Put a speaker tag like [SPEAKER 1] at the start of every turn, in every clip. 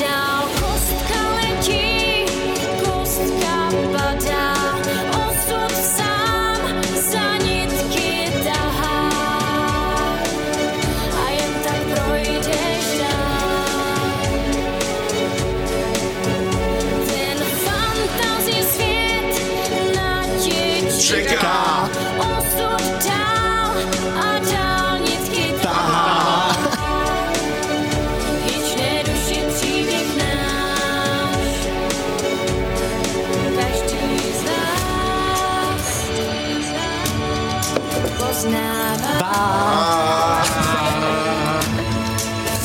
[SPEAKER 1] Dál kostka letí, kostka padá, osud sám za nitky tahá. A jen tak projdeš dál. Ten fantazí svět na tě čeká. Osud dál a dál nitky tahá. Věčné duši příběh náš, každý z vás poznává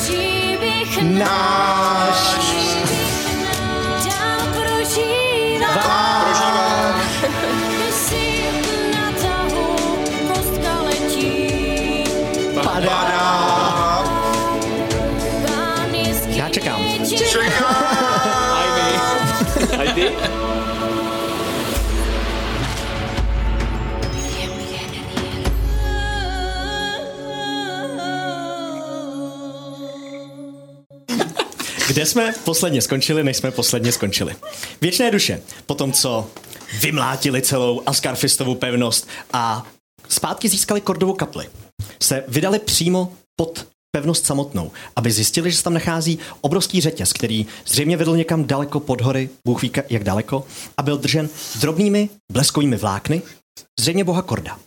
[SPEAKER 1] příběh náš. Dál prožívá si na tahu, kostka letí. Pán je
[SPEAKER 2] Já čekám.
[SPEAKER 1] skvělý.
[SPEAKER 3] A ty?
[SPEAKER 2] Kde jsme posledně skončili, než jsme posledně skončili? Věčné duše, po tom, co vymlátili celou Askarfistovu pevnost a zpátky získali Kordovu kapli, se vydali přímo pod pevnost samotnou, aby zjistili, že se tam nachází obrovský řetěz, který zřejmě vedl někam daleko pod hory, Bůh ví ka- jak daleko, a byl držen drobnými bleskovými vlákny, zřejmě boha Korda.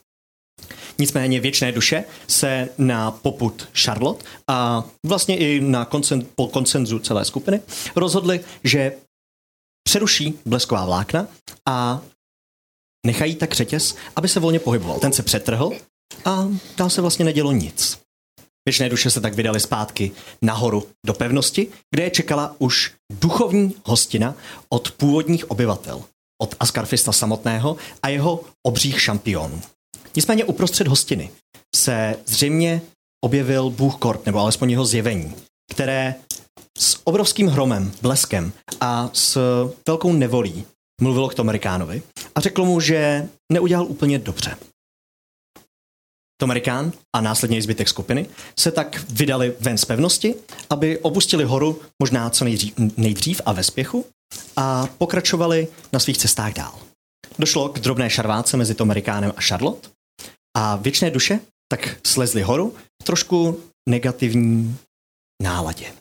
[SPEAKER 2] Nicméně věčné duše se na poput Charlotte a vlastně i na koncen, po koncenzu celé skupiny rozhodli, že přeruší blesková vlákna a nechají tak řetěz, aby se volně pohyboval. Ten se přetrhl a dál se vlastně nedělo nic. Věčné duše se tak vydali zpátky nahoru do pevnosti, kde je čekala už duchovní hostina od původních obyvatel, od Askarfista samotného a jeho obřích šampionů. Nicméně uprostřed hostiny se zřejmě objevil bůh Kort, nebo alespoň jeho zjevení, které s obrovským hromem, bleskem a s velkou nevolí mluvilo k Tomerikánovi a řeklo mu, že neudělal úplně dobře. Tomerikán a následně i zbytek skupiny se tak vydali ven z pevnosti, aby opustili horu možná co nejdřív, nejdřív a ve spěchu a pokračovali na svých cestách dál. Došlo k drobné šarváce mezi Tomerikánem a Charlotte a věčné duše tak slezly horu v trošku negativní náladě.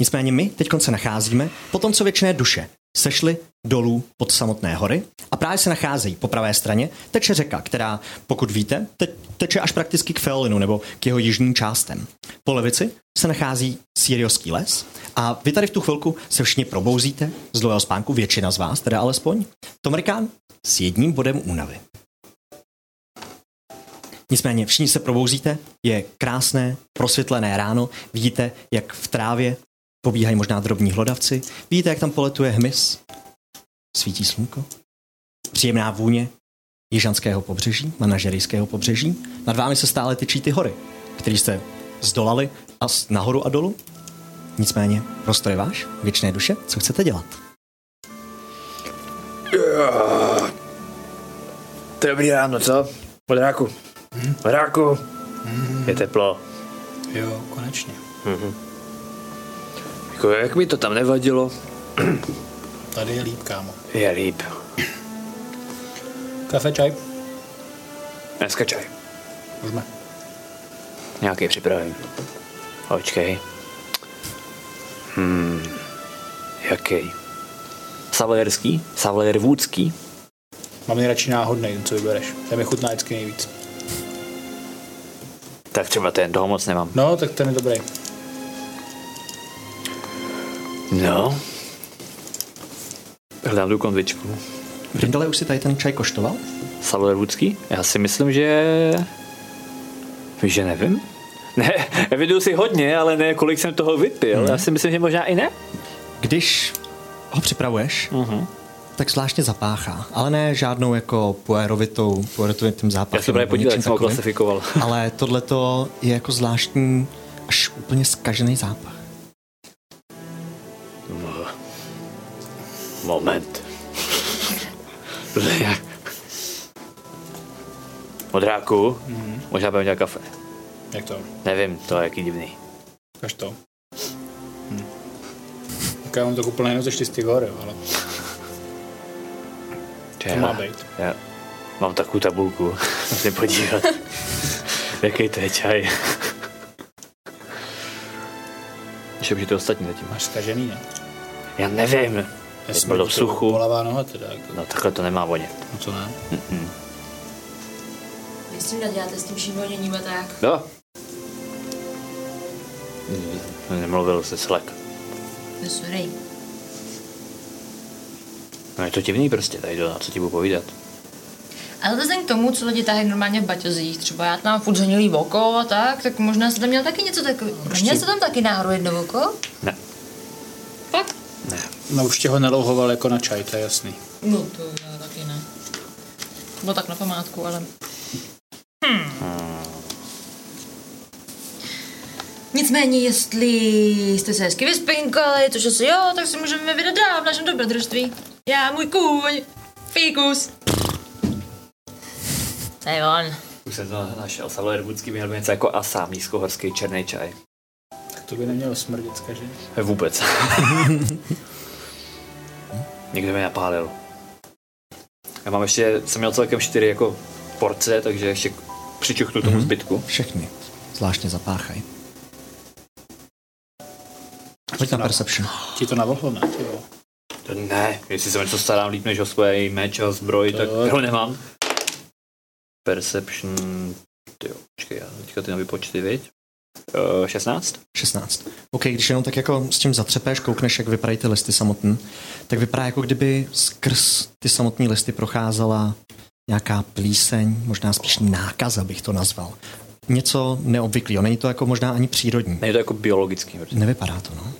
[SPEAKER 2] Nicméně my teď se nacházíme po tom, co věčné duše sešly dolů pod samotné hory a právě se nacházejí po pravé straně teče řeka, která, pokud víte, te- teče až prakticky k Feolinu nebo k jeho jižním částem. Po levici se nachází Sirioský les a vy tady v tu chvilku se všichni probouzíte z dlouhého spánku, většina z vás teda alespoň, Tomrikán s jedním bodem únavy. Nicméně všichni se probouzíte, je krásné, prosvětlené ráno, vidíte, jak v trávě pobíhají možná drobní hlodavci, vidíte, jak tam poletuje hmyz, svítí slunko, příjemná vůně jižanského pobřeží, manažerijského pobřeží, nad vámi se stále tyčí ty hory, které jste zdolali a s- nahoru a dolů. Nicméně, prostor je váš, věčné duše, co chcete dělat?
[SPEAKER 3] Dobrý ráno, co? Modráku. Modráku. Mm-hmm. Je teplo. Mm-hmm.
[SPEAKER 4] Jo, konečně.
[SPEAKER 3] Jako, jak mi to tam nevadilo?
[SPEAKER 4] Tady je líp, kámo.
[SPEAKER 3] Je líp.
[SPEAKER 4] Kafe, čaj?
[SPEAKER 3] Dneska čaj.
[SPEAKER 4] Můžeme.
[SPEAKER 3] Nějaký připravím. Počkej. Hmm. Jaký? Savoyerský? Savoyervůdský?
[SPEAKER 4] Mám nejradši náhodnej, ten, co vybereš. Ten mi chutná vždycky nejvíc.
[SPEAKER 3] Tak třeba ten, toho moc nemám.
[SPEAKER 4] No, tak ten je dobrý.
[SPEAKER 3] No. Hledám tu konvičku.
[SPEAKER 2] Brindale už si tady ten čaj koštoval?
[SPEAKER 3] Savoyervůdský? Já si myslím, že... Víš, že nevím? Ne, eviduju si hodně, ale ne, kolik jsem toho vypil. Já si myslím, že možná i ne.
[SPEAKER 2] Když ho připravuješ, uh-huh. tak zvláštně zapáchá, ale ne žádnou jako puerovitou, puerovitou zápachem.
[SPEAKER 3] Já se právě
[SPEAKER 2] nebo
[SPEAKER 3] podíval,
[SPEAKER 2] něčím
[SPEAKER 3] jak jsem ho
[SPEAKER 2] takovým.
[SPEAKER 3] klasifikoval.
[SPEAKER 2] Ale tohleto je jako zvláštní, až úplně skažený zápach.
[SPEAKER 3] No, Moment. To je jak- modráku, mm-hmm. možná budeme dělat kafe.
[SPEAKER 5] Mhm. Jak to?
[SPEAKER 3] Nevím, to je jaký divný.
[SPEAKER 5] Kaž to. Hm. Tak já mám to koupil jenom ze 400 hor, jo, ale
[SPEAKER 3] To
[SPEAKER 5] má být.
[SPEAKER 3] Já mám takovou tabulku, musím podívat, jaký to je čaj. Že by to ostatní zatím máš.
[SPEAKER 5] máš stažený, ne?
[SPEAKER 3] Já nevím.
[SPEAKER 5] Já
[SPEAKER 3] Teď
[SPEAKER 5] jsem
[SPEAKER 3] byl do
[SPEAKER 5] to
[SPEAKER 3] suchu.
[SPEAKER 5] Bolavá noha teda, jako.
[SPEAKER 3] No takhle to nemá vonět.
[SPEAKER 5] No to ne.
[SPEAKER 6] Vy s tím neděláte s tím šivoněním a tak.
[SPEAKER 3] No. Hmm, Nemluvil se slek.
[SPEAKER 6] No, sorry.
[SPEAKER 3] No je to divný prostě, tady to, na co ti budu povídat.
[SPEAKER 6] Ale to vzhledem k tomu, co lidi tahají normálně v baťozích, třeba já tam mám furt zhnilý oko a tak, tak možná jste tam měl taky něco takového. Měl jste tam taky náhodou jedno oko?
[SPEAKER 3] Ne,
[SPEAKER 6] Fakt?
[SPEAKER 3] ne.
[SPEAKER 5] No určitě ho nelouhoval jako na čaj, to je jasný.
[SPEAKER 6] No to já taky ne. To Bylo tak na památku, ale... Hmm. Nicméně, jestli jste se hezky vyspinkali, což asi jo, tak se můžeme vydat dál v našem dobrodružství. Já, můj kůň, fikus. To je on.
[SPEAKER 3] Už jsem to našel. Salvador Budsky měl by něco jako asa, nízkohorský černý čaj.
[SPEAKER 5] Tak to by nemělo smrdit, že?
[SPEAKER 3] Vůbec. Někdo mě napálil. Já mám ještě, jsem měl celkem čtyři jako porce, takže ještě přičuchnu tomu Mhm. zbytku.
[SPEAKER 2] Všechny. Zvláštně zapáchaj. Hoď na Perception.
[SPEAKER 5] Ti to navlhlo, ne? Ty jo.
[SPEAKER 3] To ne, jestli se o něco starám líp než o svoje meč a zbroj, tak
[SPEAKER 5] Tak.
[SPEAKER 3] ho nemám. Perception, tyjo, počkej, já teďka ty na vypočty, viď? Uh, 16?
[SPEAKER 2] 16. OK, když jenom tak jako s tím zatřepeš, koukneš, jak vypadají ty listy samotný, tak vypadá jako kdyby skrz ty samotné listy procházela nějaká plíseň, možná spíš nákaza bych to nazval. Něco neobvyklého, není to jako možná ani přírodní.
[SPEAKER 3] Není to jako biologický. prostě.
[SPEAKER 2] Nevypadá to, no.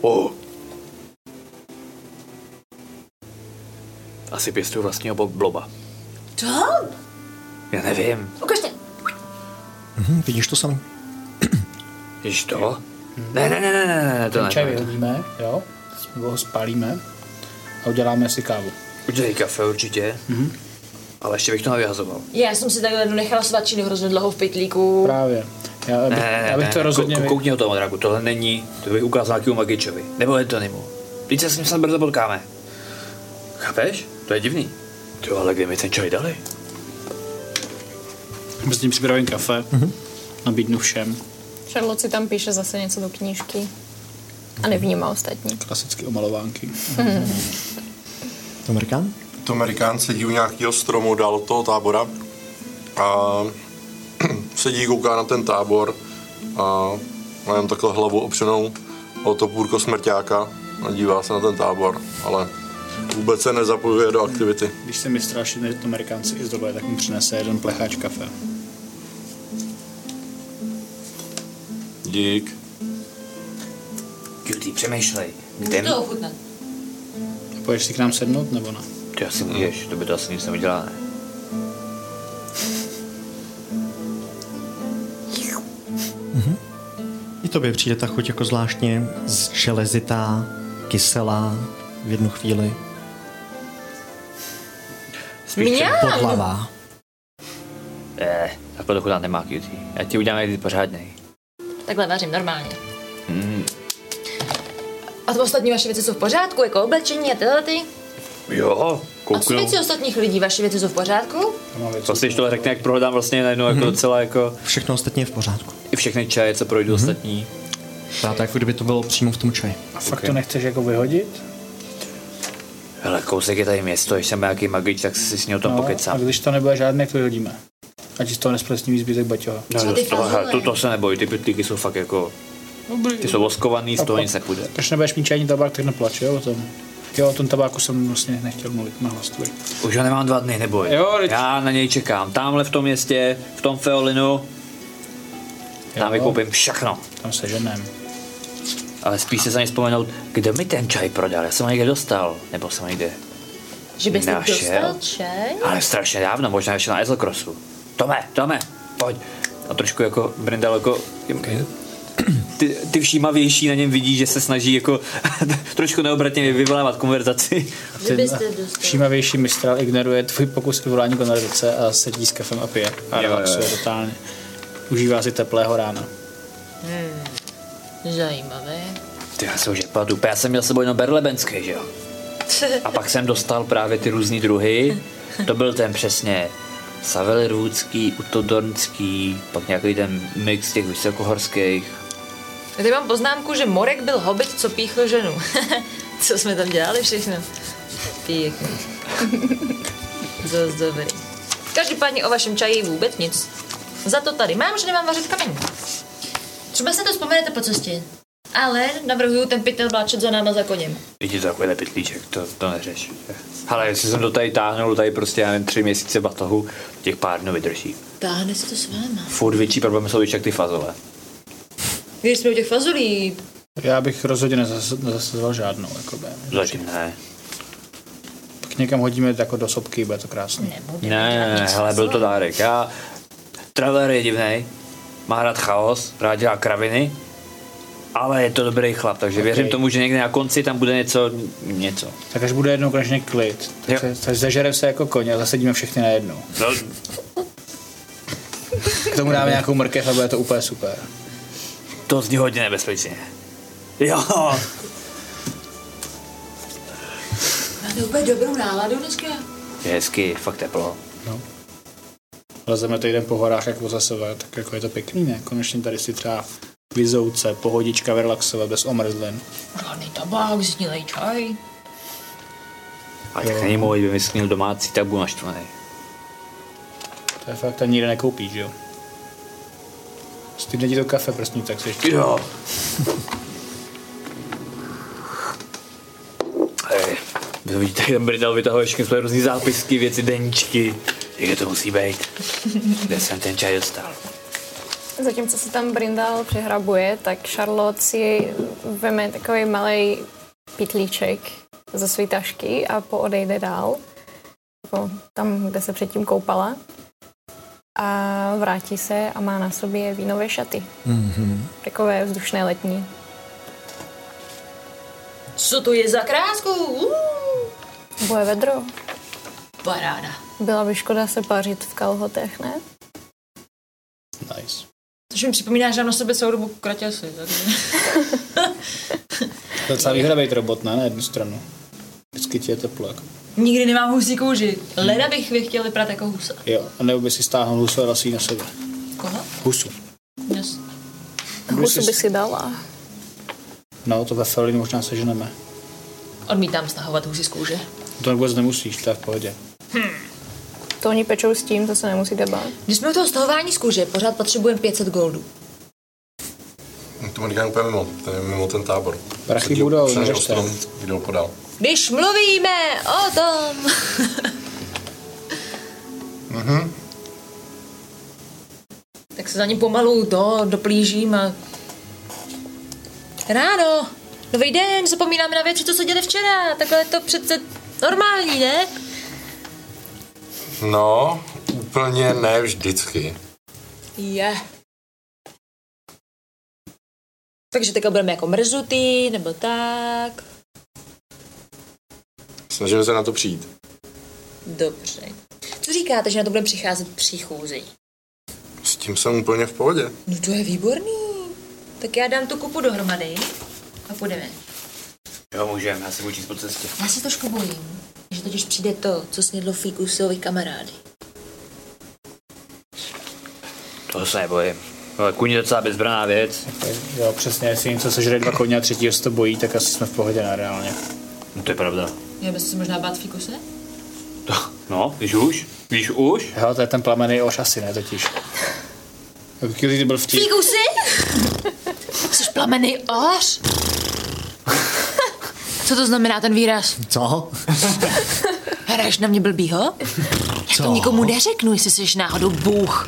[SPEAKER 3] Oh. Asi pěstuju vlastního bo- bloba.
[SPEAKER 6] Co?
[SPEAKER 3] Já nevím.
[SPEAKER 6] Ukažte.
[SPEAKER 2] Hm, vidíš to samý?
[SPEAKER 3] Jež to? Ne, ne, ne, ne, ne, ne, to
[SPEAKER 5] Ten čaj
[SPEAKER 3] ne.
[SPEAKER 5] vyhodíme, jo? Nebo ho spálíme a uděláme si kávu.
[SPEAKER 3] Udělej kafe určitě. Mm-hmm. Ale ještě bych to nevyhazoval.
[SPEAKER 6] Já jsem si takhle nechala svačinu hrozně dlouho v pytlíku.
[SPEAKER 5] Právě. Já bych, já bych to rozhodně...
[SPEAKER 3] Kou,
[SPEAKER 5] vy-
[SPEAKER 3] koukni o toho draku, tohle není. To bych ukázal nějakému magičovi. Nebo Antonimu. Teď se s ním snad brzo potkáme. Chápeš? To je divný. Ty jo, ale kde mi ten čaj dali?
[SPEAKER 5] Mezi tím připravím kafe,
[SPEAKER 3] Mhm.
[SPEAKER 5] nabídnu všem.
[SPEAKER 7] Charlotte si tam píše zase něco do knížky a nevnímá ostatní.
[SPEAKER 5] Klasicky omalovánky.
[SPEAKER 2] To Amerikán?
[SPEAKER 8] To Amerikán sedí u nějakého stromu dál od toho tábora a sedí, kouká na ten tábor a má jen takhle hlavu opřenou o to půrko smrťáka a dívá se na ten tábor, ale vůbec se nezapojuje do aktivity.
[SPEAKER 5] Když se mi strašně, že to Amerikánci i zdobuje, tak mu přinese jeden plecháč kafe.
[SPEAKER 8] Dík.
[SPEAKER 3] Cutie, přemýšlej. Kde mi...
[SPEAKER 6] To ochutnat.
[SPEAKER 5] Pojďš si k nám sednout, nebo ne?
[SPEAKER 3] Ty asi
[SPEAKER 5] Mhm.
[SPEAKER 3] můžeš, to by to asi nic neudělá, ne?
[SPEAKER 2] I tobě přijde ta chuť jako zvláštně z- železitá, kyselá v jednu chvíli.
[SPEAKER 3] Spíš
[SPEAKER 7] Mňam!
[SPEAKER 2] Podlavá.
[SPEAKER 3] Eh, takhle to chudá nemá cutie. Já ti udělám někdy pořádnej.
[SPEAKER 6] Takhle vařím normálně. Mm.
[SPEAKER 3] Hmm,
[SPEAKER 6] A to ostatní vaše věci jsou v pořádku, jako oblečení a tyhle ty?
[SPEAKER 3] Jo,
[SPEAKER 6] A
[SPEAKER 3] No.
[SPEAKER 6] co věci ostatních lidí, vaše věci jsou v pořádku?
[SPEAKER 5] To má věc.
[SPEAKER 3] Vlastně, když tohle řekne, jak prohledám vlastně najednou jako mm-hmm. docela jako
[SPEAKER 2] Všechno No, ostatně je v pořádku.
[SPEAKER 3] i všechny čaje, co projdu mm-hmm. ostatní.
[SPEAKER 2] Vypadá to, jako kdyby to bylo přímo v tom čaji.
[SPEAKER 5] A fakt to nechceš jako vyhodit?
[SPEAKER 3] Hele, kousek je tady město, když jsem nějaký magič, tak si s ním o tom no,
[SPEAKER 5] a
[SPEAKER 3] pokecám.
[SPEAKER 5] když to nebude žádný, jak to vyhodíme. Ať z toho nesplesní zbytek baťoha.
[SPEAKER 3] No,
[SPEAKER 6] Co ty
[SPEAKER 3] to,
[SPEAKER 6] fazole?
[SPEAKER 3] hele, to, to, se neboj, ty pytlíky jsou fakt jako,
[SPEAKER 5] Dobrý.
[SPEAKER 3] ty jsou voskovaný, z toho
[SPEAKER 5] Opa.
[SPEAKER 3] nic nepůjde.
[SPEAKER 5] Proč nebudeš mít čajní tabák, tak neplač, jo? O tom. Jo, o tom tabáku jsem vlastně nechtěl mluvit na hlas tvůj.
[SPEAKER 3] Už ho nemám dva dny, neboj.
[SPEAKER 5] Jo, teď-
[SPEAKER 3] Já na něj čekám, tamhle v tom městě, v tom Feolinu, tam vykoupím všechno.
[SPEAKER 5] Tam se ženem.
[SPEAKER 3] Ale spíš se za ně vzpomenout, kdo mi ten čaj prodal, já jsem ho někde dostal, nebo jsem ho někde
[SPEAKER 6] Že byste
[SPEAKER 3] Našel.
[SPEAKER 6] dostal čaj?
[SPEAKER 3] No, Ale strašně dávno, možná ještě na Ezelcrossu. Tome, Tome, pojď. A trošku jako Brindal jako... ty, ty všímavější na něm vidí, že se snaží jako trošku neobratně vyvolávat konverzaci.
[SPEAKER 5] Ten všímavější mistral ignoruje tvůj pokus o volání konverzace a sedí s kafem a pije. A
[SPEAKER 3] Jo, jo, jo.
[SPEAKER 5] relaxuje totálně. Užívá si teplého rána.
[SPEAKER 6] Hmm. Zajímavé.
[SPEAKER 3] Ty já se už padu. Já jsem měl s sebou jenom berlebenský, že jo? A pak jsem dostal právě ty různé druhy. To byl ten přesně Savelirůdský, Utodornský, pak nějaký ten mix těch vysokohorských.
[SPEAKER 6] Já tady mám poznámku, že Morek byl hobit, co píchl ženu. co jsme tam dělali všechno. Pěkný. Dost dobrý. Každopádně o vašem čaji vůbec nic. Za to tady mám, že nemám vařit kameň. Třeba se to vzpomenete po cestě. Ale navrhuju ten pytel vláčet za náma za koněm.
[SPEAKER 3] Vidíte takovýhle pytlíček, to, to neřeš. Ale jestli jsem to tady táhnul, tady prostě já nevím, tři měsíce batohu, těch pár dnů vydrží.
[SPEAKER 6] Táhne se to s váma.
[SPEAKER 3] Furt větší problém jsou jak ty fazole.
[SPEAKER 6] Když jsme u těch fazolí,
[SPEAKER 5] Já bych rozhodně nezas- nezasazoval žádnou. Jakoby.
[SPEAKER 3] Zatím ne.
[SPEAKER 5] Pak někam hodíme jako do sopky, bude to krásné.
[SPEAKER 6] nebude.
[SPEAKER 3] Ne, ne, ne, hele, byl to dárek. Já... Traveler je divný, má rád chaos, rád dělá kraviny, ale je to dobrý chlap, takže věřím tomu, že někde na konci tam bude něco, něco.
[SPEAKER 5] Tak až bude jednou konečně klid,
[SPEAKER 3] Jo.
[SPEAKER 5] tak se, se zažerem se jako koně a zasedíme všechny najednou.
[SPEAKER 3] No,
[SPEAKER 5] K tomu dáme nějakou mrkev a bude to úplně super.
[SPEAKER 3] to zní hodně nebezpečně. Jo,
[SPEAKER 6] Máte úplně dobrou náladu dneska.
[SPEAKER 3] je hezky, fakt teplo.
[SPEAKER 5] Lezeme týden po horách jak vozasové, tak jako je to pěkný, ne? Konečně tady si třeba vizouce, pohodička relaxovat bez omrzlin.
[SPEAKER 6] Žádný tabák, znílej čaj.
[SPEAKER 3] A tak není můj, by mi snil domácí, tak budu naštvaný.
[SPEAKER 5] To je fakt, ten nikde nekoupíš, že jo? Stydne ti to kafe prstní, tak se ještě...
[SPEAKER 3] Jo. Hej, vy to vidíte, jak ten Bridal vytahuje všechny své různé zápisky, věci, deníčky. Kde to musí být? Kde jsem ten čaj dostal?
[SPEAKER 7] Zatímco se tam Brindal přehrabuje, tak Charlotte si veme takový malý pitlíček ze své tašky a poodejde dál, jako tam, kde se předtím koupala. A vrátí se a má na sobě vínové šaty. Mm-hmm. Takové vzdušné letní.
[SPEAKER 6] Co to je za krásku? Uuu,
[SPEAKER 7] Boje vedro.
[SPEAKER 6] paráda.
[SPEAKER 7] Byla by škoda se pařit v kalhotech, ne?
[SPEAKER 5] Nice.
[SPEAKER 6] Což mi připomíná, že mám na sobě celou dobu kraťasy. Takže...
[SPEAKER 5] To je docela výhoda být robot, ne? Na jednu stranu. Vždycky ti je teplo. Jako.
[SPEAKER 6] Nikdy nemám husí kůži.
[SPEAKER 7] Hmm.
[SPEAKER 6] Leda bych vy chtěl vypadat jako husa.
[SPEAKER 5] Jo, a nebo by si stáhnul husu a dal si ji na sebe.
[SPEAKER 6] Koho?
[SPEAKER 5] Husu.
[SPEAKER 6] Yes.
[SPEAKER 7] Husu by si dala.
[SPEAKER 5] No, to ve Felin možná seženeme.
[SPEAKER 6] Odmítám stahovat husí z kůže.
[SPEAKER 5] To vůbec nemusíš, to je v pohodě.
[SPEAKER 7] Hmm. To oni pečou s tím, to se nemusíte bát.
[SPEAKER 6] Když jsme u toho stahování z kůže, pořád potřebujeme 500 goldů.
[SPEAKER 8] No, To mu říkám úplně mimo, to je mimo ten tábor.
[SPEAKER 5] Prachy
[SPEAKER 8] Sedí
[SPEAKER 5] budou,
[SPEAKER 8] opřený o
[SPEAKER 5] neřešte.
[SPEAKER 8] strom, Jdou podál.
[SPEAKER 6] Když mluvíme o tom... tak se za ním pomalu do, doplížím a... Ráno! Nový den, zapomínáme na věci, co se děli včera. Takhle je to přece normální, ne?
[SPEAKER 8] No, úplně ne vždycky.
[SPEAKER 6] Je. Takže teďka budeme jako mrzutý, nebo tak.
[SPEAKER 8] Snažím se na to přijít.
[SPEAKER 6] Dobře. Co říkáte, že na to budeme přicházet příchůzí?
[SPEAKER 8] S tím jsem úplně v pohodě.
[SPEAKER 6] No to je výborný. Tak já dám tu kupu dohromady a půjdeme.
[SPEAKER 3] Jo, můžeme, já se budu po cestě.
[SPEAKER 6] Já se trošku bojím, že totiž přijde to, co snědlo Fikusovi kamarády.
[SPEAKER 3] To se nebojím. Ale kůň je docela bezbraná věc.
[SPEAKER 5] Tak Jo, přesně, jestli něco sežere dva koně a třetího se to bojí, tak asi jsme v pohodě na reálně.
[SPEAKER 3] No to je pravda.
[SPEAKER 6] Já bych se možná bát Fikuse?
[SPEAKER 3] To, no, když už, když už.
[SPEAKER 5] Hele, to je ten plamený oř asi, ne totiž. Když byl v té...
[SPEAKER 6] Fikusy? Jsi plamený oř? Co to znamená ten výraz?
[SPEAKER 9] Co?
[SPEAKER 6] Hraješ na mě blbýho? Já to nikomu neřeknu, jestli jsi náhodou bůh.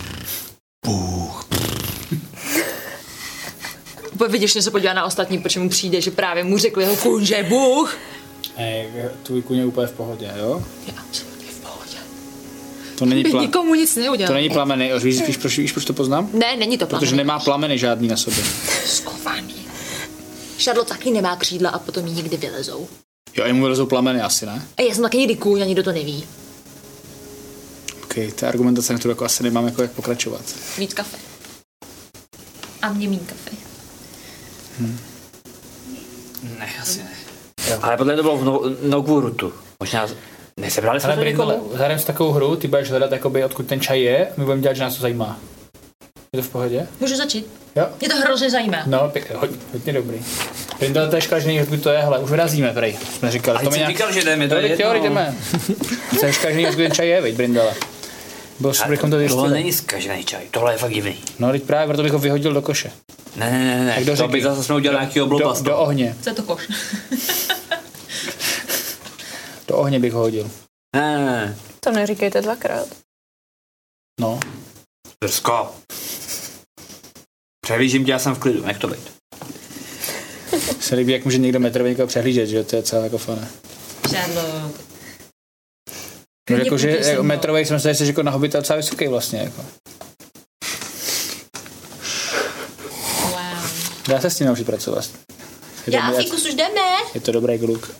[SPEAKER 6] Bůh. Úplně vidíš, že se podívá na ostatní, proč mu přijde, že právě mu řekl jeho kůň, že je bůh.
[SPEAKER 5] Hej, tvůj kuň je úplně v pohodě, jo?
[SPEAKER 6] Já absolutně v pohodě.
[SPEAKER 5] To není,
[SPEAKER 10] Bych
[SPEAKER 5] pla-
[SPEAKER 10] nikomu nic neudělal.
[SPEAKER 5] to není plameny. Víš, víš, proč, víš, proč to poznám?
[SPEAKER 6] Ne, není to
[SPEAKER 5] Protože
[SPEAKER 6] plamen.
[SPEAKER 5] nemá plameny žádný na sobě.
[SPEAKER 6] Schovaný. Charlotte taky nemá křídla a potom jí někdy vylezou.
[SPEAKER 5] Jo, a jemu vylezou plameny asi, ne?
[SPEAKER 6] A já jsem taky někdy kůň a nikdo to neví.
[SPEAKER 5] Ok, ta argumentace na to jako asi nemám jako jak pokračovat.
[SPEAKER 6] Víc kafe. A mě mín kafe.
[SPEAKER 3] Ne, asi ne. Ale podle mě to bylo v no, Nogvurutu. Možná nesebrali jsme
[SPEAKER 11] Ale
[SPEAKER 3] to
[SPEAKER 11] Brindle,
[SPEAKER 3] nikomu?
[SPEAKER 11] zahrajeme s takovou hru, ty budeš hledat, jakoby, odkud ten čaj je, my budeme dělat, že nás to zajímá. Je to v pohodě?
[SPEAKER 6] Můžu začít?
[SPEAKER 11] Jo.
[SPEAKER 6] Mě to hrozně zajímá.
[SPEAKER 11] No, pě- hod, hodně dobrý. Brindle, to je škoda, že není, odkud to je, hele, už vyrazíme, prej, jsme říkali.
[SPEAKER 3] Ale jsem
[SPEAKER 11] nějak-
[SPEAKER 3] říkal, že jdeme, to
[SPEAKER 11] Jo,
[SPEAKER 3] je
[SPEAKER 11] teď jo,
[SPEAKER 3] jedno.
[SPEAKER 11] jdeme. Jsem škoda, že není, odkud ten čaj je, veď, Brindle. Bylo super, bychom to
[SPEAKER 3] tohle
[SPEAKER 11] zjistili.
[SPEAKER 3] není zkažený čaj, tohle je fakt divný.
[SPEAKER 11] No, teď právě proto bych ho vyhodil do koše.
[SPEAKER 3] Ne, ne, ne,
[SPEAKER 11] Tak
[SPEAKER 3] ne,
[SPEAKER 11] do
[SPEAKER 3] to
[SPEAKER 11] řeky.
[SPEAKER 3] by zase jsme udělali nějaký
[SPEAKER 11] Do,
[SPEAKER 3] oblopast.
[SPEAKER 11] do ohně.
[SPEAKER 6] Co je to koš?
[SPEAKER 11] Do ohně bych ho hodil.
[SPEAKER 3] Ne, ne, ne,
[SPEAKER 7] To neříkejte dvakrát.
[SPEAKER 11] No,
[SPEAKER 3] Drsko. Přehlížím tě, já jsem v klidu, nech to být.
[SPEAKER 5] Se líbí, jak může někdo metr někoho přehlížet, že jo, to je celé jako fane.
[SPEAKER 6] Charlotte.
[SPEAKER 5] No,
[SPEAKER 6] Klidně
[SPEAKER 5] jako, že
[SPEAKER 6] půjdi se
[SPEAKER 5] jako
[SPEAKER 6] mnou.
[SPEAKER 5] metrový jsem se ještě jako na hobita docela vysoký vlastně. Jako.
[SPEAKER 6] Wow.
[SPEAKER 5] Dá se s tím naučit pracovat. Je
[SPEAKER 6] Já a
[SPEAKER 5] dobrý,
[SPEAKER 6] Fikus už jdeme.
[SPEAKER 5] je to dobrý kluk.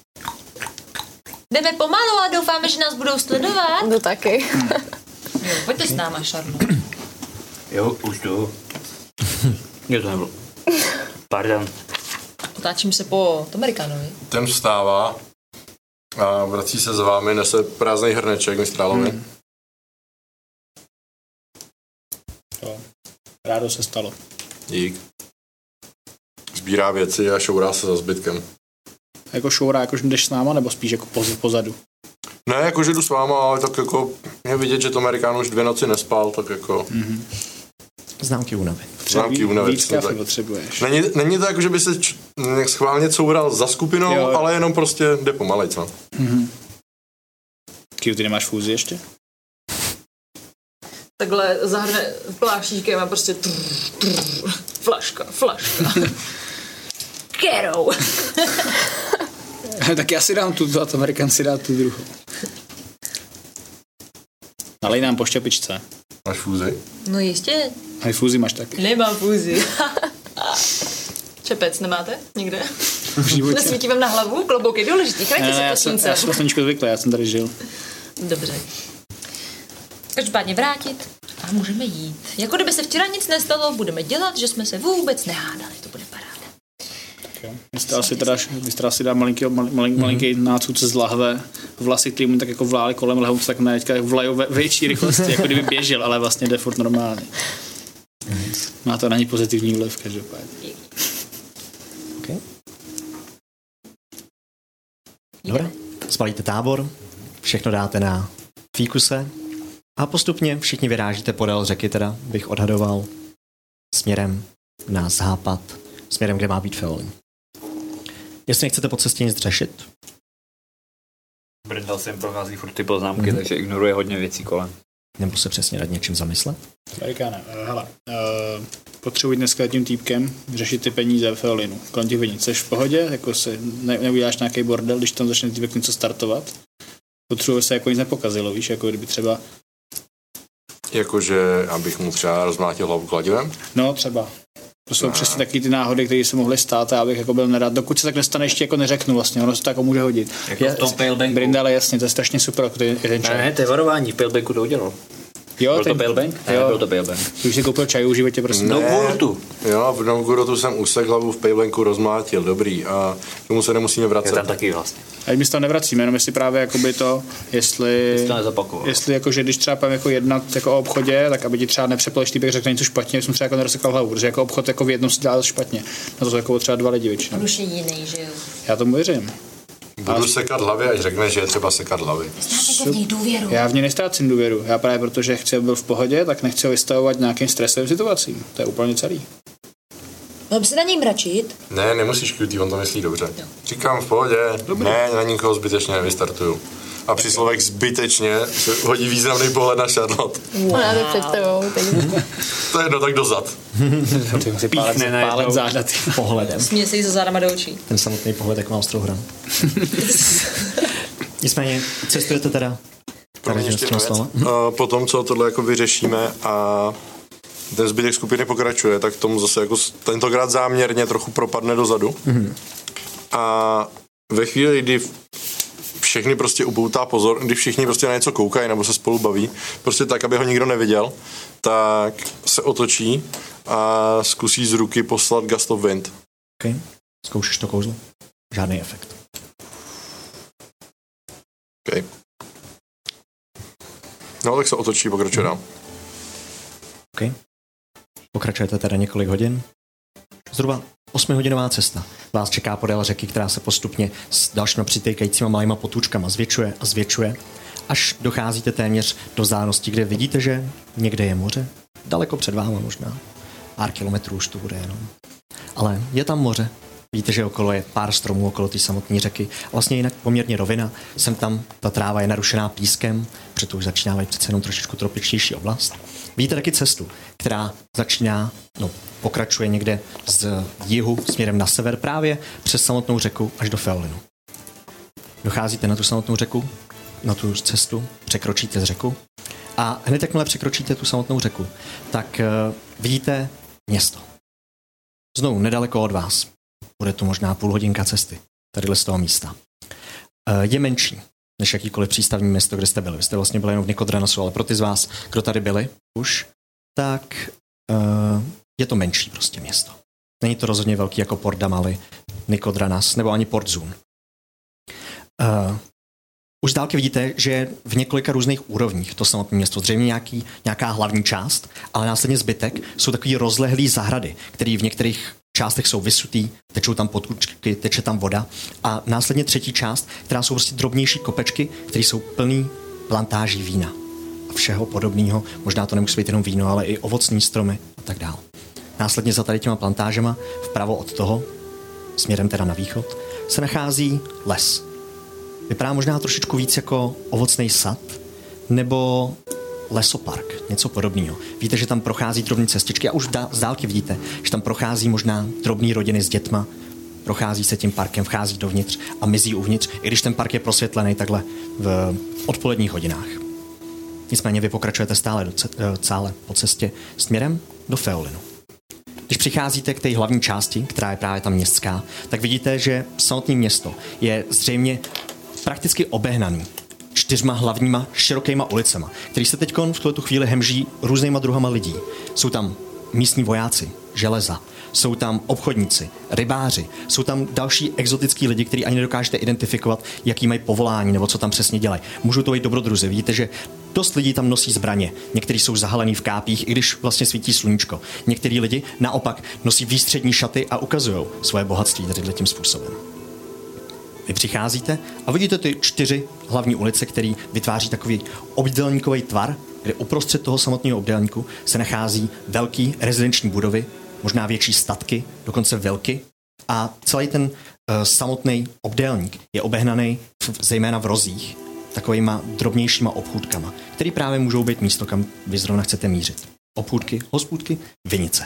[SPEAKER 6] Jdeme pomalu a doufáme, že nás budou sledovat.
[SPEAKER 7] Jdu No taky.
[SPEAKER 6] Jo, Oh, pojďte s náma, Charlotte.
[SPEAKER 3] Jo, už jdu. Mě to nebylo. Pardon.
[SPEAKER 6] Otáčím se po Amerikánovi.
[SPEAKER 8] Ten vstává a vrací se s vámi, nese prázdný hrneček mistrálovi. Hmm.
[SPEAKER 5] To. Rádo se stalo.
[SPEAKER 8] Dík. Sbírá věci a šourá se za zbytkem.
[SPEAKER 5] A jako šourá, jakože jdeš s náma, nebo spíš jako poz, pozadu?
[SPEAKER 8] Ne, jakože jdu s váma, ale tak jako je vidět, že to Amerikán už dvě noci nespal, tak jako
[SPEAKER 2] Mm-hmm. Známky únavy.
[SPEAKER 8] známky
[SPEAKER 5] Víc
[SPEAKER 8] únavy.
[SPEAKER 5] kafy potřebuješ.
[SPEAKER 8] Není, není to jako, že by se č- nějak schválně coural za skupinou,
[SPEAKER 5] Jo,
[SPEAKER 8] jo,
[SPEAKER 5] jo.
[SPEAKER 8] ale jenom prostě jde pomalej, co?
[SPEAKER 5] Mhm. Kiu, ty nemáš fúzi ještě?
[SPEAKER 6] Takhle zahrne pláštíkem a prostě trr, trr, flaška, flaška. Kerou.
[SPEAKER 5] tak já si dám tu, a to Amerikan si dá tu druhou. Nalej nám po šťapičce.
[SPEAKER 8] Máš fúzi?
[SPEAKER 6] No jistě,
[SPEAKER 5] A i fúzi máš taky.
[SPEAKER 6] nemám fúzi. Čepec nemáte nikde?
[SPEAKER 5] V životě.
[SPEAKER 6] Nesvítí vám na hlavu, klobouk je důležitý,
[SPEAKER 5] Ne,
[SPEAKER 6] chrajte
[SPEAKER 5] ne,
[SPEAKER 6] se
[SPEAKER 5] já
[SPEAKER 6] po
[SPEAKER 5] jsem,
[SPEAKER 6] slunce.
[SPEAKER 5] já jsem slunečko zvyklý, já jsem tady žil.
[SPEAKER 6] Dobře. Každopádně vrátit a můžeme jít. Jako kdyby se včera nic nestalo, budeme dělat, že jsme se vůbec nehádali. To bude paráda.
[SPEAKER 5] Vy jste asi, teda, vy jste asi dá malinký, mali- malin, malinký nácud z lahve, vlasy, který mu tak jako vlály kolem, lehou se tak na teďka vlajou ve větší rychlosti, jako kdyby běžel, ale vlastně jde furt normálně. Má to na ní pozitivní vliv každopádně.
[SPEAKER 2] Dobrá. Spalíte tábor, všechno dáte na fíkuse a postupně všichni vyrážíte podél řeky, teda bych odhadoval směrem na západ, směrem, kde má být Feolin. Jestli nechcete po cestě nic řešit,
[SPEAKER 3] Brindal jsem prochází furt ty
[SPEAKER 11] Mhm.
[SPEAKER 3] poznámky, takže ignoruje hodně věcí kolem.
[SPEAKER 2] nebo se přesně nad něčím zamyslet,
[SPEAKER 5] Amerikána, eh, hele, uh, potřebuji dneska tím týpkem řešit ty peníze ve Feolinu. Kolem těch peníz. Jsi v pohodě? Jako se ne, neuděláš nějaký bordel, když tam začne týpek něco startovat? Potřebuji aby se jako nic nepokazilo, víš, jako kdyby třeba,
[SPEAKER 8] Jakože, abych mu třeba rozmlátil hlavu kladivem?
[SPEAKER 5] no třeba. To jsou přesně taky ty náhody, které se mohly stát a já bych jako byl nerad. Dokud se tak nestane, ještě jako neřeknu vlastně, ono se to jako může hodit.
[SPEAKER 3] Jako v tom Palebanku.
[SPEAKER 5] Brindale, jasně, to je strašně super, jako ten, ten
[SPEAKER 3] Ne,
[SPEAKER 5] čaj.
[SPEAKER 3] ne, to je varování, v Palebanku to udělal.
[SPEAKER 5] jo,
[SPEAKER 3] Byl to
[SPEAKER 5] ten,
[SPEAKER 3] Palebank? Ne,
[SPEAKER 5] Jo.
[SPEAKER 3] byl to Palebank.
[SPEAKER 5] ty už jsi koupil čaj v životě, prostě. prosím.
[SPEAKER 3] No,
[SPEAKER 8] Ne.
[SPEAKER 3] Vurtu.
[SPEAKER 8] Jo, v Novgorodu jsem úsek hlavu v Pejlenku rozmlátil, dobrý, a tomu se nemusíme
[SPEAKER 3] Je
[SPEAKER 8] vracet.
[SPEAKER 3] tam taky vlastně.
[SPEAKER 5] Ať my se tam nevracíme, jenom jestli právě jakoby to, jestli...
[SPEAKER 3] Jestli to nezopakoval.
[SPEAKER 5] Jestli jakože když třeba půjdeme jako jednat jako o obchodě, tak aby ti třeba nepřepleš týpek řekne něco špatně, jsem třeba jako nerozsekal hlavu, protože jako obchod jako v jednom se dělá špatně. Na to jsou jako třeba dva lidi většinou.
[SPEAKER 6] On už je jiný, že jo?
[SPEAKER 5] Já tomu věřím.
[SPEAKER 8] Budu sekat hlavy, až řekne, že je třeba sekat hlavy.
[SPEAKER 6] Máte v něj důvěru.
[SPEAKER 5] Já v něj nestrácím důvěru. Já právě protože chci, aby byl v pohodě, tak nechci ho vystavovat nějakým stresovým situacím. To je úplně celý.
[SPEAKER 6] Mám No, se na něj mračit?
[SPEAKER 8] Ne, nemusíš QT, on to myslí dobře. Říkám v pohodě, Dobrý. ne, na nikoho zbytečně nevystartuju. A příslovek zbytečně se hodí významný pohled na Charlotte.
[SPEAKER 7] Ona jde před tebou. teď.
[SPEAKER 8] To je jedno tak dozad.
[SPEAKER 5] Ty musí pálet,
[SPEAKER 3] Píchne najednou.
[SPEAKER 5] pálet záda. ty.
[SPEAKER 2] pohledem.
[SPEAKER 6] Směje se jí za zádama do očí.
[SPEAKER 2] Ten samotný pohled, jak má ostrou hranu. Nicméně, cestujete teda
[SPEAKER 8] Promiň,
[SPEAKER 2] Takže
[SPEAKER 8] ještě
[SPEAKER 2] jsme
[SPEAKER 8] jedna věc.
[SPEAKER 2] stále.
[SPEAKER 8] Eh, Potom, co tohle jako vyřešíme a ten zbytek skupiny pokračuje, tak tomu zase jako s- tentokrát záměrně trochu propadne dozadu. A ve chvíli, kdy všechny prostě upoutá pozor, když všichni prostě na něco koukají nebo se spolu baví, prostě tak, aby ho nikdo neviděl, tak se otočí a zkusí z ruky poslat gust of wind.
[SPEAKER 2] Okay. Zkoušíš to kouzlo? Žádný efekt.
[SPEAKER 8] Okay. No, tak se otočí, pokračuje dál.
[SPEAKER 2] Pokračujete teda několik hodin. Zhruba 8-hodinová cesta vás čeká podél řeky, která se postupně s dalšíma přitýkajícíma malýma potůčkama zvětšuje a zvětšuje, až docházíte téměř do vzdálenosti, kde vidíte, že někde je moře. Daleko před váma možná. Pár kilometrů už to bude jenom. Ale je tam moře. Víte, že okolo je pár stromů, okolo té samotné řeky. A Vlastně jinak poměrně rovina. Sem tam ta tráva je narušená pískem, proto už začíná být přece jenom trošičku tropičtější oblast. Vidíte taky cestu, která začíná, no, pokračuje někde z jihu směrem na sever právě přes samotnou řeku až do Feolinu. Docházíte na tu samotnou řeku, na tu cestu, překročíte z řeku a hned jakmile překročíte tu samotnou řeku, tak uh, vidíte město. Znovu, nedaleko od vás. Bude to možná půl hodinka cesty, tadyhle z toho místa. Eh, Je menší než jakýkoliv přístavní město, kde jste byli. Vy jste vlastně byli jenom v Nikodranosu, ale pro ty z vás, kdo tady byli už, tak eh, je to menší prostě město. Není to rozhodně velký jako Port Damali, Nikodranas nebo ani Port Zun. Eh, Už z dálky vidíte, že je v několika různých úrovních to samotné město. Zřejmě nějaký, nějaká hlavní část, ale následně zbytek jsou takový rozlehlý zahrady, které v některých částech jsou vysutý, tečou tam potůčky, teče tam voda. A následně třetí část, která jsou prostě drobnější kopečky, které jsou plný plantáží vína a všeho podobného. Možná to nemusí být jenom víno, ale i ovocní stromy a tak dále. Následně za tady těma plantážema, vpravo od toho, směrem teda na východ, se nachází les, Vypadá možná trošičku víc jako ovocný sad nebo lesopark, něco podobného. Víte, že tam prochází drobné cestičky a už dá- z dálky vidíte, že tam prochází možná drobné rodiny s dětma, prochází se tím parkem, vchází dovnitř a mizí uvnitř, i když ten park je prosvětlený takhle v odpoledních hodinách. Nicméně vy pokračujete stále do ce- eh, cále po cestě směrem do Feolinu. Když přicházíte k té hlavní části, která je právě ta městská, tak vidíte, že samotné město je zřejmě prakticky obehnaný čtyřma hlavníma širokýma ulicema, který se teď v tuto chvíli hemží různýma druhama lidí. Jsou tam místní vojáci, železa, jsou tam obchodníci, rybáři, jsou tam další exotický lidi, který ani nedokážete identifikovat, jaký mají povolání nebo co tam přesně dělají. Můžou to být dobrodruzi, vidíte, že Dost lidí tam nosí zbraně, někteří jsou zahalený v kápích, i když vlastně svítí sluníčko. Někteří lidi naopak nosí výstřední šaty a ukazují svoje bohatství tady tím způsobem. Vy přicházíte a vidíte ty čtyři hlavní ulice, které vytváří takový obdélníkový tvar, kde uprostřed toho samotného obdélníku se nachází velký rezidenční budovy, možná větší statky, dokonce velky. A celý ten uh, samotný obdélník je obehnaný v, zejména v rozích takovýma drobnějšíma obchůdkama, které právě můžou být místo, kam vy zrovna chcete mířit. Obchůdky, hospůdky, vinice.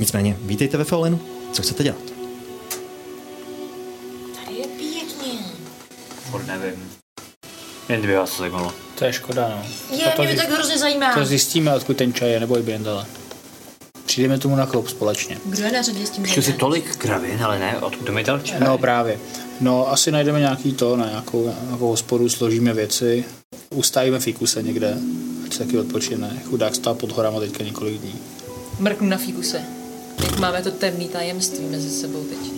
[SPEAKER 2] Nicméně, vítejte ve Feolinu. Co chcete dělat?
[SPEAKER 1] Tady je pěkně.
[SPEAKER 3] Furt nevím. Jen dvě vás to zajímalo.
[SPEAKER 5] To je škoda, no.
[SPEAKER 1] Je,
[SPEAKER 5] to,
[SPEAKER 1] mě to
[SPEAKER 5] zi-
[SPEAKER 1] tak hrozně zajímá.
[SPEAKER 5] to zjistíme, odkud ten čaj je, neboj Brindale. Přijdeme tomu na klub společně.
[SPEAKER 1] Kdo je na řadě s tím?
[SPEAKER 3] Ještě si tolik kravin, ale ne, odkud mi dal čaj?
[SPEAKER 5] No právě. No, asi najdeme nějaký to, na nějakou, nějakou hospodu, složíme věci, ustavíme fikuse někde, ať se taky odpočine. Chudák stál pod horama teďka několik dní.
[SPEAKER 1] Mrknu na fíkuse. Jak máme to temný tajemství mezi sebou teď.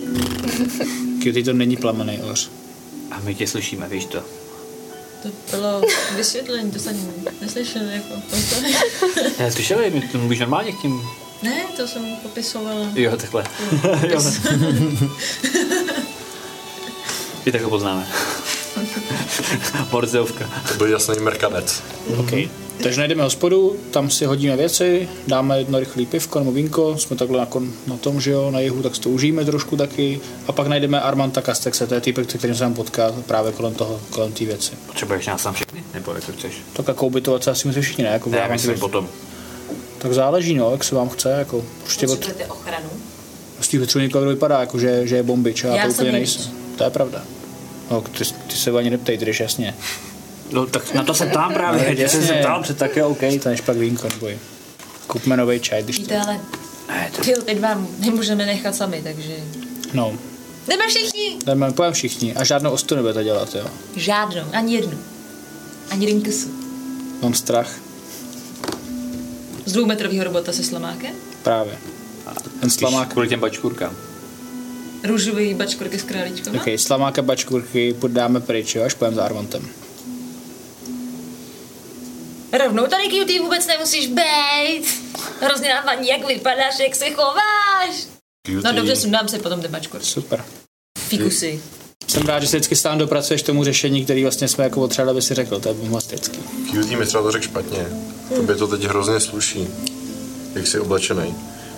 [SPEAKER 5] Cutie to není plamený oř.
[SPEAKER 3] A my tě slyšíme, víš to.
[SPEAKER 1] To bylo vysvětlení, to jsem neslyšel. Jako, to,
[SPEAKER 3] Ne, slyšeli, my to mluvíš normálně k tím.
[SPEAKER 1] ne, to jsem popisovala.
[SPEAKER 3] Jo, takhle. jo. I tak ho poznáme. Borzeovka.
[SPEAKER 8] To byl jasný merkanec.
[SPEAKER 3] Mhm.
[SPEAKER 5] OK. Takže najdeme hospodu, tam si hodíme věci, dáme jedno rychlé pivko nebo vínko, jsme takhle na, kon, na tom, že jo, na jihu, tak si to užijeme trošku taky. A pak najdeme Armanta Kastexe, to je týpek, se kterým jsem potkal právě kolem toho, kolem té věci.
[SPEAKER 3] Potřebuješ nás tam všechny? Nebo jak to chceš?
[SPEAKER 5] Tak jako ubytovat se asi myslím všichni, ne? Jako v
[SPEAKER 3] Ne,
[SPEAKER 5] rámci
[SPEAKER 3] myslím
[SPEAKER 5] věci.
[SPEAKER 3] potom.
[SPEAKER 5] Tak záleží, no, jak se vám chce, jako určitě od,
[SPEAKER 1] Potřebujete ochranu?
[SPEAKER 5] z těch vetřů někoho kdo vypadá, jako že, že je bombič a já
[SPEAKER 1] Já
[SPEAKER 5] to
[SPEAKER 1] jsem
[SPEAKER 5] úplně
[SPEAKER 1] bombič.
[SPEAKER 5] nejsem. To je pravda. No, ty, ty se ani neptej, ty jdeš jasně.
[SPEAKER 3] No tak na to se ptám právě,
[SPEAKER 5] No,
[SPEAKER 3] já jsem se
[SPEAKER 5] jasně.
[SPEAKER 3] ptám, před tak jo, OK.
[SPEAKER 5] Dostaneš pak vínko, neboj. Kupme nový čaj, když to...
[SPEAKER 1] Víte, ale
[SPEAKER 3] Ne, to
[SPEAKER 1] ty lid vám nemůžeme nechat sami, takže...
[SPEAKER 5] No,
[SPEAKER 1] Jdeme všichni!
[SPEAKER 5] jdeme, pojem všichni a žádnou ostu nebudete dělat, jo.
[SPEAKER 1] Žádnou, ani jednu. Ani rinkesu.
[SPEAKER 5] Mám strach,
[SPEAKER 1] Z dvoumetrového robota se slamákem?
[SPEAKER 5] právě. Ten slamák,
[SPEAKER 3] kvůli těm bačkůrkám.
[SPEAKER 1] Růžový bačkorky s králíčkama?
[SPEAKER 5] okay, slamák a bačkurky podáme pryč, jo, až pojem za Armantem.
[SPEAKER 1] Rovnou tady cutie vůbec nemusíš být. Hrozně nám vadí, jak vypadáš, jak se chováš. No dobře, sundám se potom ty bačkorky.
[SPEAKER 5] Super.
[SPEAKER 1] Fikusy.
[SPEAKER 5] Jsem rád, že se vždycky sám dopracuješ tomu řešení, který vlastně jsme jako potřebovali, aby si řekl, to je bombastický.
[SPEAKER 8] Cutie mi třeba to řekl špatně. Tobě to teď hrozně sluší, jak jsi oblečený.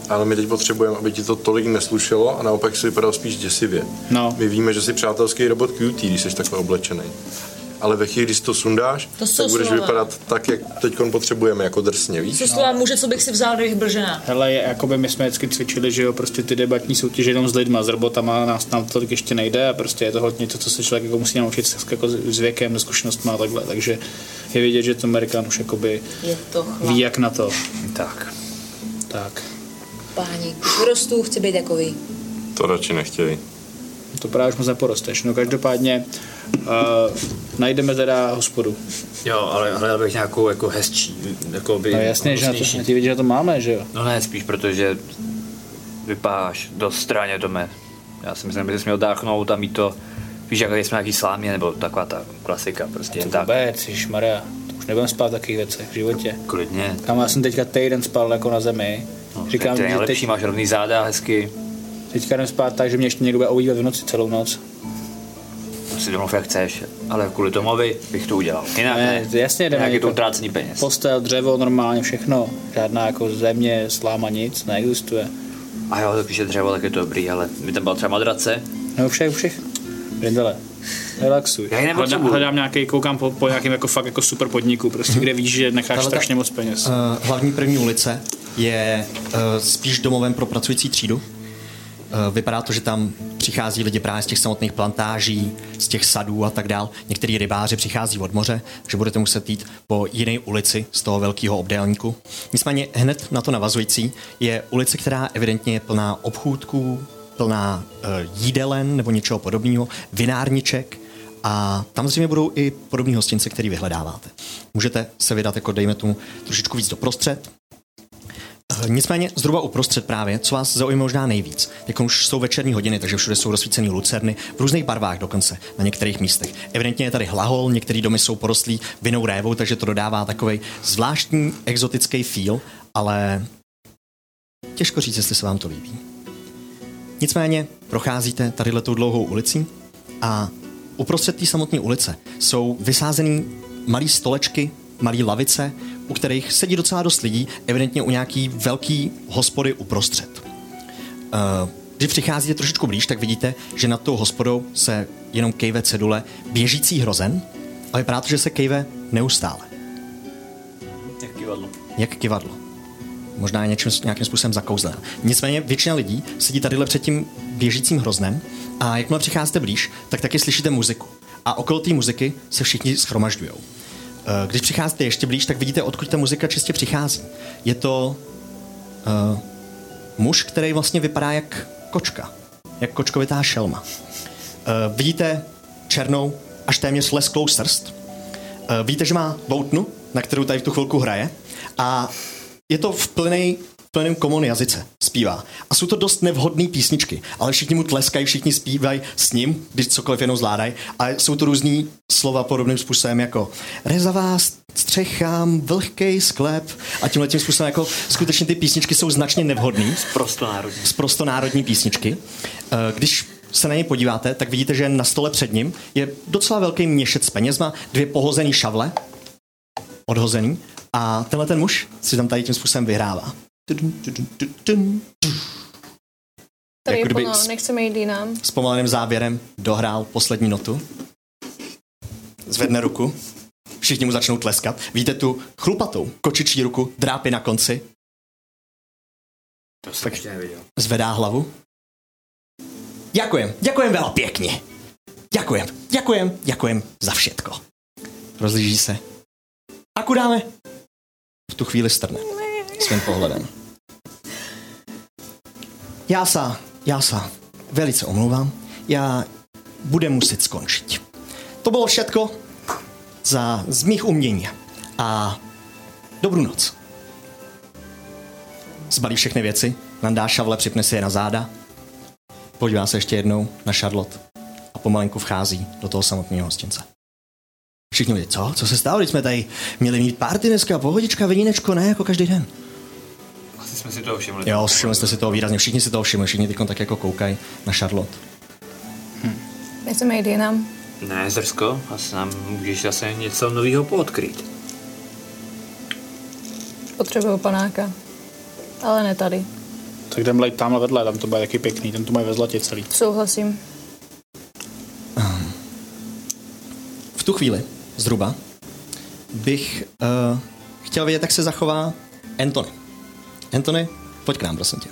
[SPEAKER 8] Ale my teď potřebujeme, aby ti to tolik neslušelo a naopak si vypadal spíš děsivě.
[SPEAKER 5] No.
[SPEAKER 8] My víme, že jsi přátelský robot cutie, když jsi takhle oblečený. Ale ve chvíli, když si to sundáš,
[SPEAKER 1] To jsou
[SPEAKER 8] tak budeš
[SPEAKER 1] slova.
[SPEAKER 8] vypadat tak, jak teď potřebujeme, jako drsně, víš?
[SPEAKER 1] Co slova muže, co bych si vzal do jejich bržena?
[SPEAKER 5] Hele, je- jakoby my jsme vždycky cvičili, že jo, prostě ty debatní soutěže jenom s lidma, s robotama, nás nám to tolik ještě nejde a prostě je to hodně to, co se člověk jako musí naučit s, jako s s věkem, se zkušenostma a takhle, takže je vidět, že to Amerikán už jakoby
[SPEAKER 1] Je to chlap.
[SPEAKER 5] ví jak na to.
[SPEAKER 3] Tak.
[SPEAKER 5] Tak,
[SPEAKER 1] Páni, rostou, chci být takový.
[SPEAKER 8] To radši nechtěli.
[SPEAKER 5] to právě už moc neporosteš. No každopádně uh, najdeme teda hospodu.
[SPEAKER 3] Jo, ale hledal bych nějakou jako hezčí, jako by...
[SPEAKER 5] No jasně, že na to,
[SPEAKER 3] hnusnější.
[SPEAKER 5] ty vidět, že na to máme, že jo.
[SPEAKER 3] No ne, spíš protože vypadáš do straně dome. Já si myslím, že bys měl dáchnout a mít to, víš, jak jsme nějaký slámě, nebo taková ta klasika, prostě jen
[SPEAKER 5] Tak.
[SPEAKER 3] tak.
[SPEAKER 5] Vůbec, Maria, to už nebudem spát v takových věcech v životě.
[SPEAKER 3] Klidně.
[SPEAKER 5] Kam já jsem teďka týden spal jako na zemi.
[SPEAKER 3] No,
[SPEAKER 5] Říkám,
[SPEAKER 3] to je
[SPEAKER 5] že
[SPEAKER 3] nejlepší,
[SPEAKER 5] teď,
[SPEAKER 3] máš rovný záda, hezky.
[SPEAKER 5] teďka jdem spát tak, že mě ještě někdo bude oudívat v noci celou noc.
[SPEAKER 3] To si domluv, jak chceš, ale kvůli Tomovi bych to udělal. Jinak
[SPEAKER 5] Ne,
[SPEAKER 3] ne,
[SPEAKER 5] jasně, jdeme
[SPEAKER 3] Jinak je to
[SPEAKER 5] někam.
[SPEAKER 3] utrácení peněz.
[SPEAKER 5] Postel, dřevo, normálně všechno. Žádná jako země, sláma, nic, neexistuje.
[SPEAKER 3] A jo, to píše dřevo, tak je to dobrý, ale by tam byla třeba madrace.
[SPEAKER 5] No všech, všech. Brindele, relaxuj.
[SPEAKER 3] Já ji
[SPEAKER 4] Hledám,
[SPEAKER 3] nepotřebuju.
[SPEAKER 4] hledám nějaký, koukám po, po nějakém jako fakt jako super podniku, prostě kde víš, že necháš
[SPEAKER 2] Tahle ta-
[SPEAKER 4] strašně moc peněz.
[SPEAKER 2] Eh, hlavní první ulice je eh, spíš domovem pro pracující třídu. Eh, Vypadá to, že tam přichází lidi právě z těch samotných plantáží, z těch sadů a tak dál. Některý rybáři přichází od moře, že budete muset jít po jiné ulici z toho velkého obdélníku. Nicméně hned na to navazující je ulice, která evidentně je plná obchůdků, plná eh, jídelen nebo něčeho podobného, vinárniček, a tam zřejmě budou i podobní hostince, který vyhledáváte. Můžete se vydat, jako dejme tomu, trošičku víc doprostřed. Eh, Nicméně zhruba uprostřed právě, co vás zaujme možná nejvíc. Jako už jsou večerní hodiny, takže všude jsou rozsvícený lucerny, v různých barvách dokonce, na některých místech. Evidentně je tady hlahol, některé domy jsou porostlí vinou révou, takže to dodává takový zvláštní exotický feel, ale těžko říct, jestli se vám to líbí. Nicméně procházíte tady tou dlouhou ulicí a uprostřed té samotné ulice jsou vysázený malý stolečky, malý lavice, u kterých sedí docela dost lidí, evidentně u nějaký velký hospody uprostřed. Eh, Když přicházíte trošičku blíž, tak vidíte, že nad tou hospodou se jenom kejve cedule běžící hrozen a vypadá to, že se kejve neustále,
[SPEAKER 3] Jak kivadlo.
[SPEAKER 2] jak kivadlo. Možná je něčím, nějakým způsobem zakouzlená. Nicméně většina lidí sedí tadyhle před tím běžícím hroznem a jakmile přicházíte blíž, tak taky slyšíte muziku. A okolo té muziky se všichni schromažďují. Když přicházíte ještě blíž, tak vidíte, odkud ta muzika čistě přichází. Je to eh, muž, který vlastně vypadá jak kočka. Jak kočkovitá šelma. Eh, vidíte černou, až téměř lesklou srst. Eh, vidíte, že má loutnu, na kterou tady v tu chvilku hraje. A je to v plnej v plném komon jazyce zpívá. A jsou to dost nevhodné písničky, ale všichni mu tleskají, všichni zpívají s ním, když cokoliv jenom zvládají. A jsou to různý slova podobným způsobem jako rezavá střechám, vlhkej sklep a tímhle tím způsobem jako skutečně ty písničky jsou značně nevhodné
[SPEAKER 3] Prosto národní.
[SPEAKER 2] z prosto národní písničky. Eh, Když se na něj podíváte, tak vidíte, že na stole před ním je docela velký měšec s penězma, dvě pohozený šavle, odhozený, a tenhle ten muž si tam tady tím způsobem vyhrává. Tudum, tudum, tudum.
[SPEAKER 7] Tady
[SPEAKER 2] Jako
[SPEAKER 7] je
[SPEAKER 2] kdyby
[SPEAKER 7] plno,
[SPEAKER 2] s-
[SPEAKER 7] no, nechceme jít jinam.
[SPEAKER 2] S pomaleným závěrem dohrál poslední notu. Zvedne ruku. Všichni mu začnou tleskat. Víte tu chlupatou kočičí ruku, drápy na konci,
[SPEAKER 3] To jsem ještě neviděl.
[SPEAKER 2] zvedá hlavu. Ďakujem, ďakujem veľa pěkně. Ďakujem, ďakujem, ďakujem za všetko. rozlíží se. A kudáme? V tu chvíli strne. Svým pohledem. Já se, já se velice omlouvám. Já budem muset skončit. To bylo všetko za, z mých umění. A dobrou noc. Zbalí všechny věci, nandá šavle, připne si je na záda, podívá se ještě jednou na Charlotte a pomalinku vchází do toho samotného hostince. Všichni lidi, co? Co se stalo? Když jsme tady měli mít párty dneska, pohodička, vinínečko, ne jako každý den.
[SPEAKER 12] Asi jsme si toho všimli.
[SPEAKER 2] Jo, všimli jste si toho výrazně, všichni si toho všimli, všichni teď tak jako koukají na Charlotte.
[SPEAKER 7] Nechceme jít jinam.
[SPEAKER 12] Ne, Zrsko, asi nám můžeš zase něco nového poodkryt.
[SPEAKER 7] Potřebuju panáka. Ale ne tady.
[SPEAKER 5] Tak jdem lejt tamhle vedle, tam to bude taky pěkný, ten to mají ve zlatě celý.
[SPEAKER 7] Souhlasím.
[SPEAKER 2] V tu chvíli, zhruba, bych uh, chtěl vědět, jak se zachová Anthony. Anthony, pojď k nám, prosím tě.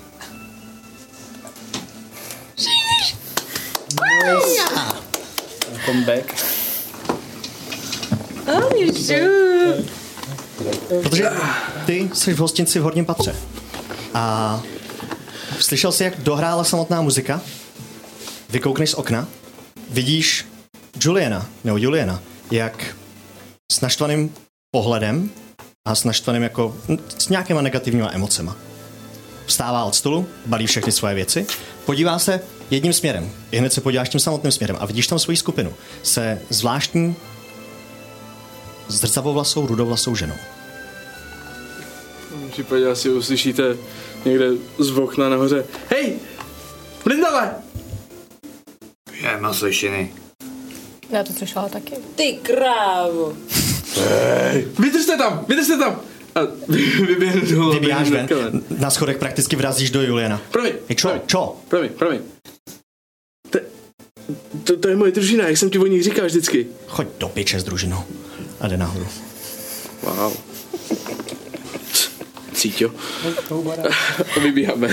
[SPEAKER 5] Comeback.
[SPEAKER 2] Protože ty jsi v hostinci v horním patře. A slyšel jsi, jak dohrála samotná muzika? Vykoukneš z okna, vidíš Juliana, nebo Juliana, jak s naštvaným pohledem a s naštvaným jako s nějakýma negativníma emocema. Vstává od stolu, balí všechny svoje věci, podívá se jedním směrem. I hned se podíváš tím samotným směrem a vidíš tam svoji skupinu se zvláštní zrcavovlasou, rudovlasou ženou.
[SPEAKER 9] V tom případě asi uslyšíte někde z okna nahoře. Hej! Brindale!
[SPEAKER 12] Je, mám slyšiny.
[SPEAKER 7] Já to slyšela taky.
[SPEAKER 1] Ty krávo.
[SPEAKER 9] Vydržte tam! Vydržte tam! A vy- vyběhnu dolů.
[SPEAKER 2] Vybíháš
[SPEAKER 9] běhnu
[SPEAKER 2] ven,
[SPEAKER 9] do kaven.
[SPEAKER 2] na schodech prakticky vrazíš do Juliana.
[SPEAKER 9] Promiň,
[SPEAKER 2] Hej, čo, čo?
[SPEAKER 9] promiň, promiň. To, to, to je moje družina, jak jsem ti o nich říkal vždycky.
[SPEAKER 2] Choď do piče s družinou. A jde nahoru.
[SPEAKER 9] Wow. Cíťo. Vybíháme.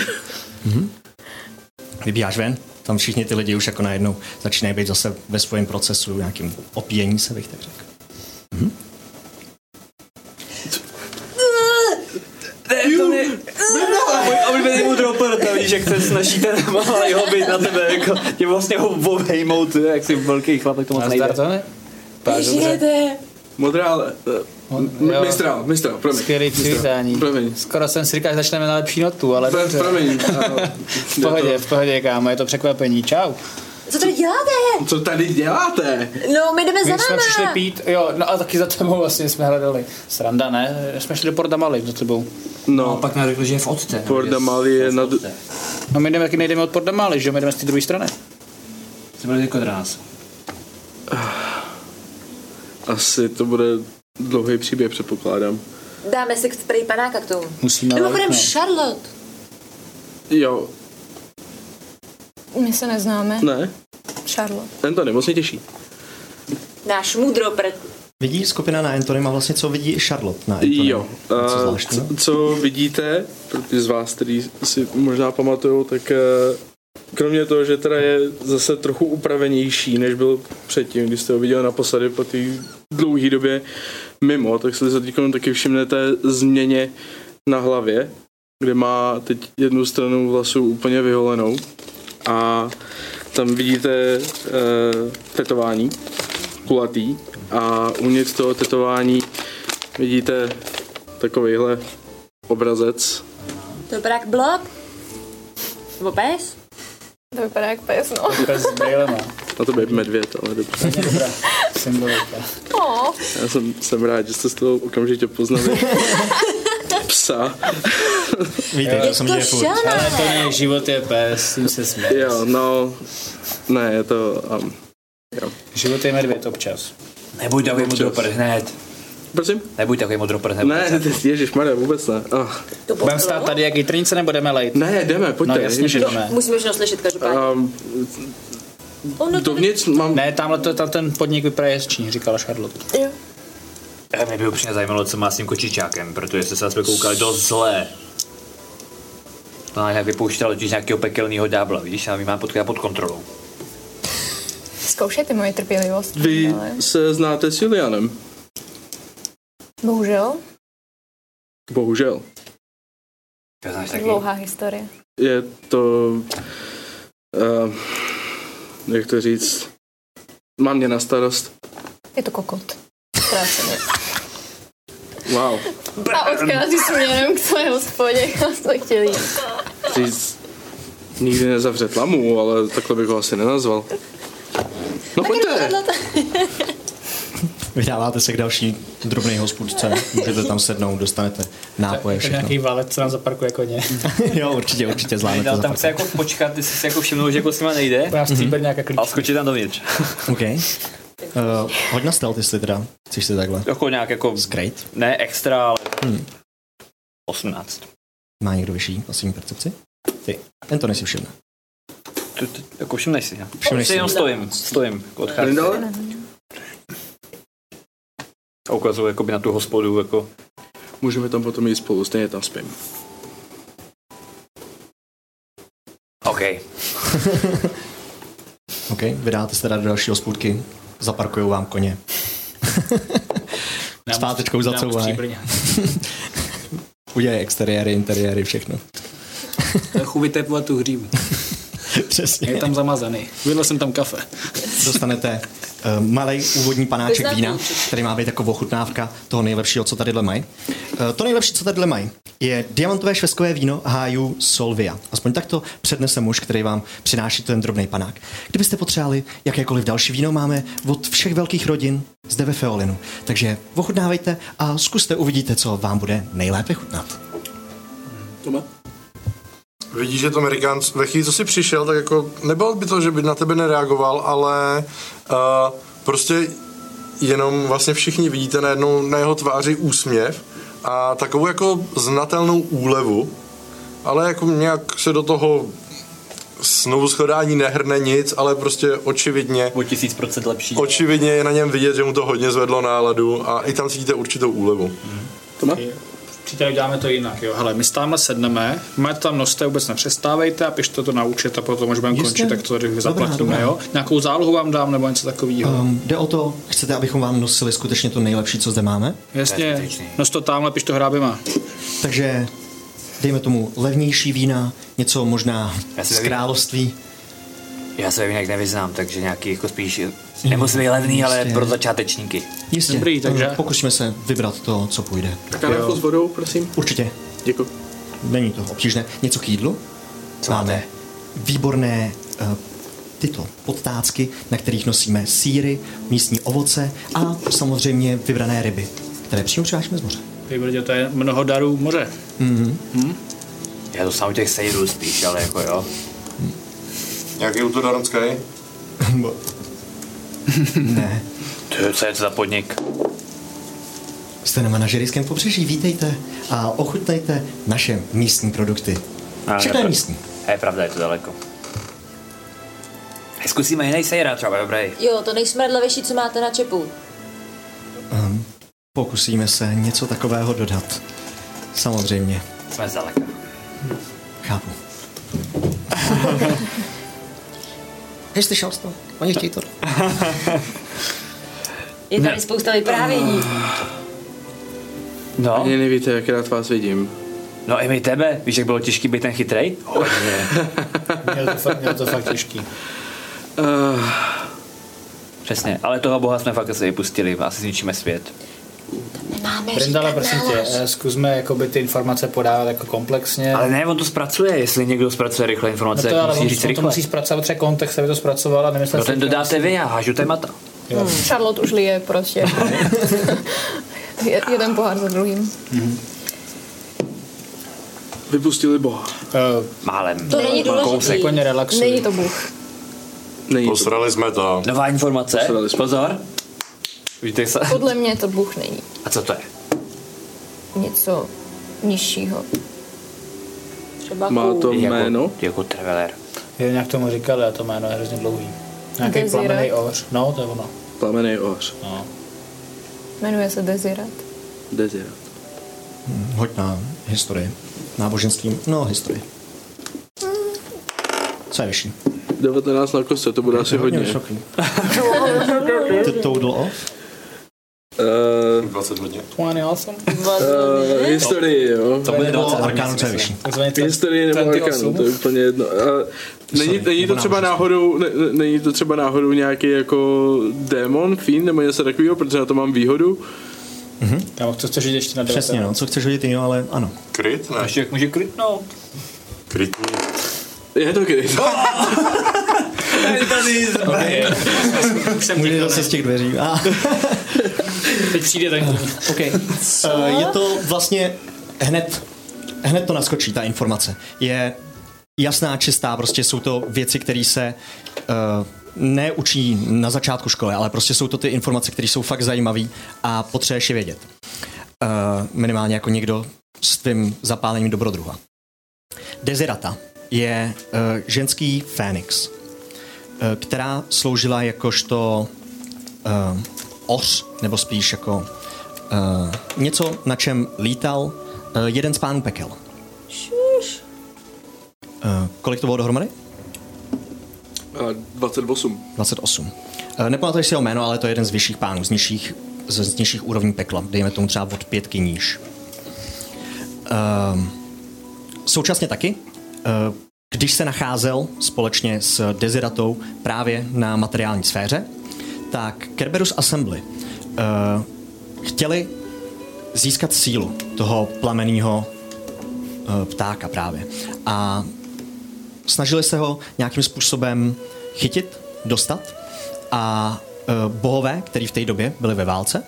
[SPEAKER 2] Vybíháš ven, tam všichni ty lidi už jako najednou začínají být zase ve svém procesu nějakým opíjení se, bych tak řekl.
[SPEAKER 12] Můj oblíbený moudro operata, víš, jak se snaží ten malý hobit na tebe, jako tě vlastně ho obejmout, jak si velký chlap, tak to moc nejde.
[SPEAKER 5] Nazdar, ne? Páš, dobře.
[SPEAKER 9] Modrá, ale...
[SPEAKER 5] jo.
[SPEAKER 9] eh, Mistral, mistral, promiň.
[SPEAKER 5] Skvělý
[SPEAKER 9] Mistral.
[SPEAKER 5] přivítání.
[SPEAKER 9] Promiň.
[SPEAKER 5] Skoro jsem si říkal, že začneme na lepší notu, ale
[SPEAKER 9] Pro-
[SPEAKER 5] dobře.
[SPEAKER 9] Promiň. ano.
[SPEAKER 5] V pohodě, v pohodě, kámo, je to překvapení. Čau.
[SPEAKER 1] Co tady děláte?
[SPEAKER 9] Co tady děláte?
[SPEAKER 1] No, my jdeme
[SPEAKER 5] My
[SPEAKER 1] za
[SPEAKER 5] jsme přišli
[SPEAKER 1] náma.
[SPEAKER 5] pít, jo, no a taky za tebou vlastně jsme hledali. Sranda, ne? Jsme šli do Porta Mali za tebou.
[SPEAKER 9] No,
[SPEAKER 3] Pak nám řekl, že je v odte.
[SPEAKER 9] Porda Mali je na... dru-
[SPEAKER 5] No my jdeme, taky nejdeme od Porta Mali, že jo, my jdeme z té druhé strany.
[SPEAKER 3] Jsem byl jako nás.
[SPEAKER 9] Ah, Asi to bude dlouhý příběh, předpokládám.
[SPEAKER 1] Dáme si k prej panáka k tomu.
[SPEAKER 9] No,
[SPEAKER 5] Musíme
[SPEAKER 1] Mimochodem,
[SPEAKER 5] lehnout.
[SPEAKER 1] Charlotte.
[SPEAKER 9] Jo,
[SPEAKER 7] My se neznáme.
[SPEAKER 9] ne,
[SPEAKER 7] Charlotte.
[SPEAKER 9] Anthony, moc mě těší.
[SPEAKER 1] Náš mudroprt.
[SPEAKER 2] Vidí skupina na Antony má vlastně, co vidí i Charlotte na Antony.
[SPEAKER 9] Jo,
[SPEAKER 2] Něco
[SPEAKER 9] a
[SPEAKER 2] zvláštního.
[SPEAKER 9] co, co vidíte, pro ty z vás, který si možná pamatujou, tak eh, kromě toho, že teda je zase trochu upravenější, než byl předtím, když jste ho viděl naposledy po té dlouhé době mimo, tak se teď taky všimnete změně na hlavě, kde má teď jednu stranu vlasů úplně vyholenou a tam vidíte eh, tetování, kulatý a uvnitř toho tetování vidíte takovýhle obrazec.
[SPEAKER 1] To vypadá jak blob. Nebo pes?
[SPEAKER 7] To vypadá jak pes, no.
[SPEAKER 5] Bez brýlema.
[SPEAKER 9] Na to byl medvěd, ale dobře.
[SPEAKER 5] Dobrá symbolika.
[SPEAKER 1] No.
[SPEAKER 7] Oh,
[SPEAKER 9] Já jsem, jsem rád, že jste z toho okamžitě poznali psa.
[SPEAKER 2] Víte, to se mi
[SPEAKER 1] To
[SPEAKER 2] děje furt.
[SPEAKER 5] Ale
[SPEAKER 1] Šana.
[SPEAKER 5] to ne, život je pes, s tím se směje.
[SPEAKER 9] Jo, no, ne, je to... Um,
[SPEAKER 5] Život je medvěd občas.
[SPEAKER 3] Nebuď takový modropr hned.
[SPEAKER 9] prosím?
[SPEAKER 3] Nebuď takový modropr hned.
[SPEAKER 9] Ne, ježíš, Maria, vůbec ne. Oh.
[SPEAKER 1] To
[SPEAKER 5] Budeme stát
[SPEAKER 1] potkalo?
[SPEAKER 5] tady jak jitrnice, nebo jdeme lejt?
[SPEAKER 9] Ne, jdeme,
[SPEAKER 5] No
[SPEAKER 9] pojďte.
[SPEAKER 5] jasně, že jdeme.
[SPEAKER 1] Musíme všechno slyšet každopádně.
[SPEAKER 5] Ehm,
[SPEAKER 9] Um,
[SPEAKER 1] Ono to
[SPEAKER 9] dovnitř mám...
[SPEAKER 5] Ne, tamhle to, tam ten podnik vypadá jezdčí, říkala Charlotte.
[SPEAKER 3] Eh, Mě by upřímně zajímalo, co má s tím kočičákem, protože jste se na sebe koukali dost zlé. To nám nějak vypouštěl totiž nějakého pekelného ďábla, víš, a my máme pod, pod kontrolou.
[SPEAKER 7] zkoušejte moji trpělivost.
[SPEAKER 9] Vy
[SPEAKER 7] ale-
[SPEAKER 9] se znáte s Julianem.
[SPEAKER 7] Bohužel,
[SPEAKER 9] Bohužel.
[SPEAKER 13] To znáš taky.
[SPEAKER 7] dlouhá historie.
[SPEAKER 9] je to, uh, jak to říct, má mě na starost.
[SPEAKER 7] Je to kokot. Zkráceně.
[SPEAKER 9] Wow.
[SPEAKER 7] A odchází směrem k své hospodě, kam to chtěli. jít.
[SPEAKER 9] Říct, nikdy nezavře tlamu, ale takhle bych ho asi nenazval. No pojďte,
[SPEAKER 2] Vydáváte se k další drobné hospůdce, můžete tam sednout, dostanete nápoje,
[SPEAKER 5] Jako
[SPEAKER 2] všechno.
[SPEAKER 5] nějaký válec, co nám zaparkuje koně.
[SPEAKER 2] Jo, určitě, určitě zvládnete
[SPEAKER 3] Dal
[SPEAKER 2] za
[SPEAKER 3] tam
[SPEAKER 2] fakt.
[SPEAKER 3] chce jako počkat, ty jsi si jako všimnul, že jako s nima nejde.
[SPEAKER 5] Já
[SPEAKER 2] Mhm.
[SPEAKER 5] stříber nějaká klíč.
[SPEAKER 3] A skočí tam dovnitř.
[SPEAKER 2] OK. Uh, hoď na stealth, jestli teda chceš si takhle.
[SPEAKER 3] Jako nějak jako,
[SPEAKER 2] Great.
[SPEAKER 3] ne extra, ale
[SPEAKER 2] Hmm.
[SPEAKER 3] 18.
[SPEAKER 2] Má někdo vyšší pasivní percepci? Ty. Ten to nesi všimne.
[SPEAKER 3] Tu- tu- Jako všimneš si, jo?
[SPEAKER 2] Všimneš
[SPEAKER 3] si.
[SPEAKER 2] si. no.
[SPEAKER 3] jenom stojím, stojím, jako odcházím.
[SPEAKER 9] Brindale?
[SPEAKER 3] A ukazuju jakoby na tu hospodu, jako
[SPEAKER 9] Můžeme tam potom jít spolu, stejně tam spím.
[SPEAKER 3] OK.
[SPEAKER 2] OK, vydáte se teda do další hospůdky, zaparkujou vám koně. S pátečkou zacouvají. Udělají exteriéry, interiéry, všechno.
[SPEAKER 5] Trochu vytepovat tu hřívu.
[SPEAKER 2] Přesně.
[SPEAKER 5] Je tam zamazaný. Vydal jsem tam kafe.
[SPEAKER 2] dostanete uh, malý úvodní panáček
[SPEAKER 6] Vyznám
[SPEAKER 2] vína,
[SPEAKER 6] to určitě.
[SPEAKER 2] který má být jako ochutnávka toho nejlepšího, co tadyhle mají. Uh, to nejlepší, co tadyhle mají, je diamantové šveskové víno Háju Solvia. Aspoň tak to přednese muž, který vám přináší ten drobný panák. Kdybyste potřebovali jakékoliv další víno, máme od všech velkých rodin zde ve Feolinu. Takže ochutnávejte a zkuste, uvidíte, co vám bude nejlépe chutnat.
[SPEAKER 8] Vidíš, že to Amerikán ve chvíli, co si přišel, tak jako nebylo by to, že by na tebe nereagoval, ale uh, prostě jenom vlastně všichni vidíte najednou na jeho tváři úsměv a takovou jako znatelnou úlevu, ale jako nějak se do toho znovu shodání nehrne nic, ale prostě očividně
[SPEAKER 3] O tisíc procent lepší.
[SPEAKER 8] Očividně je na něm vidět, že mu to hodně zvedlo náladu a i tam cítíte určitou úlevu.
[SPEAKER 3] Mhm.
[SPEAKER 5] Přítel, děláme to jinak, jo. Hele, my stále sedneme, máte tam noste, vůbec nepřestávejte a pište to na účet a potom, až budeme
[SPEAKER 2] Jistě.
[SPEAKER 5] končit, tak to tady
[SPEAKER 2] Dobrá,
[SPEAKER 5] zaplatíme,
[SPEAKER 2] dobrá.
[SPEAKER 5] jo. Nějakou zálohu vám dám nebo něco takového.
[SPEAKER 2] Um, jde o to, chcete, abychom vám nosili skutečně to nejlepší, co zde máme?
[SPEAKER 5] Jasně, nos to tamhle, piš to hrábima.
[SPEAKER 2] Takže dejme tomu levnější vína, něco možná
[SPEAKER 3] Já si
[SPEAKER 2] z
[SPEAKER 3] nevím.
[SPEAKER 2] království.
[SPEAKER 3] Já se jinak nevyznám, takže nějaký jako spíš, nemusí být levný, ale
[SPEAKER 2] Jistě.
[SPEAKER 3] pro začátečníky.
[SPEAKER 2] prostě. Jistě,
[SPEAKER 5] Dobrý, takže-
[SPEAKER 2] pokusíme se vybrat to, co půjde.
[SPEAKER 9] Tak kanavku s vodou, prosím.
[SPEAKER 2] Určitě,
[SPEAKER 9] Děkuji.
[SPEAKER 2] není to obtížné. Něco k jídlu?
[SPEAKER 3] Co
[SPEAKER 2] Máme
[SPEAKER 3] máte?
[SPEAKER 2] výborné eh, tyto podtácky, na kterých nosíme síry, místní ovoce a samozřejmě vybrané ryby, které přímo přivážíme z moře.
[SPEAKER 5] Vybrdě, to je mnoho darů moře.
[SPEAKER 3] Mhm. Já to sám u těch sejdů spíš, ale jako jo.
[SPEAKER 8] Nějaký utodaronský?
[SPEAKER 2] ne,
[SPEAKER 3] To, co je to za podnik?
[SPEAKER 2] jste na manažerském pobřeží, vítejte a ochutnejte naše místní produkty.
[SPEAKER 3] A
[SPEAKER 2] Všechno je
[SPEAKER 3] to-
[SPEAKER 2] místní.
[SPEAKER 3] A je pravda, je to daleko. Zkusíme jiný sejra třeba, dobrý.
[SPEAKER 6] Jo, to nejsmradlavější, co máte na čepu.
[SPEAKER 2] Um, pokusíme se něco takového dodat. Samozřejmě,
[SPEAKER 3] Jsme zdaleka.
[SPEAKER 2] chápu. Jste šelstvo, oni chtějí to.
[SPEAKER 6] Je tady spousta vyprávění.
[SPEAKER 3] No,
[SPEAKER 9] Ani nevíte, jak rád vás vidím.
[SPEAKER 3] no i my tebe. Víš, jak bylo těžký být ten chytrej? Hodně.
[SPEAKER 5] Měl to fakt, měl to fakt těžký.
[SPEAKER 9] Uh,
[SPEAKER 3] Eh. Přesně, ale toho boha jsme fakt asi vypustili, asi zničíme svět.
[SPEAKER 5] Brindale, prosím tě, eh, zkusme jakoby ty informace podávat jako komplexně.
[SPEAKER 3] Ale ne, on to zpracuje, jestli někdo zpracuje rychle
[SPEAKER 5] No
[SPEAKER 3] informace,
[SPEAKER 5] to,
[SPEAKER 3] jak
[SPEAKER 5] ale
[SPEAKER 3] musí
[SPEAKER 5] on,
[SPEAKER 3] říct
[SPEAKER 5] on to
[SPEAKER 3] rychle.
[SPEAKER 5] musí zpracovat třeba kontext, aby to zpracovala, nemyslel
[SPEAKER 3] No ten dodáte vy, já hážu témata.
[SPEAKER 9] Hmm.
[SPEAKER 7] Charlotte už lije prostě. Je- Jeden pohár za druhým.
[SPEAKER 9] vypustili boha.
[SPEAKER 3] Málem.
[SPEAKER 6] To není důležité.
[SPEAKER 5] Koně relaxují.
[SPEAKER 7] Není to Bůh.
[SPEAKER 9] Není to.
[SPEAKER 8] Posrali jsme to.
[SPEAKER 3] Nová informace.
[SPEAKER 9] Posrali jsme.
[SPEAKER 3] Pozor. Víte se.
[SPEAKER 7] Podle mě to Bůh není.
[SPEAKER 3] A co to je?
[SPEAKER 7] Něco
[SPEAKER 1] No,
[SPEAKER 7] nižšího.
[SPEAKER 6] Třeba
[SPEAKER 9] Má to jméno?
[SPEAKER 3] Jako, jako traveler.
[SPEAKER 5] Je, nějak tomu říkali, a to jméno je hrozně dlouhý. Nějaký
[SPEAKER 7] Desire.
[SPEAKER 5] plamený oř. No, to je ono.
[SPEAKER 9] Plamenej oř.
[SPEAKER 5] No.
[SPEAKER 7] Jmenuje se Desirat.
[SPEAKER 9] Dezira.
[SPEAKER 2] Hm, Hoď na historii. Náboženstvím, no historii. Co je vyšší?
[SPEAKER 9] 19 na kostce, to bude asi hodně.
[SPEAKER 2] vysoký. Ty total off?
[SPEAKER 9] Uh,
[SPEAKER 8] 20 hodně.
[SPEAKER 5] 28?
[SPEAKER 9] uh, historii, jo.
[SPEAKER 2] To bude do Arkanu, co je vyšší.
[SPEAKER 5] Takzvaně
[SPEAKER 9] V historii nebo
[SPEAKER 5] 28?
[SPEAKER 9] arkanu, to je úplně jedno. A není, není, to třeba náhodou, ne, ne- není to třeba náhodou nějaký jako démon, fiend nebo něco takového, protože na to mám výhodu.
[SPEAKER 5] Kámo, co chceš říct ještě na 19?
[SPEAKER 2] Mhm. Přesně, no, co chceš hodit jiného, ale ano.
[SPEAKER 8] Kryt? Ne.
[SPEAKER 3] Ještě jak může krytnout.
[SPEAKER 8] Krytní.
[SPEAKER 9] Je to když.
[SPEAKER 2] Může zase z těch dveří. A,
[SPEAKER 5] Teď přijde tak.
[SPEAKER 2] okay. Eh, Je to vlastně hned, hned to naskočí, ta informace. Je jasná, čistá, prostě jsou to věci, které se uh, neučí na začátku školy, ale prostě jsou to ty informace, které jsou fakt zajímavé a potřebuješ je vědět. Uh, minimálně jako někdo s tvým zapálením dobrodruha. Dezirata je uh, ženský fénix, eh, která sloužila jakožto uh, oř, nebo spíš jako uh, něco, na čem lítal uh, jeden z pánů pekel. Uh, kolik to bylo dohromady?
[SPEAKER 9] 28.
[SPEAKER 2] 28. Eh, Nepamatuješ si jeho jméno, ale to je jeden z vyšších pánů, z nižších, z, z nižších úrovní pekla. Dejme tomu třeba od pětky níž. Ehm, současně taky, eh, když se nacházel společně s Deziratou právě na materiální sféře, tak Kerberus Assembly eh, chtěli získat sílu toho plameného ptáka právě. A snažili se ho nějakým způsobem chytit, dostat a e, bohové, kteří v té době byli ve válce,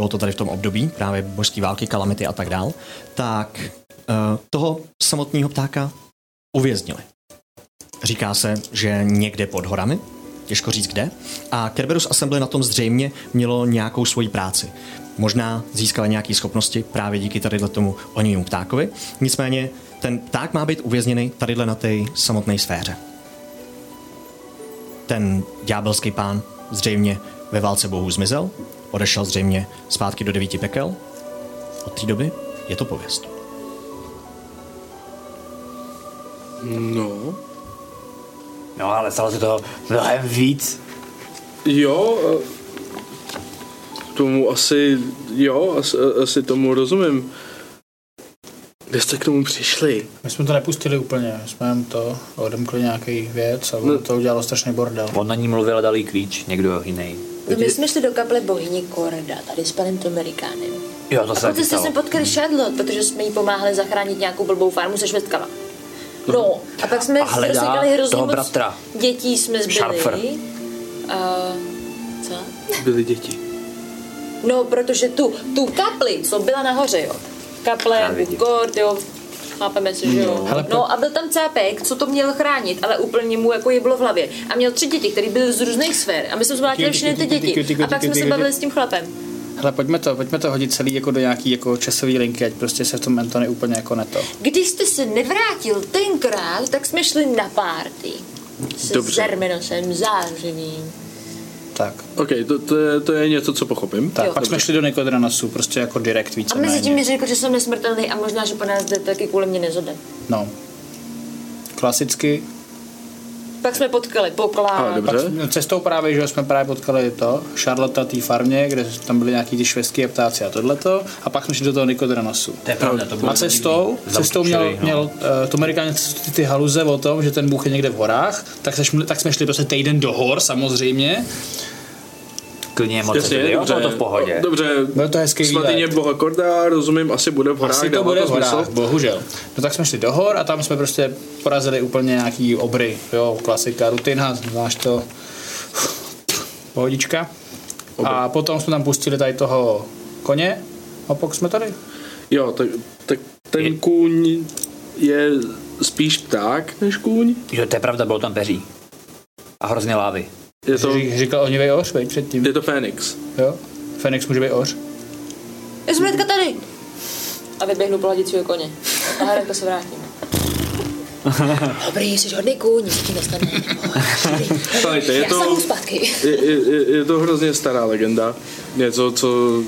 [SPEAKER 2] bylo to tady v tom období, právě božské války, kalamity a tak dál, tak e, toho samotného ptáka uvěznili. Říká se, že někde pod horami, těžko říct kde, a Kerberus Assembly na tom zřejmě mělo nějakou svoji práci. Možná získali nějaké schopnosti právě díky tadyhle tomu onímu ptákovi, nicméně ten pták má být uvězněný tadyhle na té samotné sféře. Ten ďábelský pán zřejmě ve válce bohů zmizel, odešel zřejmě zpátky do devíti pekel. Od té doby je to pověst.
[SPEAKER 9] No.
[SPEAKER 3] No ale stalo se toho mnohem víc.
[SPEAKER 9] Jo, eh, tomu asi, jo, asi, asi tomu rozumím. Kde jste k tomu přišli?
[SPEAKER 5] My jsme to nepustili úplně, jsme jim to odemkli nějaký věc a
[SPEAKER 9] No.
[SPEAKER 5] ono to udělalo strašný bordel.
[SPEAKER 3] On na ní mluvil a dal jí klíč, někdo jiný.
[SPEAKER 6] No my jsme šli do kaple bohyně Korda, tady s panem Tomerikánem.
[SPEAKER 3] Jo, to
[SPEAKER 6] A
[SPEAKER 3] se taky
[SPEAKER 6] potom jste
[SPEAKER 3] stalo.
[SPEAKER 6] jsme potkali Charlotte, protože jsme jí pomáhali zachránit nějakou blbou farmu se švestkama. No, a pak jsme
[SPEAKER 3] Mhm. A hledá
[SPEAKER 6] rozsekali hrozně
[SPEAKER 3] toho
[SPEAKER 6] moc
[SPEAKER 3] bratra.
[SPEAKER 6] dětí jsme zbyli.
[SPEAKER 3] Scharfer.
[SPEAKER 6] A, co?
[SPEAKER 9] Byli děti.
[SPEAKER 6] No, protože tu, tu kapli, co byla nahoře, jo.
[SPEAKER 3] Já
[SPEAKER 6] Kaple,
[SPEAKER 3] vidím. Hmm.
[SPEAKER 6] Gord, jo, chápeme se, že jo. No a byl tam cápek, co to měl chránit, ale úplně mu jako je bylo v hlavě. A měl tři děti, které byly z různých sfér. A my jsme zvládli všechny ty děti. A pak jsme se bavili s tím chlapem.
[SPEAKER 5] Ale pojďme to, pojďme to hodit celý jako do nějaký jako časový linky, ať prostě se v tom mentony úplně jako neto.
[SPEAKER 6] Když jste se nevrátil tenkrát, tak jsme šli na párty. S
[SPEAKER 9] Dobře.
[SPEAKER 6] Zerminosem zářeným.
[SPEAKER 5] Tak.
[SPEAKER 9] OK, to, to, je, to je něco, co pochopím.
[SPEAKER 5] Tak,
[SPEAKER 6] Jo.
[SPEAKER 5] pak jsme šli do Nikodranasu, prostě jako direkt
[SPEAKER 6] A mezi tím
[SPEAKER 5] víceméně.
[SPEAKER 6] mi řekl, že jsem nesmrtelný a možná, že po nás jde taky kvůli mě nezode.
[SPEAKER 5] No. Klasicky.
[SPEAKER 6] Pak jsme potkali
[SPEAKER 9] A,
[SPEAKER 6] poklad.
[SPEAKER 9] dobře.
[SPEAKER 5] Pak cestou právě, že jo, jsme právě potkali to, Charlotte na té farmě, kde tam byly nějaký ty švestky a ptáci a tohleto. A pak jsme šli do toho Nikodranasu.
[SPEAKER 3] To je pravda, to bylo
[SPEAKER 5] A cestou,
[SPEAKER 3] divný.
[SPEAKER 5] cestou měl,
[SPEAKER 3] Zamčili, no.
[SPEAKER 5] měl uh, to amerikáně ty, ty haluze o tom, že ten bůh je někde v horách, tak, se šmli, tak jsme šli prostě týden do hor samozřejmě.
[SPEAKER 3] Klidně moc,
[SPEAKER 9] Jasně,
[SPEAKER 3] jo, bylo to v pohodě.
[SPEAKER 9] Dobře,
[SPEAKER 5] Byl to hezký
[SPEAKER 9] svatyně
[SPEAKER 5] výlet.
[SPEAKER 9] Boha Korda, rozumím, asi bude v horách.
[SPEAKER 5] Asi to
[SPEAKER 9] dává
[SPEAKER 5] bude v
[SPEAKER 9] smysl.
[SPEAKER 5] horách, bohužel. No tak jsme šli do hor a tam jsme prostě porazili úplně nějaký obry, jo, klasika, rutina, znáš to, pohodička. A potom jsme tam pustili tady toho koně a pak jsme tady.
[SPEAKER 9] Jo, tak, tak ten kůň je spíš pták než kůň.
[SPEAKER 3] Jo, to je pravda, bylo tam peří. A hrozně lávy.
[SPEAKER 9] Je to,
[SPEAKER 5] Ří- Říkal ohnivej oř, veď předtím,
[SPEAKER 9] je to Fénix.
[SPEAKER 5] jo. Fenix může být oř.
[SPEAKER 6] Já jsem hnedka tady. A vyběhnu pohladit svého koně. A Harako se vrátím. Dobrý, jsi hodný kůň, nic ti nestane.
[SPEAKER 9] Tady, je
[SPEAKER 6] Já jsem
[SPEAKER 9] to,
[SPEAKER 6] zpátky.
[SPEAKER 9] je, je, je to hrozně stará legenda. Něco, co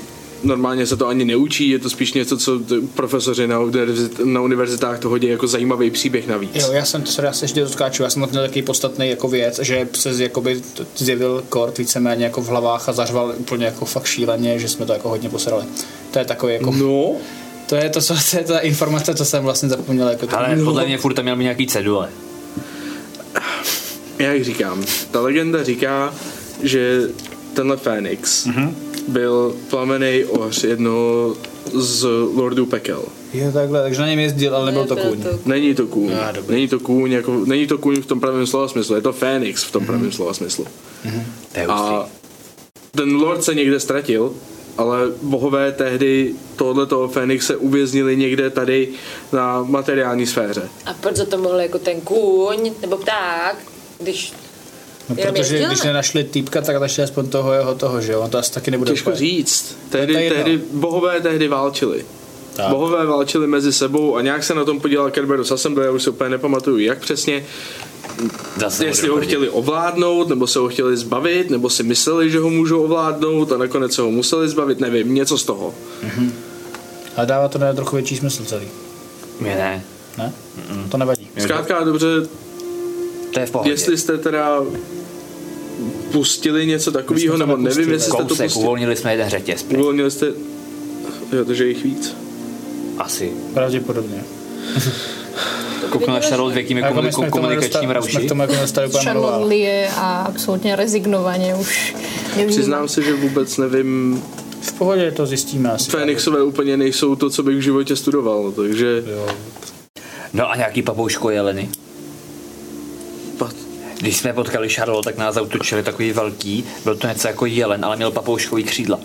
[SPEAKER 9] normálně se to ani neučí, je to spíš něco, co t- profesoři na, univerzit, na univerzitách to hodí jako zajímavý příběh navíc.
[SPEAKER 5] Jo, já jsem to, já se ještě dotkáču, já jsem na to měl takový podstatný jako věc, že se jakoby t- zjevil kort víceméně jako v hlavách a zařval úplně jako fakt šíleně, že jsme to jako hodně posrali. To je takový jako...
[SPEAKER 9] No,
[SPEAKER 5] To je to, co, to je ta informace, co jsem vlastně zapomněl. Jako to.
[SPEAKER 3] Ale
[SPEAKER 9] No.
[SPEAKER 3] podle mě furt tam měl být nějaký cedule.
[SPEAKER 9] jak říkám, ta legenda říká, že tenhle Fénix
[SPEAKER 3] Mhm.
[SPEAKER 9] mm-hmm. byl plamenej ohř jednoho z lordů pekel.
[SPEAKER 5] Jo, takhle, takže na něm jezdil, ale nebyl No, to kůň.
[SPEAKER 9] Není to kůň.
[SPEAKER 5] Ah, dobrý.
[SPEAKER 9] není to kůň, jako, není to kůň v tom pravém slova smyslu, je to Fénix
[SPEAKER 3] Mhm.
[SPEAKER 9] v tom pravém slova smyslu.
[SPEAKER 3] To je
[SPEAKER 9] A
[SPEAKER 3] hustý.
[SPEAKER 9] ten lord se někde ztratil, ale bohové tehdy tohoto Fénixe uvěznili někde tady na materiální sféře.
[SPEAKER 6] A proč za to mohl jako ten kůň nebo pták, když
[SPEAKER 5] No,
[SPEAKER 6] Jenom
[SPEAKER 5] protože
[SPEAKER 6] jezdil,
[SPEAKER 5] když
[SPEAKER 6] ne?
[SPEAKER 5] nenašli týpka, tak našli aspoň toho jeho toho, že jo? On to asi taky nebude
[SPEAKER 9] Těžko
[SPEAKER 5] úplně.
[SPEAKER 9] říct.
[SPEAKER 5] To je
[SPEAKER 9] Tehdy,
[SPEAKER 5] jedno.
[SPEAKER 9] tehdy, bohové tehdy válčili. Tak. Bohové válčili mezi sebou a nějak se na tom podílel Kerberos Assemble, já už si úplně nepamatuju, jak přesně,
[SPEAKER 3] Zase
[SPEAKER 9] jestli
[SPEAKER 3] budu
[SPEAKER 9] ho
[SPEAKER 3] tvrdit.
[SPEAKER 9] chtěli ovládnout, nebo se ho chtěli zbavit, nebo si mysleli, že ho můžou ovládnout a nakonec se ho museli zbavit, nevím, něco z toho.
[SPEAKER 5] Mhm. Ale dává to na trochu větší smysl celý.
[SPEAKER 3] Mě ne.
[SPEAKER 5] Ne?
[SPEAKER 3] Mhm.
[SPEAKER 5] To nevadí.
[SPEAKER 9] Zkrátka a dobře,
[SPEAKER 3] To je v pohodě.
[SPEAKER 9] jestli jste teda pustili něco takového,
[SPEAKER 5] to
[SPEAKER 9] nebo
[SPEAKER 5] nepustili.
[SPEAKER 9] nevím, jestli jste to
[SPEAKER 3] Kousek,
[SPEAKER 9] pustili.
[SPEAKER 3] uvolnili jsme jeden řetěz. prej.
[SPEAKER 9] Uvolnili jste, jo, takže jich víc.
[SPEAKER 3] Asi.
[SPEAKER 5] Pravděpodobně. Jako
[SPEAKER 3] Kouknu na Charlotte v jakým je
[SPEAKER 5] my
[SPEAKER 3] komuniku-
[SPEAKER 5] k tomu
[SPEAKER 3] komunikačním
[SPEAKER 5] nedostali- jsme
[SPEAKER 3] rauši.
[SPEAKER 5] k tomu jako nedostali úplně manuál.
[SPEAKER 7] Charlotte je a absolutně rezignovaně už nevnímá.
[SPEAKER 9] Přiznám se, že vůbec nevím,
[SPEAKER 5] V pohodě to zjistíme asi.
[SPEAKER 9] Fénixové úplně nejsou to, co bych v životě studoval, takže
[SPEAKER 3] No a nějaký papouško jeleny.
[SPEAKER 9] pat,
[SPEAKER 3] Když jsme potkali Charlotte, tak nás zautočili takový velký, byl to něco jako jelen, ale měl papouškový křídla.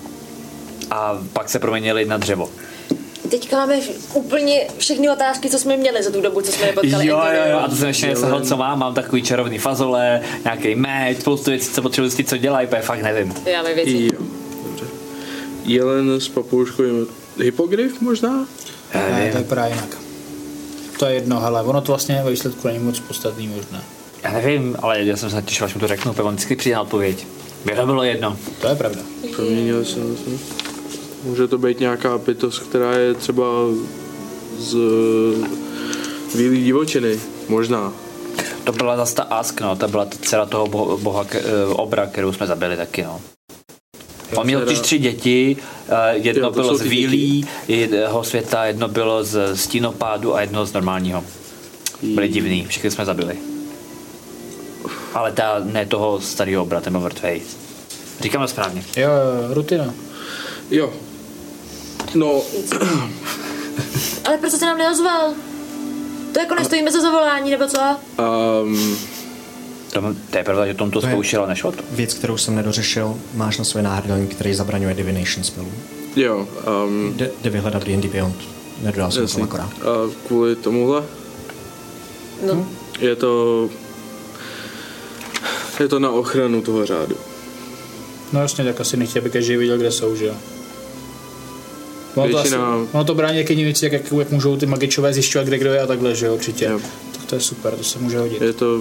[SPEAKER 3] A pak se proměnili na dřevo.
[SPEAKER 6] teďka máme úplně všechny otázky, co jsme měli za tu dobu, co jsme je potkali.
[SPEAKER 3] Jo, jo,
[SPEAKER 6] Antonio.
[SPEAKER 3] jo, a to jsem ještě nesehl, co mám, mám takový čarovný fazole, nějaký meč, spoustu věcí, co potřebuji zjistit, co dělají, protože fakt nevím.
[SPEAKER 6] Ty Já mi věci.
[SPEAKER 9] jo, dobře. Jelen s papouškovým hypogryf možná?
[SPEAKER 5] Ne, to je právě jinak. To je jedno, hele, ono to vlastně ve výsledku není moc podstatný možná.
[SPEAKER 3] Já nevím, ale já jsem se těšil, až mi to řeknu, protože on vždycky přijde na odpověď. Mě to bylo jedno.
[SPEAKER 5] To je pravda.
[SPEAKER 9] Proměnil se. Může to být nějaká bytost, která je třeba z bílý divočiny, možná.
[SPEAKER 3] To byla zase ta Ask, no, to byla ta dcera toho bo- boha, ke- eh, obra, kterou jsme zabili taky, no. On měl
[SPEAKER 9] dcera-
[SPEAKER 3] totiž tři děti, eh, jedno
[SPEAKER 9] Jo, to
[SPEAKER 3] bylo
[SPEAKER 9] jsou
[SPEAKER 3] z
[SPEAKER 9] ty děti.
[SPEAKER 3] Vílího světa, jedno bylo z Stínopádu a jedno z normálního. Byli divný, všechny jsme zabili. Ale ta, ne toho starého obra, ten byl mrtvej. Říkám to správně.
[SPEAKER 5] Jo, jo, rutina.
[SPEAKER 9] Jo. No,
[SPEAKER 6] Ale proč se nám neozval? To jako nestojíme za zavolání, nebo co?
[SPEAKER 9] um,
[SPEAKER 3] To, to je pravda, že Tom to
[SPEAKER 2] je-
[SPEAKER 3] zkoušel a nešlo to.
[SPEAKER 2] Věc, kterou jsem nedořešil, máš na své náhrdelník, který zabraňuje divination spellů.
[SPEAKER 9] jo, um,
[SPEAKER 2] Jde, jde vyhledat D&D Beyond. Nedodal jsem
[SPEAKER 9] jasný.
[SPEAKER 2] to akorát.
[SPEAKER 9] A kvůli tomuhle? Hm?
[SPEAKER 6] No.
[SPEAKER 9] Je to... Je to na ochranu toho řádu.
[SPEAKER 5] No jasně, tak asi nechtěl, aby každý věděl, kde jsou, že jo. Ono No, to, asi,
[SPEAKER 9] Většina-
[SPEAKER 5] ono to brání jaký věci, jak, jak, jak, můžou ty magičové zjišťovat, kde kdo je a takhle, že jo, určitě.
[SPEAKER 9] Jo.
[SPEAKER 5] Tak to je super, to se může hodit.
[SPEAKER 9] Je to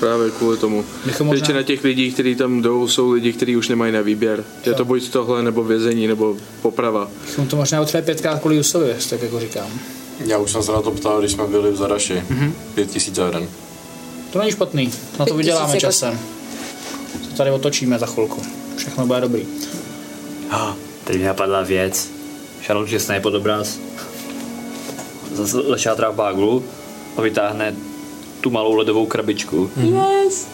[SPEAKER 9] právě kvůli tomu.
[SPEAKER 5] Bychom možná-
[SPEAKER 9] Většina těch lidí, kteří tam jdou, jsou lidi, kteří už nemají na výběr. Je to buď tohle, nebo vězení, nebo poprava.
[SPEAKER 5] Bychom to možná utřeli pětkrát kvůli Jusovi, tak jako říkám.
[SPEAKER 8] Já už jsem se na to ptal, když jsme byli v Zaraši. Mm-hmm. 5000 za jeden.
[SPEAKER 5] To není špatný, na to
[SPEAKER 6] Pět
[SPEAKER 5] vyděláme
[SPEAKER 6] tisíc jako-
[SPEAKER 5] časem. To tady otočíme za chvilku. Všechno bude dobrý.
[SPEAKER 3] Ah, teď mi napadla věc. Charlotte, že snipe pod obraz. Zase lešátra v báglu a vytáhne tu malou ledovou krabičku.
[SPEAKER 6] Yes.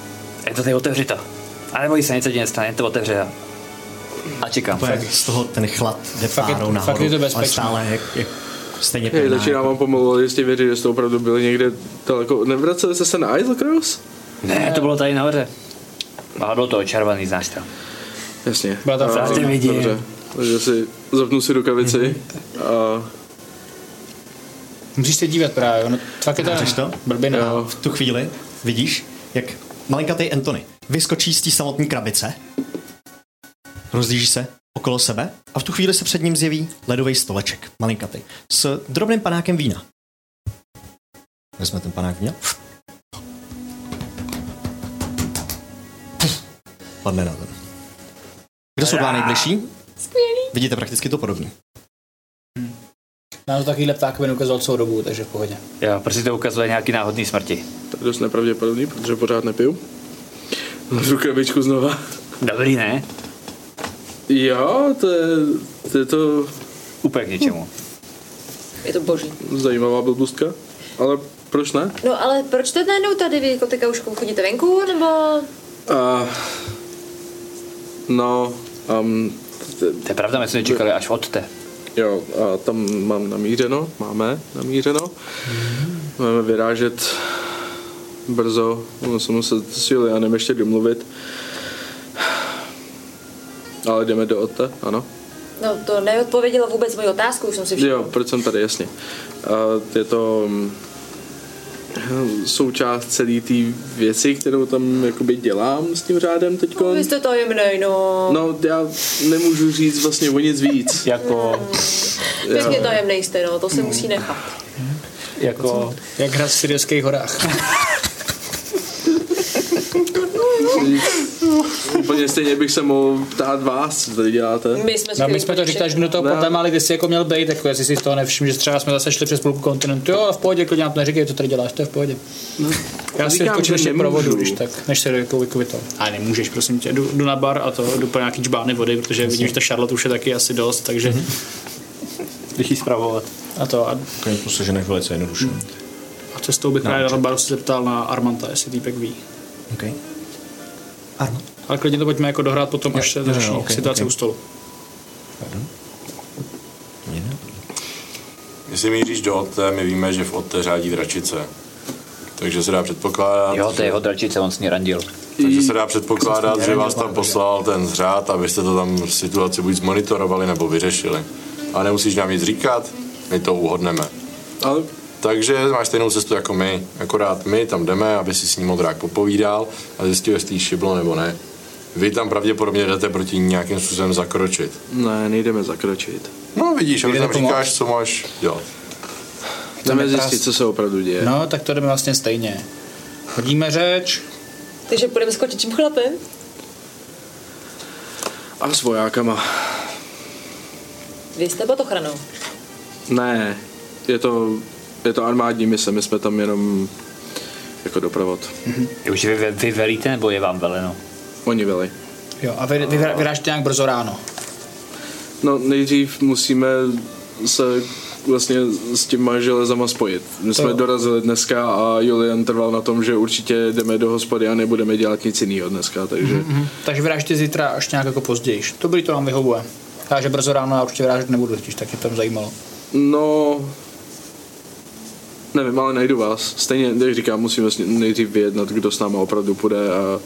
[SPEAKER 3] Je to tady otevřita. A nebojí se, nic se ti nestane, je to otevře. A čekám.
[SPEAKER 2] Úplně z toho ten chlad jde
[SPEAKER 5] Fakt je-
[SPEAKER 2] párou
[SPEAKER 5] fakt
[SPEAKER 2] nahoru,
[SPEAKER 5] je to
[SPEAKER 2] ale
[SPEAKER 5] bezpečné.
[SPEAKER 2] stále je, je stejně
[SPEAKER 9] Hej,
[SPEAKER 2] pevná.
[SPEAKER 9] začínám vám pomalu, ale jestli věřit, že jste opravdu byli někde daleko. Nevraceli jste se na Isle Cross?
[SPEAKER 3] Ne, to bylo tady nahoře. A bylo to červený, znáš to.
[SPEAKER 9] Jasně.
[SPEAKER 5] Byla tam
[SPEAKER 9] A-
[SPEAKER 5] frakce.
[SPEAKER 3] vidím. Mhm.
[SPEAKER 9] Dobře. Takže si zapnu si rukavici a
[SPEAKER 5] Musíš se dívat právě, no, fakt je
[SPEAKER 2] Máš
[SPEAKER 5] to
[SPEAKER 2] to?
[SPEAKER 5] blbina.
[SPEAKER 2] A v tu chvíli vidíš, jak malinkatý Anthony vyskočí z té samotné krabice, rozlíží se okolo sebe a v tu chvíli se před ním zjeví ledový stoleček, malinkatý, s drobným panákem vína. Vezme ten panák vína. Padne na zem. Kdo jsou dva nejbližší?
[SPEAKER 6] Skvělý.
[SPEAKER 2] Vidíte prakticky to podobný.
[SPEAKER 5] Nám to takovýhle ptákovin ukazoval celou dobu, takže v pohodě.
[SPEAKER 3] Jo, prostě to ukazuje nějaký náhodný smrti.
[SPEAKER 9] To je dost nepravděpodobný, protože pořád nepiju. Mám krabičku znova.
[SPEAKER 3] Dobrý, ne?
[SPEAKER 9] Jo, to je, to je to
[SPEAKER 3] Úplně k ničemu.
[SPEAKER 6] Je to boží.
[SPEAKER 9] hm, zajímavá blbustka, ale proč ne?
[SPEAKER 6] No ale proč teď najednou tady vy jako teďka už chodíte venku, nebo...
[SPEAKER 9] A, Eh, no, um, t-
[SPEAKER 3] To je pravda, my jsme nečekali až odte.
[SPEAKER 9] Jo, a tam mám namířeno, máme namířeno. Budeme vyrážet brzo, budu se muset s Julianem ještě domluvit. Ale jdeme do OTA, ano.
[SPEAKER 6] No to neodpovědělo vůbec moji otázku, už jsem si všiml.
[SPEAKER 9] Jo, proč jsem tady, jasně. A je to mm, součást celé té věci, kterou tam jakoby dělám s tím řádem teďko.
[SPEAKER 6] Vy jste tajemnej, no.
[SPEAKER 9] No, já nemůžu říct vlastně o nic víc.
[SPEAKER 3] Jako,
[SPEAKER 6] Pěkně tajemnej jste, no, to
[SPEAKER 3] Mm.
[SPEAKER 6] se musí nechat.
[SPEAKER 3] jako,
[SPEAKER 5] Jak hra v Syrských horách.
[SPEAKER 9] Úplně stejně bych se mohl ptát vás, co tady děláte.
[SPEAKER 6] My jsme
[SPEAKER 5] No,
[SPEAKER 6] skvělí
[SPEAKER 5] my jsme to
[SPEAKER 6] rodiče.
[SPEAKER 5] říkali, že jsme do toho
[SPEAKER 9] Ne.
[SPEAKER 5] potémali, kde jsi jako měl být, jako jestli si z toho nevšiml, že třeba jsme zase šli přes půlku kontinentu, jo, v pohodě, klidně nám to neříkej, co tady děláš, to je v pohodě. Já si
[SPEAKER 9] říkám,
[SPEAKER 5] skočím
[SPEAKER 9] že
[SPEAKER 5] ještě
[SPEAKER 9] nemůžu.
[SPEAKER 5] provodu, když tak, než se jako vykovital.
[SPEAKER 4] A nemůžeš, prosím tě, jdu, jdu na bar a to jdu po nějaký čbány vody, protože vidím, že ta Charlotte už je taky asi dost, takže
[SPEAKER 3] když jí zpravovat.
[SPEAKER 4] a to. A,
[SPEAKER 2] Takový posažené velice jednoduše.
[SPEAKER 4] a cestou bych rád na baru se zeptal na Armanta, jestli týpek ví.
[SPEAKER 2] Okay. Arno?
[SPEAKER 4] Ale klidně to pojďme jako dohrát potom, až se
[SPEAKER 2] jo, jo,
[SPEAKER 4] řeší
[SPEAKER 2] ok,
[SPEAKER 4] situace
[SPEAKER 2] ok.
[SPEAKER 4] u stolu.
[SPEAKER 2] Jinak?
[SPEAKER 8] Jestli míříš do Ote, my víme, že v Ote řádí dračice. Takže se dá předpokládat,
[SPEAKER 3] Jo, to je jeho dračice, on s ní randil.
[SPEAKER 8] takže se dá předpokládat, že vás tam poslal ten zřád, abyste to tam situaci buď zmonitorovali nebo vyřešili. A nemusíš nám nic říkat, my to uhodneme.
[SPEAKER 9] Ale
[SPEAKER 8] Takže máš stejnou cestu jako my. Akorát my tam jdeme, aby si s ním modrák popovídal a zjistil, jestli jí šiblo nebo ne. Vy tam pravděpodobně jdete proti ní nějakým způsobem zakročit.
[SPEAKER 9] ne, nejdeme zakročit.
[SPEAKER 8] No vidíš, ale
[SPEAKER 5] Jdete
[SPEAKER 8] tam říkáš, co máš dělat.
[SPEAKER 9] Jdeme
[SPEAKER 5] Jdeme
[SPEAKER 9] zjistit,
[SPEAKER 5] prás-
[SPEAKER 9] co se opravdu děje.
[SPEAKER 5] No, tak to jdeme vlastně stejně. Hodíme řeč,
[SPEAKER 6] Takže půjdeme s kočičím chlapem?
[SPEAKER 9] A s vojákama.
[SPEAKER 6] Vy jste pod ochranou.
[SPEAKER 9] Ne, je to, je to armádní mise, my jsme tam jenom jako doprovod.
[SPEAKER 5] Mhm.
[SPEAKER 3] Už vy, vy velíte, nebo je vám veleno?
[SPEAKER 9] Oni veli.
[SPEAKER 5] jo, a vy, vy, vyrážíte nějak brzo ráno.
[SPEAKER 9] No, nejdřív musíme se vlastně s těma železama spojit. My jsme
[SPEAKER 5] jo.
[SPEAKER 9] dorazili dneska a Julian trval na tom, že určitě jdeme do hospody a nebudeme dělat nic jiného dneska, takže...
[SPEAKER 3] Mhm.
[SPEAKER 9] Mm-hmm.
[SPEAKER 5] Mhm. Takže vyrážíte zítra až nějak jako později. Dobrý, to nám vyhovuje. Takže brzo ráno já určitě vyrážet nebudu, totiž tak mě to zajímalo.
[SPEAKER 9] No... Nevím, ale najdu vás. Stejně, jak říkám, musíme s- nejdřív vyjednat, kdo s náma opravdu půjde a...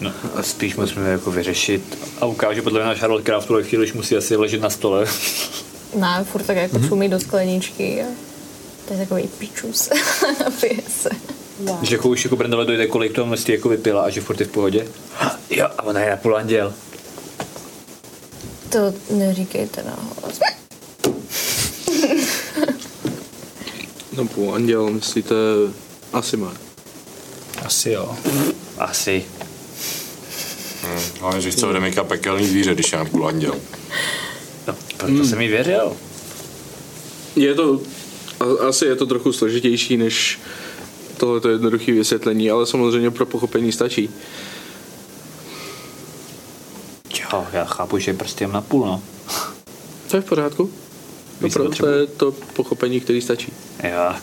[SPEAKER 3] No, a spíš musíme jako vyřešit. A ukáže podle mě náš Harold, která v tuhle chvíli už musí asi ležet na stole.
[SPEAKER 7] Ne, furt tak
[SPEAKER 9] Mhm.
[SPEAKER 7] jako čumí do skleničky. A... To je takový pičus. Pije se.
[SPEAKER 3] že jako už jako Brendale dojde, kolik toho množství jako vypila a že furt je v pohodě. Jo, a ona je na půl anděl.
[SPEAKER 7] To neříkejte nahlas.
[SPEAKER 9] No, půl anděl, myslíte... Asi má.
[SPEAKER 5] Asi jo.
[SPEAKER 3] Asi.
[SPEAKER 8] Hlavně, že chce ode Mika pekelný zvíře, když je na půl anděl.
[SPEAKER 3] No, proto jsem jí věřil.
[SPEAKER 9] Je to... a- Asi je to trochu složitější, než tohleto jednoduché vysvětlení, ale samozřejmě pro pochopení stačí.
[SPEAKER 3] Jo, já chápu, že je prostě jen na půl, no.
[SPEAKER 9] To je v pořádku. No,
[SPEAKER 3] Víc
[SPEAKER 9] pro, to
[SPEAKER 3] potřebuji.
[SPEAKER 9] je to pochopení, který stačí.
[SPEAKER 3] Jo.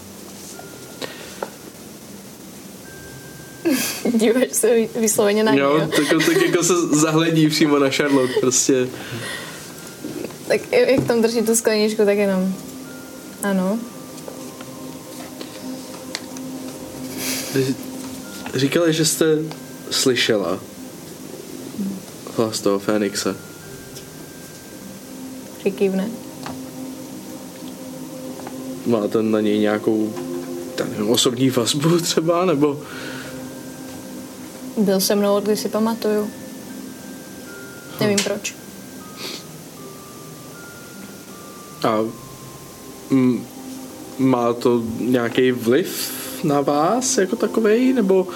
[SPEAKER 7] Díváš se vy- vysloveně na něj.
[SPEAKER 9] Jo, tak, tak jako se zahledí přímo na Charlotte, prostě.
[SPEAKER 7] Tak jak tam drží tu skleničku, tak jenom. Ano.
[SPEAKER 9] Říkali, že jste slyšela hlas toho Fénixe.
[SPEAKER 7] Přikývne.
[SPEAKER 9] Máte na něj nějakou já nevím, osobní vazbu třeba, nebo
[SPEAKER 7] Byl se mnou, když si pamatuju. Nevím
[SPEAKER 9] Hm.
[SPEAKER 7] proč.
[SPEAKER 9] a m, má to nějaký vliv na vás jako takovej, nebo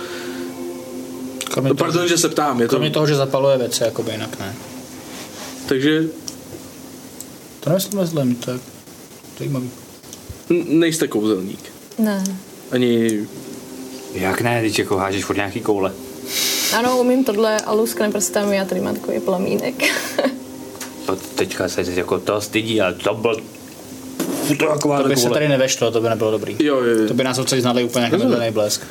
[SPEAKER 5] Kromě toho,
[SPEAKER 9] No, pardon, že se ptám, je to,
[SPEAKER 5] kromě toho, že zapaluje věci, jako by jinak ne.
[SPEAKER 9] takže
[SPEAKER 5] To nemyslím nezlem, tak zajímavý.
[SPEAKER 9] N- nejste kouzelník.
[SPEAKER 7] Ne.
[SPEAKER 9] Ani
[SPEAKER 3] Jak ne, když jako hážeš furt nějaký koule.
[SPEAKER 7] Ano, umím tohle a luskne prstem, já tady mám takový plamínek.
[SPEAKER 3] To teďka se jako to stydí, ale to byl... To, taková
[SPEAKER 5] To by se
[SPEAKER 3] koule.
[SPEAKER 5] tady nevešlo, to by nebylo dobrý.
[SPEAKER 9] jako Jo, jo, jo.
[SPEAKER 5] To by nás odsaď znali úplně nějaký
[SPEAKER 9] Rozumím.
[SPEAKER 5] medlený blesk.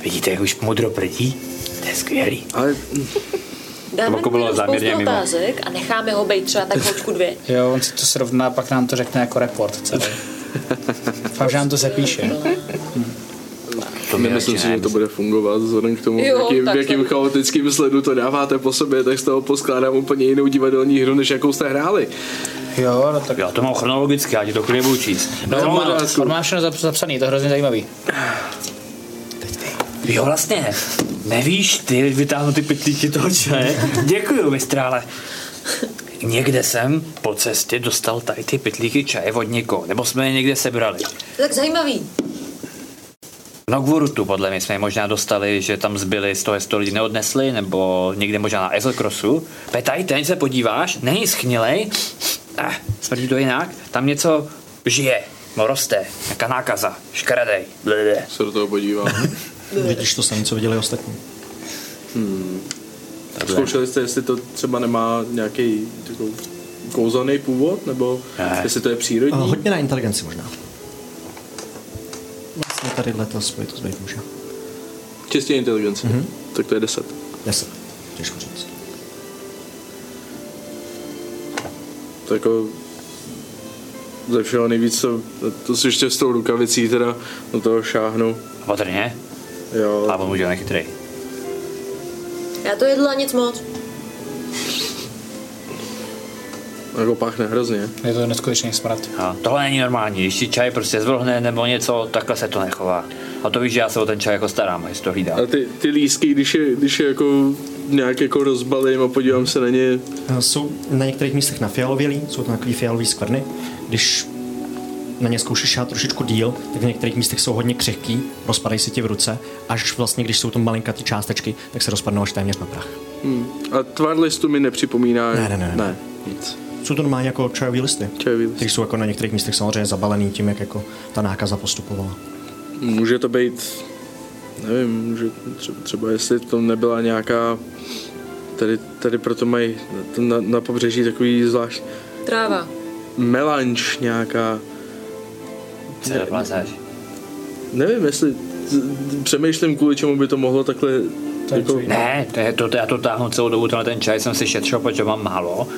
[SPEAKER 3] Vidíte, jak už modro prdí? To je skvělý.
[SPEAKER 9] Ale
[SPEAKER 6] Dáme
[SPEAKER 3] Jako bylo
[SPEAKER 6] mu
[SPEAKER 3] záměrně
[SPEAKER 6] spoustu
[SPEAKER 3] mimo.
[SPEAKER 6] otázek a necháme ho být třeba tak hočku dvě.
[SPEAKER 5] Jo, on si to srovná, pak nám to řekne jako report celý. Fakt, že nám to zapíše.
[SPEAKER 9] No,
[SPEAKER 3] To mi
[SPEAKER 9] Myslím si,
[SPEAKER 3] radši
[SPEAKER 9] že
[SPEAKER 3] ne.
[SPEAKER 9] to bude fungovat, vzhledem k tomu,
[SPEAKER 6] Jo,
[SPEAKER 9] jo, jaký,
[SPEAKER 6] tak
[SPEAKER 9] v jakém
[SPEAKER 6] to-
[SPEAKER 9] chaotickém sledu to dáváte po sobě, tak z toho poskládám úplně jinou divadelní hru, než jakou jste hráli.
[SPEAKER 5] Jo, no tak
[SPEAKER 3] Já to mám chronologicky, já ti to chvíli budu číst.
[SPEAKER 5] No,
[SPEAKER 9] Já
[SPEAKER 5] on,
[SPEAKER 9] mám
[SPEAKER 5] má,
[SPEAKER 9] otázku.
[SPEAKER 5] on má všechno zap- zapsaný, to je hrozně zajímavý.
[SPEAKER 3] Jo, vlastně. Nevíš ty, vytáhnu ty pytlíky toho čaje. Děkuju, mistrále. Někde jsem po cestě dostal tady ty pytlíky čaje od někoho, nebo jsme je někde sebrali.
[SPEAKER 6] Tak zajímavý.
[SPEAKER 3] V Nogvorutu podle mě jsme je možná dostali, že tam zbyli z toho, jestli to lidi neodnesli, nebo někde možná na Ezelcrossu. Petaj, ten se podíváš, není schnilej, eh, smrdí to jinak, tam něco žije, no roste, nějaká nákaza, škaredej, blede.
[SPEAKER 9] Se do toho podívám.
[SPEAKER 2] Vidíš to samé, co viděli ostatní.
[SPEAKER 9] Zkoušeli jste, jestli to třeba nemá nějaký jako, kouzelný původ, nebo
[SPEAKER 3] Ne.
[SPEAKER 9] ne. jestli to je přírodní?
[SPEAKER 2] Uh, hodně na inteligenci možná. Vlastně tady letos by to zbýt může.
[SPEAKER 9] Čistě inteligence. Mm-hmm. Tak to je 10.
[SPEAKER 2] Mhm. Deset. Těžko říct.
[SPEAKER 9] To jako ze všeho nejvíc, to, to si ještě s tou rukavicí teda do toho šáhnu.
[SPEAKER 3] Opatrně,
[SPEAKER 9] Jo.
[SPEAKER 3] ale on už je nechytrý.
[SPEAKER 6] Já to jedla nic moc.
[SPEAKER 9] Jako páchne hrozně.
[SPEAKER 5] Je to neskutečný smrad.
[SPEAKER 3] A No, tohle není normální, když ti čaj prostě zvlhne nebo něco, takhle se to nechová. A to víš, že já se o ten čaj jako starám, jestli to hlídám.
[SPEAKER 9] A ty, ty lísky, když je, když je jako nějak jako rozbalím a podívám se na ně,
[SPEAKER 2] Eh, Jsou na některých místech na fialovělí, jsou to takový fialový skvrny. Když na ně zkoušíš šát trošičku díl, tak v některých místech jsou hodně křehký, rozpadají se ti v ruce, až vlastně, když jsou to malinkatý částečky, tak se rozpadnou až téměř na prach.
[SPEAKER 9] Hmm. a tvar listu mi nepřipomíná.
[SPEAKER 2] Ne, ne, ne, ne.
[SPEAKER 9] ne nic.
[SPEAKER 2] Jsou to normálně jako čajový listy,
[SPEAKER 9] Čajový
[SPEAKER 2] které
[SPEAKER 9] list.
[SPEAKER 2] jsou jako na některých místech samozřejmě zabalený tím, jak jako ta nákaza postupovala.
[SPEAKER 9] Může to být, nevím, může, třeba, třeba jestli to nebyla nějaká, tady, tady proto mají na- na, na pobřeží takový zvlášť
[SPEAKER 6] Tráva.
[SPEAKER 9] melanč nějaká,
[SPEAKER 3] Co je plácáš?
[SPEAKER 9] nevím, jestli z- přemýšlím, kvůli čemu by to mohlo takhle jako,
[SPEAKER 3] Ne, to, je, to, to, já to táhnu celou dobu, tenhle ten čaj jsem si šetřil, protože mám málo.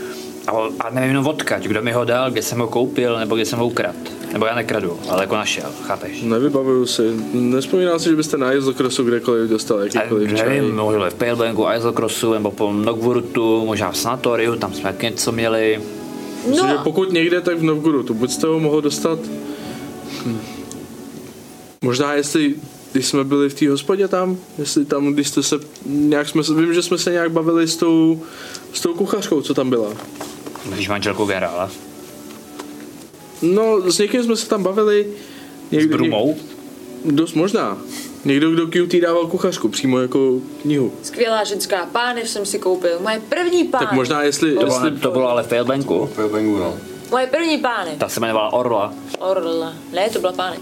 [SPEAKER 3] A, a nevím jenom odkaď, kdo mi ho dal, kde jsem ho koupil, nebo kde jsem ho ukradl. Nebo já nekradu, ale jako našel, chápeš?
[SPEAKER 9] Nevybavuju si. Nespomínám si, že byste na Jezdokrosu kdekoliv dostal jakýkoliv
[SPEAKER 3] A
[SPEAKER 9] čaj.
[SPEAKER 3] nevím, možná v Palebanku, Islcrossu, nebo po Nogvurutu, možná v sanatoriu, tam jsme taky něco měli.
[SPEAKER 9] Protože
[SPEAKER 6] No,
[SPEAKER 9] pokud někde, tak v Novgorudu. Buď jste ho mohl dostat... Hm. Možná jestli, když jsme byli v té hospodě tam, jestli tam, když jste se nějak jsme, se- vím, že jsme se nějak bavili s tou, s tou kuchařkou, co tam byla.
[SPEAKER 3] Myslíš manželku generála?
[SPEAKER 9] No, s někým jsme se tam bavili.
[SPEAKER 3] S
[SPEAKER 9] Někdo,
[SPEAKER 3] Brumou?
[SPEAKER 9] Něk, dost možná. Někdo, kdo QT dával kuchařku, přímo jako knihu.
[SPEAKER 6] skvělá ženská pánev jsem si koupil. Moje první pánev.
[SPEAKER 9] Tak možná jestli,
[SPEAKER 3] To bylo,
[SPEAKER 9] jestli
[SPEAKER 3] to bylo ale v Palebanku.
[SPEAKER 8] Pepengu, no.
[SPEAKER 6] Moje první pánev.
[SPEAKER 3] Ta se jmenovala Orla.
[SPEAKER 6] Orla. Ne, to byla pánev.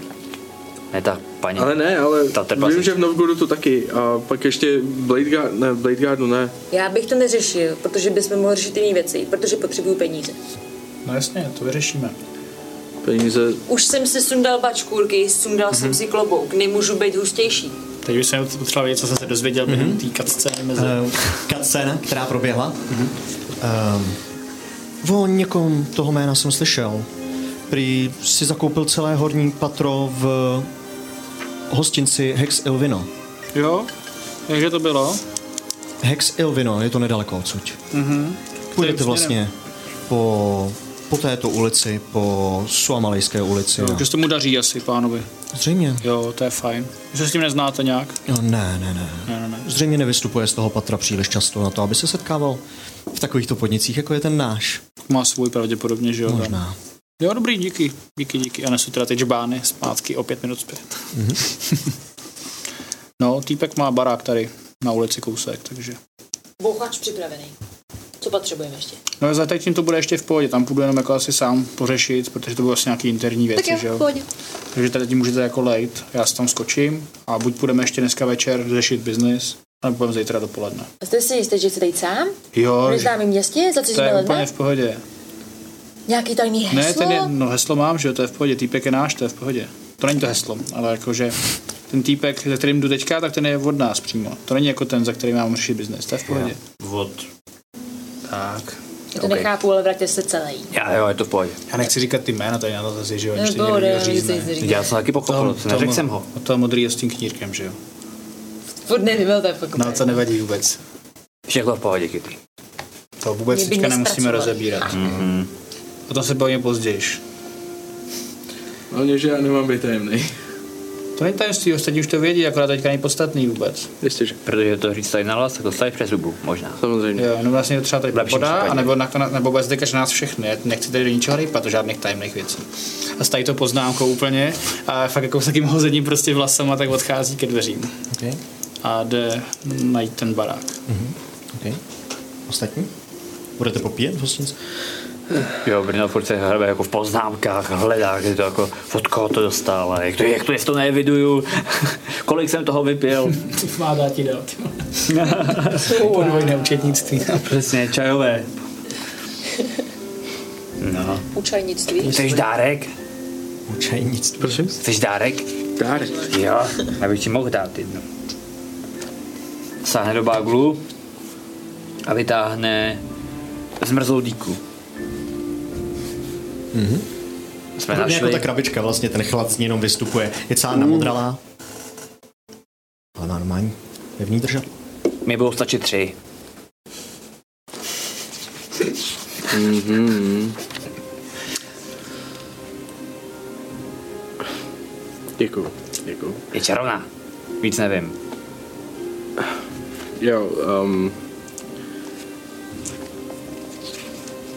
[SPEAKER 3] Ne, ta paní.
[SPEAKER 9] Ale ne, ale
[SPEAKER 3] Ta trpaslička.
[SPEAKER 9] vím, že v Novgoru to taky. A pak ještě Blade Guard, ne, Blade Guardu ne.
[SPEAKER 6] Já bych to neřešil, protože bychom mohli řešit jiné věci, protože potřebuju peníze.
[SPEAKER 5] No jasně, to vyřešíme.
[SPEAKER 9] Peníze.
[SPEAKER 6] Už jsem si sundal bačkůrky, sundal
[SPEAKER 5] Mhm.
[SPEAKER 6] jsem si klobouk, nemůžu být hustější.
[SPEAKER 5] Teď už jsem potřeba vědět, co jsem se dozvěděl během té cutscény mezi...
[SPEAKER 2] uh, Mhm. cutscéna, která proběhla. Um, o někom toho jména jsem slyšel. Prý si zakoupil celé horní patro v hostinci Hex Ilvino.
[SPEAKER 4] Jo, takže to bylo.
[SPEAKER 2] Hex Ilvino, je to nedaleko odsud. Mm-hmm.
[SPEAKER 5] Mhm.
[SPEAKER 2] Půjdete vlastně po, po této ulici, po Suamalejské ulici.
[SPEAKER 4] Jo.
[SPEAKER 2] No.
[SPEAKER 4] Takže se tomu daří asi, pánovi.
[SPEAKER 2] Zřejmě.
[SPEAKER 4] Jo, to je fajn. Vy se s tím neznáte nějak?
[SPEAKER 2] No, ne, ne, ne.
[SPEAKER 4] Ne, ne, ne.
[SPEAKER 2] Zřejmě nevystupuje z toho patra příliš často na to, aby se setkával v takovýchto podnicích, jako je ten náš.
[SPEAKER 4] Má svůj pravděpodobně, že jo?
[SPEAKER 2] Možná.
[SPEAKER 4] Jo, dobrý, díky, díky, díky. A nesu teda ty džbány zpátky o pět minut zpět. no, týpek má barák tady na ulici kousek, takže
[SPEAKER 6] Bouchač připravený. Co potřebujeme ještě?
[SPEAKER 5] No za teď to bude ještě v pohodě, tam půjdu jenom jako asi sám pořešit, protože to budou asi nějaký interní věci,
[SPEAKER 6] Tak jo,
[SPEAKER 5] že
[SPEAKER 6] v
[SPEAKER 5] jo?
[SPEAKER 6] pohodě.
[SPEAKER 5] Takže tady tím můžete jako lejt, já si tam skočím a buď půjdeme ještě dneska večer řešit biznis, nebo půjdeme zítra dopoledne.
[SPEAKER 6] A jste si jistý, že chcete jít sám?
[SPEAKER 5] Jo,
[SPEAKER 6] V
[SPEAKER 5] že-
[SPEAKER 6] neznámém městě? Za
[SPEAKER 5] to
[SPEAKER 6] 300
[SPEAKER 5] je
[SPEAKER 6] let?
[SPEAKER 5] úplně v pohodě.
[SPEAKER 6] Nějaký tajný heslo?
[SPEAKER 5] Ne, ten je, no heslo mám, že jo, to je v pohodě, týpek je náš, to je v pohodě. To není to heslo, ale jakože ten týpek, za kterým jdu teďka, tak ten je od nás přímo. To není jako ten, za který mám řešit biznis, to je v pohodě.
[SPEAKER 3] Od... Tak.
[SPEAKER 6] Já to nechápu, ale vraťte se celý.
[SPEAKER 3] Já, jo, je to v pohodě.
[SPEAKER 5] Já nechci říkat ty jména tady na to zase, že jo,
[SPEAKER 6] No,
[SPEAKER 5] než to
[SPEAKER 6] pohoda,
[SPEAKER 5] někdo
[SPEAKER 6] jistý,
[SPEAKER 5] řízne.
[SPEAKER 6] jistý, jistý.
[SPEAKER 3] Já jsem taky pochopil, neřekl jsem ho.
[SPEAKER 5] Od toho modrýho s tím knírkem, že jo.
[SPEAKER 6] Furt nevím, ale to je fakt
[SPEAKER 5] No, to nevadí vůbec.
[SPEAKER 3] Všechno v pohodě, Kitty.
[SPEAKER 5] To vůbec
[SPEAKER 6] Mě by
[SPEAKER 5] teďka nemusíme
[SPEAKER 6] nespracovali.
[SPEAKER 5] rozebírat. Mm-hmm.
[SPEAKER 3] Mhm.
[SPEAKER 5] O tom se bavíme později.
[SPEAKER 9] Hlavně, že já nemám být tajemný.
[SPEAKER 5] To není tajemství, ostatní už to vědí, akorát teďka není podstatný vůbec.
[SPEAKER 9] Jistě, že.
[SPEAKER 3] Protože to říct tady na hlas, tak to staví přes zubu, možná.
[SPEAKER 9] Samozřejmě.
[SPEAKER 5] Jo, no vlastně to třeba tady
[SPEAKER 3] V lepším
[SPEAKER 5] podá,
[SPEAKER 3] případě.
[SPEAKER 5] anebo, na, na, nebo bez dekaž nás všechny. Já nechci tady do ničeho rýpat, do žádných tajemných věcí. A stají to poznámkou úplně a fakt jako s takým hozením prostě vlasama tak odchází ke dveřím
[SPEAKER 2] Okay.
[SPEAKER 5] a jde najít ten barák.
[SPEAKER 2] Okay. Ostatní? Budete popíjet v hostinci?
[SPEAKER 3] Jo, Brno furt se hrabe jako v poznámkách, hledá, kde to jako, od koho to dostal, a jak to, jak to, jestli to neeviduju, kolik jsem toho vypil.
[SPEAKER 5] Má dát ti dál, Podvojné účetnictví.
[SPEAKER 3] Přesně, čajové. No.
[SPEAKER 6] Učajnictví.
[SPEAKER 3] Chceš dárek?
[SPEAKER 2] Učajnictví.
[SPEAKER 9] Prosím?
[SPEAKER 3] Chceš dárek?
[SPEAKER 9] Dárek.
[SPEAKER 3] Jo, já bych ti mohl dát jednu. Sáhne do baglu a vytáhne zmrzlou díku. Mm-hmm. Jsme
[SPEAKER 2] Mhm. Podobně jako
[SPEAKER 3] našli.
[SPEAKER 2] ta krabička, vlastně ten chlad z ní jenom vystupuje. Je celá namodralá. Ale má normální pevný držel.
[SPEAKER 3] Mě budou stačit tři.
[SPEAKER 9] Mhm. Děkuju. Děkuju.
[SPEAKER 3] Je čarovná. Víc nevím.
[SPEAKER 9] Jo, um,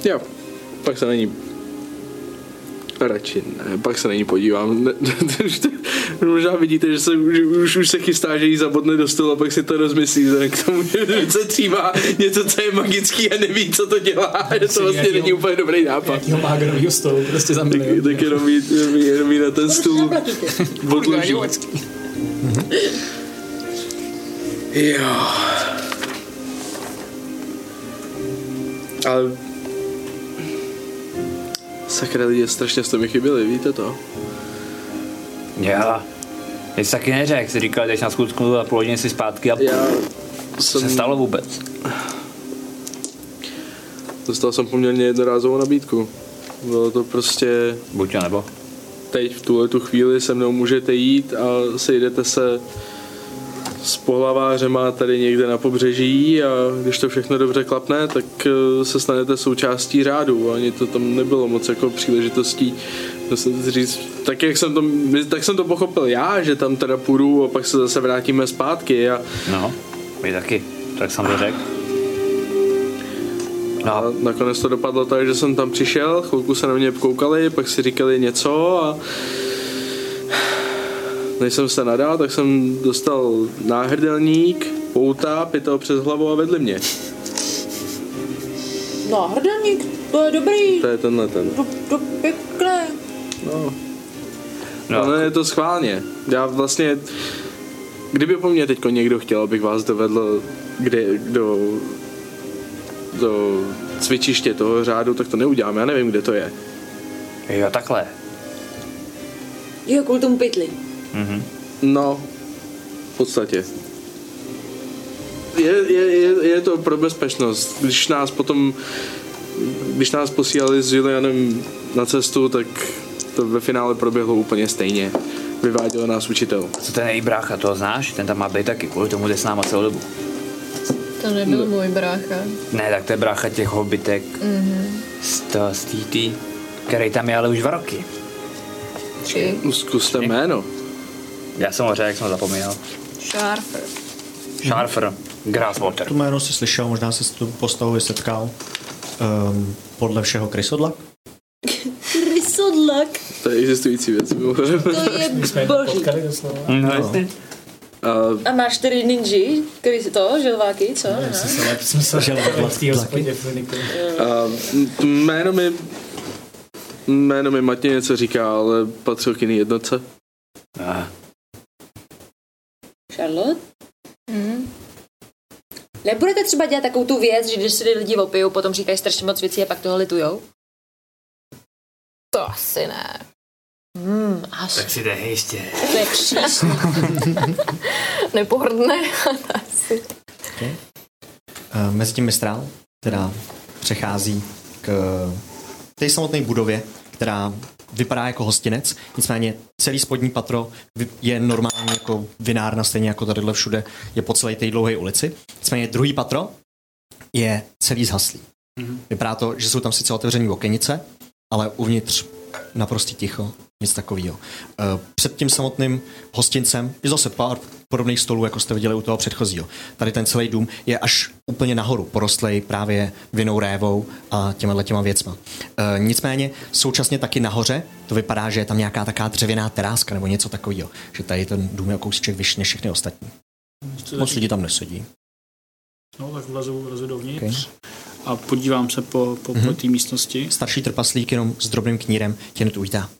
[SPEAKER 9] jo, pak se na ní radši ne, pak se na ní podívám. Ne- už to- Možná vidíte, že se, že už, už se chystá, že jí zabodne do stolu a pak si to rozmyslí, vzhledem k tomu, že se třímá něco, co je magický a neví, co to dělá. že to vlastně není úplně dobrý nápad.
[SPEAKER 5] Jakýho mágrovýho stolu, prostě za
[SPEAKER 9] Tak, tak jenom, jí, jenom, jí, jenom jí na ten stůl odloží. Mhm. Jo. Ale... Sakra lidi, strašně jste mi chyběli, víte to?
[SPEAKER 3] Jo. Ty jsi taky neřekl, jsi říkal, jdeš na skutku a půl hodiny si zpátky a
[SPEAKER 9] Já
[SPEAKER 3] co se
[SPEAKER 9] jsem...
[SPEAKER 3] stalo vůbec?
[SPEAKER 9] Dostal jsem poměrně jednorázovou nabídku. Bylo to prostě...
[SPEAKER 3] Buď to nebo.
[SPEAKER 9] Teď v tuhle tu chvíli se mnou můžete jít a sejdete se s pohlavářema tady někde na pobřeží a když to všechno dobře klapne, tak eh, se stanete součástí řádu. Ani to tam nebylo moc jako příležitostí. Musím to říct, tak jak jsem to, tak jsem to pochopil já, že tam teda půjdu a pak se zase vrátíme zpátky a,
[SPEAKER 3] No, my taky. Tak jsem to řekl.
[SPEAKER 9] a
[SPEAKER 3] No,
[SPEAKER 9] nakonec to dopadlo tak, že jsem tam přišel, chvilku se na mě koukali, pak si říkali něco a než jsem se nadal, tak jsem dostal náhrdelník, pouta, pytel přes hlavu a vedli mě.
[SPEAKER 6] No, hrdelník, to je dobrý.
[SPEAKER 9] To je tenhle ten.
[SPEAKER 6] To, to pěkné.
[SPEAKER 9] No,
[SPEAKER 3] no,
[SPEAKER 9] ale je to schválně. Já vlastně, kdyby po mně teď někdo chtěl, abych vás dovedl kde, do, do cvičiště toho řádu, tak to neudělám, já nevím, kde to je.
[SPEAKER 3] jo, takhle.
[SPEAKER 6] Jo, kvůli tomu pytli.
[SPEAKER 9] No, v podstatě. Je, je, je, je to pro bezpečnost. Když nás potom, když nás posílali s Julianem na cestu, tak to ve finále proběhlo úplně stejně. Vyváděl nás učitel.
[SPEAKER 3] Co ten její brácha, toho znáš? Ten tam má být taky, kvůli tomu jde s náma celou dobu.
[SPEAKER 7] To nebyl můj brácha.
[SPEAKER 3] Ne, tak to je brácha těch hobitek mm-hmm.
[SPEAKER 7] Mhm.
[SPEAKER 3] z, to, z TT, který tam je ale už dva roky.
[SPEAKER 7] Či
[SPEAKER 9] Zkuste jméno.
[SPEAKER 3] Já jsem ho řekl, jak jsem ho zapomněl.
[SPEAKER 7] Sharper.
[SPEAKER 3] Sharfer, Grasswater.
[SPEAKER 2] To jméno si slyšel, možná se s tu postavou i setkal. Um, podle všeho krysodlak.
[SPEAKER 6] Rysodlak,
[SPEAKER 9] To je existující věc. mimochodem.
[SPEAKER 6] to je boží.
[SPEAKER 3] No, jasně.
[SPEAKER 9] No. A
[SPEAKER 6] A máš čtyři ninji, který si to, žilváky, co? Aha.
[SPEAKER 5] Jsem se
[SPEAKER 2] Žel-
[SPEAKER 5] v hospodě Fliniku.
[SPEAKER 9] A t- Eh, jméno mi, jméno mi Matěj něco říká, ale patřil k jiný jednotce.
[SPEAKER 6] Charlotte? Mhm. Nebudete třeba dělat takovou tu věc, že když si lidi opijou, potom říkají strašně moc věcí a pak toho litujou?
[SPEAKER 7] To asi ne.
[SPEAKER 6] Hmm, až
[SPEAKER 3] Tak si jde ještě.
[SPEAKER 6] to je přísný.
[SPEAKER 7] Nepohrdne, asi.
[SPEAKER 2] Eh, Mezi tím Mistral teda přechází k té samotné budově, která vypadá jako hostinec, nicméně celý spodní patro vy- je normální jako vinárna, stejně jako tadyhle všude, je po celé té dlouhé ulici. Nicméně druhý patro je celý zhaslý. Vypadá to, že jsou tam sice otevřené okenice, ale uvnitř naprostý ticho, nic takového. Před tím samotným hostincem je zase pár podobných stolů, jako jste viděli u toho předchozího. Tady ten celý dům je až úplně nahoru, porostlej právě vinou révou a těma těma věcma. E, Nicméně současně taky nahoře to vypadá, že je tam nějaká taká dřevěná teráska nebo něco takového, že tady ten dům je o kousíček vyšší než všechny ostatní. Moc lidí tam nesedí.
[SPEAKER 5] No, tak vlezu, vlezu dovnitř a podívám se po, po,
[SPEAKER 2] Mhm.
[SPEAKER 5] po té místnosti.
[SPEAKER 2] Starší trpaslík jenom s drobným knírem tě hned ujítá.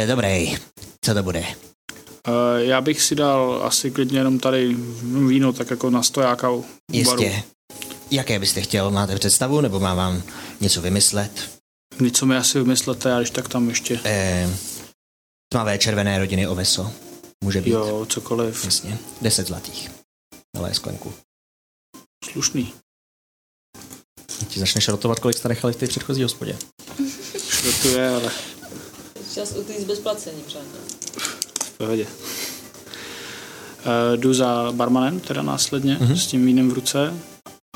[SPEAKER 2] E, Dobrý, co to bude?
[SPEAKER 5] Eh, Já bych si dal asi klidně jenom tady víno, tak jako na stojáka u u baru.
[SPEAKER 2] Jistě. Jaké byste chtěl? Máte představu nebo mám vám něco vymyslet?
[SPEAKER 5] Něco mi asi vymyslete, a když tak tam ještě,
[SPEAKER 2] Eh, tmavé červené rodiny o meso. Může být.
[SPEAKER 5] jo, cokoliv
[SPEAKER 2] Jasně. Deset zlatých. Ale sklenku.
[SPEAKER 5] slušný.
[SPEAKER 2] Ti začneš rotovat, kolik jste nechali v té předchozí hospodě.
[SPEAKER 5] Šrotuje, ale
[SPEAKER 6] Čas utíct bez placení, přátelé.
[SPEAKER 5] v pohodě. Eh, Jdu za barmanem, teda následně,
[SPEAKER 2] Mhm.
[SPEAKER 5] mm-hmm. s tím vínem v ruce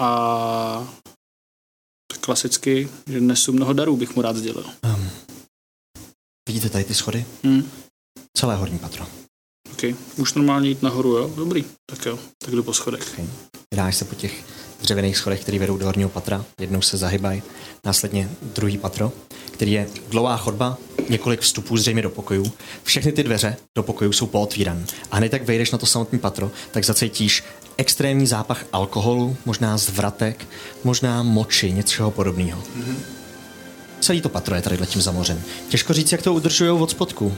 [SPEAKER 5] a tak klasicky, že nesu mnoho darů, bych mu rád sdělil.
[SPEAKER 2] Um, vidíte tady ty schody?
[SPEAKER 5] Hm.
[SPEAKER 2] Celé horní patro.
[SPEAKER 5] Okay. Už normálně jít nahoru, jo? Dobrý, tak jo, tak jdu po schodech.
[SPEAKER 2] Vydáš se po těch dřevěných schodech, které vedou do horního patra, jednou se zahybají, následně druhý patro, který je dlouhá chodba, několik vstupů zřejmě do pokojů. Všechny ty dveře do pokojů jsou pootvíran. A hned jak vejdeš na to samotné patro, tak zacítíš extrémní zápach alkoholu, možná zvratek, možná moči, něčeho podobného. Mm-hmm. Celý to patro je tady tím zamořen. Těžko říct, jak to udržují od spodku.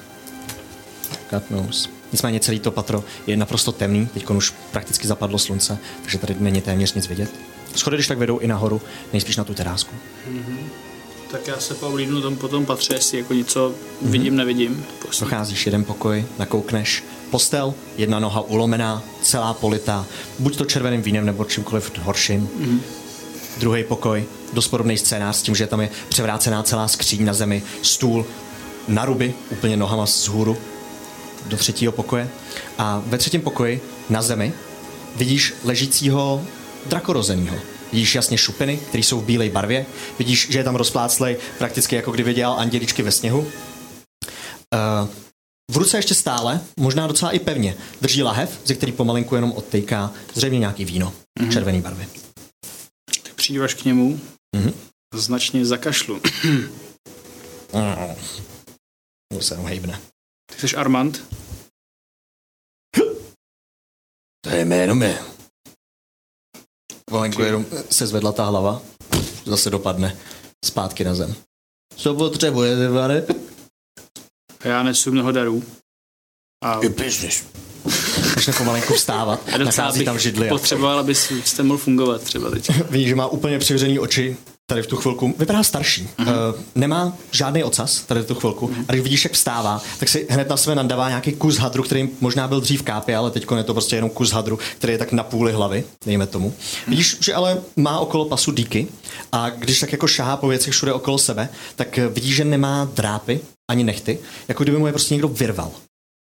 [SPEAKER 2] God knows. Nicméně celý to patro je naprosto temný, teď už prakticky zapadlo slunce, takže tady není téměř nic vidět. Schody, když tak vedou i nahoru, nejspíš na tu terásku.
[SPEAKER 5] Mhm. Tak já se Paulínu tam potom patře, jestli jako něco
[SPEAKER 2] Mhm.
[SPEAKER 5] mm-hmm. vidím, nevidím. Prostě.
[SPEAKER 2] Procházíš jeden pokoj, nakoukneš, postel, jedna noha ulomená, celá politá, buď to červeným vínem nebo čímkoliv horším. Mm. Druhý pokoj, dost podobný scénář s tím, že tam je převrácená celá skříň na zemi, stůl, naruby, úplně nohama z hůru, do třetího pokoje. A ve třetím pokoji, na zemi, vidíš ležícího drakorozeního. Vidíš jasně šupiny, které jsou v bílé barvě. Vidíš, že je tam rozpláclej, prakticky jako kdyby dělal anděličky ve sněhu. Eh, v ruce ještě stále, možná docela i pevně, drží lahev, ze který pomalinku jenom odtejká zřejmě nějaký víno mm-hmm. červený barvy.
[SPEAKER 5] Ty přijdeš k němu,
[SPEAKER 2] Mhm.
[SPEAKER 5] mm-hmm. značně zakašlu.
[SPEAKER 2] To se jenom hejbne.
[SPEAKER 5] Ty jsi Armand?
[SPEAKER 2] To je jméno mi. Pomalinku jenom se zvedla ta hlava, zase dopadne zpátky na zem. Co potřebujete, pane?
[SPEAKER 5] A já nesu mnoho darů. A
[SPEAKER 2] Začne pomalinku vstávat,
[SPEAKER 5] a docela
[SPEAKER 2] nachází
[SPEAKER 5] bych
[SPEAKER 2] tam židli. a-
[SPEAKER 5] potřeboval, aby jste mohl fungovat třeba teď.
[SPEAKER 2] Vidíš, že má úplně přivřený oči tady v tu chvilku. Vypadá starší.
[SPEAKER 5] Mhm.
[SPEAKER 2] Uh-huh. nemá žádný ocas tady v tu chvilku. Uh-huh. A když vidíš, jak vstává, tak si hned na sebe nadává nějaký kus hadru, který možná byl dřív kápě, ale teď je to prostě jenom kus hadru, který je tak na půli hlavy, dejme tomu.
[SPEAKER 5] Mhm.
[SPEAKER 2] Uh-huh. Vidíš, že ale má okolo pasu díky a když tak jako šahá po věcech všude okolo sebe, tak eh, vidíš, že nemá drápy ani nechty, jako kdyby mu je prostě někdo vyrval.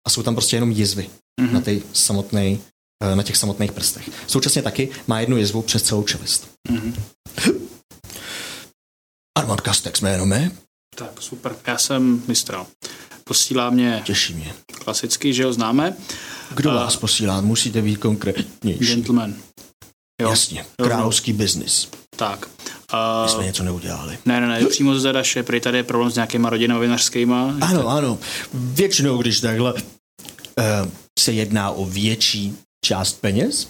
[SPEAKER 2] A jsou tam prostě jenom jizvy uh-huh. na, tej samotnej, eh, na těch samotných prstech. Současně taky má jednu jizvu přes celou čelist. Armand Kastex jméno mé,
[SPEAKER 5] Tak, super. Já jsem mistral. Posílá mě
[SPEAKER 2] těší mě.
[SPEAKER 5] klasicky, že ho známe.
[SPEAKER 2] Kdo
[SPEAKER 5] A-
[SPEAKER 2] vás posílá, musíte být konkrétnější.
[SPEAKER 5] Eh, Gentleman. Jo, no.
[SPEAKER 2] Jasně, královský biznis.
[SPEAKER 5] tak. A...
[SPEAKER 2] My jsme něco neudělali.
[SPEAKER 5] Ne, ne, ne, přímo ze Daše, prý tady je problém s nějakýma rodinovinářskýma.
[SPEAKER 2] Ano, ano, většinou, když takhle eh, se jedná o větší část peněz,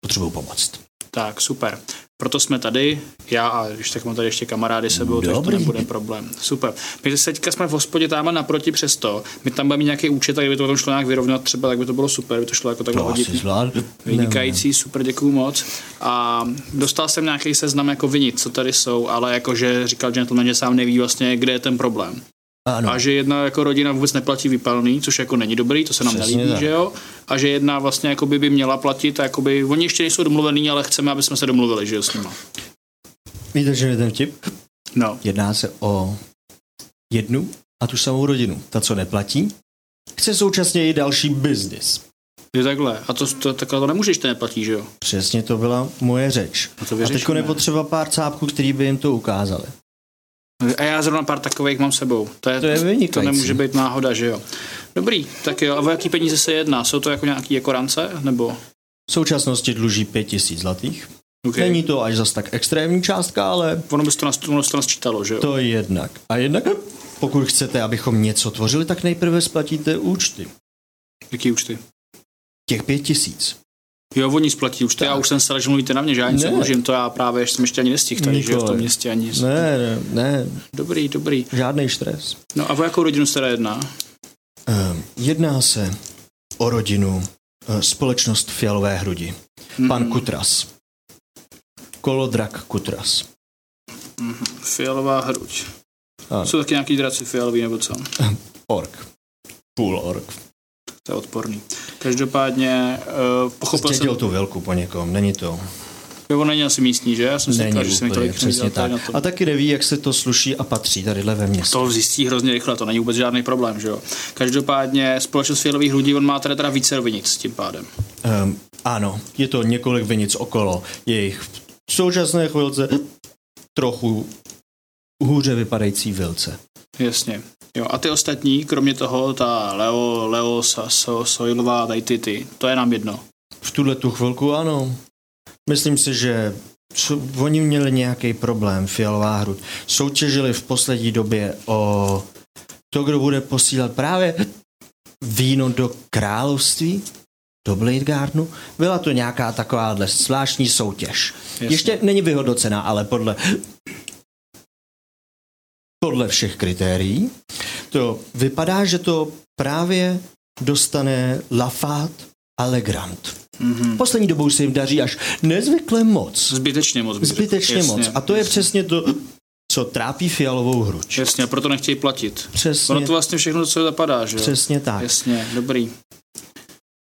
[SPEAKER 2] potřebuju pomoct.
[SPEAKER 5] Hmm, Tak, super. Proto jsme tady, já a když tak mám tady ještě kamarády sebou, takže to
[SPEAKER 2] Dobrý.
[SPEAKER 5] nebude problém. Super. My se teďka jsme v hospodě tamhle naproti přesto, my tam budeme mít nějaký účet, tak kdyby to potom šlo nějak vyrovnat třeba, tak by to bylo super, by to šlo jako takhle
[SPEAKER 2] To asi
[SPEAKER 5] hodit.
[SPEAKER 2] zvládnu.
[SPEAKER 5] Vynikající, super, děkuju moc. A dostal jsem nějaký seznam jako vinit, co tady jsou, ale jakože říkal gentleman, že sám neví vlastně, kde je ten problém.
[SPEAKER 2] Ano.
[SPEAKER 5] A že jedna jako rodina vůbec neplatí výpalný, což jako není dobrý, to se nám
[SPEAKER 2] Přesně
[SPEAKER 5] nelíbí,
[SPEAKER 2] tak.
[SPEAKER 5] že jo? A že jedna vlastně jako by měla platit, a jakoby, oni ještě nejsou domluvený, ale chceme, aby jsme se domluvili, že jo, s nima.
[SPEAKER 2] Víte, že je ten vtip?
[SPEAKER 5] No.
[SPEAKER 2] Jedná se o jednu a tu samou rodinu. Ta, co neplatí, chce současně i další biznis.
[SPEAKER 5] Je takhle. A to, to, takhle to nemůžeš, to neplatí, že jo?
[SPEAKER 2] Přesně to byla moje řeč.
[SPEAKER 5] A to
[SPEAKER 2] A teďko
[SPEAKER 5] vyřešíme.
[SPEAKER 2] nepotřeba pár cápků, který by jim to ukázali.
[SPEAKER 5] A já zrovna pár takových mám sebou. To, je,
[SPEAKER 2] To je
[SPEAKER 5] to
[SPEAKER 2] vynikající.
[SPEAKER 5] nemůže být náhoda, že jo? Dobrý, tak jo, a o jaký peníze se jedná? Jsou to jako nějaký jako rance? Nebo?
[SPEAKER 2] V současnosti dluží pět tisíc zlatých.
[SPEAKER 5] Okay.
[SPEAKER 2] Není to až zas tak extrémní částka, ale
[SPEAKER 5] Ono by se to na ono se to nasčítalo, že jo?
[SPEAKER 2] to je jednak. A jednak, pokud chcete, abychom něco tvořili, tak nejprve splatíte účty.
[SPEAKER 5] Jaký účty?
[SPEAKER 2] Těch pět tisíc.
[SPEAKER 5] Jo, oni splatí účty, já už jsem se že mluvíte na mě, že já nic
[SPEAKER 2] Ne.
[SPEAKER 5] nemůžím, to já právě jsem ještě ani nestihl, tady, že jo, v tom
[SPEAKER 2] Nikoli.
[SPEAKER 5] městě ani. Ne.
[SPEAKER 2] Ne, ne, ne,
[SPEAKER 5] Dobrý, dobrý.
[SPEAKER 2] žádný stres.
[SPEAKER 5] No a o jakou rodinu se teda jedná?
[SPEAKER 2] Ehm, Jedná se o rodinu eh, společnost Fialové hrudi.
[SPEAKER 5] Mhm.
[SPEAKER 2] Pan Kutras. Kolodrak Kutras.
[SPEAKER 5] Fialová hruď.
[SPEAKER 2] Ano.
[SPEAKER 5] Jsou taky nějaký draci fialový nebo co?
[SPEAKER 2] Ork. Půl ork.
[SPEAKER 5] To je odporný. Každopádně uh, pochopil jsem,
[SPEAKER 2] Zdědil tu vilku po někom, Jako, není to.
[SPEAKER 5] jo, on není asi místní, že? Já jsem si říkal,
[SPEAKER 2] Není
[SPEAKER 5] že jsem
[SPEAKER 2] úplně,
[SPEAKER 5] tolik
[SPEAKER 2] přesně
[SPEAKER 5] nedělal tady
[SPEAKER 2] tak.
[SPEAKER 5] na tom.
[SPEAKER 2] A taky neví, jak se to sluší a patří tadyhle ve městě.
[SPEAKER 5] To zjistí hrozně rychle, to není vůbec žádný problém, že jo. Každopádně společnost fialových hrudí, on má teda, teda více rovinic tím pádem.
[SPEAKER 2] Um, ano, je to několik vinic okolo. Je jich v současné chvilce trochu hůře vypadající vilce.
[SPEAKER 5] Jasně. Jo, a ty ostatní, kromě toho, ta Leo, Leo, Sa- So- Sojlová, tady ty, ty, to je nám jedno.
[SPEAKER 2] V tuhle tu chvilku ano. Myslím si, že co, oni měli nějaký problém, Fialová hrud. Soutěžili v poslední době o to, kdo bude posílat právě víno do království, do Bladegarnu. Byla to nějaká takováhle zvláštní soutěž.
[SPEAKER 5] Jasně.
[SPEAKER 2] Ještě není vyhodnocená, ale podle podle všech kritérií to vypadá, že to právě dostane Lafat a Legrand.
[SPEAKER 5] Mhm.
[SPEAKER 2] Mm-hmm. Poslední dobou se jim daří až nezvykle moc.
[SPEAKER 5] Zbytečně moc. bych řekl.
[SPEAKER 2] Zbytečně
[SPEAKER 5] Jasně.
[SPEAKER 2] moc. A to je přesně to, co trápí fialovou hruč.
[SPEAKER 5] Jasně, a proto nechtějí platit.
[SPEAKER 2] Přesně,
[SPEAKER 5] Ono to vlastně všechno, co zapadá, že jo?
[SPEAKER 2] přesně tak.
[SPEAKER 5] Jasně, dobrý.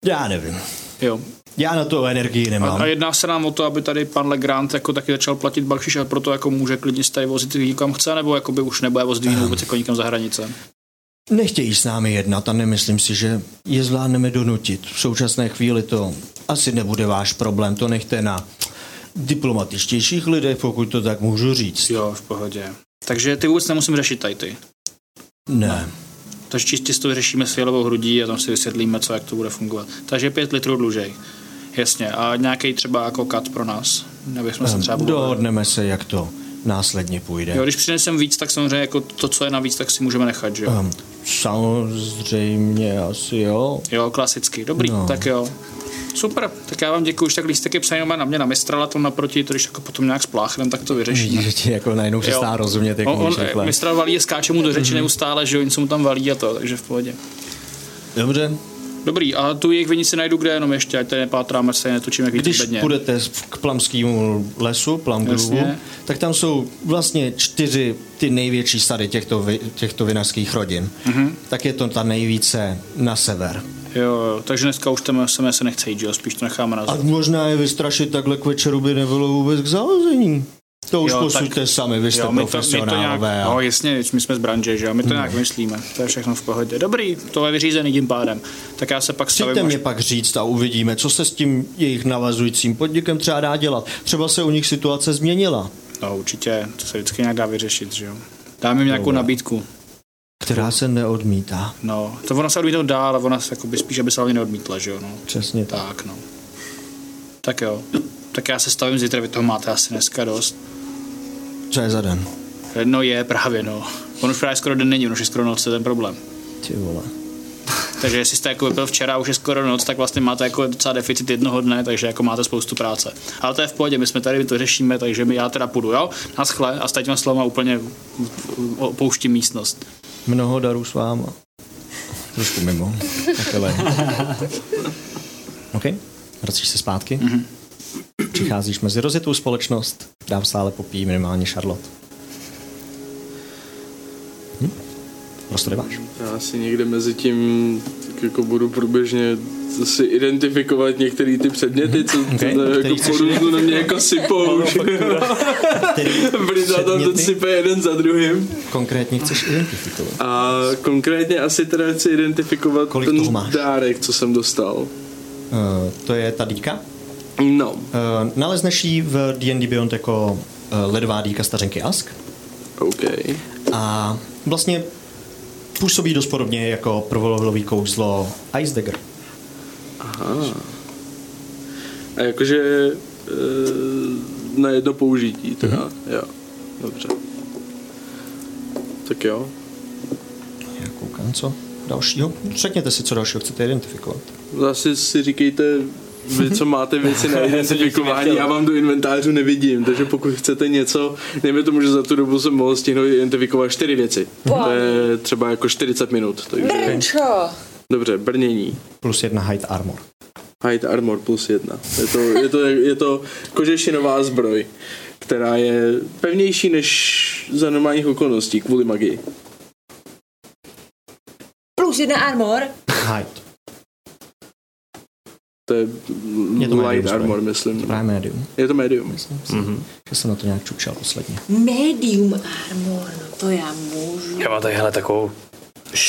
[SPEAKER 2] Já nevím.
[SPEAKER 5] Jo.
[SPEAKER 2] Já na to energii
[SPEAKER 5] A,
[SPEAKER 2] nemám.
[SPEAKER 5] a, jedná se nám o to, aby tady pan Legrand jako taky začal platit bakšiš a proto jako může klidně se tady vozit nikam chce, nebo jako by už nebude vozit víno vůbec jako nikam za hranice.
[SPEAKER 2] Nechtějí s námi jednat a nemyslím si, že je zvládneme donutit. V současné chvíli to asi nebude váš problém, to nechte na diplomatičtějších lidech, pokud to tak můžu říct.
[SPEAKER 5] Jo, v pohodě. Takže ty vůbec nemusím řešit tady ty.
[SPEAKER 2] Ne,
[SPEAKER 5] Takže čistě si to vyřešíme s fialovou hrudí a tam si vysvětlíme, co jak to bude fungovat. Takže pět litrů dlužej. Jasně. A nějaký třeba jako kat pro nás. Abychom se třeba budovali.
[SPEAKER 2] Ehm, dohodneme se, jak to následně půjde.
[SPEAKER 5] Jo, když přinesem víc, tak samozřejmě jako to, co je navíc, tak si můžeme nechat, že jo?
[SPEAKER 2] Ehm, samozřejmě asi jo.
[SPEAKER 5] Jo, klasicky. Dobrý, no.
[SPEAKER 2] No.
[SPEAKER 5] tak jo. Super, tak já vám děkuji, už tak lístek je psaný doma na mě na mistrala, tam naproti, to když jako potom nějak spláchnem, tak to vyřešíme.
[SPEAKER 2] Vidíš, že ti jako najednou přestá rozumět, jak Mhm.
[SPEAKER 5] on, on,
[SPEAKER 2] mluvíš takhle.
[SPEAKER 5] mistral valí je skáče mu do řeči neustále, že jo, něco mu tam valí a to, takže v pohodě.
[SPEAKER 2] Dobře,
[SPEAKER 5] Dobrý, a tu jejich vinici najdu kde jenom ještě, ať tady nepátráme se, netočíme jak víc
[SPEAKER 2] když
[SPEAKER 5] bedně.
[SPEAKER 2] půjdete v- k plamskému lesu, Plamgruvu,
[SPEAKER 5] Jasně.
[SPEAKER 2] tak tam jsou vlastně čtyři ty největší sady těchto, vi, těchto vinařských rodin. Mm-hmm. Tak je to ta nejvíce na sever.
[SPEAKER 5] Mhm. Jo, jo, takže dneska už tam SMS se nechce jít, že jo, spíš to necháme na
[SPEAKER 2] A
[SPEAKER 5] zem.
[SPEAKER 2] možná je vystrašit takhle k večeru by nebylo vůbec k zalození. To už
[SPEAKER 5] Jo, tak-
[SPEAKER 2] posuďte sami, vy jste
[SPEAKER 5] Jo, my to, my to nějak,
[SPEAKER 2] profesionálové. a- Hmm.
[SPEAKER 5] no jasně, my jsme z branže, že jo, my to nějak myslíme, to je všechno v pohodě. Dobrý, to je vyřízený tím pádem. Tak já se pak stavím.
[SPEAKER 2] Přijďte
[SPEAKER 5] až-
[SPEAKER 2] mě pak říct a uvidíme, co se s tím jejich navazujícím podnikem třeba dá dělat. Třeba se u nich situace změnila.
[SPEAKER 5] No určitě, to se vždycky nějak dá vyřešit, že jo. Dáme jim nějakou nabídku.
[SPEAKER 2] Která se neodmítá.
[SPEAKER 5] No, to ona se odmítnout dá, ale ona se jakoby spíš, aby se hlavně neodmítla, že jo, no.
[SPEAKER 2] Přesně tak.
[SPEAKER 5] Tak, no. Tak jo. Tak já se stavím zítra, vy toho máte asi dneska dost.
[SPEAKER 2] Co je za den?
[SPEAKER 5] No je, právě, no. On už právě skoro den není, on už je skoro noc, to je ten problém.
[SPEAKER 2] Ty vole.
[SPEAKER 4] Takže jestli jste jako vypil včera, už je skoro noc, tak vlastně máte jako docela deficit jednoho dne, takže jako máte spoustu práce. Ale to je v pohodě, my jsme tady, my to řešíme, takže my já teda půjdu, jo? Na schle a s těma slovama úplně opouštím místnost.
[SPEAKER 2] Mnoho darů s váma. Trošku mimo. Takhle. OK, vracíš se zpátky.
[SPEAKER 9] Mhm.
[SPEAKER 2] Mm-hmm. Přicházíš mezi rozjetou společnost, dám stále popí minimálně Charlotte. Hm? Prostory máš.
[SPEAKER 9] Já si někde mezi tím tak jako budu průběžně si identifikovat některé ty předměty, co
[SPEAKER 2] Okay.
[SPEAKER 9] okay. to,
[SPEAKER 2] Mhm. Který
[SPEAKER 9] jako
[SPEAKER 2] chceš
[SPEAKER 9] porůznu na mě jako sypou. Brita tam to
[SPEAKER 2] předměty?
[SPEAKER 9] sype jeden za druhým.
[SPEAKER 2] Konkrétně chceš identifikovat.
[SPEAKER 9] A konkrétně asi teda chci identifikovat
[SPEAKER 2] Kolik toho
[SPEAKER 9] ten
[SPEAKER 2] máš?
[SPEAKER 9] dárek, co jsem dostal.
[SPEAKER 2] Uh, to je ta dýka.
[SPEAKER 9] No,
[SPEAKER 2] Uh, nalezneš ji v D&D Beyond jako uh, ledová dýka stařenky Ask.
[SPEAKER 9] OK.
[SPEAKER 2] A vlastně působí dost podobně jako prvolový kouzlo Ice Dagger.
[SPEAKER 9] A jakože e, na jedno použití, teda. Jo, dobře. Tak jo.
[SPEAKER 2] Já koukám, co dalšího. No, Řekněte si, co dalšího chcete identifikovat.
[SPEAKER 9] Zase si říkejte, vy, co máte věci na identifikování, já vám do inventářů nevidím, takže pokud chcete něco, nejme tomu, že za tu dobu jsem mohl stihnout identifikovat čtyři věci. To je třeba jako 40 minut. Takže.
[SPEAKER 6] Brčo.
[SPEAKER 9] Dobře, brnění.
[SPEAKER 2] Plus Prostě jedna Hide Armor.
[SPEAKER 9] Hide armor plus jedna. Je to, je to, je to kožešinová zbroj, která je pevnější než za normálních okolností kvůli magii.
[SPEAKER 6] Plus jedna armor.
[SPEAKER 2] Hide.
[SPEAKER 9] To je,
[SPEAKER 2] Je to medium
[SPEAKER 9] light
[SPEAKER 2] zbroj.
[SPEAKER 9] armor, myslím.
[SPEAKER 2] Právě médium.
[SPEAKER 9] Je to medium.
[SPEAKER 2] Myslím si,
[SPEAKER 3] Mhm.
[SPEAKER 2] mm-hmm. že jsem na to nějak čučel posledně.
[SPEAKER 6] Medium armor. No to já můžu.
[SPEAKER 3] Já mám tady hele takovou...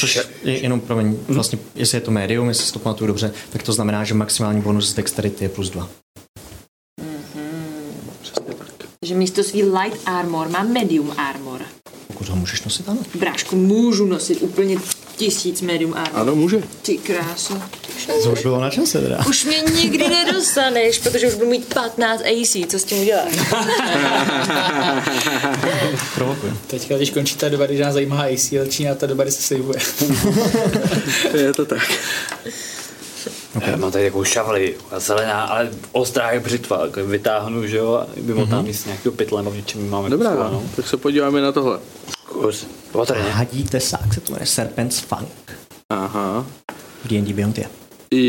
[SPEAKER 2] Což je jenom, promiň,
[SPEAKER 9] Mhm.
[SPEAKER 2] vlastně, jestli je to médium, jestli si to pamatuju dobře, tak to znamená, že maximální bonus z dexterity je plus dva.
[SPEAKER 6] Mhm. Že místo svý light armor mám medium armor.
[SPEAKER 2] Pokud ho můžeš nosit, ano.
[SPEAKER 6] Brášku, můžu nosit úplně tisíc medium armor.
[SPEAKER 9] Ano, může.
[SPEAKER 6] Ty kráso.
[SPEAKER 2] To už bylo na čase teda.
[SPEAKER 6] Už mě nikdy nedostaneš, protože už budu mít 15 AC, co s tím uděláš?
[SPEAKER 2] Provokuju.
[SPEAKER 5] Teďka, když končí ta doba, když nás zajímá AC, začíná ta doba, kdy se sejvuje.
[SPEAKER 9] Je to tak.
[SPEAKER 3] No, Já mám tady takovou šavli, a zelená, ale ostrá jak břitva. jako ji Vytáhnu, že jo, a vymotám ji s nějakého pytle, nebo v něčem ji máme
[SPEAKER 9] Mhm.
[SPEAKER 3] no.
[SPEAKER 9] Dobrá, no. tak se podíváme na tohle.
[SPEAKER 3] Kus. Opatrně.
[SPEAKER 2] Hadí tesák se to jmenuje Serpent's Funk.
[SPEAKER 9] Aha.
[SPEAKER 2] V D&D Beyond je.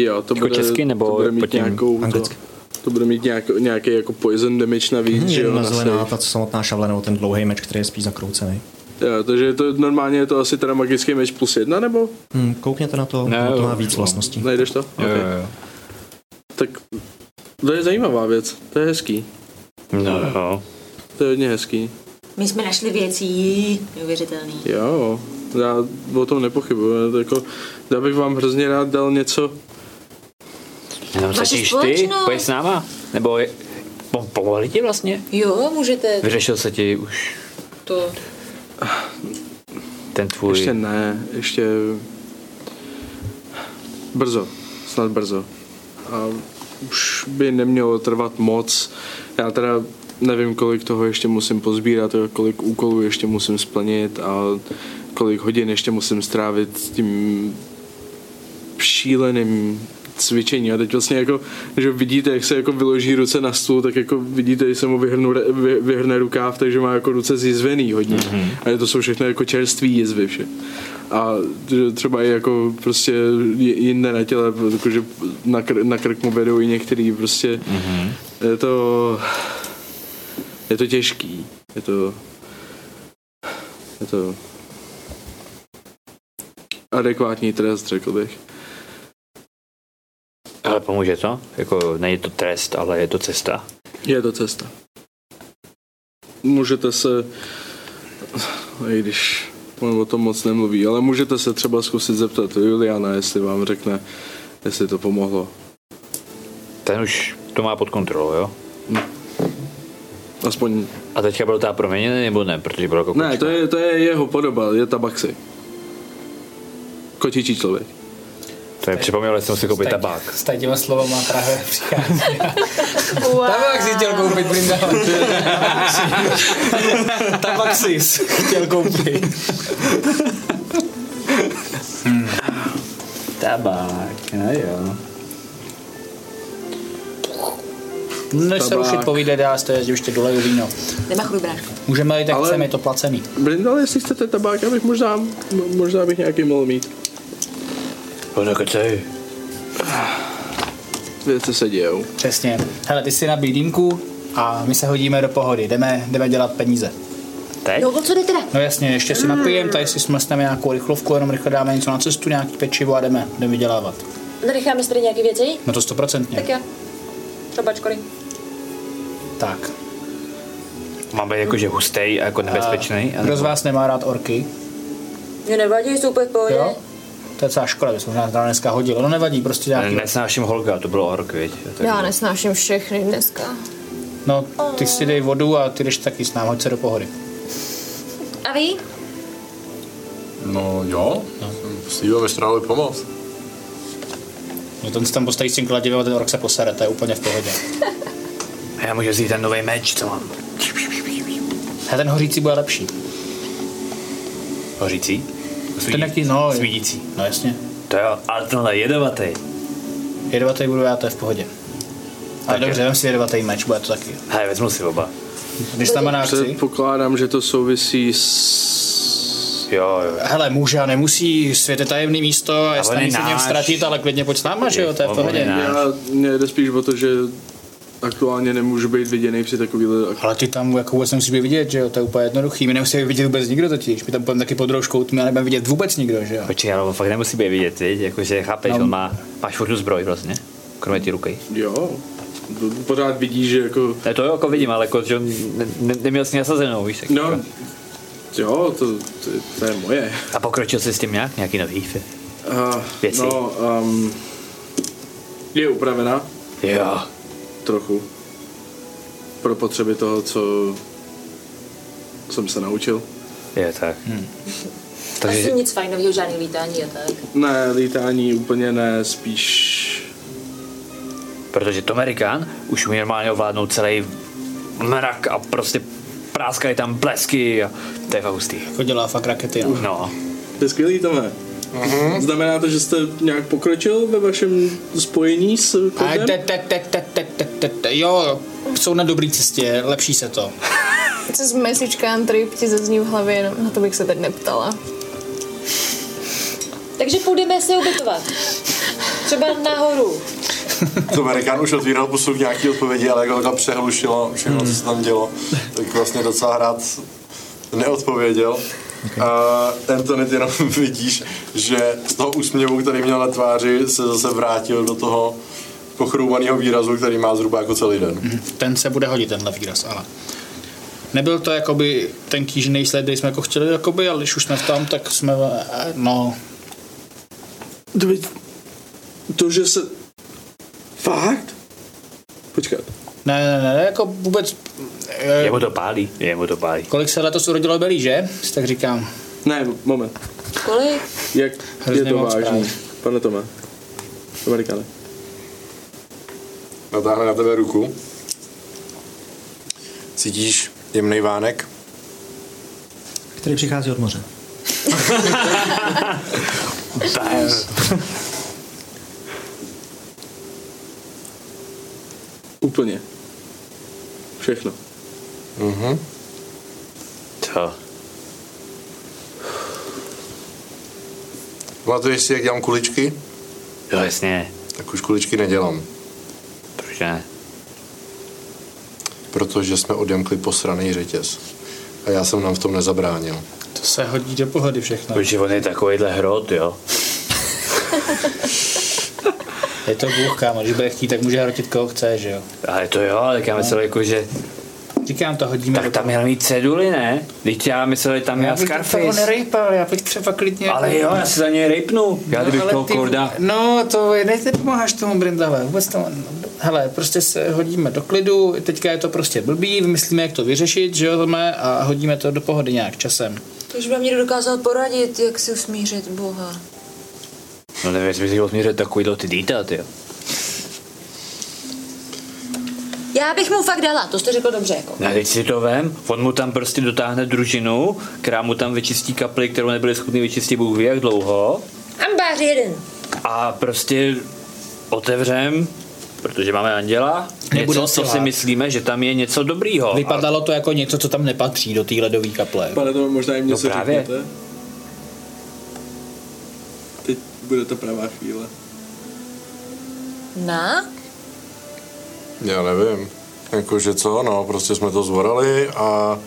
[SPEAKER 9] Jo, to
[SPEAKER 3] Jako
[SPEAKER 9] bude,
[SPEAKER 3] česky nebo
[SPEAKER 9] to bude mít
[SPEAKER 3] pod tím
[SPEAKER 9] nějakou, to,
[SPEAKER 2] anglicky? Mhm,
[SPEAKER 9] to bude mít nějak, nějaký jako poison damage navíc, že jo,
[SPEAKER 2] Jedna
[SPEAKER 9] na
[SPEAKER 2] zelená,
[SPEAKER 9] save.
[SPEAKER 2] ta samotná šavle, nebo ten dlouhý meč, který je spíš zakroucený.
[SPEAKER 9] Jo, takže je to normálně je to asi teda magický meč plus jedna, nebo?
[SPEAKER 2] Hmm, koukněte na to,
[SPEAKER 3] Ne,
[SPEAKER 2] ne, to má
[SPEAKER 3] jo,
[SPEAKER 2] víc
[SPEAKER 3] jo.
[SPEAKER 2] vlastností.
[SPEAKER 9] Najdeš to?
[SPEAKER 3] Jo,
[SPEAKER 9] Ok.
[SPEAKER 3] jo, jo.
[SPEAKER 9] Tak to je zajímavá věc, to je hezký,
[SPEAKER 3] No, jo.
[SPEAKER 9] to je hodně hezký.
[SPEAKER 6] My jsme našli věcí neuvěřitelný.
[SPEAKER 9] Jo, já o tom nepochybuji, to jako, já bych vám hrozně rád dal něco,
[SPEAKER 3] Jenom
[SPEAKER 6] Vaše
[SPEAKER 3] řešíš No, ty?
[SPEAKER 6] společnost.
[SPEAKER 3] Pojď s náma? Nebo je- pom- pomohli ti vlastně?
[SPEAKER 6] Jo, můžete
[SPEAKER 3] Vyřešil se ti už
[SPEAKER 6] to.
[SPEAKER 3] ten tvůj...
[SPEAKER 9] ještě ne, ještě brzo, snad brzo. A už by nemělo trvat moc, já teda nevím, kolik toho ještě musím pozbírat, kolik úkolů ještě musím splnit a kolik hodin ještě musím strávit s tím šíleným cvičení a teď vlastně jako, že vidíte, jak se jako vyloží ruce na stůl, tak jako vidíte, že se mu vyhrnu, re- vy, vyhrne rukáv, takže má jako ruce zjizvený hodně. Mm-hmm. A to jsou všechno jako čerství jizvy vše. A že třeba i jako prostě j- jinde na těle, protože na, kr- na krk mu vedou i některý prostě mm-hmm. je to je to těžký. Je to je to adekvátní trest, řekl bych.
[SPEAKER 3] Ale pomůže to? Jako není to trest, ale je to cesta.
[SPEAKER 9] Je to cesta. Můžete se, i když on o tom moc nemluví, ale můžete se třeba zkusit zeptat Juliana, jestli vám řekne, jestli to pomohlo.
[SPEAKER 3] Ten už to má pod kontrolou, jo?
[SPEAKER 9] No. Aspoň,
[SPEAKER 3] A teďka byl ta proměněný nebo ne? Protože byl jako
[SPEAKER 9] ne,
[SPEAKER 3] kočka.
[SPEAKER 9] to je, to je jeho podoba, je tabaxi. Kotičí člověk.
[SPEAKER 3] To je připomněl, že jsem si koupit tabák.
[SPEAKER 5] S tady těma slovama právě přichází. Wow. Tabak si chtěl koupit, Brindal. Tabak si chtěl koupit.
[SPEAKER 3] Tabák, a
[SPEAKER 9] no.
[SPEAKER 3] jo.
[SPEAKER 5] Než se
[SPEAKER 9] Tabák.
[SPEAKER 5] rušit povídat, já jste ještě doleju víno.
[SPEAKER 6] Nemá chudu brášku.
[SPEAKER 5] Můžeme jít, tak
[SPEAKER 9] Ale-
[SPEAKER 5] chceme, je to placený.
[SPEAKER 9] Brindal, jestli chcete tabák, já bych možná, mo- možná bych nějaký mohl mít.
[SPEAKER 3] To nekecej.
[SPEAKER 9] Věci se dějou.
[SPEAKER 5] Přesně. Hele, ty jsi na dýmku a my se hodíme do pohody. Jdeme, jdeme dělat peníze.
[SPEAKER 3] Teď?
[SPEAKER 6] No, o co jde teda?
[SPEAKER 5] No jasně, ještě si napijem, tady si smlsneme nějakou rychlovku, jenom rychle dáme něco na cestu, nějaký pečivo a jdeme, jdeme vydělávat.
[SPEAKER 6] Necháme si tady nějaké věci?
[SPEAKER 5] No to stoprocentně.
[SPEAKER 6] Tak jo. Tabačkory.
[SPEAKER 5] Tak.
[SPEAKER 3] Mám být jakože hustej a jako nebezpečný.
[SPEAKER 5] Kdo z vás nemá rád orky?
[SPEAKER 6] Mě nevadí, jsou úplně v pohodě.
[SPEAKER 5] Jo? To je celá škoda, bychom možná zrovna dneska hodili. No nevadí, prostě nějaký.
[SPEAKER 3] Nesnáším holka, to bylo ork, viď? Tak-
[SPEAKER 7] Já nesnáším všechny dneska.
[SPEAKER 5] No, ty si dej vodu a ty jdeš taky s námi, hoď se do pohody.
[SPEAKER 6] A vy?
[SPEAKER 8] No jo, no. Steve mi strávil pomoc.
[SPEAKER 5] No ten se tam postaví s tím kladivem a ten ork se posere, to je úplně v pohodě.
[SPEAKER 3] Já můžu vzít ten no- nový meč, co mám.
[SPEAKER 5] A ten hořící bude lepší.
[SPEAKER 3] Hořící?
[SPEAKER 5] Ten jak ti, no, je-
[SPEAKER 3] Svítící.
[SPEAKER 5] no jasně.
[SPEAKER 3] To jo, ale tenhle jedovatý.
[SPEAKER 5] Jedovatý budu já, to je v pohodě. Ale
[SPEAKER 3] Tak jo.
[SPEAKER 5] dobře, vem si jedovatý meč, bude to taky.
[SPEAKER 3] Hej, vezmu si oba.
[SPEAKER 5] Když tam na akci.
[SPEAKER 9] Předpokládám, že to souvisí s...
[SPEAKER 3] Jo, jo.
[SPEAKER 5] Hele, může a nemusí, svět je tajemný místo, a jestli
[SPEAKER 3] on je
[SPEAKER 5] ani se v něm
[SPEAKER 3] náš.
[SPEAKER 5] ztratit, ale klidně pojď s náma, že jo, to je v
[SPEAKER 3] On- on je
[SPEAKER 5] pohodě.
[SPEAKER 3] náš.
[SPEAKER 9] Já, mě jde spíš o to, že aktuálně nemůžu být viděný při takovýhle ak-
[SPEAKER 5] Ale ty tam jako vůbec nemusíš být vidět, že jo, to je úplně jednoduchý. My nemusíme vidět vůbec nikdo totiž, my tam budeme taky pod rouškou, my nebudeme vidět vůbec nikdo, že jo.
[SPEAKER 3] Počkej, ale on fakt nemusí být vidět, viď? Jakože chápeš,
[SPEAKER 5] No.
[SPEAKER 3] on má, máš furt tu zbroj vlastně. Kromě ty ruky.
[SPEAKER 9] Jo. Pořád vidíš, že jako...
[SPEAKER 3] Ne, to jo, jako vidím, ale jako, že on ne, ne, neměl s ní nasazenou, víš? Tak, jako-
[SPEAKER 9] No, jo, to, to, to je moje.
[SPEAKER 3] A pokročil jsi s tím nějak? Nějaký nový?
[SPEAKER 9] Uh,
[SPEAKER 3] Věci.
[SPEAKER 9] No, um, je upravená
[SPEAKER 3] Jo.
[SPEAKER 9] trochu pro potřeby toho, co jsem se naučil.
[SPEAKER 3] Jo, tak.
[SPEAKER 5] Hmm.
[SPEAKER 3] Takže
[SPEAKER 6] Asi nic fajnového, žádný lítání a tak.
[SPEAKER 9] Ne, lítání úplně ne, spíš...
[SPEAKER 3] Protože Tomerikán už umí normálně ovládnout celý mrak a prostě práskají tam blesky a to je fakt hustý.
[SPEAKER 5] Jako dělá fakt rakety, no.
[SPEAKER 3] No,
[SPEAKER 9] To je skvělý, Tome. Mm-hmm. Znamená to, že jste nějak pokročil ve vašem spojení s
[SPEAKER 5] A te,
[SPEAKER 9] kodem?
[SPEAKER 5] te, te, te, te, te, te, te, jo, jsou na dobré cestě, lepší se to.
[SPEAKER 7] Co z mesička trip ti zazní v hlavě, no, na to bych se teď neptala.
[SPEAKER 6] Takže půjdeme se ubytovat. Třeba nahoru.
[SPEAKER 8] To Amerikán už otvíral pusu v nějaký odpovědi, ale jako to přehlušilo všechno, co se tam dělo, tak vlastně docela rád neodpověděl. A Anthony, ty jenom vidíš, že z toho úsměvu, který měl na tváři, se zase vrátil do toho pochroubaného výrazu, který má zhruba jako celý den.
[SPEAKER 5] Ten se bude hodit, tenhle výraz, ale. Nebyl to jakoby ten kýžený sled, který jsme jako chtěli, jakoby, ale když už jsme tam, tak jsme, eh, no,
[SPEAKER 9] To, by- to, že se... Fakt? Počkat.
[SPEAKER 5] ne, ne, ne, ne, jako vůbec, eh,
[SPEAKER 3] jemu to pálí, jemu to pálí.
[SPEAKER 5] kolik se letos urodilo Belí, že? Si tak říkám.
[SPEAKER 9] Ne, moment.
[SPEAKER 6] Kolik?
[SPEAKER 9] Jak
[SPEAKER 5] Hrozně
[SPEAKER 9] je to
[SPEAKER 5] moc
[SPEAKER 9] vážný,
[SPEAKER 5] zpráv.
[SPEAKER 9] pane Tome? Amerikáne.
[SPEAKER 8] Natáhne na tebe ruku. Cítíš jemný vánek?
[SPEAKER 2] který přichází od moře.
[SPEAKER 9] Úplně. Všechno.
[SPEAKER 8] Mhm.
[SPEAKER 3] To.
[SPEAKER 8] Pamatuješ si, jak dělám kuličky?
[SPEAKER 3] Jo, jasně.
[SPEAKER 8] Tak už kuličky nedělám,
[SPEAKER 3] Proč ne?
[SPEAKER 8] protože jsme odemkli posraný řetěz. A já jsem nám v tom nezabránil.
[SPEAKER 5] To se hodí do pohody všechno.
[SPEAKER 3] Protože on je takovýhle hrot, jo.
[SPEAKER 5] Je to Bůh, kámo, když bude chtít, tak může hrotit koho chce, že jo.
[SPEAKER 3] Ale to jo, ale tak já myslel jako, že...
[SPEAKER 5] No. Říkám, to hodíme
[SPEAKER 3] Tak tam měl mít ceduly, ne? Teď já myslel, že tam měl
[SPEAKER 5] já bych toho
[SPEAKER 3] Scarface.
[SPEAKER 5] nerejpal, já bych třeba klidně...
[SPEAKER 3] Ale jo, já si za něj rejpnu. Já kdybych
[SPEAKER 5] No, ale
[SPEAKER 3] toho
[SPEAKER 5] ty-
[SPEAKER 3] korda...
[SPEAKER 5] No, to je- ne, ty pomáháš tomu Brindale, vůbec tomu... Hele, prostě se hodíme do klidu, teďka je to prostě blbý, vymyslíme, jak to vyřešit, že jo, Tome, a hodíme to do pohody nějak časem.
[SPEAKER 6] Když by vám někdo dokázal poradit, jak se usmířit, boha.
[SPEAKER 3] No nevím, jestli bych ho změřil takovýhle ty dýta, ty jo.
[SPEAKER 6] Já bych mu fakt dala, to jste řekl dobře, jako.
[SPEAKER 3] Ne, teď si to vem, on mu tam prostě dotáhne družinu, která mu tam vyčistí kapli, kterou nebyli schopni vyčistit Bůh ví jak dlouho.
[SPEAKER 6] Ambář jeden.
[SPEAKER 3] a prostě otevřem, protože máme anděla,
[SPEAKER 5] Nebude
[SPEAKER 3] něco, co si
[SPEAKER 5] silák.
[SPEAKER 3] myslíme, že tam je něco dobrýho. A-
[SPEAKER 5] Vypadalo to jako něco, co tam nepatří do té ledové kaple.
[SPEAKER 9] Pane, to možná jim
[SPEAKER 3] No
[SPEAKER 9] něco
[SPEAKER 3] právě.
[SPEAKER 9] řeknete. Teď bude to pravá chvíle.
[SPEAKER 1] Na?
[SPEAKER 8] Já nevím. Jakože co, no, prostě jsme to zvorali a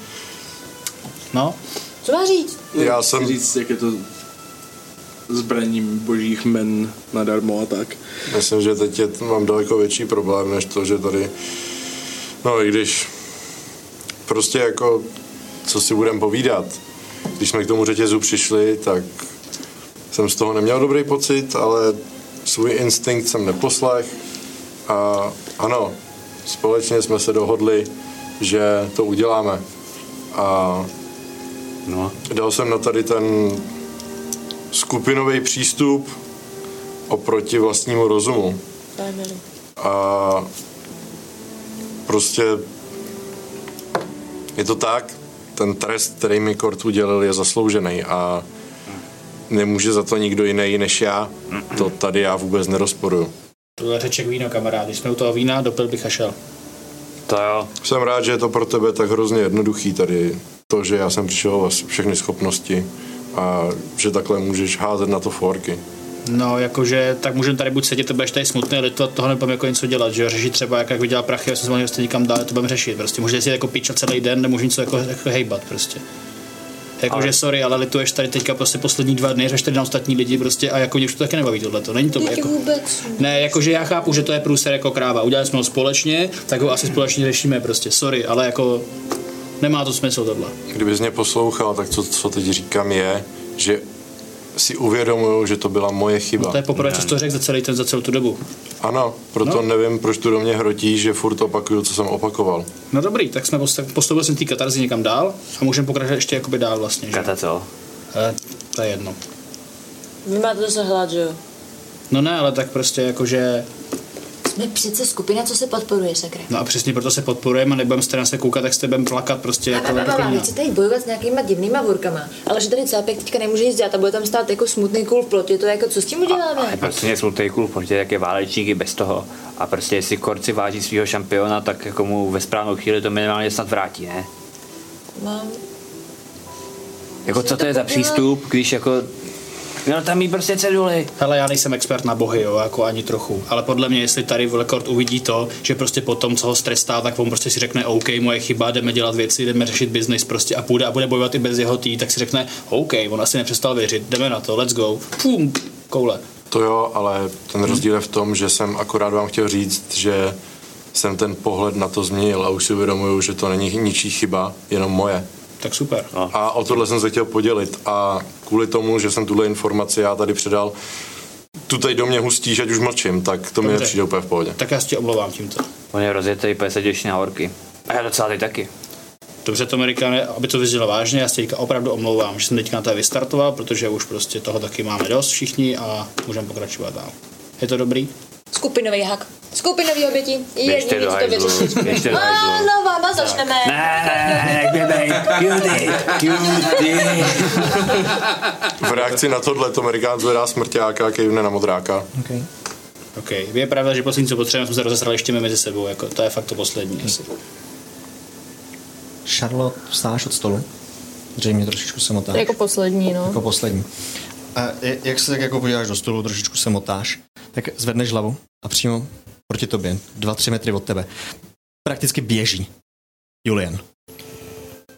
[SPEAKER 5] No,
[SPEAKER 6] Co má říct?
[SPEAKER 8] já jsem...
[SPEAKER 9] Říct, jak je to zbraním božích men nadarmo a tak.
[SPEAKER 8] Myslím, že teď je, mám daleko větší problém, než to, že tady, no i když prostě jako, co si budem povídat, když jsme k tomu řetězu přišli, tak jsem z toho neměl dobrý pocit, ale svůj instinkt jsem neposlech a ano, společně jsme se dohodli, že to uděláme a
[SPEAKER 3] No,
[SPEAKER 8] dal jsem na tady ten skupinový přístup oproti vlastnímu rozumu. A prostě je to tak, ten trest, který mi Kort udělil, je zasloužený a nemůže za to nikdo jiný než já. To tady já vůbec nerozporuju.
[SPEAKER 5] tohle řeček víno, kamarádi. Jsme u toho vína, dopil bych a šel.
[SPEAKER 3] to jo.
[SPEAKER 8] Jsem rád, že je to pro tebe tak hrozně jednoduchý tady. To, že já jsem přišel o vás všechny schopnosti a že takhle můžeš házet na to forky.
[SPEAKER 5] No, jakože, tak můžeme tady buď sedět, a budeš tady smutný litovat, toho nebudeme jako něco dělat, že jo? Řešit třeba, jak, jak vydělal prachy, já jsem zvolil, jste někam dál, to budeme řešit. Prostě můžete si jako píčat celý den, nemůžu něco jako, jako hejbat prostě. Jakože ale... sorry, ale lituješ tady teďka prostě poslední dva dny, řeš tady na ostatní lidi prostě a jako mě už to taky nebaví tohle, to není to jako...
[SPEAKER 6] vůbec.
[SPEAKER 5] Ne, jakože já chápu, že to je průser jako kráva. Udělali jsme ho společně, tak ho asi společně řešíme prostě. Sorry, ale jako nemá to smysl tohle.
[SPEAKER 8] Kdybys mě poslouchal, tak to, co teď říkám, je, že si uvědomuju, že to byla moje chyba.
[SPEAKER 5] No, To je poprvé, co jsi to řekl za celý ten, za celou tu dobu.
[SPEAKER 8] No,
[SPEAKER 5] No.
[SPEAKER 8] Ano, proto nevím, proč tu do mě hrotí, že furt opakuju, co jsem opakoval.
[SPEAKER 5] No dobrý, tak jsme post- tak postoupil jsem té katarzy někam dál a můžeme pokračovat ještě jakoby dál vlastně. Že?
[SPEAKER 3] Kata co?
[SPEAKER 5] E, to je jedno.
[SPEAKER 6] Vy máte zase hlad, že jo?
[SPEAKER 5] No ne, ale tak prostě jakože,
[SPEAKER 6] Jsme přece skupina, co se podporuje, sakra.
[SPEAKER 5] no a přesně proto se podporujeme a nebudeme se na se koukat, jak s tebem plakat prostě jako
[SPEAKER 6] Ba, ba, ba,
[SPEAKER 5] takový.
[SPEAKER 6] Vy chcete jít bojovat s nějakýma divnýma vorkama, ale že tady cápek teďka nemůže nic dělat a bude tam stát jako smutný kůl v plotě, to je jako co s tím
[SPEAKER 3] Je
[SPEAKER 6] uděláme?
[SPEAKER 3] prostě smutný klub, protože jak je válečník i bez toho. A prostě jestli korci váží svého šampiona, tak jako mu ve správnou chvíli to minimálně snad vrátí, ne?
[SPEAKER 6] Mám
[SPEAKER 3] Jako co to je za přístup, když jako... Měl tam jí prostě ceduly.
[SPEAKER 5] Hele, já nejsem expert na bohy, jo, jako ani trochu, ale podle mě, jestli tady Velkord uvidí to, že prostě po tom, co ho strestá, tak on prostě si řekne, OK, moje chyba, jdeme dělat věci, jdeme řešit biznis prostě a půjde a bude bojovat i bez jeho tý, tak si řekne, OK, on asi nepřestal věřit, jdeme na to, let's go, pum, koule. Mhm.
[SPEAKER 8] To jo, ale ten rozdíl je v tom, že jsem akorát vám chtěl říct, že jsem ten pohled na to změnil a už si uvědomuju, že to není ničí chyba, jenom moje.
[SPEAKER 5] Tak super.
[SPEAKER 8] A o tohle jsem se chtěl podělit a kvůli tomu, že jsem tuhle informaci já tady předal, tu tady do mě hustíš, ať už mlčím, tak to mi
[SPEAKER 5] Dobře.
[SPEAKER 8] nepřijde úplně v pohodě.
[SPEAKER 5] Tak já si tě omlouvám tímto.
[SPEAKER 3] On je rozjetý, pes se děší na horky. A já docela teď taky.
[SPEAKER 5] Dobře, to Amerikáne, aby to vyznělo vážně, já se teďka opravdu omlouvám, že jsem teďka na to vystartoval, protože už prostě toho taky máme dost všichni a můžeme pokračovat dál. Je to dobrý?
[SPEAKER 6] skupinový hak. Skupinový oběti.
[SPEAKER 3] Běžte
[SPEAKER 6] Jedni
[SPEAKER 3] do
[SPEAKER 6] víc to
[SPEAKER 3] hajzlu, běžte
[SPEAKER 6] vyřešit.
[SPEAKER 3] do hajzlu.
[SPEAKER 6] A znova začneme.
[SPEAKER 3] Ne, jak by bej, cutie, cutie.
[SPEAKER 8] V reakci na tohle to Amerikán zvedá smrťáka, kejvne na modráka.
[SPEAKER 5] OK. Je pravda, že poslední, co potřebujeme, jsme se rozesrali ještě my mezi sebou, jako to je fakt to poslední. Asi.
[SPEAKER 2] Charlotte, vstáš od stolu? Zřejmě trošičku se motáš.
[SPEAKER 7] Jako poslední, no.
[SPEAKER 2] jako poslední. A je- jak se tak jako podíváš do stolu, trošičku se motáš, tak zvedneš hlavu a přímo proti tobě, dva, tři metry od tebe, prakticky běží Julian.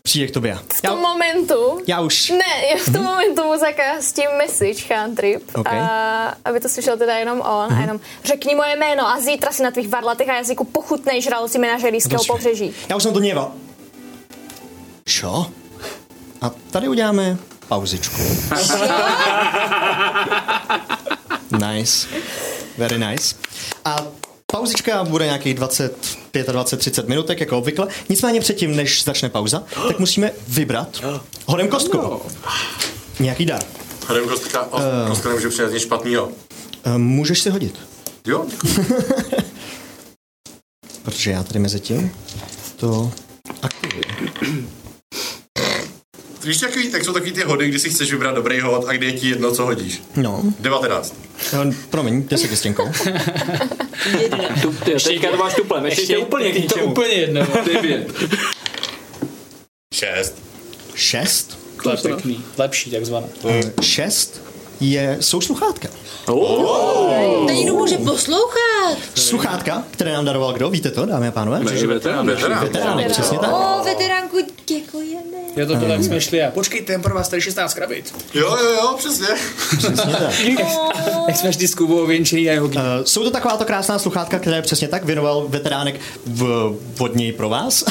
[SPEAKER 2] Přijde k tobě.
[SPEAKER 7] V tom momentu,
[SPEAKER 2] Já už.
[SPEAKER 7] ne, já Mhm. v tom momentu mu zakáztím message cantrip,
[SPEAKER 2] OK.
[SPEAKER 7] a, aby to slyšel teda jenom on, a jenom řekni moje jméno a zítra si na tvých varlatech a jazyku pochutnej žraloci menažerijského
[SPEAKER 2] Dobře.
[SPEAKER 7] pobřeží.
[SPEAKER 2] Já už jsem to něval. Čo? A tady uděláme pauzičku. nice. Very nice. A pauzička bude nějakých 25, 20, 30 minutek, jako obvykle. Nicméně předtím, než začne pauza, tak musíme vybrat hodem kostku. Nějaký dar.
[SPEAKER 8] Hrajeme kostka, kostka nemůže přinést nic špatného.
[SPEAKER 2] Eh, Můžeš si hodit.
[SPEAKER 8] Jo,
[SPEAKER 2] Protože já tady mezi tím to aktivuji.
[SPEAKER 8] Víš, takový, tak jsou takový ty hody, kdy si chceš vybrat dobrý hod a kdy je ti jedno, co hodíš.
[SPEAKER 2] No,
[SPEAKER 8] 19.
[SPEAKER 2] no, promiň, 10 s těnkou.
[SPEAKER 12] Tu, ty, teďka to máš tuplem, ještě, ještě úplně k
[SPEAKER 5] To
[SPEAKER 12] ničemu.
[SPEAKER 5] úplně jedno.
[SPEAKER 12] Devět.
[SPEAKER 8] 6.
[SPEAKER 2] 6?
[SPEAKER 5] To je pěkný. Lepší takzvané.
[SPEAKER 2] 6 Eh, je, jsou sluchátka.
[SPEAKER 5] Oh!
[SPEAKER 6] To někdo může poslouchat.
[SPEAKER 2] Sluchátka, které nám daroval kdo? Víte to, dámy a pánové?
[SPEAKER 12] Takže veterán.
[SPEAKER 2] Veterány, přesně tak.
[SPEAKER 6] O, veteránku, děkujeme.
[SPEAKER 5] Je to to, jak jsme šli a
[SPEAKER 4] Počkejte, jen pro vás tady 16 krabit.
[SPEAKER 8] Jo, jo, jo, přesně.
[SPEAKER 2] Přesně tak.
[SPEAKER 5] jak jsme šli s Kubou věnčený a jeho kdy.
[SPEAKER 2] Eh, Jsou to takováto krásná sluchátka, které přesně tak věnoval veteránek v, od něj pro vás.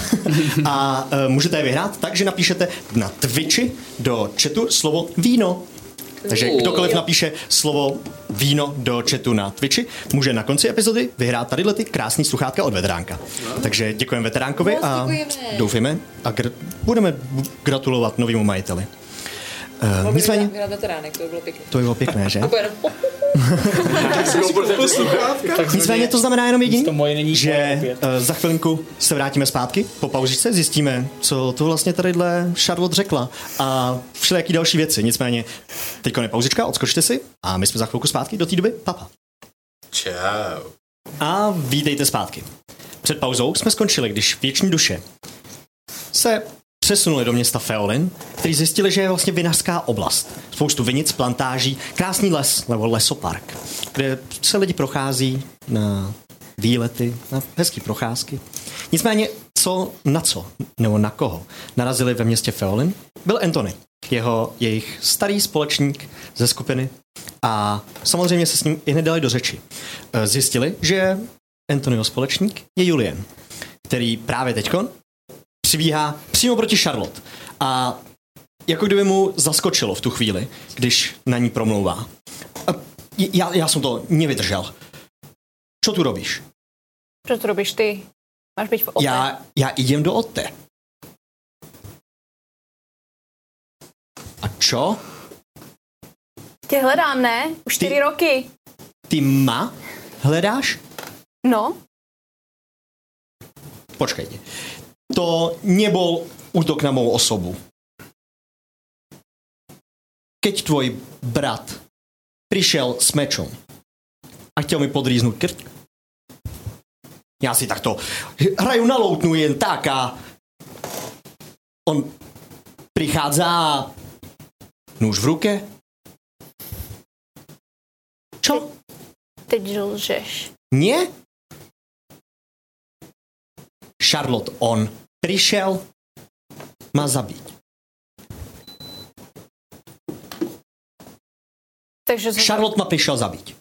[SPEAKER 2] a eh, můžete je vyhrát tak, že napíšete na Twitchi do chatu slovo víno. Takže kdokoliv napíše slovo víno do chatu na Twitchi, může na konci epizody vyhrát tady ty krásný sluchátka od veteránka.
[SPEAKER 5] No.
[SPEAKER 2] Takže děkujeme veteránkovi
[SPEAKER 6] Moc
[SPEAKER 2] a
[SPEAKER 6] děkujeme.
[SPEAKER 2] doufejme a gr- budeme gratulovat novému majiteli. Uh, nicméně,
[SPEAKER 6] Byla veteránek, to by bylo pěkné.
[SPEAKER 2] to by bylo pěkné, že?
[SPEAKER 6] Super.
[SPEAKER 2] Nicméně to znamená jenom jediný,
[SPEAKER 5] to moje není moje
[SPEAKER 2] že
[SPEAKER 5] opět.
[SPEAKER 2] uh, za chvilinku se vrátíme zpátky, po pauzičce zjistíme, co to vlastně tadyhle Charlotte řekla a všelijaký další věci. Nicméně teď je pauzička, odskočte si a my jsme za chvilku zpátky, do té doby papa.
[SPEAKER 8] Čau.
[SPEAKER 2] A vítejte zpátky. Před pauzou jsme skončili, když věční duše se přesunuli do města Feolin, který zjistili, že je vlastně vinařská oblast. Spoustu vinic, plantáží, krásný les nebo lesopark, kde se lidi prochází na výlety, na hezké procházky. Nicméně, co na co, nebo na koho narazili ve městě Feolin, byl Anthony, jeho, jejich starý společník ze skupiny a samozřejmě se s ním i nedali do řeči. Eh, Zjistili, že Antonio společník je Julian, který právě teďkon přibíhá přímo proti Charlotte. A jako kdyby mu zaskočilo v tu chvíli, když na ní promlouvá. A j- já, já jsem to nevydržel. Co tu robíš?
[SPEAKER 7] Proč to robíš ty? Máš být v OP.
[SPEAKER 2] Já, já idem do Ote. A čo?
[SPEAKER 7] Tě hledám, ne? Už
[SPEAKER 2] Ty-
[SPEAKER 7] čtyři roky.
[SPEAKER 2] Ty ma hledáš?
[SPEAKER 7] No,
[SPEAKER 2] Počkajte. To nebol útok na mou osobu. Keď tvoj brat prišiel s mečom a chtěl mi podříznout krk, já si takto hraju na loutnu No jen tak a on přichází a nůž v ruke. Čo?
[SPEAKER 7] teď lžeš.
[SPEAKER 2] Nie? Charlotte, on přišel, má zabít.
[SPEAKER 7] Takže z-
[SPEAKER 2] Charlotte ma přišel zabít.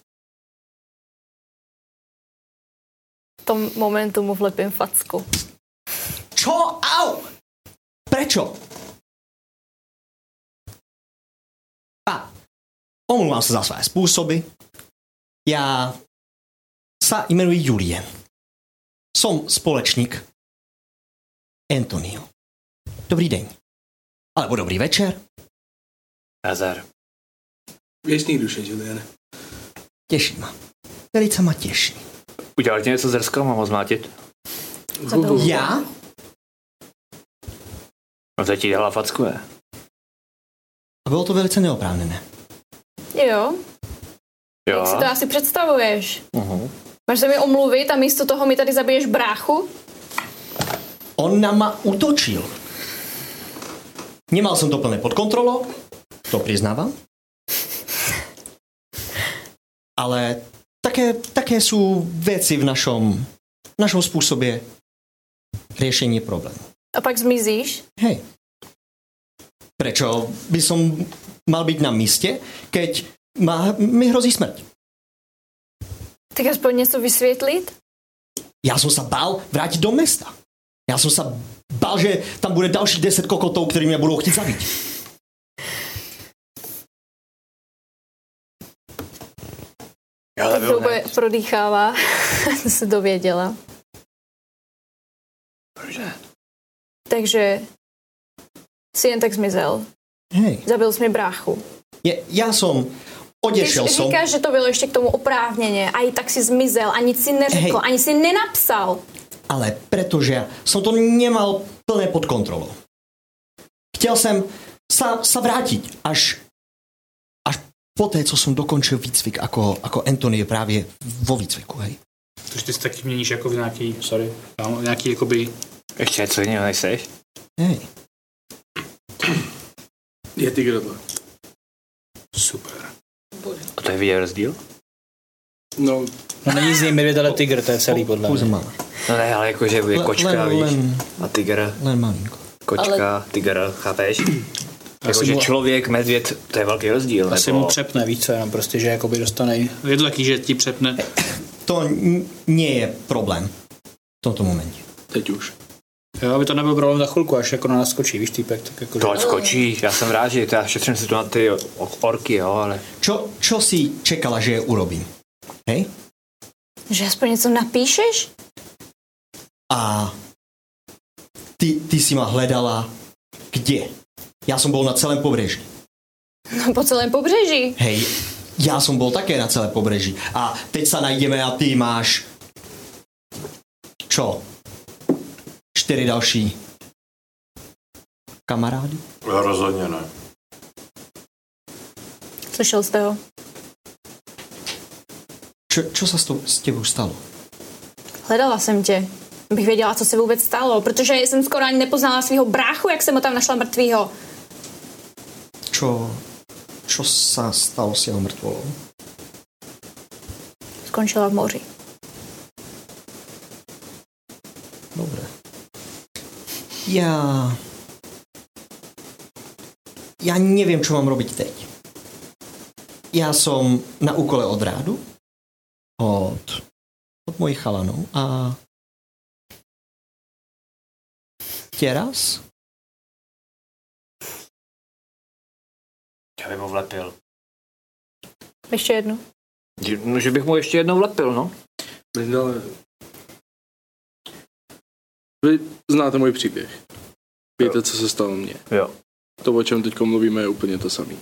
[SPEAKER 7] v tom momentu mu vlepím facku.
[SPEAKER 2] Čo? Au! Prečo? A omlouvám se za své způsoby. Já se jmenuji Julien. Jsem společník Antonio. Dobrý den. Alebo dobrý večer.
[SPEAKER 3] Nazar.
[SPEAKER 12] Věčný duše, Julian.
[SPEAKER 2] Těší ma. Velice ma těší.
[SPEAKER 3] Udělal ti něco s drskou, mám ho zmátit?
[SPEAKER 2] Já?
[SPEAKER 3] No to ti dělá facku, ne?
[SPEAKER 2] A bylo to velice neoprávněné.
[SPEAKER 7] Jo,
[SPEAKER 3] Jo.
[SPEAKER 7] jak si to asi představuješ?
[SPEAKER 3] Uh-huh.
[SPEAKER 7] Máš se mi omluvit a místo toho mi tady zabiješ bráchu?
[SPEAKER 2] On na ma utočil. Nemal jsem to plně pod kontrolou, to přiznávám. Ale také, také jsou věci v našem, našem způsobě řešení problémů.
[SPEAKER 7] A pak zmizíš?
[SPEAKER 2] Hej. Prečo by som mal být na místě, keď má, mi hrozí smrt?
[SPEAKER 7] Tak aspoň něco vysvětlit?
[SPEAKER 2] Já jsem se bál vrátit do města. Já jsem se bál, že tam bude další deset kokotů, který mě budou chtít zabít.
[SPEAKER 7] Tak dlouho je prodýchává, co se dověděla. Dobře. Takže si jen tak zmizel.
[SPEAKER 2] Hej.
[SPEAKER 7] Zabil jsi mi bráchu.
[SPEAKER 2] Je, já jsem,
[SPEAKER 7] Ty
[SPEAKER 2] oděšel
[SPEAKER 7] jsi-
[SPEAKER 2] jsem,
[SPEAKER 7] říkáš, že to bylo ještě k tomu oprávněně a i tak si zmizel a nic si neřekl,
[SPEAKER 2] Hej.
[SPEAKER 7] ani si nenapsal.
[SPEAKER 2] ale protože jsem to nemal plné pod kontrolou. Chtěl jsem, sa, sa vrátí až, až po té, co jsem dokončil výcvik, jako, jako Anthony je právě vo výcviku, hej.
[SPEAKER 5] Takže ty si taky měníš jako v nějaký, sorry, tam nějaký jakoby...
[SPEAKER 3] Ještě co jiného nejseš?
[SPEAKER 2] hej.
[SPEAKER 9] Je ty kdo to?
[SPEAKER 5] Super.
[SPEAKER 3] A to je vidět rozdíl?
[SPEAKER 9] No,
[SPEAKER 5] No není z něj medvěd, ale tygr, to je celý podle
[SPEAKER 2] Pouze
[SPEAKER 5] mě.
[SPEAKER 2] malé.
[SPEAKER 3] No ne, ale jakože je
[SPEAKER 2] Le-
[SPEAKER 3] kočka,
[SPEAKER 2] len-
[SPEAKER 3] víš.
[SPEAKER 2] len-
[SPEAKER 3] A tygr,
[SPEAKER 2] Len malinko.
[SPEAKER 3] kočka, tygr, chápeš? Jakože
[SPEAKER 5] mu-
[SPEAKER 3] člověk, medvěd, to je velký rozdíl,
[SPEAKER 5] Asi
[SPEAKER 2] jako-
[SPEAKER 5] mu
[SPEAKER 3] nebo...
[SPEAKER 5] přepne, víš co, jenom prostě, že jakoby dostane...
[SPEAKER 4] Je to taky, že ti přepne.
[SPEAKER 2] To n- nie je problém v tomto momentě.
[SPEAKER 9] teď už.
[SPEAKER 5] Jo, aby to nebyl problém za chvilku, až jako na nás skočí, víš, týpek, tak jako...
[SPEAKER 3] To ať skočí, já jsem rád, že já šetřím si tu na ty o- orky, jo, ale
[SPEAKER 2] Čo, čo si čekala, že je urobím? Hej?
[SPEAKER 7] Že aspoň něco napíšeš?
[SPEAKER 2] A ty, ty si ma hledala kde? Já jsem byl na celém pobřeží.
[SPEAKER 7] No po celém pobřeží.
[SPEAKER 2] Hej, já jsem byl také na celé pobřeží. A teď se najdeme a ty máš... Čo? Čtyři další kamarády?
[SPEAKER 8] No, Rozhodně ne.
[SPEAKER 7] Slyšel jste ho?
[SPEAKER 2] Čo, čo se s, tou- s tebou stalo?
[SPEAKER 7] Hledala jsem tě. Bych věděla, co se vůbec stalo, protože jsem skoro ani nepoznala svého bráchu, jak jsem ho tam našla mrtvýho.
[SPEAKER 2] Čo, čo se stalo s jeho mrtvolou?
[SPEAKER 7] Skončila v moři.
[SPEAKER 2] Dobre. Ja... Ja neviem, čo mám robiť teď. Ja som na úkole od rádu, od, od mojich chalanov a teraz
[SPEAKER 3] já bych mu vlepil.
[SPEAKER 7] Ještě jednu.
[SPEAKER 3] Že- No, že bych mu ještě jednou vlepil, no.
[SPEAKER 9] Brindale. Vy znáte můj příběh. Víte, co se stalo mně.
[SPEAKER 3] Jo.
[SPEAKER 9] To, o čem teď mluvíme, je úplně to samé.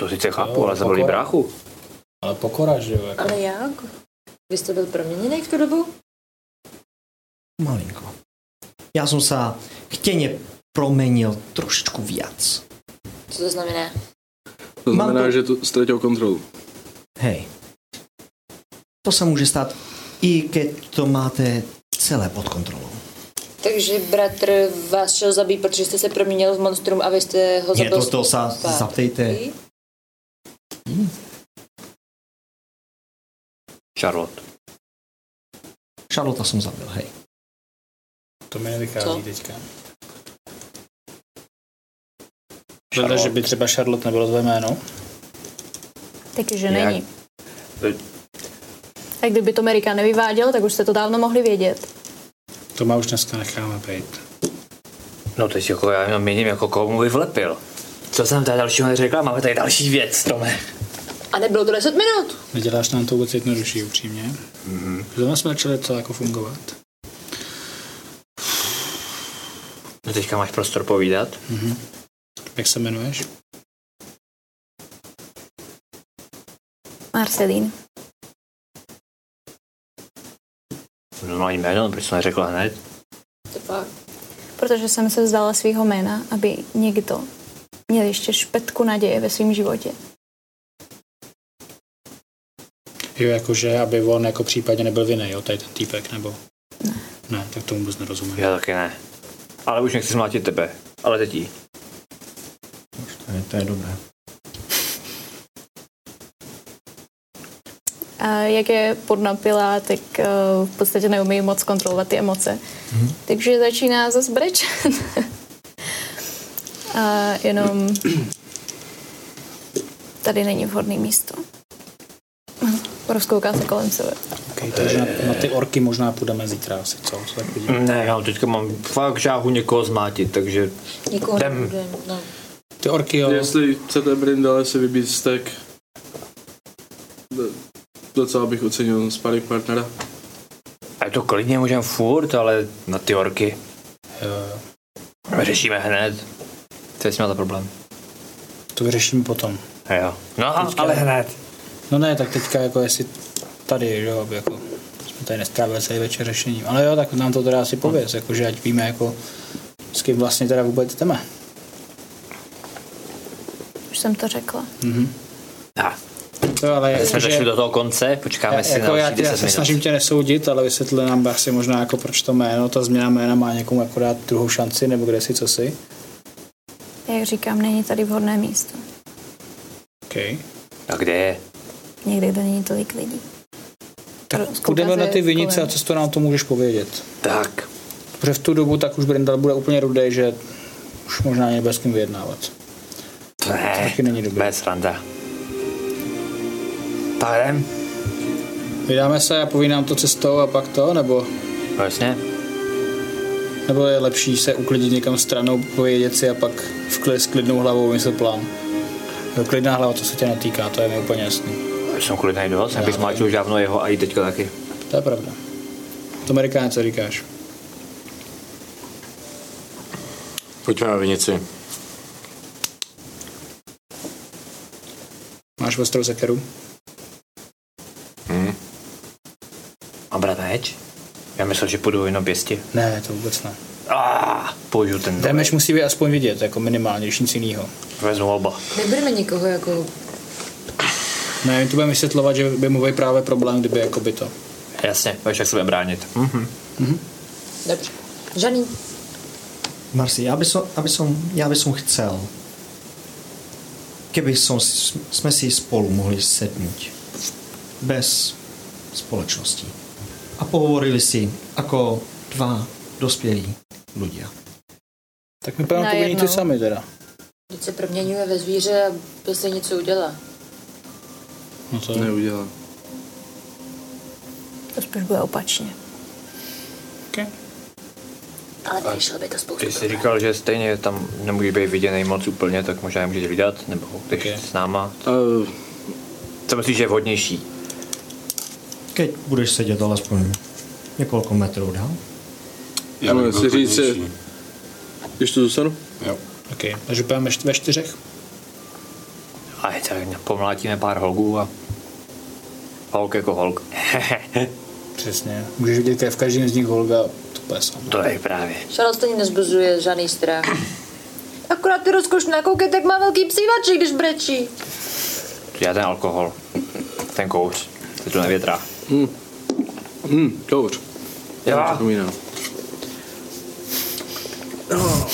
[SPEAKER 3] To sice chápu,
[SPEAKER 5] Jo,
[SPEAKER 3] ale zavolí
[SPEAKER 5] pokora.
[SPEAKER 3] bráchu.
[SPEAKER 5] Ale pokora, že jo, jako.
[SPEAKER 6] Ale jak? Vy jste byl proměněný v tu dobu?
[SPEAKER 2] malinko. Ja som sa chtene promenil trošičku viac.
[SPEAKER 6] Co to znamená?
[SPEAKER 9] To
[SPEAKER 2] Mám
[SPEAKER 9] znamená,
[SPEAKER 2] to-
[SPEAKER 9] že to ztratil kontrolu.
[SPEAKER 2] Hej. To sa môže stať, i keď to máte celé pod kontrolou.
[SPEAKER 6] Takže bratr vás šel zabít, protože jste se proměnil v monstrum a vy jste ho
[SPEAKER 2] Je
[SPEAKER 6] zabil.
[SPEAKER 2] to to, sa
[SPEAKER 6] zpátky.
[SPEAKER 2] zaptejte
[SPEAKER 3] Charlotte.
[SPEAKER 2] Charlotte jsem zabil, hej.
[SPEAKER 5] To mi nevychází
[SPEAKER 6] Co?
[SPEAKER 5] teďka. Vedle, že by třeba Charlotte nebylo tvé jméno.
[SPEAKER 7] Taky, že
[SPEAKER 3] Jak?
[SPEAKER 7] není. A kdyby to Merika nevyváděl, tak už jste to dávno mohli vědět.
[SPEAKER 5] To má už dneska necháme být.
[SPEAKER 3] No teď jako já jenom měním, jako komu by vlepil. Co jsem tady dalšího neřekla, máme tady další věc, Tome.
[SPEAKER 6] A nebylo to 10 minut.
[SPEAKER 5] Neděláš nám to vůbec jednodušší, upřímně. Mm-hmm.
[SPEAKER 3] Hmm.
[SPEAKER 5] Zrovna jsme začali to jako fungovat.
[SPEAKER 3] No teďka máš prostor povídat.
[SPEAKER 5] Mhm. Jak se jmenuješ?
[SPEAKER 7] Marcelín.
[SPEAKER 3] No mají jméno, proč jsem neřekla hned?
[SPEAKER 6] To pak.
[SPEAKER 7] Protože jsem se vzdala svého jména, aby někdo měl ještě špetku naděje ve svém životě.
[SPEAKER 5] Jo, jakože, aby on jako případně nebyl vinný, jo, tady ten týpek, nebo... Ne. Ne, tak tomu vůbec nerozumím.
[SPEAKER 3] Já taky ne. Ale už nechci zmátit tebe. Ale teď jí.
[SPEAKER 2] To je dobré.
[SPEAKER 7] A jak je podnapila, tak eh, v podstatě neumí moc kontrolovat ty emoce.
[SPEAKER 2] Mhm.
[SPEAKER 7] Mm-hmm. Takže začíná zase brečet. A jenom tady není vhodné místo. Rozkouká se kolem sebe.
[SPEAKER 5] Okay, takže na, na, ty orky možná půjdeme zítra asi, co? co tak vidím.
[SPEAKER 3] Ne, já teďka mám fakt žáhu někoho zmátit, takže
[SPEAKER 6] Nikoho
[SPEAKER 3] Jdem.
[SPEAKER 6] nebude, no.
[SPEAKER 5] Ty orky, jo.
[SPEAKER 9] Jestli chcete Brindale si vybít, tak do- docela bych ocenil sparring partnera.
[SPEAKER 3] A to klidně můžeme furt, ale na ty orky.
[SPEAKER 5] jo, jo.
[SPEAKER 3] Řešíme hned. Teď jsme za problém.
[SPEAKER 5] To vyřešíme potom.
[SPEAKER 3] A jo. No, a- ale hned.
[SPEAKER 5] No ne, tak teďka jako jestli tady, jo, aby jako jsme tady nestrávili celý večer řešením. Ale jo, tak nám to teda
[SPEAKER 3] Hmm.
[SPEAKER 5] asi pověz, jakože ať víme jako s kým vlastně teda vůbec jdeme.
[SPEAKER 7] jsem to řekla.
[SPEAKER 3] Mhm.
[SPEAKER 5] Mhm.
[SPEAKER 3] Tak,
[SPEAKER 5] To ale je,
[SPEAKER 3] jsme
[SPEAKER 5] že-
[SPEAKER 3] došli do toho konce,
[SPEAKER 5] Já-
[SPEAKER 3] počkáme si na
[SPEAKER 5] jako já,
[SPEAKER 3] další
[SPEAKER 5] tě, já
[SPEAKER 3] 10
[SPEAKER 5] se
[SPEAKER 3] minut.
[SPEAKER 5] snažím tě nesoudit, ale vysvětli nám asi možná jako proč to jméno, ta změna jména má někomu jako dát druhou šanci, nebo kde si, co si.
[SPEAKER 7] Jak říkám, není tady vhodné místo.
[SPEAKER 5] Okay.
[SPEAKER 3] A kde je?
[SPEAKER 7] Někde, kde není tolik lidí.
[SPEAKER 5] Tak půjdeme na ty vinice a co to nám to můžeš povědět.
[SPEAKER 3] Tak,
[SPEAKER 5] Protože v tu dobu tak už Brindal bude úplně rudej, že už možná není bez kým vyjednávat.
[SPEAKER 3] to ne,
[SPEAKER 5] taky není dobrý.
[SPEAKER 3] bez sranda. Tak jdem?
[SPEAKER 5] Vydáme se a povídám to cestou a pak to, nebo,
[SPEAKER 3] No jasně.
[SPEAKER 5] nebo je lepší se uklidit někam stranou, povědět si a pak v klid, s klidnou hlavou vymyslet plán. Jo, Klidná hlava, to se tě netýká, to je mi úplně jasný.
[SPEAKER 3] Já jsem kvůli tady dost, abych zmáčil už dávno jeho a i teďka taky.
[SPEAKER 5] To je pravda. To Amerikáne, co říkáš?
[SPEAKER 8] Pojďme na vinici.
[SPEAKER 5] Máš ostrou sekeru?
[SPEAKER 3] Hm? A brat meč? Já myslel, že půjdu jenom pěsti.
[SPEAKER 5] Ne, to vůbec ne.
[SPEAKER 3] Ah, použiju ten
[SPEAKER 5] Damage musí být aspoň vidět, jako minimálně, když nic jiného.
[SPEAKER 3] Vezmu oba.
[SPEAKER 1] Nebudeme nikoho jako...
[SPEAKER 5] Ne, my to budeme vysvětlovat, že by mu byl právě problém, kdyby jako by to.
[SPEAKER 3] Jasně, víš, jak se budeme bránit. Mhm.
[SPEAKER 1] Dobře. Žádný.
[SPEAKER 2] Marci, já by som, aby som, já by som chcel, keby som, s- sme si spolu mohli sednúť bez spoločnosti a pohovorili si ako dva dospělí ľudia.
[SPEAKER 5] Tak my půjdeme to
[SPEAKER 7] Najednou.
[SPEAKER 5] vidíte ty sami teda.
[SPEAKER 6] Teď se proměňuje ve zvíře a to se něco udělá.
[SPEAKER 5] No to
[SPEAKER 9] Neudělá.
[SPEAKER 7] To spíš bude opačně.
[SPEAKER 6] Ale vyšlo by to spoustu.
[SPEAKER 3] Ty jsi říkal, že stejně tam nemůže být viděný moc úplně, tak možná je můžeš vydat, nebo když okay. s náma.
[SPEAKER 12] Uh,
[SPEAKER 3] Co myslíš, že je vhodnější?
[SPEAKER 2] Keď budeš sedět alespoň několik metrů dál,
[SPEAKER 9] Já
[SPEAKER 8] bych
[SPEAKER 9] bych
[SPEAKER 8] byl
[SPEAKER 9] si říct, že-
[SPEAKER 8] klidnější.
[SPEAKER 9] Ještě zůstanu?
[SPEAKER 8] Jo.
[SPEAKER 5] OK, takže půjdeme št- ve čtyřech?
[SPEAKER 3] A je tak pomlátíme pár holků a holk jako holk.
[SPEAKER 5] Přesně. Můžeš vidět krev v každém z nich Holga, to bude sám.
[SPEAKER 3] to je právě.
[SPEAKER 6] Charles to ní nezbuzuje žádný strach. Akorát ty rozkošná koukejte, jak má velký psívaček, když brečí.
[SPEAKER 3] Já ten alkohol, ten kouř, se tu nevětrá.
[SPEAKER 9] Hm, kouř.
[SPEAKER 3] Já,
[SPEAKER 9] Zapomínám.
[SPEAKER 3] jo,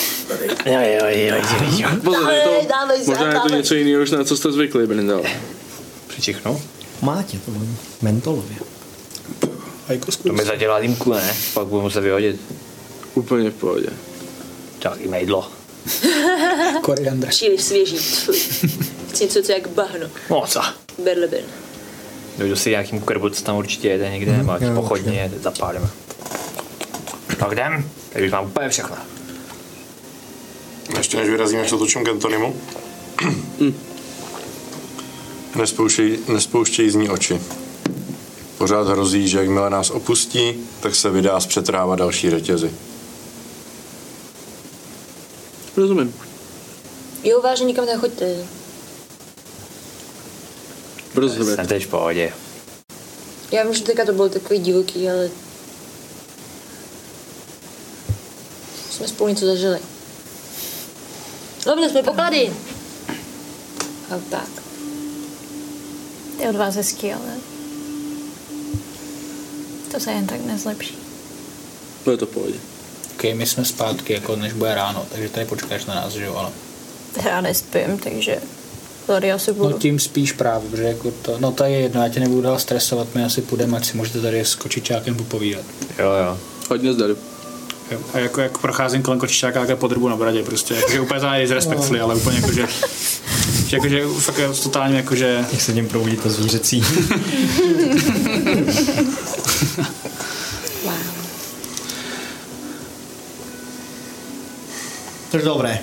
[SPEAKER 3] jo, jo, jo, jo.
[SPEAKER 9] Pozor, je
[SPEAKER 6] Dávej,
[SPEAKER 9] to,
[SPEAKER 6] dávej,
[SPEAKER 9] možná je to
[SPEAKER 6] dávej.
[SPEAKER 9] něco jiného, než na co jste zvyklí, Brindal.
[SPEAKER 3] Přičichnu?
[SPEAKER 2] máte to len mentolově.
[SPEAKER 5] A jako
[SPEAKER 3] To mi
[SPEAKER 5] zkus.
[SPEAKER 3] zadělá dýmku, ne? Pak budu muset vyhodit.
[SPEAKER 9] Úplně v pohodě.
[SPEAKER 3] Tak i mejdlo.
[SPEAKER 5] Koriandr.
[SPEAKER 6] Příliš svěží. Fuj. Chci něco, co je jak bahno.
[SPEAKER 3] Moca.
[SPEAKER 6] Berleben.
[SPEAKER 3] Dojdu si nějakým krbuc, tam určitě jede někde, nebo nějaký
[SPEAKER 2] jo,
[SPEAKER 3] pochodně, zapálíme. Tak jdem, teď už mám úplně všechno.
[SPEAKER 8] Ještě než vyrazíme, jak se točím k Antonimu. Nespouštějí, nespouštějí z ní oči. Pořád hrozí, že jakmile nás opustí, tak se vydá zpřetrávat další řetězy.
[SPEAKER 9] Rozumím.
[SPEAKER 6] Jo, vážně nikam nechoďte.
[SPEAKER 9] Rozumím.
[SPEAKER 3] Jsem teď v pohodě.
[SPEAKER 6] Já vím, že teďka to bylo takový divoký, ale... Jsme spolu něco zažili. Hlavně jsme poklady. A tak.
[SPEAKER 7] To je od vás hezký, ale to se jen tak nezlepší.
[SPEAKER 9] Bude No to v pohodě.
[SPEAKER 5] OK, my jsme zpátky, jako než bude ráno, takže tady počkáš na nás, že jo, ale.
[SPEAKER 7] Já nespím, takže tady asi budu.
[SPEAKER 5] No tím spíš právě, protože jako to, no to je jedno, já tě nebudu dál stresovat, my asi půjdeme, ať si můžete tady s kočičákem popovídat.
[SPEAKER 3] Jo, jo.
[SPEAKER 9] Hodně zdary.
[SPEAKER 5] Jo, A jako, jak procházím kolem kočičáka, takhle podrbu na bradě, prostě, jakože úplně to není disrespektfully, ale úplně jakože, že jakože fakt je totálně jakože,
[SPEAKER 2] Jak se něm probudí to zvířecí. Takže dobré.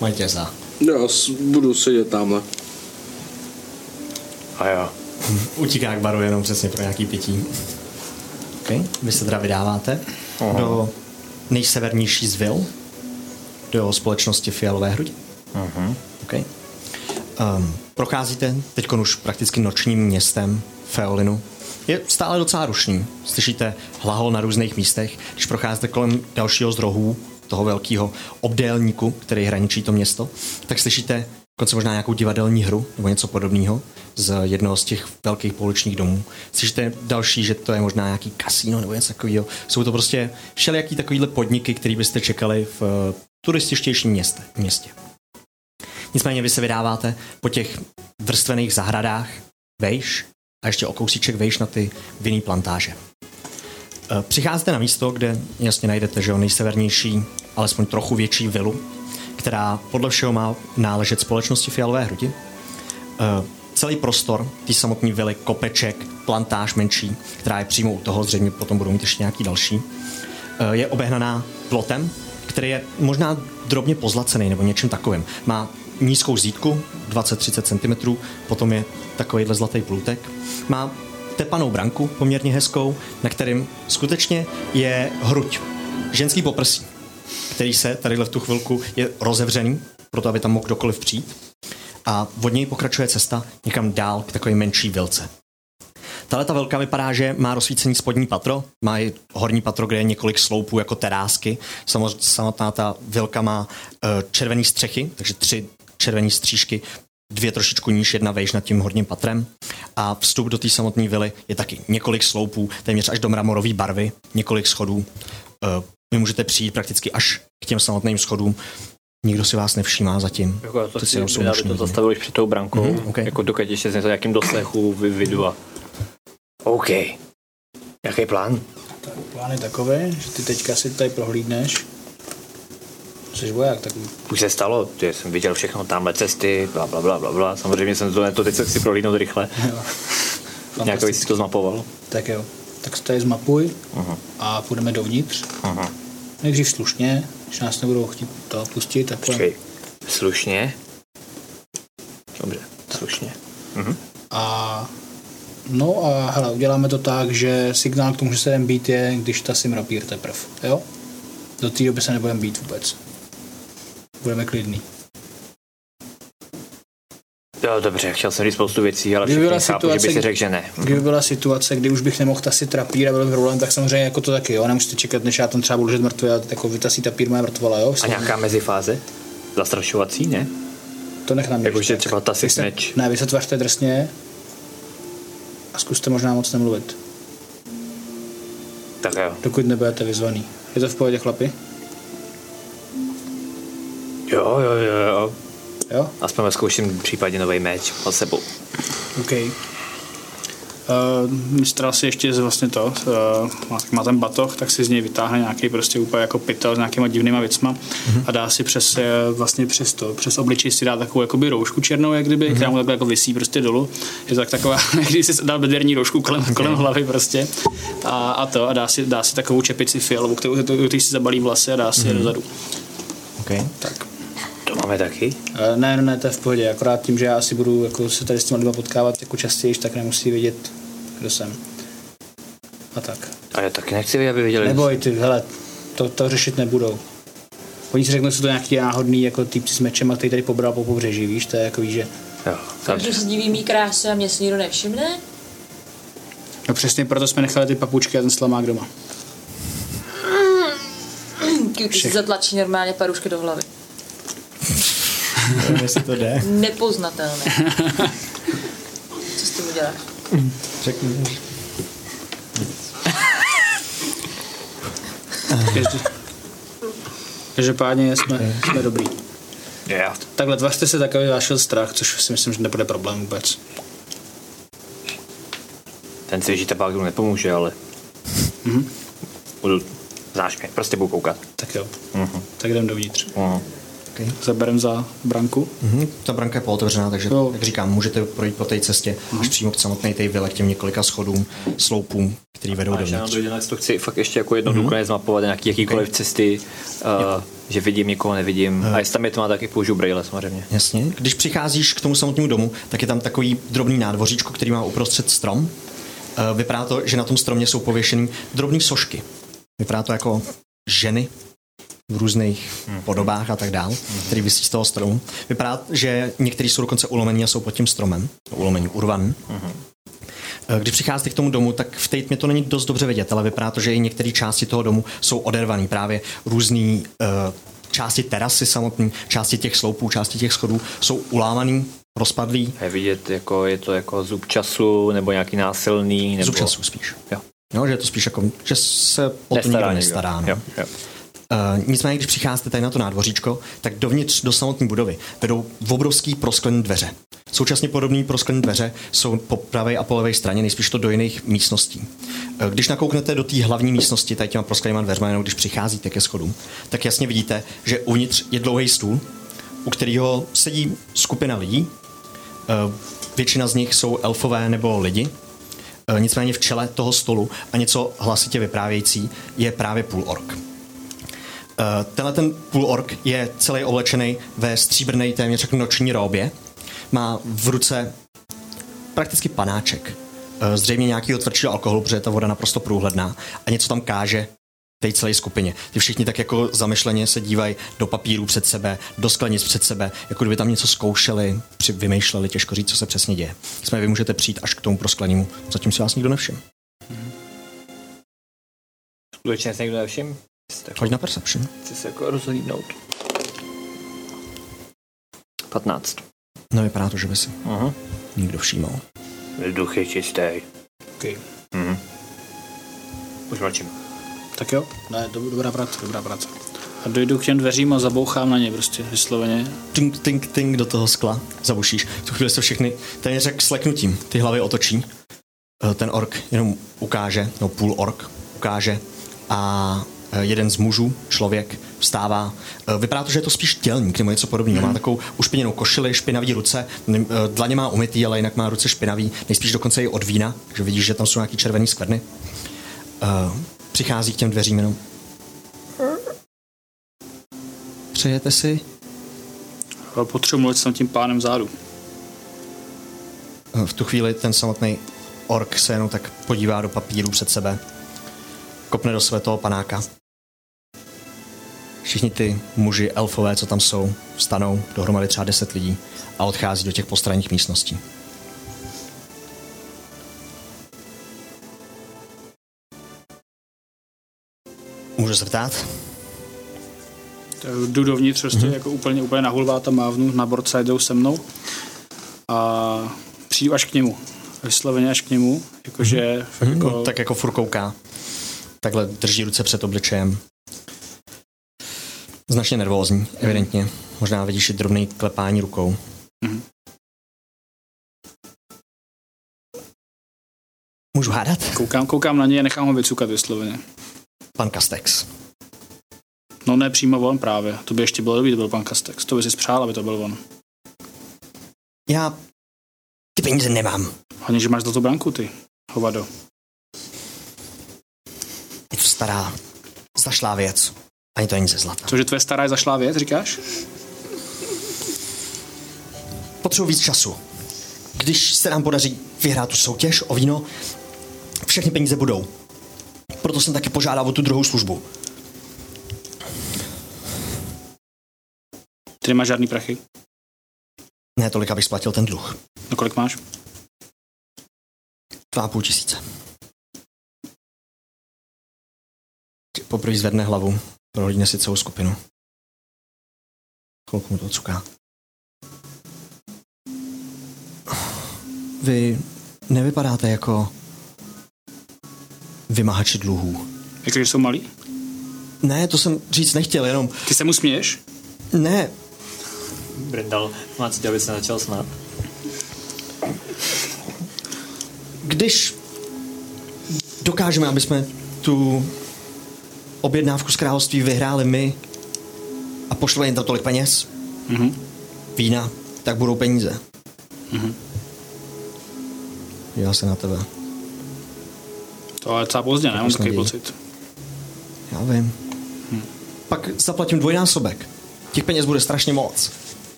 [SPEAKER 2] Majte za.
[SPEAKER 9] Já No, s- budu sedět tamhle.
[SPEAKER 3] A jo.
[SPEAKER 2] Utíká k baru jenom přesně pro nějaký pití. Okay. Vy se teda vydáváte Aha. do nejsevernější z vil, do společnosti Fialové hrudi. Okay. Um, procházíte teď už prakticky nočním městem Feolinu. Je stále docela rušný. Slyšíte hlahol na různých místech. Když procházíte kolem dalšího z rohů, toho velkého obdélníku, který hraničí to město, tak slyšíte dokonce možná nějakou divadelní hru nebo něco podobného z jednoho z těch velkých pouličních domů. Slyšíte další, že to je možná nějaký kasíno nebo něco takového. Jsou to prostě všelijaký takovýhle podniky, které byste čekali v eh, turističtějším městě. městě. Nicméně vy se vydáváte po těch vrstvených zahradách vejš a ještě o kousíček vejš na ty vinný plantáže. Eh, Přicházíte na místo, kde jasně najdete, že jo, nejsevernější, alespoň trochu větší vilu, která podle všeho má náležet společnosti Fialové hrudi. Eh, Celý prostor, ty samotní vily, kopeček, plantáž menší, která je přímo u toho, zřejmě potom budou mít ještě nějaký další, eh, je obehnaná plotem, který je možná drobně pozlacený nebo něčím takovým. Má nízkou zítku, 20-30 cm, potom je takovýhle zlatý plutek. Má tepanou branku, poměrně hezkou, na kterým skutečně je hruď. Ženský poprsí, který se tadyhle v tu chvilku je rozevřený, proto aby tam mohl kdokoliv přijít. A od něj pokračuje cesta někam dál k takové menší vilce. Tahle ta velká vypadá, že má rozsvícený spodní patro, má i horní patro, kde je několik sloupů jako terásky. Samozřejmě samotná ta vilka má eh, červený střechy, takže tři červené střížky, dvě trošičku níž, jedna vejš nad tím horním patrem. A vstup do té samotné vily je taky několik sloupů, téměř až do mramorové barvy, několik schodů. Eh, Vy můžete přijít prakticky až k těm samotným schodům. Nikdo si vás nevšímá zatím.
[SPEAKER 3] Jako já to
[SPEAKER 2] To si
[SPEAKER 3] si
[SPEAKER 2] jenom
[SPEAKER 3] myslím, aby to
[SPEAKER 2] slušný lidi.
[SPEAKER 3] zastavil už před tou brankou,
[SPEAKER 2] Mhm,
[SPEAKER 3] mm-hmm,
[SPEAKER 2] ok.
[SPEAKER 3] okay. jako dokud ještě jsem to nějakým doslechu vy- vyjdu a... OK. Jaký plán?
[SPEAKER 5] Plán je takový, že ty teďka si tady prohlídneš. Jsi voják, tak
[SPEAKER 3] Už se stalo, ty jsem viděl všechno, tamhle cesty, bla, bla, bla, bla, bla. Samozřejmě jsem to, to teď se chci prohlídnout rychle. Nějak
[SPEAKER 5] fantastický.
[SPEAKER 3] bych si to zmapoval.
[SPEAKER 5] Tak jo, tak se tady zmapuj
[SPEAKER 3] Mhm.
[SPEAKER 5] a půjdeme dovnitř.
[SPEAKER 3] Mhm.
[SPEAKER 5] Nejdřív slušně, když nás nebudou chtít to pustit, tak půjdeme.
[SPEAKER 3] Počkej, slušně. Dobře, Mhm. slušně.
[SPEAKER 5] A No a hele, uděláme to tak, že signál k tomu, že se jdem být je, když ta simrapír teprv, jo? Do té doby se nebudeme být vůbec. Budeme klidní.
[SPEAKER 3] Jo, dobře, chtěl jsem říct spoustu věcí, ale
[SPEAKER 5] Kdyby
[SPEAKER 3] všechny
[SPEAKER 5] byla
[SPEAKER 3] chápu, že by si
[SPEAKER 5] situace-
[SPEAKER 3] řekl, že ne. Mhm.
[SPEAKER 5] Kdyby byla situace, kdy už bych nemohl tasit trapír a byl by problém, tak samozřejmě jako to taky, jo? Nemůžete čekat, než já tam třeba budu ležet mrtvý a jako vytasí tapír má mrtvola, jo?
[SPEAKER 3] A nějaká mezifáze? Zastrašovací, ne?
[SPEAKER 5] To nech na mě.
[SPEAKER 3] Jako,
[SPEAKER 5] když
[SPEAKER 3] že
[SPEAKER 5] tak.
[SPEAKER 3] třeba
[SPEAKER 5] Vy
[SPEAKER 3] tasit
[SPEAKER 5] se-
[SPEAKER 3] meč.
[SPEAKER 5] Ne, vy se tvařte drsně a zkuste možná moc nemluvit,
[SPEAKER 3] Tak jo.
[SPEAKER 5] dokud nebudete vyzvaný. Je to v pohodě, chlapi?
[SPEAKER 3] Jo, jo, jo, jo.
[SPEAKER 5] Jo?
[SPEAKER 3] Aspoň zkouším případně nový meč pod sebou.
[SPEAKER 5] OK.
[SPEAKER 4] Uh, mistral si ještě z vlastně to, uh, má, má ten batoh, tak si z něj vytáhne nějaký prostě úplně jako pytel s nějakýma divnýma věcma mm-hmm. a dá si přes, eh, vlastně přes to, přes obličej si dá takovou jakoby roušku černou, jak kdyby, mm-hmm. která mu takhle jako vysí prostě dolů. Je to tak taková, když si dá bedvěrní roušku kolem, okay. kolem hlavy prostě a, a to a dá si, dá si takovou čepici fialovou, kterou, kterou si zabalí vlasy a dá
[SPEAKER 3] Mhm.
[SPEAKER 4] si mm-hmm. je
[SPEAKER 2] Mhm.
[SPEAKER 4] dozadu.
[SPEAKER 2] Okay.
[SPEAKER 3] To máme taky?
[SPEAKER 5] Eh, Ne, ne, ne, to je v pohodě, akorát tím, že já asi budu jako se tady s těma lidma potkávat jako častěji, tak nemusí vědět, kdo jsem. A tak.
[SPEAKER 3] A já taky nechci, aby viděli.
[SPEAKER 5] Neboj ty, hele, to, to řešit nebudou. Oni si řeknou, že jsou to nějaký náhodný jako týpci s mečem, který tady pobral po pobřeží, víš, to je jako víš, že...
[SPEAKER 3] Jo,
[SPEAKER 6] Že
[SPEAKER 3] dobře.
[SPEAKER 6] se diví mý kráse a mě si nikdo nevšimne?
[SPEAKER 5] No přesně proto jsme nechali ty papučky a ten slamák doma.
[SPEAKER 6] Cutie si zatlačí normálně parušky do hlavy.
[SPEAKER 2] Nevím, jestli to jde.
[SPEAKER 6] Nepoznatelné. Co s tím uděláš?
[SPEAKER 2] Řeknu.
[SPEAKER 5] Každě- Každopádně jsme, jsme dobrý.
[SPEAKER 3] Já.
[SPEAKER 5] Takhle tvařte se tak, aby vás šel strach, což si myslím, že nebude problém vůbec.
[SPEAKER 3] Ten svěží tabák mu nepomůže, ale... Mm-hmm. Budu... Znáš mě, prostě budu koukat.
[SPEAKER 5] Tak jo, uh-huh. tak jdem dovnitř.
[SPEAKER 3] Mhm.
[SPEAKER 4] Zaberem za branku.
[SPEAKER 2] Mhm, ta branka je pootevřená, takže,
[SPEAKER 5] Jo.
[SPEAKER 2] jak říkám, můžete projít po té cestě až přímo k samotné té vile, k těm několika schodům, sloupům, který vedou
[SPEAKER 3] Že nám
[SPEAKER 2] dovnitř.
[SPEAKER 3] dojde na to chci fakt ještě jako
[SPEAKER 2] Mhm.
[SPEAKER 3] jednou mm-hmm. důkladně zmapovat nějaký jakýkoliv cesty, uh, že vidím, nikoho nevidím. A jestli tam je to má, taky použiju brýle samozřejmě.
[SPEAKER 2] Jasně. Když přicházíš k tomu samotnému domu, tak je tam takový drobný nádvoříčko, který má uprostřed strom. Eh, Vypadá to, že na tom stromě jsou pověšený drobné sošky. Vypadá to jako ženy v různých podobách a tak dál, který visí z toho stromu. Vypadá, že některý jsou dokonce ulomení a jsou pod tím stromem. Ulomení, urvan. Eh, Když přicházíte k tomu domu, tak v té tmě to není dost dobře vidět, ale vypadá to, že i některé části toho domu jsou odervané. Právě různý eh, části terasy samotné, části těch sloupů, části těch schodů jsou ulámaný, rozpadlý,
[SPEAKER 3] Je vidět, jako, je to jako zub času, nebo nějaký násilný, nebo...
[SPEAKER 2] zub času spíš.
[SPEAKER 3] Jo.
[SPEAKER 2] No, že je to spíš jako, že se o to nikdo nestará. No.
[SPEAKER 3] Jo, jo.
[SPEAKER 2] Uh, nicméně, když přicházíte tady na to nádvoříčko, tak dovnitř do samotné budovy vedou obrovský prosklené dveře. Současně podobné prosklené dveře jsou po pravé a po levé straně, nejspíš to do jiných místností. Uh, Když nakouknete do té hlavní místnosti, tady těma prosklenýma dveřma, jenom když přicházíte ke schodům, tak jasně vidíte, že uvnitř je dlouhý stůl, u kterého sedí skupina lidí. Uh, Většina z nich jsou elfové nebo lidi. Uh, Nicméně v čele toho stolu a něco hlasitě vyprávějící je právě půl ork. Eh, tenhle ten půlork je celý oblečený ve stříbrné téměř jako noční robě. Má v ruce prakticky panáček. Eh, Zřejmě nějakého tvrdšího alkoholu, protože je ta voda naprosto průhledná. A něco tam káže té celé skupině. Ty všichni tak jako zamyšleně se dívají do papíru před sebe, do sklenic před sebe, jako kdyby tam něco zkoušeli, při, vymýšleli, těžko říct, co se přesně děje. Jsme vy můžete přijít až k tomu prosklenému, zatím si vás nikdo nevšiml.
[SPEAKER 12] Skutečně se někdo nevšim? Jste
[SPEAKER 2] Hoď na perception.
[SPEAKER 12] Chci se jako rozhlídnout. 15.
[SPEAKER 2] No vypadá to, že by si
[SPEAKER 12] Aha.
[SPEAKER 2] nikdo všímal.
[SPEAKER 3] Duch je čistý.
[SPEAKER 5] Okay.
[SPEAKER 3] Mhm. Už mlčím.
[SPEAKER 5] Tak jo, ne, dob- dobrá práce, dobrá práce. A dojdu k těm dveřím a zabouchám na ně prostě, vysloveně.
[SPEAKER 2] tink, tink, tink do toho skla zabušíš. V tu chvíli se všechny téměř jak sleknutím ty hlavy otočí. Eh, Ten ork jenom ukáže, no půl ork ukáže a eh, jeden z mužů, člověk, vstává. Eh, Vypadá to, že je to spíš tělník nebo něco podobného. Má takovou ušpiněnou košili, špinavý ruce, nem- eh, dlaně má umytý, ale jinak má ruce špinavý, nejspíš dokonce i od vína, takže vidíš, že tam jsou nějaký červený skvrny. Eh, Přichází k těm dveřím jenom. Přejete si
[SPEAKER 5] Ale potřebuji mluvit s tam tím pánem zádu.
[SPEAKER 2] V tu chvíli ten samotný ork se jenom tak podívá do papíru před sebe. Kopne do své toho panáka. Všichni ty muži elfové, co tam jsou, vstanou dohromady třeba 10 lidí a odchází do těch postranních místností. Můžu se ptát?
[SPEAKER 5] Tak Jdu dovnitř prostě, mm-hmm. jako úplně, úplně na hulváta mávnu, na borce jdou se mnou. A přijdu až k němu. Vysloveně až k němu, jakože... Mm-hmm.
[SPEAKER 2] Jako...
[SPEAKER 5] Jako,
[SPEAKER 2] No, tak jako furt kouká. Takhle drží ruce před obličejem. Značně nervózní, evidentně. Možná vidíš i drobný klepání rukou.
[SPEAKER 5] Mhm.
[SPEAKER 2] Můžu hádat?
[SPEAKER 5] Koukám, koukám na něj a nechám ho vycukat vysloveně.
[SPEAKER 2] Pan Kastex.
[SPEAKER 5] No ne, přímo on právě. To by ještě bylo dobrý, to byl pan Kastex. To by si spřál, aby to byl on.
[SPEAKER 2] Já ty peníze nemám.
[SPEAKER 5] Hlavně, že máš zlatou branku ty, hovado.
[SPEAKER 2] Je to stará, zašlá věc. Ani to není ze zlata.
[SPEAKER 5] Cože tvoje stará je zašlá věc, říkáš?
[SPEAKER 2] Potřebuji víc času. Když se nám podaří vyhrát tu soutěž o víno, všechny peníze budou. Proto jsem taky požádal o tu druhou službu.
[SPEAKER 5] Ty nemáš žádný prachy.
[SPEAKER 2] Ne tolik, abych splatil ten dluh.
[SPEAKER 5] No kolik máš?
[SPEAKER 2] Dva a půl tisíce. Poprvé zvedne hlavu, prohlídne si celou skupinu. Chvilku mu to cuká. Vy nevypadáte jako vymahači dluhů.
[SPEAKER 5] Jakože Jako, jsou malí?
[SPEAKER 2] Ne, to jsem říct nechtěl, jenom
[SPEAKER 5] Ty se mu směješ?
[SPEAKER 2] ne,
[SPEAKER 12] Brindal, má cítě, aby se začal snad.
[SPEAKER 2] když dokážeme, aby jsme tu objednávku z království vyhráli my a pošleme jim tam tolik peněz,
[SPEAKER 5] Mhm.
[SPEAKER 2] vína, tak budou peníze.
[SPEAKER 5] Mhm.
[SPEAKER 2] Já se na tebe.
[SPEAKER 5] To je docela pozdě, ne? Mám
[SPEAKER 2] Prostě
[SPEAKER 5] takový
[SPEAKER 2] děj.
[SPEAKER 5] pocit.
[SPEAKER 2] Já vím.
[SPEAKER 5] Mhm.
[SPEAKER 2] Pak zaplatím dvojnásobek. Těch peněz bude strašně moc.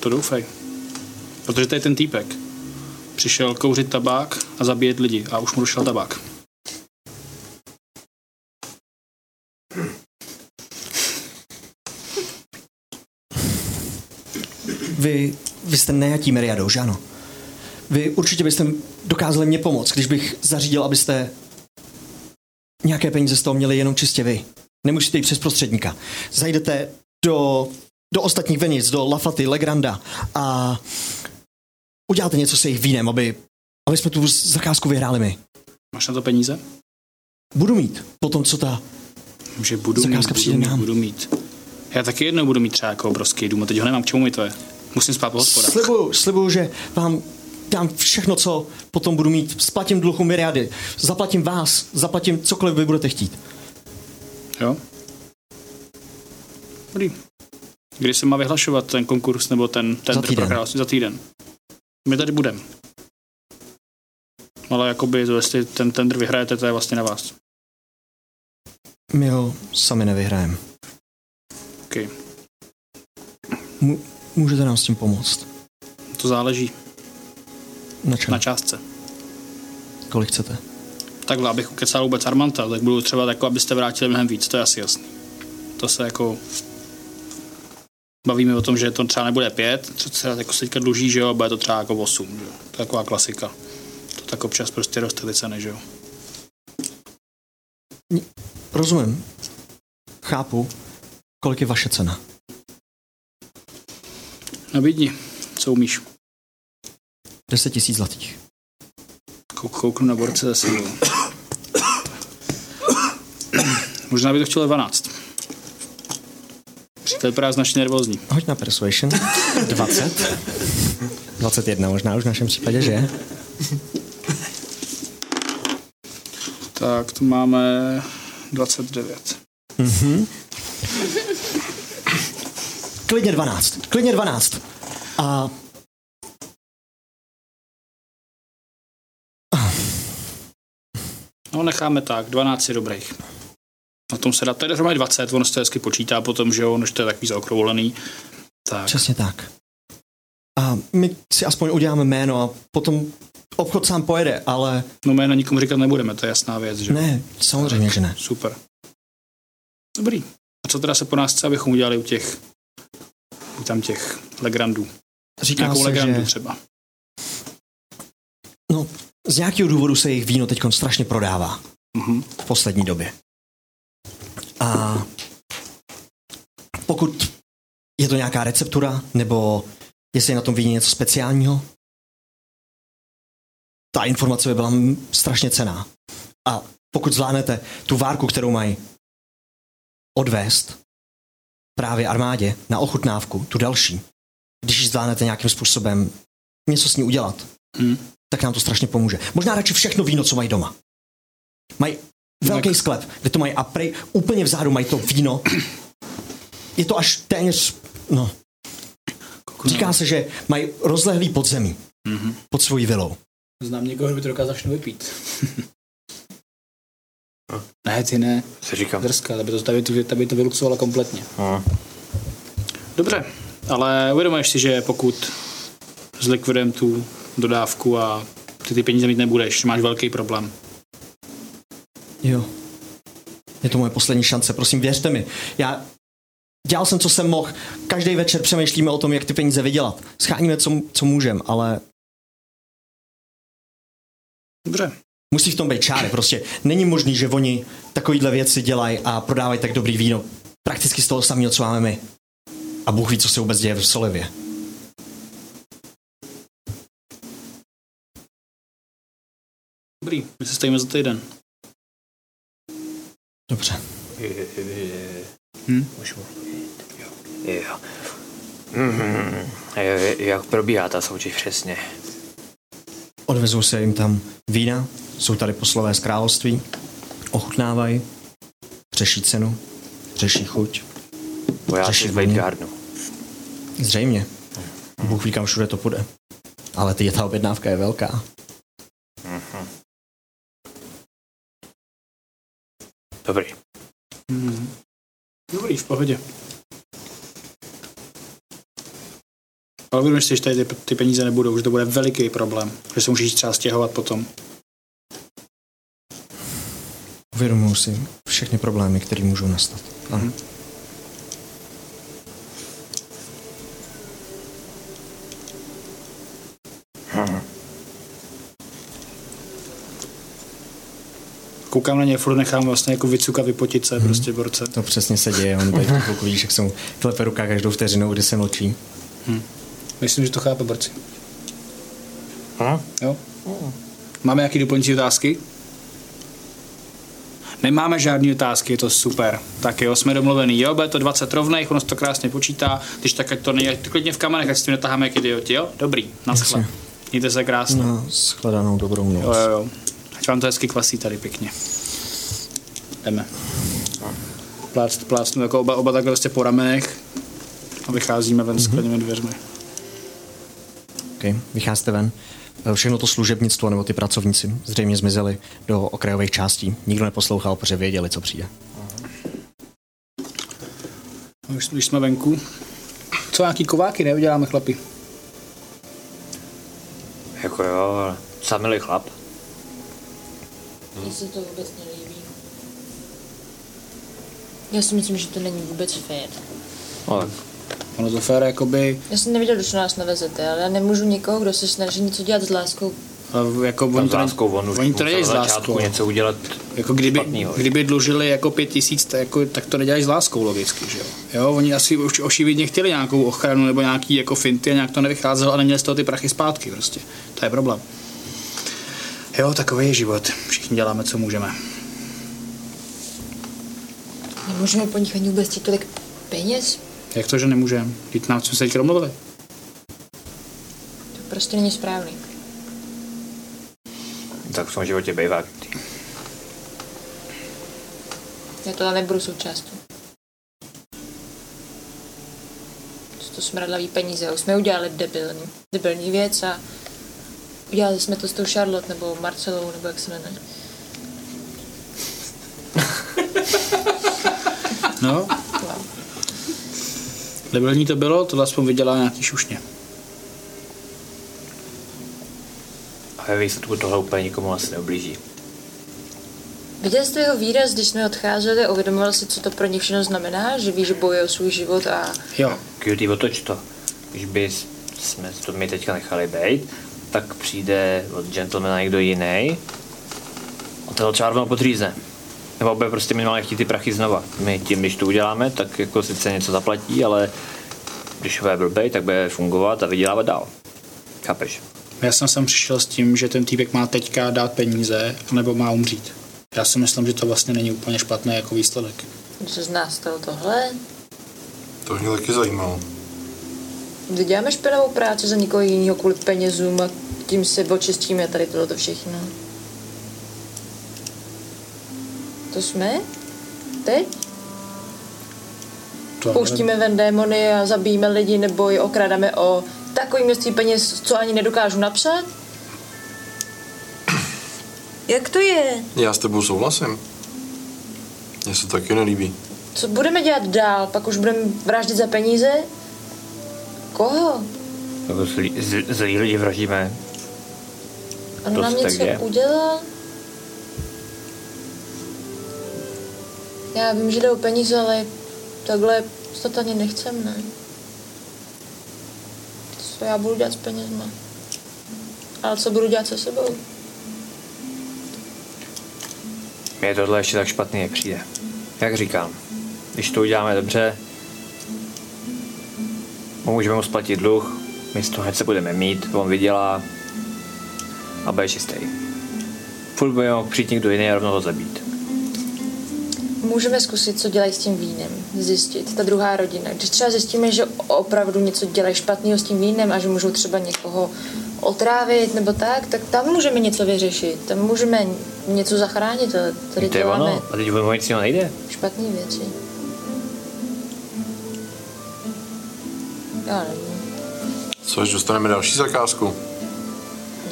[SPEAKER 5] To doufej. Protože tady ten týpek přišel kouřit tabák a zabíjet lidi a už mu došel tabák.
[SPEAKER 2] Vy, vy jste nejatí Meriadou, že ano? Vy určitě byste dokázali mě pomoct, když bych zařídil, abyste nějaké peníze z toho měli jenom čistě vy. Nemůžete jít přes prostředníka. Zajdete do, do ostatních venic, do Lafaty, Legranda a uděláte něco s jejich vínem, aby, aby jsme tu zakázku vyhráli my.
[SPEAKER 5] Máš na to peníze?
[SPEAKER 2] Budu mít po tom, co ta...
[SPEAKER 5] Že budu
[SPEAKER 2] Zakázka
[SPEAKER 5] mít,
[SPEAKER 2] přijde
[SPEAKER 5] budu mít,
[SPEAKER 2] nám.
[SPEAKER 5] budu mít. Já taky jednou budu mít třeba jako obrovský dům, a teď ho nemám, k čemu mi to je. Musím spát po hospodách.
[SPEAKER 2] Slibuju, slibuju, že vám dám všechno, co potom budu mít. Splatím dluhu myriady, zaplatím vás, zaplatím cokoliv vy budete chtít.
[SPEAKER 5] Jo? Dobrý. Kdy se má vyhlašovat ten konkurs nebo ten, ten
[SPEAKER 2] Za týden.
[SPEAKER 5] Za týden. My tady budeme. Ale jakoby, to, jestli ten tender vyhrajete, to je vlastně na vás.
[SPEAKER 2] My ho sami nevyhrajeme.
[SPEAKER 5] OK.
[SPEAKER 2] Mu- můžete nám s tím pomoct.
[SPEAKER 5] To záleží
[SPEAKER 2] Na čem?
[SPEAKER 5] na částce.
[SPEAKER 2] Kolik chcete?
[SPEAKER 5] Takhle, abych ukecal vůbec Armanta, tak budu třeba tak, abyste vrátili mnohem víc, to je asi jasný. To se jako bavíme o tom, že to třeba nebude pět, co se jako se teďka dluží, že jo, a bude to třeba jako osm, že jo. To je taková klasika. To tak občas prostě roste ty ceny, že jo.
[SPEAKER 2] Rozumím. Chápu. Kolik je vaše cena?
[SPEAKER 5] Nabídni, No, co umíš.
[SPEAKER 2] 10 tisíc zlatých.
[SPEAKER 5] Kou- Kouknu na borce ze sílu. Možná by to chtělo 12. Přítel vypadá značně nervózní.
[SPEAKER 2] Hoď na persuasion. 20. 21 možná už v našem případě, že?
[SPEAKER 5] Tak, tu máme 29.
[SPEAKER 2] Mhm. Klidně 12. Klidně 12. A...
[SPEAKER 5] No, necháme tak, 12 je dobrých. Na tom se dá, to je dohromady 20, ono se to hezky počítá potom, že jo, ono že to je takový zaokrouhlený. Tak,
[SPEAKER 2] Přesně tak. A my si aspoň uděláme jméno a potom obchod sám pojede, ale
[SPEAKER 5] no jména nikomu říkat nebudeme, to je jasná věc, že jo.
[SPEAKER 2] ne, samozřejmě, že ne.
[SPEAKER 5] Super. Dobrý. A co teda se po nás chce, abychom udělali u těch, u tam těch legrandů?
[SPEAKER 2] Říká
[SPEAKER 5] Nějakou
[SPEAKER 2] se,
[SPEAKER 5] legrandu
[SPEAKER 2] že
[SPEAKER 5] třeba.
[SPEAKER 2] z nějakého důvodu se jejich víno teď strašně prodává.
[SPEAKER 5] Mhm.
[SPEAKER 2] v poslední době. A pokud je to nějaká receptura, nebo jestli je na tom víně něco speciálního, ta informace by byla m- strašně cená. A pokud zvládnete tu várku, kterou mají odvést právě armádě na ochutnávku, tu další, když ji zvládnete nějakým způsobem něco s ní udělat,
[SPEAKER 5] Hmm.
[SPEAKER 2] tak nám to strašně pomůže. Možná radši všechno víno, co mají doma. Mají velký sklep, kde to mají a prej, úplně vzadu mají to víno. Je to až téměř, no. Říká se, že mají rozlehlý podzemí
[SPEAKER 5] Mhm.
[SPEAKER 2] pod svojí vilou.
[SPEAKER 5] Znám někoho, kdo by to dokázal všechno vypít.
[SPEAKER 3] Hm.
[SPEAKER 5] ne, ty ne.
[SPEAKER 12] Co říkám?
[SPEAKER 5] Drska, aby to, aby to, aby to vyluxovala kompletně.
[SPEAKER 12] No.
[SPEAKER 3] Hm.
[SPEAKER 5] Dobře, ale uvědomuješ si, že pokud zlikvidujeme tu dodávku a ty ty peníze mít nebudeš, máš velký problém.
[SPEAKER 2] Jo. Je to moje poslední šance, prosím, věřte mi. Já dělal jsem, co jsem mohl. Každý večer přemýšlíme o tom, jak ty peníze vydělat. Scháníme, co, co můžem, ale
[SPEAKER 5] Dobře,
[SPEAKER 2] musí v tom být čáry. Prostě není možný, že oni takovýhle věci dělají a prodávají tak dobrý víno prakticky z toho samého, co máme my. A Bůh ví, co se vůbec děje v Solivě.
[SPEAKER 5] dobrý, my se stojíme za týden.
[SPEAKER 2] Dobře.
[SPEAKER 5] Hm?
[SPEAKER 12] Jo. Mhm. A je- Jak probíhá ta soutěž přesně?
[SPEAKER 2] Odvezou se jim tam vína, jsou tady poslové z království, ochutnávají, řeší cenu, řeší chuť.
[SPEAKER 12] Vojáci
[SPEAKER 2] Řešit
[SPEAKER 12] v
[SPEAKER 2] vojnu.
[SPEAKER 12] Bladegardu.
[SPEAKER 2] Zřejmě.
[SPEAKER 5] Mhm.
[SPEAKER 2] Bůh ví, kam všude to půjde. Ale ty, ta objednávka je velká.
[SPEAKER 12] Dobrý.
[SPEAKER 5] Hmm. Dobrý, v pohodě. Ale uvědomíš si, že tady ty, ty peníze nebudou, že to bude veliký problém, že se můžeš třeba stěhovat potom.
[SPEAKER 2] Uvědomuji si všechny problémy, které můžou nastat.
[SPEAKER 5] Mhm.
[SPEAKER 2] Ano.
[SPEAKER 5] koukám na ně, furt nechám vlastně jako vycuka vypotit se, prostě borce.
[SPEAKER 2] To přesně se děje, on tady v chvilku vidíš, jak jsou klepe ruka každou vteřinou, kdy se mlčí.
[SPEAKER 5] Mhm. Myslím, že to chápe borci. Jo? Mhm. Máme nějaké doplňující otázky? Nemáme žádné otázky, je to super. Tak jo, jsme domluvený. Jo, bude to 20 rovných, ono se to krásně počítá. Když tak, ať to nej, ať to klidně v kamenech, ať si to netaháme jak idioti, jo? Dobrý, na schle. Mějte se krásně.
[SPEAKER 2] No, shledanou dobrou noc.
[SPEAKER 5] Jo, jo, jo. Ať vám to hezky kvasí tady pěkně. Jdeme. Plácnu, plácnu jako oba, oba takhle prostě po ramenech a vycházíme ven skleněnými dveřmi.
[SPEAKER 2] Okay. Vycházíte ven. Eh, Všechno to služebnictvo nebo ty pracovníci zřejmě zmizeli do okrajových částí. Nikdo neposlouchal, protože věděli, co přijde.
[SPEAKER 5] No, Když, když jsme venku. Co nějaký kováky neuděláme, chlapi?
[SPEAKER 3] Jako jo, ale samilý chlap.
[SPEAKER 6] Mně se to vůbec nelíbí. Já si myslím, že to není vůbec fér.
[SPEAKER 3] No, tak
[SPEAKER 5] Ono to fér, jakoby,
[SPEAKER 6] Já jsem nevěděl, do čeho nás navezete, ale já nemůžu někoho, kdo se snaží něco dělat s láskou.
[SPEAKER 5] eh, jako
[SPEAKER 3] tam
[SPEAKER 5] oni
[SPEAKER 3] s
[SPEAKER 5] to, ne-
[SPEAKER 3] láskou on už
[SPEAKER 5] oni to
[SPEAKER 3] musel
[SPEAKER 5] nedělají s
[SPEAKER 3] na
[SPEAKER 5] láskou.
[SPEAKER 3] začátku něco udělat.
[SPEAKER 5] Jako kdyby,
[SPEAKER 3] špatnýho, že?
[SPEAKER 5] kdyby dlužili jako pět tisíc, tak, jako, tak to nedělají s láskou logicky, že jo? jo oni asi už ošividně chtěli nějakou ochranu nebo nějaký jako finty a nějak to nevycházelo a neměli z toho ty prachy zpátky prostě. To je problém. Jo, takový je život. Všichni děláme, co můžeme.
[SPEAKER 6] Nemůžeme po nich ani vůbec chtít tolik peněz?
[SPEAKER 5] Jak to, že nemůžeme? Teď nám jsme se teď domluvili.
[SPEAKER 6] To prostě není správný.
[SPEAKER 3] Tak v tom životě bývá.
[SPEAKER 6] Já to ale nebudu součástí. Co to smradlavý peníze, už jsme udělali debilní, debilní věc a udělali jsme to s tou Charlotte nebo Marcelou, nebo jak se jmenuje.
[SPEAKER 5] No. Debilní to bylo, tohle aspoň vydělá nějaký šušně.
[SPEAKER 3] A ve výsledku tohle úplně nikomu asi neublíží.
[SPEAKER 6] Viděl jste jeho výraz, když jsme odcházeli, uvědomoval si, co to pro ně všechno znamená, že ví, že bojuje o svůj život a
[SPEAKER 5] Jo,
[SPEAKER 3] Cutie, otoč to. Když by jsme to my teďka nechali být, tak přijde od gentlemana někdo jiný a toho čárvnou podřízne. Nebo bude prostě minimálně chtít ty prachy znova. My tím, když to uděláme, tak jako sice něco zaplatí, ale když bude blbej, tak bude fungovat a vydělávat dál. Chápeš?
[SPEAKER 5] já jsem sem přišel s tím, že ten týpek má teďka dát peníze, nebo má umřít. Já si myslím, že to vlastně není úplně špatné jako výsledek.
[SPEAKER 6] když se z nás stalo tohle,
[SPEAKER 8] To mě taky zajímalo.
[SPEAKER 6] kdy děláme špinavou práci za někoho jiného kvůli penězům a tím se očistíme tady tohle všechno. To jsme? Teď?
[SPEAKER 5] To
[SPEAKER 6] Pouštíme ven démony a zabijíme lidi nebo je okrádáme o takový množství peněz, co ani nedokážu napsat? Jak to je?
[SPEAKER 8] Já s tebou souhlasím. Mně se taky nelíbí.
[SPEAKER 6] Co budeme dělat dál? Pak už budeme vraždit za peníze? Koho?
[SPEAKER 3] Jako zlí, z- zlí lidi vražíme.
[SPEAKER 6] On
[SPEAKER 3] To
[SPEAKER 6] nám
[SPEAKER 3] se tak
[SPEAKER 6] něco
[SPEAKER 3] děje.
[SPEAKER 6] udělal? Já vím, že jde o peníze, ale takhle snad ani nechcem, ne? Co já budu dělat s penězma? Ale co budu dělat se sebou?
[SPEAKER 3] Mně tohle ještě tak špatný jak přijde. Jak říkám, když to uděláme dobře, můžeme mu splatit dluh, my z toho hned se budeme mít, on vydělá a bude čistý. Furt by mohl přijít někdo jiný a rovnou to zabít.
[SPEAKER 6] Můžeme zkusit, co dělají s tím vínem. Zjistit, ta druhá rodina. Když třeba zjistíme, že opravdu něco dělají špatného s tím vínem a že můžou třeba někoho otrávit nebo tak, tak tam můžeme něco vyřešit. Tam můžeme něco zachránit, ale tady
[SPEAKER 3] To je
[SPEAKER 6] děláme
[SPEAKER 3] ono, a teď o nic jiného nejde.
[SPEAKER 6] špatné věci. Já nevím.
[SPEAKER 8] Což dostaneme další zakázku.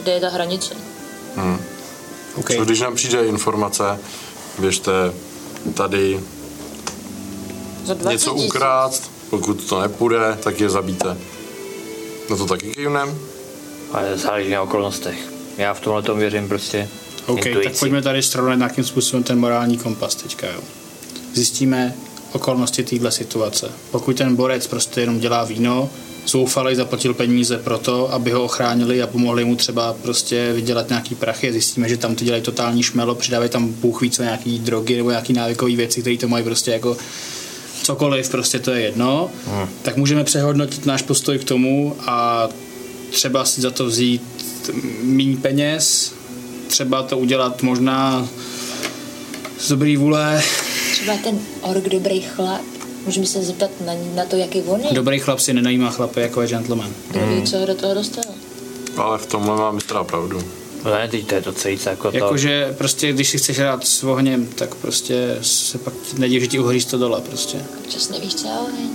[SPEAKER 6] Kde je ta hranice?
[SPEAKER 8] Okay. Co když nám přijde informace, běžte tady
[SPEAKER 6] Za 20
[SPEAKER 8] něco
[SPEAKER 6] tisíc.
[SPEAKER 8] ukrást, pokud to nepůjde, tak je zabijte. No to taky kývnem.
[SPEAKER 3] Ale záleží na okolnostech. Já v tomhle tom věřím prostě.
[SPEAKER 5] OK, tak
[SPEAKER 3] intuici.
[SPEAKER 5] pojďme tady srovnat nějakým způsobem ten morální kompas teďka, jo. Zjistíme okolnosti téhle situace. Pokud ten borec prostě jenom dělá víno zoufalý zaplatil peníze pro to, aby ho ochránili a pomohli mu třeba prostě vydělat nějaký prachy. Zjistíme, že tam to dělají totální šmelo, přidávají tam bůh ví co, nějaký drogy nebo nějaký návykové věci, které to mají prostě jako cokoliv, prostě to je jedno, hmm. tak můžeme přehodnotit náš postoj k tomu a třeba si za to vzít méně peněz, třeba to udělat možná z dobrý vůle.
[SPEAKER 6] Třeba ten ork dobrý chlap. Můžeme se zeptat na, na to, jaký on je.
[SPEAKER 5] Dobrý chlap si nenajímá chlapy, jako je gentleman.
[SPEAKER 6] Kdo
[SPEAKER 3] Hmm.
[SPEAKER 6] ví, co ho do toho dostalo.
[SPEAKER 8] Ale v tomhle mám teda pravdu.
[SPEAKER 3] No Ne, teď to je docejce jako to.
[SPEAKER 5] Jakože prostě, když si chceš hrát s ohněm, tak prostě se pak nedív, že ti uhoří 100 dole prostě.
[SPEAKER 6] Občas nevíš, co je oheň.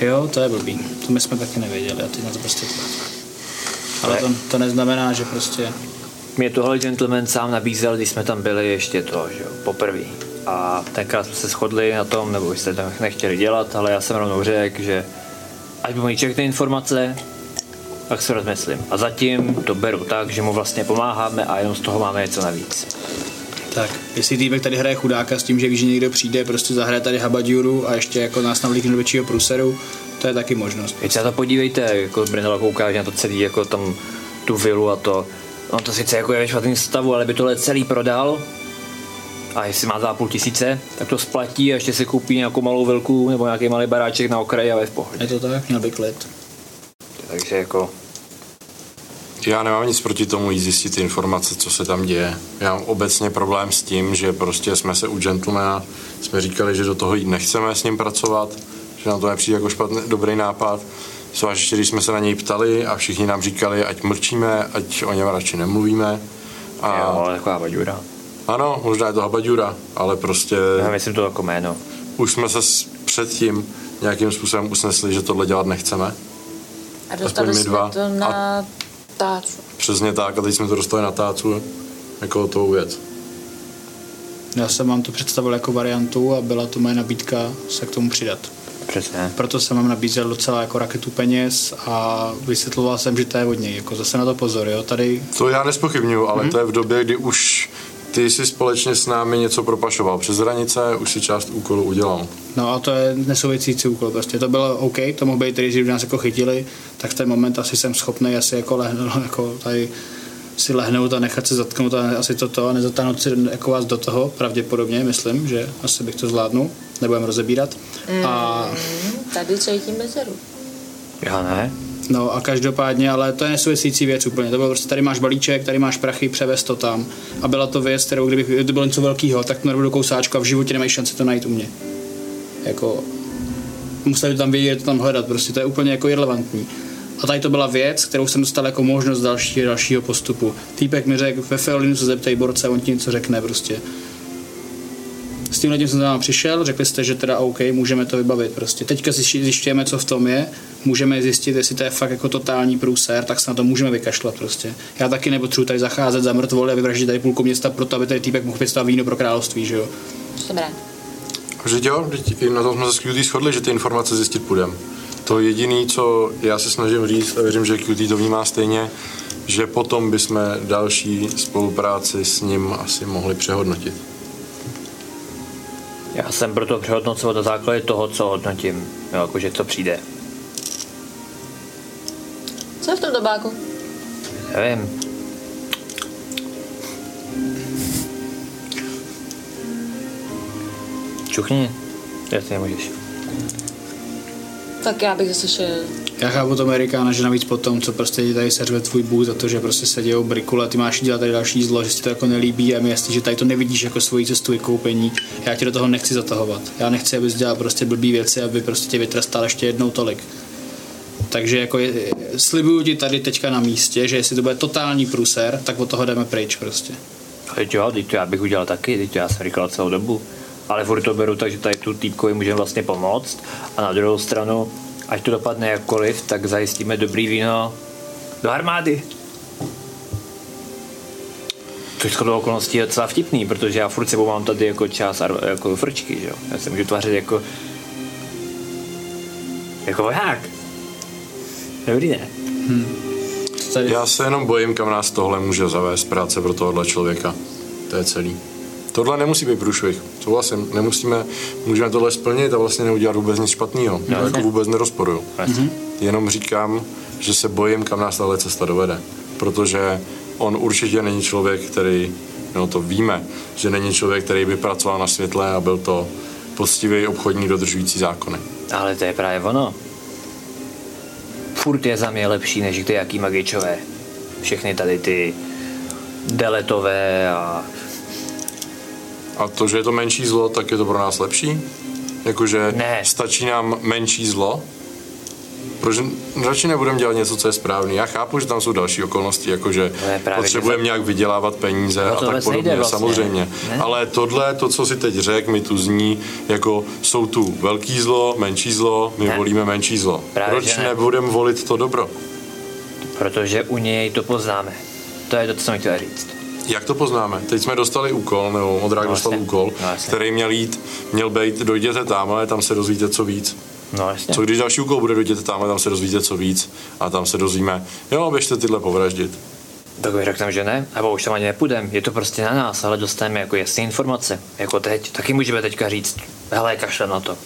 [SPEAKER 5] Jo, to je blbý. To my jsme taky nevěděli a teď na to prostě tlač. Ale to, to neznamená, že prostě...
[SPEAKER 3] Mě tohle gentleman sám nabízel, když jsme tam byli ještě to, že jo, poprvé. A tenkrát jsme se shodli na tom, nebo vy jste to nechtěli dělat, ale já jsem rovnou řekl, že ať mi čekne informace, tak se rozmyslím. A zatím to beru tak, že mu vlastně pomáháme a jenom z toho máme něco navíc.
[SPEAKER 5] Tak, jestli týpek tady hraje chudáka s tím, že ví, že někdo přijde, prostě zahraje tady habadiuru a ještě jako nás navlíkne do většího pruseru, to je taky možnost.
[SPEAKER 3] Teď se na to podívejte, jako Brindala kouká že na to celý, jako tam tu vilu a to. On to sice jako je ve špatném stavu, ale by tohle celý prodal. A jestli má za půl tisíce, tak to splatí a ještě si koupí nějakou malou vilku nebo nějaký malý baráček na okraji a je v pohodě.
[SPEAKER 5] Je to tak? Měl by klid.
[SPEAKER 3] Takže jako
[SPEAKER 8] Já nemám nic proti tomu jít zjistit informace, co se tam děje. Já mám obecně problém s tím, že prostě jsme se u gentlemana, jsme říkali, že do toho jít nechceme s ním pracovat, že nám to nepřijde jako špatný, dobrý nápad. Zvlášť, ještě, když jsme se na něj ptali a všichni nám říkali, ať mlčíme, ať o něm radši nemluvíme. A
[SPEAKER 3] jo, ale taková baďura.
[SPEAKER 8] ano, možná je to habaďura, ale prostě
[SPEAKER 3] Já myslím to jako jméno.
[SPEAKER 8] už jsme se s- předtím nějakým způsobem usnesli, že tohle dělat nechceme.
[SPEAKER 6] A dostali
[SPEAKER 8] my
[SPEAKER 6] jsme
[SPEAKER 8] dva.
[SPEAKER 6] to na a... táču.
[SPEAKER 8] Přesně tak, a teď jsme to dostali na tácu jako hotovou věc.
[SPEAKER 5] Já jsem vám to představil jako variantu a byla to moje nabídka se k tomu přidat.
[SPEAKER 3] Přesně.
[SPEAKER 5] Proto jsem vám nabízel docela jako raketu peněz a vysvětloval jsem, že to je od něj. Jako zase na to pozor, jo, tady
[SPEAKER 8] To já nespochybnuju, ale to je v době, kdy už ty jsi společně s námi něco propašoval přes hranice, už si část úkolu udělal.
[SPEAKER 5] No a to je nesouvisící úkol. Prostě to bylo OK, to mohl být, když nás jako chytili, tak v ten moment asi jsem schopný asi jako lehnout, jako tady si lehnout a nechat se zatknout a asi toto a nezatáhnout si jako vás do toho, pravděpodobně, myslím, že asi bych to zvládnul, nebudem rozebírat.
[SPEAKER 6] Eh,
[SPEAKER 5] A
[SPEAKER 6] Mm, Tady cítím bezeru.
[SPEAKER 3] Já ne.
[SPEAKER 5] No a každopádně, ale to je nesouvisící věc úplně. To bylo prostě, tady máš balíček, tady máš prachy, převez to tam. A byla to věc, kterou kdyby kdyby to bylo něco velkého, tak to nebudu kousáčku a v životě nemají šanci to najít u mě. Jako, museli by tam vědět, to tam hledat, prostě to je úplně jako irrelevantní. A tady to byla věc, kterou jsem dostal jako možnost další, dalšího postupu. Týpek mi řekl, ve Feolinu se zeptej borce, on ti něco řekne prostě. S tímhle tím jsem za námi přišel, řekli jste, že teda OK, můžeme to vybavit prostě. Teďka zjišť- zjišťujeme, co v tom je, můžeme zjistit, jestli to je fakt jako totální průser, tak se na to můžeme vykašlat prostě. Já taky nepotřebuji tady zacházet za mrtvoly a vyvraždit tady půlku města proto, aby tady týpek mohl pěstovat víno pro království, že jo.
[SPEAKER 6] Jsem rád.
[SPEAKER 8] Vždyť jo, vždyť i na tom jsme se s QT shodli, že ty informace zjistit půjdeme. To jediné, co já se snažím říct, a věřím, že QT to vnímá stejně, že potom bychom další spolupráci s ním asi mohli přehodnotit.
[SPEAKER 3] Já jsem proto přehodnocoval na základě toho, co hodnotím. Jo, jakože co přijde.
[SPEAKER 6] Co je v tom tobáku?
[SPEAKER 3] Nevím. Čuchni. Já ty nemůžeš.
[SPEAKER 6] Tak já bych zase šel.
[SPEAKER 5] Já chápu to Amerikána, že navíc po tom, co prostě ti tady seřve tvůj bůh za to, že prostě se dějou brikule, ty máš dělat tady další zlo, že si to jako nelíbí a mi jasný, že tady to nevidíš jako svoji cestu vykoupení. Já tě do toho nechci zatahovat. Já nechci, abys dělal prostě blbý věci, aby prostě tě vytrestal ještě jednou tolik. Takže jako je, slibuju ti tady teďka na místě, že jestli to bude totální pruser, tak od toho jdeme pryč prostě.
[SPEAKER 3] Ale Eh, jo, teď to já bych udělal taky, teď to já jsem říkal celou dobu. Ale furt to beru tak, že tady tu týpkovi můžeme vlastně pomoct. A na druhou stranu, ať to dopadne jakkoliv, tak zajistíme dobrý víno do armády. Což shodou okolností je docela vtipný, protože já furt sebou mám tady jako část ar- jako frčky, že jo. Já se můžu tvářit jako... Jako voják. Dobrý Hm. ne.
[SPEAKER 5] Co Tady,
[SPEAKER 8] Já se jenom bojím, kam nás tohle může zavést práce pro tohohle člověka. To je celý. Tohle nemusí být průšvih. Souhlasím, nemusíme, můžeme tohle splnit a vlastně neudělat vůbec nic špatného.
[SPEAKER 3] No,
[SPEAKER 8] Já jako vůbec nerozporuju. Jenom říkám, že se bojím, kam nás tahle cesta dovede. Protože on určitě není člověk, který, no to víme, že není člověk, který by pracoval na světle a byl to poctivý obchodník dodržující zákony.
[SPEAKER 3] Ale to je právě ono. Furt je za mě lepší než kdy jaký magičové. Všechny tady ty deletové a
[SPEAKER 8] A to, že je to menší zlo, tak je to pro nás lepší? Jakože
[SPEAKER 3] Ne.
[SPEAKER 8] stačí nám menší zlo? Proč radši nebudeme dělat něco, co je správný? Já chápu, že tam jsou další okolnosti, jakože
[SPEAKER 3] To je právě,
[SPEAKER 8] potřebujeme nějak vydělávat peníze
[SPEAKER 3] No
[SPEAKER 8] a
[SPEAKER 3] to
[SPEAKER 8] tak
[SPEAKER 3] vůbec
[SPEAKER 8] podobně,
[SPEAKER 3] nejde vlastně.
[SPEAKER 8] samozřejmě.
[SPEAKER 3] Ne?
[SPEAKER 8] Ale tohle, to, co si teď řekl, mi tu zní, jako jsou tu velký zlo, menší zlo, my
[SPEAKER 3] Ne.
[SPEAKER 8] volíme menší zlo.
[SPEAKER 3] Právě,
[SPEAKER 8] Proč
[SPEAKER 3] že ne.
[SPEAKER 8] nebudeme volit to dobro?
[SPEAKER 3] protože u něj to poznáme. To je to, co jsem chtěl říct.
[SPEAKER 8] Jak to poznáme? Teď jsme dostali úkol, nebo Modrák
[SPEAKER 3] No
[SPEAKER 8] dostal
[SPEAKER 3] jasně.
[SPEAKER 8] úkol,
[SPEAKER 3] No jasně.
[SPEAKER 8] který měl jít, měl být, dojděte tam, ale tam se dozvíte co víc.
[SPEAKER 3] No jasně.
[SPEAKER 8] Co když další úkol bude, dojděte tam a tam se dozvíte co víc a tam se dozvíme, jo, běžte tyhle povraždit.
[SPEAKER 3] Tak bych řekl, že ne, nebo už tam ani nepůjdem, je to prostě na nás, ale dostaneme jako jasné informace, jako teď, taky můžeme teďka říct, hele, kašle na to.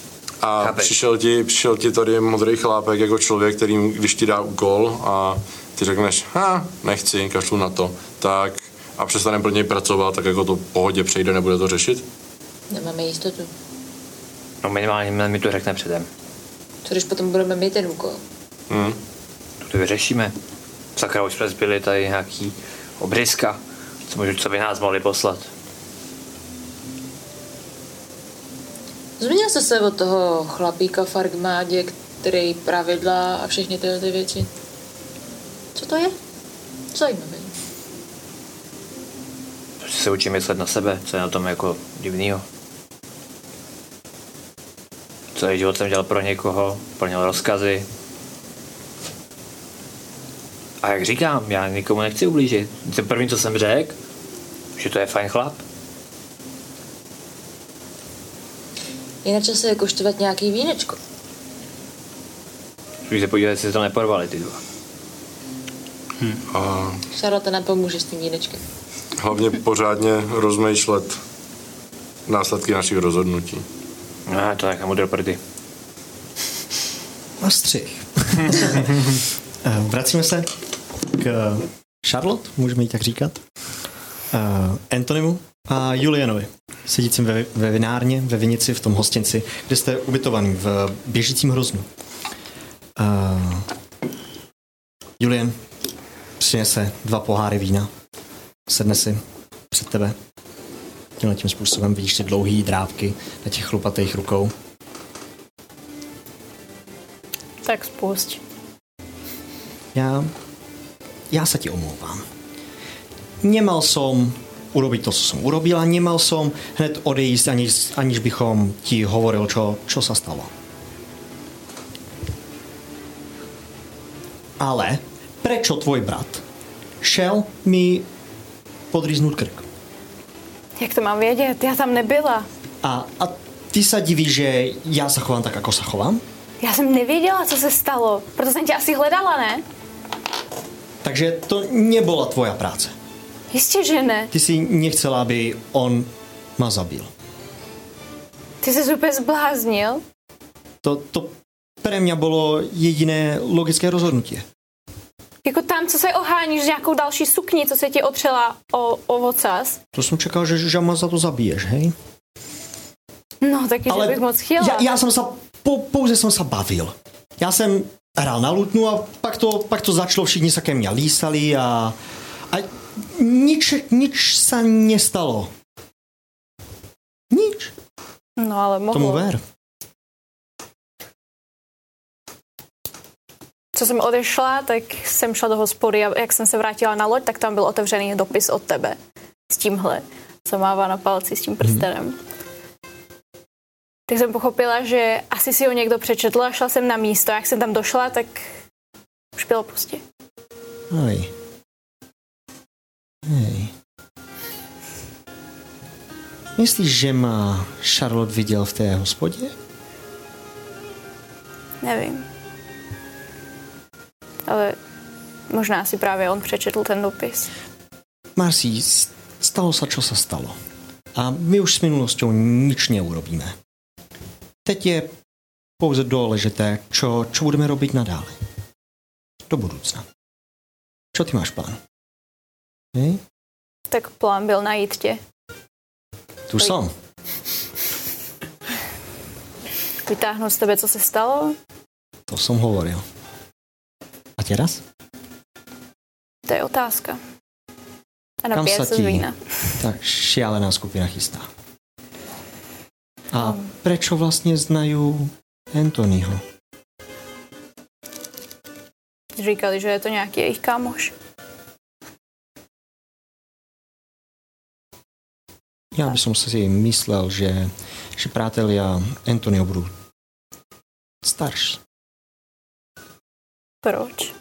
[SPEAKER 8] A
[SPEAKER 3] Chápeš.
[SPEAKER 8] přišel ti, přišel ti tady modrý chlápek jako člověk, který, když ti dá úkol a ty řekneš, ha, nechci, kašlu na to, tak a přestane pro něj pracovat, tak jako to v pohodě přejde, nebude to řešit.
[SPEAKER 6] Nemáme jistotu.
[SPEAKER 3] No minimálně mi to řekne předem.
[SPEAKER 6] Co když potom budeme mít ten úkol?
[SPEAKER 3] To to vyřešíme. Sakra, už jsme zbyli tady nějaký obryska, co, můžu, co by nás mohli poslat.
[SPEAKER 6] Změnil jste se od toho chlapíka v armádě, který pravidla a všechny tyhle ty věci? Co to je? Zajímavé.
[SPEAKER 3] Prostě se učím myslet na sebe, co je na tom jako divnýho. Celý život jsem dělal pro někoho, plnil rozkazy. A jak říkám, já nikomu nechci ublížit. Jsem první, co jsem řekl, že to je fajn chlap.
[SPEAKER 6] Je na čase jako štvat nějaký vínečko.
[SPEAKER 3] Když se podívej, jestli se to neporvali ty dva.
[SPEAKER 8] A
[SPEAKER 6] Charlotte nám pomůže s tím vínečkem.
[SPEAKER 8] hlavně pořádně rozmýšlet následky našich rozhodnutí.
[SPEAKER 3] No, to nechám do prdy.
[SPEAKER 2] Na střih. Eh, Vracíme se k eh, Charlotte, můžeme ji tak říkat, eh, Antonimu a Julianovi, sedícím ve, ve vinárně, ve vinici, v tom hostinci, kde jste ubytovaný v běžícím hroznu. Eh, Julian přinese dva poháry vína, sedne si před tebe. Tímhle tím způsobem vidíš ty dlouhý drávky na těch chlupatých rukou.
[SPEAKER 7] Tak spust.
[SPEAKER 2] Já, já se ti omlouvám. Nemal som urobiť to, co som urobila, nemal som hned odejít, aniž, aniž bychom ti hovoril, čo, čo sa stalo. Ale prečo tvoj brat šel mi podriznúť krk?
[SPEAKER 7] Jak to mám vědět? Já tam nebyla.
[SPEAKER 2] A, a ty sa divíš, že ja sa chovám tak, ako sa chovám?
[SPEAKER 7] Já jsem nevěděla, co se stalo. Proto jsem tě asi hledala, ne?
[SPEAKER 2] Takže to nebola tvoja práce.
[SPEAKER 7] Jistě, že ne.
[SPEAKER 2] Ty si nechcela, aby on ma zabil.
[SPEAKER 7] Ty jsi úplně zbláznil.
[SPEAKER 2] To, to pre mňa bolo jediné logické rozhodnutie.
[SPEAKER 7] Jako tam, co se oháníš nějakou další sukni, co se ti otřela o ovocas.
[SPEAKER 2] To som čakal, že, že ma za to zabiješ, hej?
[SPEAKER 7] No, taky, že bych moc chtěla.
[SPEAKER 2] ja, ja som sa, pou, pouze som sa bavil. Ja som hral na lutnu a pak to, pak to začalo, všichni sa ke mňa lísali a, a nič, nič sa nestalo. Nič.
[SPEAKER 7] No, ale mohlo.
[SPEAKER 2] Tomu ver.
[SPEAKER 7] Co jsem odešla, tak jsem šla do hospody a jak jsem se vrátila na loď, tak tam byl otevřený dopis od tebe. S tímhle, co mává na palci s tím
[SPEAKER 2] Mhm.
[SPEAKER 7] prstenem. Tak jsem pochopila, že asi si ho někdo přečetl a šla jsem na místo. Jak jsem tam došla, tak už bylo pozdě.
[SPEAKER 2] Aj. Hej. Myslíš, že ma Charlotte viděl v té hospodě?
[SPEAKER 7] Nevím. Ale možná si právě on přečetl ten dopis.
[SPEAKER 2] Marsi, stalo sa, čo sa stalo. A A my už s minulosťou nič neurobíme. Teď je pouze doležité, čo, čo budeme robiť nadále. Do budoucna. Čo ty máš plán? Hej?
[SPEAKER 7] Tak plán byl najít tě.
[SPEAKER 2] Tu jsem.
[SPEAKER 7] Vytáhnout z tebe, co se stalo,
[SPEAKER 2] To jsem hovoril. A teraz?
[SPEAKER 7] to je otázka. A
[SPEAKER 2] Kam
[SPEAKER 7] napije
[SPEAKER 2] sa
[SPEAKER 7] se z
[SPEAKER 2] ti-
[SPEAKER 7] vína.
[SPEAKER 2] Ta šialená skupina chystá. A prečo vlastně znajú Anthonyho?
[SPEAKER 7] Říkali, že je to nějaký jejich kámoš.
[SPEAKER 2] Ja by som si myslel, že, že prátelia Antonio budú starší.
[SPEAKER 7] Proč?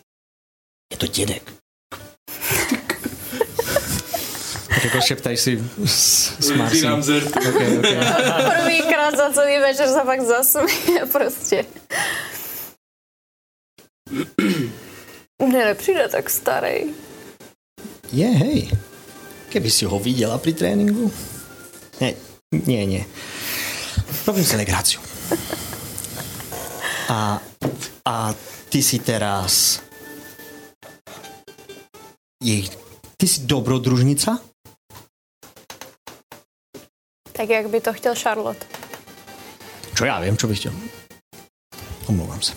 [SPEAKER 2] Je to dědek. tak jako šeptaj si s, s Marcí.
[SPEAKER 9] Vybírám zrt.
[SPEAKER 2] Okay, okay.
[SPEAKER 7] Prvýkrát za celý večer se fakt zasměje prostě. Mně nepřijde tak starý.
[SPEAKER 2] Je, hej. Keby si ho viděla při tréninku. Ne, ne, ne. Robím si legraci. A, a ty si teraz... Jej, ty jsi dobrodružnica?
[SPEAKER 7] Tak jak by to chtěl Charlotte.
[SPEAKER 2] Čo já vím, čo bych chtěl. Omlouvám se.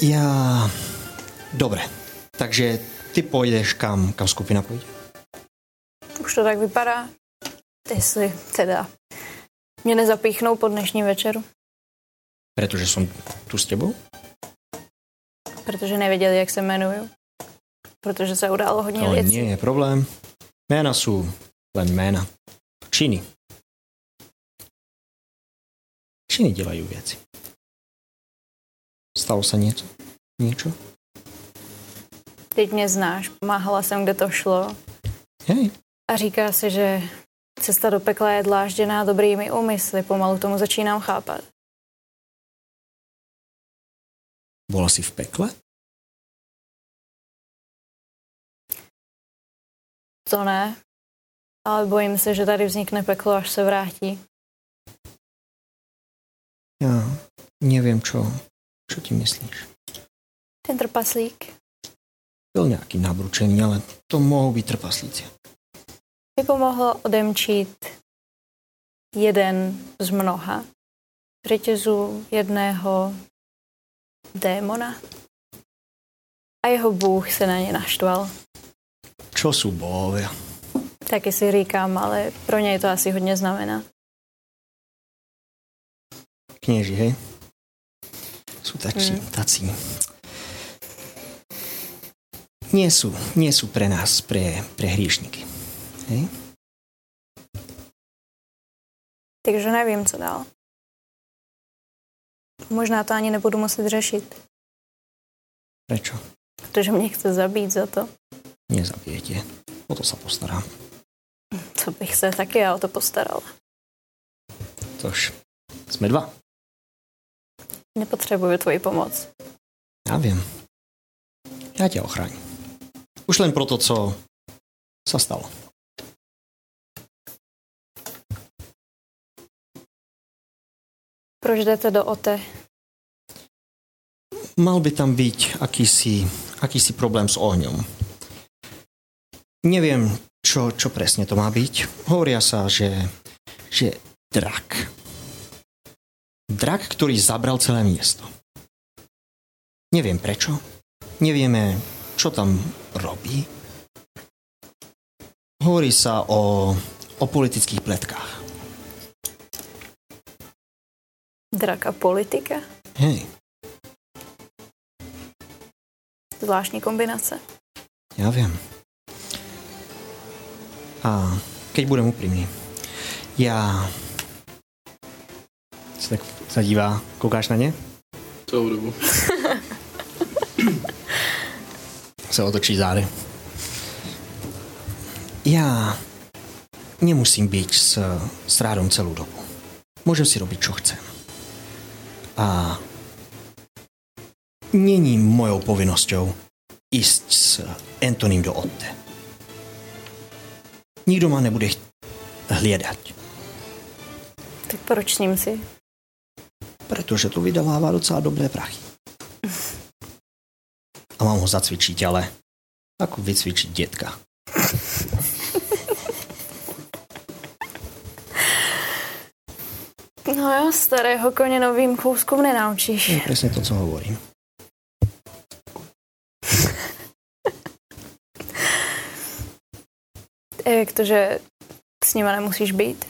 [SPEAKER 2] Já... Dobré. Takže ty pojedeš kam, kam skupina půjde.
[SPEAKER 7] Už to tak vypadá. Jestli teda mě nezapíchnou po dnešním večeru,
[SPEAKER 2] Protože jsem tu s tebou.
[SPEAKER 7] protože nevěděli, jak se jmenuju. Protože se událo hodně
[SPEAKER 2] To
[SPEAKER 7] věcí.
[SPEAKER 2] nie je problém. Jména jsou len jména. Činy. Činy dělají věci. Stalo se něco? Něco?
[SPEAKER 7] Teď mě znáš, pomáhala jsem, kde to šlo.
[SPEAKER 2] Hej.
[SPEAKER 7] A říká se, že cesta do pekla je dlážděná dobrými úmysly. Pomalu tomu No, začínám chápat.
[SPEAKER 2] Bola si v pekle?
[SPEAKER 7] To ne. Ale bojím se, že tady vznikne peklo, až se vrátí.
[SPEAKER 2] Já nevím, čo, čo ti myslíš.
[SPEAKER 7] Ten trpaslík.
[SPEAKER 2] Byl nějaký nabručený, ale to mohou být trpaslíci.
[SPEAKER 7] mi pomohl odemčít jeden z mnoha řetězů jedného démona. A jeho bůh se na ně naštval.
[SPEAKER 2] Čo jsou bohové?
[SPEAKER 7] Taky si říkám, ale pro něj to asi hodně znamená.
[SPEAKER 2] Kněži, hej? Jsou tací,
[SPEAKER 7] Mm.
[SPEAKER 2] hmm. tací. Nie sú, nie sú pre nás, pre, pre hriešníky. Hej?
[SPEAKER 7] Takže nevím, co dál. Možná to ani nebudu muset řešit,
[SPEAKER 2] Prečo?
[SPEAKER 7] protože mě chce zabít za to,
[SPEAKER 2] Nezabijete. O to sa postarám.
[SPEAKER 7] co bych se taky já o to postarala.
[SPEAKER 2] Tož, sme dva.
[SPEAKER 7] Nepotřebuju tvoji pomoc.
[SPEAKER 2] Já vím. Já tě ochráním. Už len proto, co sa stalo.
[SPEAKER 7] Proč jdete do Ote?
[SPEAKER 2] mal by tam byť akýsi, akýsi problém s ohňom. Neviem, čo, čo presne to má byť. Hovoria sa, že, že drak. Drak, ktorý zabral celé miesto. Neviem prečo. Nevieme, čo tam robí. Hovorí sa o, o politických pletkách.
[SPEAKER 7] Draka politika?
[SPEAKER 2] Hej.
[SPEAKER 7] Zvláštní kombinace.
[SPEAKER 2] Já vím. A keď budem upřímný, já se tak zadívá, koukáš na ně,
[SPEAKER 9] Celou dobu.
[SPEAKER 2] se otočí zády. Já nemusím být s, s rádom celou dobu. Můžem si robit, co chcem. A není mojou povinnosťou jít s Antoním do Otte. Nikdo má nebude chtít hledat,
[SPEAKER 7] Tak proč s ním si?
[SPEAKER 2] protože to vydává docela dobré prachy. A mám ho zacvičit, ale jako vycvičit dětka.
[SPEAKER 7] No jo, starého koně novým kouskům nenaučíš.
[SPEAKER 2] To je přesně to, co hovorím.
[SPEAKER 7] E, Jak to, že s nima nemusíš být?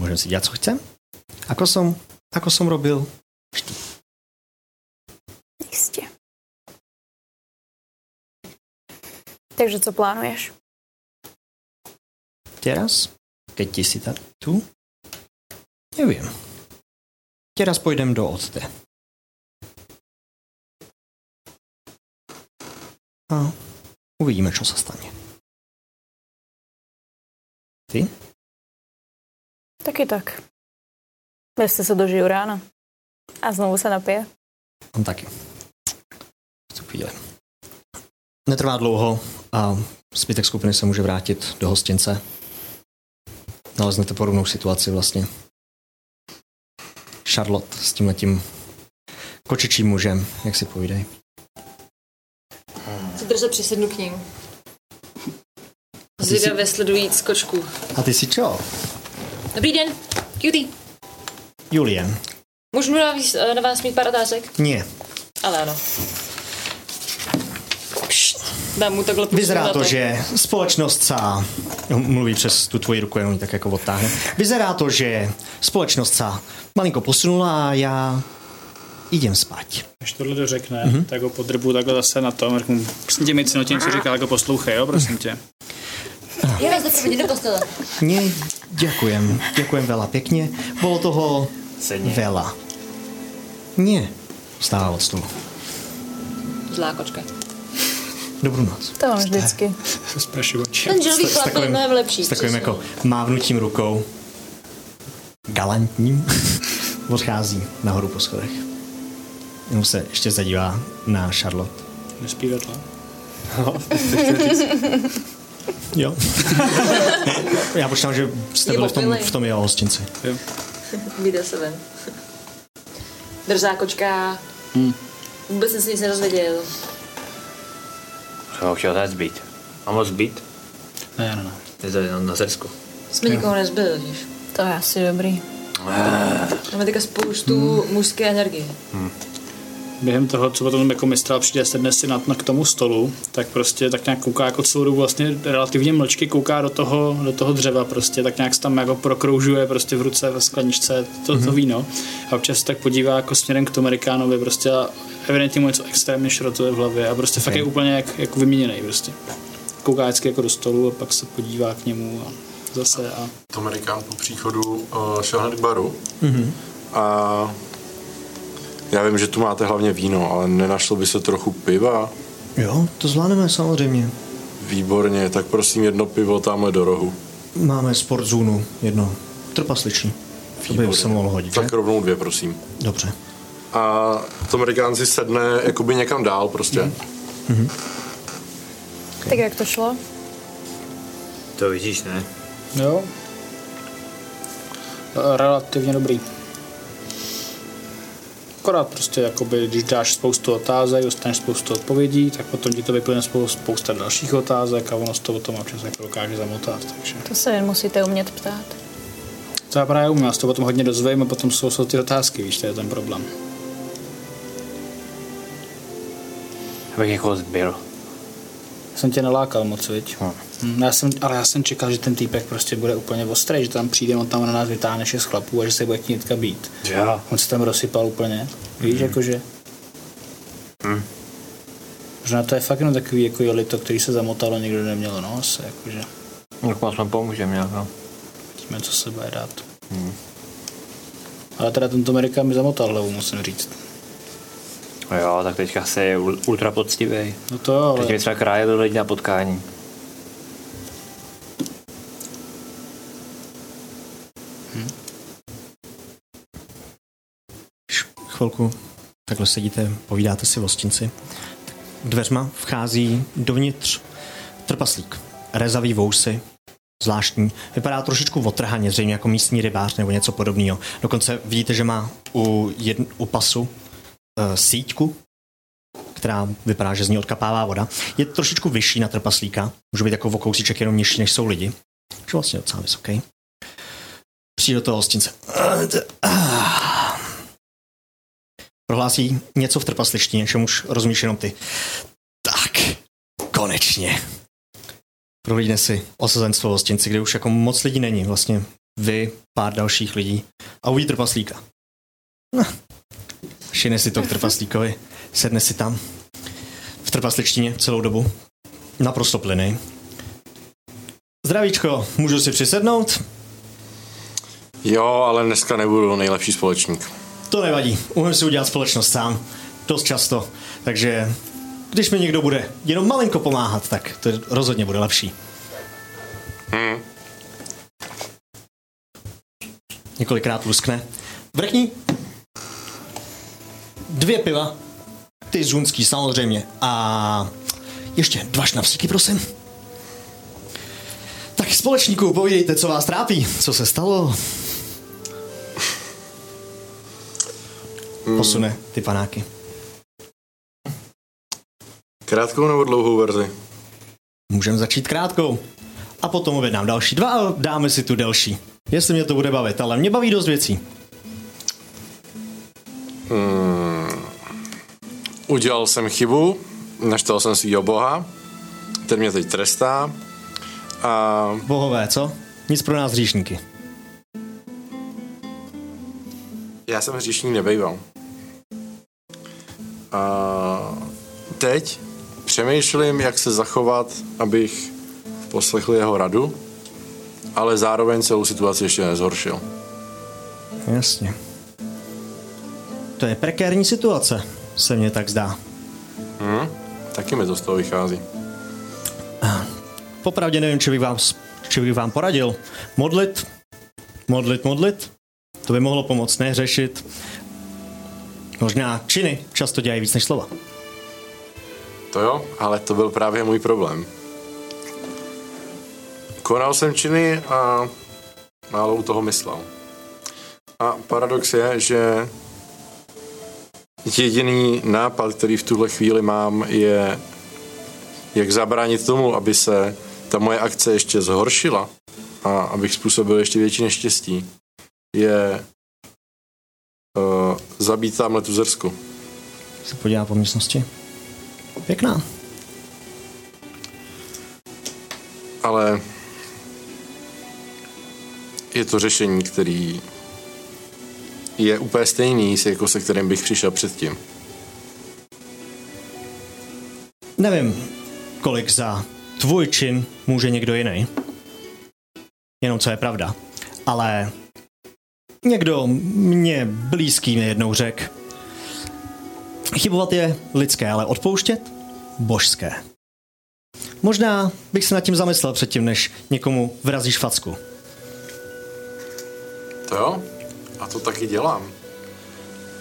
[SPEAKER 2] Můžem si dělat, co chcem? Ako som, ako som robil
[SPEAKER 7] Jistě. Takže co plánuješ?
[SPEAKER 2] teraz, keď ti si tady tu? Nevím. Teraz pojdem do Otte. A uvidíme, čo sa stane.
[SPEAKER 7] Taky tak. Věřte se dožiju rána. A znovu se napije.
[SPEAKER 2] On taky. V tu chvíli. Netrvá dlouho a zbytek skupiny se může vrátit do hostince. Naleznete podobnou situaci vlastně. Charlotte s tímhletím kočičím mužem, jak si povídají.
[SPEAKER 1] Drze přisednu k ním. Zvědavě sledují skočku.
[SPEAKER 2] A ty si čo?
[SPEAKER 1] Dobrý den, cutie.
[SPEAKER 2] Julien.
[SPEAKER 1] Můžu na vás, eh, na vás mít pár otázek?
[SPEAKER 2] Nie.
[SPEAKER 1] Ale ano. Pšt, dám mu takhle pustit
[SPEAKER 2] Vyzerá
[SPEAKER 1] na
[SPEAKER 2] to, že společnost sa... Mluví přes tu tvoji ruku, jenom ji tak jako odtáhne. Vyzerá to, že společnost sa malinko posunula a já idem spať.
[SPEAKER 5] Až tohle dořekne, mm-hmm. tak ho podrbu takhle zase na tom. Řeknu, prosím tě, mi tím, co říká, jako poslouchej, jo, prosím tě.
[SPEAKER 1] Já vás zase do postele.
[SPEAKER 2] Nie, ďakujem. Ďakujem veľa pekne. Bolo toho Cenie. veľa. Nie. Stála od stolu.
[SPEAKER 1] Zlá kočka.
[SPEAKER 2] Dobrou noc.
[SPEAKER 7] To mám vždycky.
[SPEAKER 5] Sprašovač.
[SPEAKER 1] Ten želvý
[SPEAKER 2] S- s
[SPEAKER 1] chlap je
[SPEAKER 2] takovým-
[SPEAKER 1] mnohem lepší.
[SPEAKER 2] S takovým
[SPEAKER 1] přesně.
[SPEAKER 2] jako mávnutím rukou, galantním, odchází nahoru po schodech. Jenom se ještě zadívá na Charlotte.
[SPEAKER 5] Nespí
[SPEAKER 2] no?
[SPEAKER 5] vedle.
[SPEAKER 2] Jo. Já počítám, že jste
[SPEAKER 1] Je
[SPEAKER 2] byli v tom,
[SPEAKER 1] opilej.
[SPEAKER 2] v tom jeho hostinci.
[SPEAKER 1] Vyjde se ven. Drzá kočka. Hmm.
[SPEAKER 2] Hm.
[SPEAKER 1] Vůbec jsem se nic nerozvěděl.
[SPEAKER 3] Jsem ho chtěl zase zbít. Mám ho zbít?
[SPEAKER 5] Ne, ne, ne.
[SPEAKER 3] Je to jenom na zesku.
[SPEAKER 1] Jsme nikoho nezbyli, víš.
[SPEAKER 7] To je asi dobrý.
[SPEAKER 1] Máme teďka spoustu
[SPEAKER 2] Hm.
[SPEAKER 1] hmm. mužské energie.
[SPEAKER 5] Hmm. během toho, co potom jako mistral přijde a sedne si na, na, k tomu stolu, tak prostě tak nějak kouká jako celou dobu vlastně relativně mlčky kouká do toho, do toho dřeva prostě, tak nějak se tam jako prokroužuje prostě v ruce ve skleničce to, to víno a občas se tak podívá jako směrem k tomu Amerikánovi prostě a evidentně mu něco extrémně šrotuje v hlavě a prostě okay. fakt je úplně jak, jako vyměněný prostě. Kouká vždycky jako do stolu a pak se podívá k němu a zase a
[SPEAKER 8] Tom říkám po příchodu uh, šel hned k baru. Mm-hmm. A já vím, že tu máte hlavně víno, ale nenašlo by se trochu piva?
[SPEAKER 2] Jo, to zvládneme samozřejmě.
[SPEAKER 8] Výborně, tak prosím jedno pivo tamhle do rohu.
[SPEAKER 2] Máme sportzónu jedno, trpasliční. To by se mohlo hodit, že?
[SPEAKER 8] Tak rovnou dvě, prosím.
[SPEAKER 2] Dobře.
[SPEAKER 8] A to Amerikán si sedne jakoby někam dál prostě.
[SPEAKER 2] Mhm.
[SPEAKER 7] Tak jak to šlo?
[SPEAKER 3] To vidíš, ne?
[SPEAKER 5] jo. E, Relativně dobrý. Akorát prostě, jakoby, když dáš spoustu otázek, dostaneš spoustu odpovědí, tak potom ti to vyplyne spou- spousta dalších otázek a ono se to potom občas jako dokáže zamotat. Takže
[SPEAKER 7] To se jen musíte umět ptát.
[SPEAKER 5] to já právě umím, já se to potom hodně dozvím a potom jsou, jsou ty otázky, víš, to je ten problém.
[SPEAKER 3] Abych někoho zbil.
[SPEAKER 5] Jsem tě nelákal moc, viď? Hm, Já jsem, ale já jsem čekal, že ten týpek prostě bude úplně ostrý, že tam přijde, on tam na nás vytáhne šest chlapů a že se bude chtít hnedka být.
[SPEAKER 3] Jo.
[SPEAKER 5] On se tam rozsypal úplně. Víš, mm. jakože... Mm. Možná to je fakt jenom takový jako jelito, který se zamotalo, nikdo neměl nos, jakože
[SPEAKER 3] Tak moc mi pomůžeme nějak, no.
[SPEAKER 5] víme, co se bude dát. Mm. Ale teda tento Amerika mi zamotal hlavu, musím říct.
[SPEAKER 3] No Jo, tak teďka se je ul- ultra poctivý.
[SPEAKER 5] No to jo, ale
[SPEAKER 3] Teď mi jsme krájeli lidi na potkání.
[SPEAKER 2] Když chvilku takhle sedíte, povídáte si v hostinci, tak dveřma vchází dovnitř trpaslík. Rezavý vousy, zvláštní. Vypadá trošičku otrhaně, zřejmě jako místní rybář nebo něco podobného. Dokonce vidíte, že má u, jedn, u pasu uh, síťku, která vypadá, že z ní odkapává voda. Je trošičku vyšší na trpaslíka, může být jako o kousíček jenom nižší, než jsou lidi. Což je vlastně docela vysoký. Přijde do toho hostince. Prohlásí něco v trpaslištině, čemuž rozumíš jenom ty. Tak, konečně. Prohlídne si osazenstvo v hostinci, kde už jako moc lidí není. Vlastně vy, pár dalších lidí a uvidí trpaslíka. No. Šine si to k trpaslíkovi, sedne si tam. V trpasličtině celou dobu. Naprosto plyny. Zdravíčko, můžu si přisednout?
[SPEAKER 8] Jo, ale dneska nebudu nejlepší společník.
[SPEAKER 2] To nevadí, umím si udělat společnost sám. Dost často. Takže když mi někdo bude jenom malinko pomáhat, tak to rozhodně bude lepší.
[SPEAKER 8] Hm.
[SPEAKER 2] Několikrát luskne. Vrchní. Dvě piva. Ty zunský samozřejmě. A ještě dva šnapsíky, prosím. Tak společníku, povídejte, co vás trápí. Co se stalo? Posune ty panáky.
[SPEAKER 8] Krátkou nebo dlouhou verzi?
[SPEAKER 2] Můžeme začít krátkou. A potom objednám další dva a dáme si tu delší. Jestli mě to bude bavit, ale mě baví dost věcí.
[SPEAKER 8] Hmm. Udělal jsem chybu, naštal jsem svýho boha, ten mě teď trestá. A
[SPEAKER 2] Bohové, co? Nic pro nás hříšníky.
[SPEAKER 8] já jsem hříšník nebejval. A teď přemýšlím, jak se zachovat, abych poslechl jeho radu, ale zároveň celou situaci ještě nezhoršil.
[SPEAKER 2] Jasně. To je prekérní situace, se mně tak zdá.
[SPEAKER 8] Hm? Taky mi to z toho vychází.
[SPEAKER 2] Popravdě nevím, či bych vám, či bych vám poradil. Modlit, modlit, modlit. To by mohlo pomoct, ne řešit. Možná činy často dělají víc než slova.
[SPEAKER 8] To jo, ale to byl právě můj problém. Konal jsem činy a málo u toho myslel. A paradox je, že jediný nápad, který v tuhle chvíli mám, je jak zabránit tomu, aby se ta moje akce ještě zhoršila a abych způsobil ještě větší neštěstí, je uh, zabít tamhle tu zrsku.
[SPEAKER 2] Se podívá po místnosti. Pěkná.
[SPEAKER 8] ale je to řešení, který je úplně stejný, se- jako se kterým bych přišel předtím.
[SPEAKER 2] Nevím, kolik za tvůj čin může někdo jiný. Jenom co je pravda. Ale někdo mě blízký mi jednou řekl, chybovat je lidské, ale odpouštět božské. Možná bych se nad tím zamyslel předtím, než někomu vrazíš facku.
[SPEAKER 8] To jo, a to taky dělám.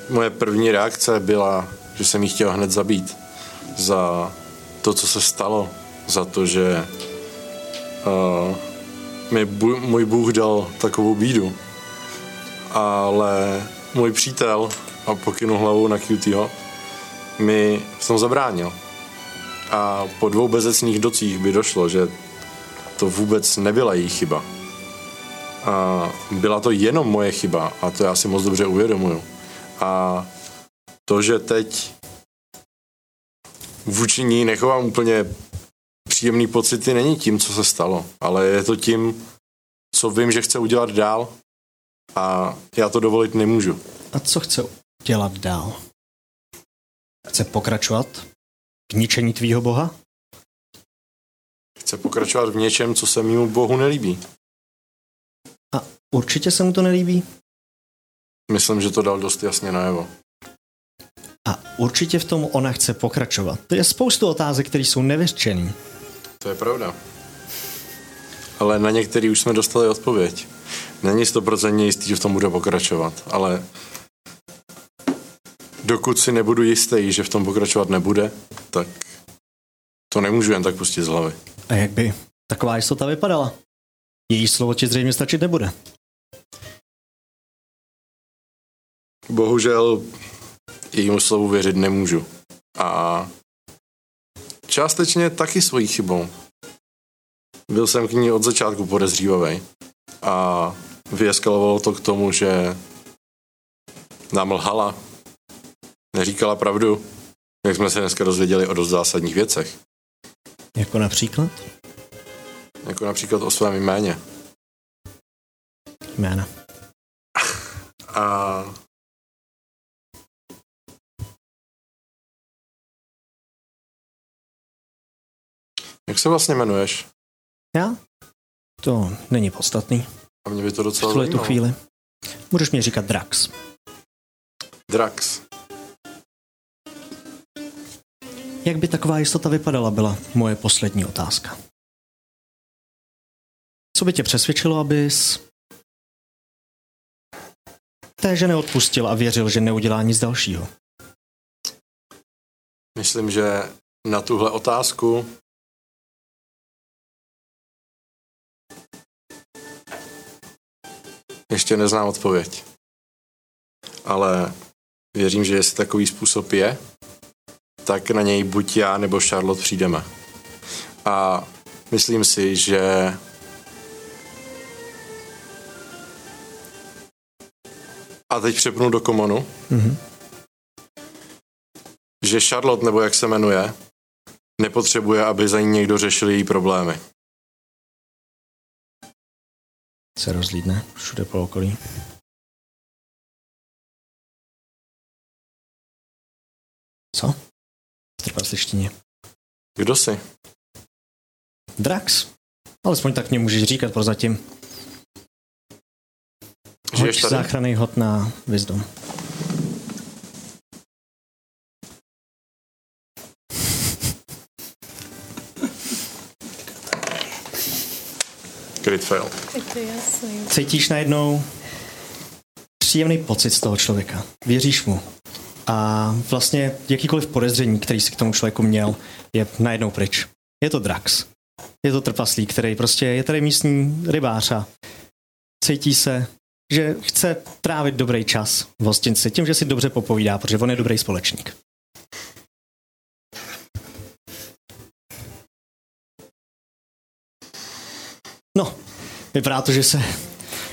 [SPEAKER 8] Moje první reakce byla, že jsem ji chtěl hned zabít. Za to, co se stalo. Za to, že uh, mi bu- můj Bůh dal takovou bídu. Ale můj přítel, a pokynu hlavou na QTho, mi v tom zabránil. A po dvou bezecných docích by došlo, že to vůbec nebyla její chyba. A byla to jenom moje chyba a to já si moc dobře uvědomuju. A to, že teď vůči ní nechovám úplně příjemný pocity, není tím, co se stalo, ale je to tím, co vím, že chce udělat dál a já to dovolit nemůžu.
[SPEAKER 2] A co chce dělat dál? Chce pokračovat v ničení tvýho boha?
[SPEAKER 8] Chce pokračovat v něčem, co se mýmu bohu nelíbí.
[SPEAKER 2] Určitě se mu to nelíbí.
[SPEAKER 8] Myslím, že to dal dost jasně najevo.
[SPEAKER 2] A určitě v tom ona chce pokračovat. To je spoustu otázek, které jsou nevyřčený.
[SPEAKER 8] To je pravda. Ale na některý už jsme dostali odpověď. Není stoprocentně jistý, že v tom bude pokračovat, ale dokud si nebudu jistý, že v tom pokračovat nebude, tak to nemůžu jen tak pustit z hlavy.
[SPEAKER 2] A jak by taková jistota vypadala? Její slovo ti zřejmě stačit nebude.
[SPEAKER 8] Bohužel jejímu slovu věřit nemůžu. A částečně taky svojí chybou. Byl jsem k ní od začátku podezřívavý. A vyeskalovalo to k tomu, že nám lhala. Neříkala pravdu, jak jsme se dneska dozvěděli o dost zásadních věcech.
[SPEAKER 2] Jako například?
[SPEAKER 8] Jako například o svém jméně.
[SPEAKER 2] Jména.
[SPEAKER 8] A Jak se vlastně jmenuješ?
[SPEAKER 2] Já? To není podstatný.
[SPEAKER 8] A mě by to
[SPEAKER 2] V
[SPEAKER 8] docela
[SPEAKER 2] tuhle tu
[SPEAKER 8] zajímalo.
[SPEAKER 2] chvíli. Můžeš mě říkat Drax.
[SPEAKER 8] Drax.
[SPEAKER 2] Jak by taková jistota vypadala, byla moje poslední otázka. Co by tě přesvědčilo, abys té ženy odpustil a věřil, že neudělá nic dalšího?
[SPEAKER 8] Myslím, že na tuhle otázku ještě neznám odpověď. Ale věřím, že jestli takový způsob je, tak na něj buď já nebo Charlotte přijdeme. A myslím si, že a teď přepnu do komonu,
[SPEAKER 2] Mhm.
[SPEAKER 8] že Charlotte, nebo jak se jmenuje, nepotřebuje, aby za ní někdo řešil její problémy.
[SPEAKER 2] Se rozlídne všude po okolí. Co? V trpaslištině.
[SPEAKER 8] Kdo jsi?
[SPEAKER 2] Drax? Alespoň tak mě můžeš říkat prozatím.
[SPEAKER 8] Žiješ
[SPEAKER 2] Hoď
[SPEAKER 8] tady?
[SPEAKER 2] záchranný hod na Wisdom.
[SPEAKER 8] Crit fail.
[SPEAKER 7] Tak to je jasný.
[SPEAKER 2] Cítíš najednou příjemný pocit z toho člověka. Věříš mu. A vlastně jakýkoliv podezření, který si k tomu člověku měl, je najednou pryč. Je to Drax. Je to trpaslík, který prostě je tady místní rybář a cítí se, že chce trávit dobrý čas v hostinci tím, že si dobře popovídá, protože on je dobrý společník. No, vypadá to, že se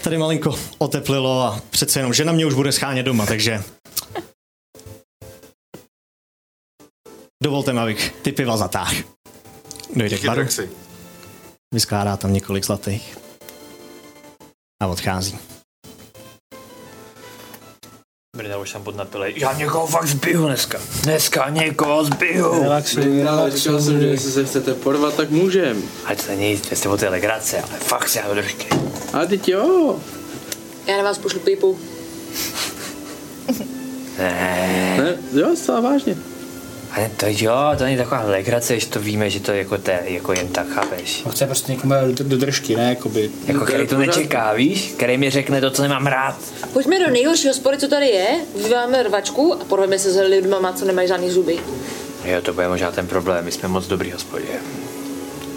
[SPEAKER 2] tady malinko oteplilo a přece jenom žena mě už bude schánět doma, takže... Dovolte mi, abych ty piva zatáhl. Dojde k
[SPEAKER 8] Díky,
[SPEAKER 2] baru,
[SPEAKER 8] Draxi.
[SPEAKER 2] vyskládá tam několik zlatých a odchází.
[SPEAKER 3] Brda už jsem podnapilej. Já někoho fakt zbiju dneska. Dneska někoho zbiju.
[SPEAKER 9] Ale říkal jsem, že jestli se chcete porvat, tak můžem.
[SPEAKER 3] Ať to nic, jestli o té legrace, ale fakt si já držky.
[SPEAKER 9] A teď jo.
[SPEAKER 6] Já na vás pošlu pipu.
[SPEAKER 3] Ne,
[SPEAKER 9] Ne, jo, zcela vážně.
[SPEAKER 3] ale to jo, to není taková legrace, že to víme, že to je jako, té, jako jen tak, chápeš?
[SPEAKER 9] No
[SPEAKER 5] A chce prostě někomu dát do, do držky, ne? Jakoby.
[SPEAKER 3] Jako, který to nečeká, víš? Který mi řekne to, co nemám rád.
[SPEAKER 6] Pojďme do nejhorší hospody, co tady je, vyváme rvačku a porveme se s lidma, co nemají žádný zuby.
[SPEAKER 3] Jo, to bude možná ten problém, my jsme moc dobrý hospodě.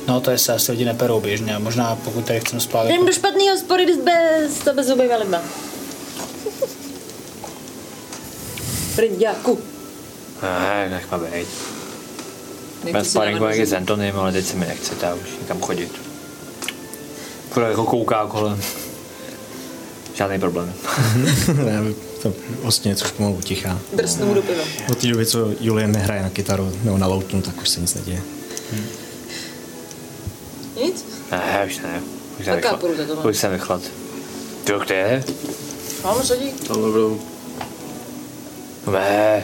[SPEAKER 5] No to je se asi lidi neperou běžně, a možná pokud tady chceme spát. jako-
[SPEAKER 6] Jdem do špatný hospody s bez, to bez zubejma lidma. Prďáku.
[SPEAKER 3] Ne, nech ma být. Ten sparing je s Antonym, ale teď se mi nechce ta už nikam chodit. Pro jako kouká kolem. Žádný problém.
[SPEAKER 2] Ne, to vlastně něco už pomalu utichá.
[SPEAKER 6] Drsnu mu do piva.
[SPEAKER 2] Od té doby, co Julian nehraje na kytaru nebo na loutnu, tak už se nic neděje.
[SPEAKER 6] Nic?
[SPEAKER 3] Ne, už ne. Už jsem
[SPEAKER 6] Tak já půjdu za
[SPEAKER 3] vychlad.
[SPEAKER 6] tobou.
[SPEAKER 3] Už jsem vychlad. Jo, kde je?
[SPEAKER 6] Mám sedí.
[SPEAKER 9] Ale bro,
[SPEAKER 3] Ne,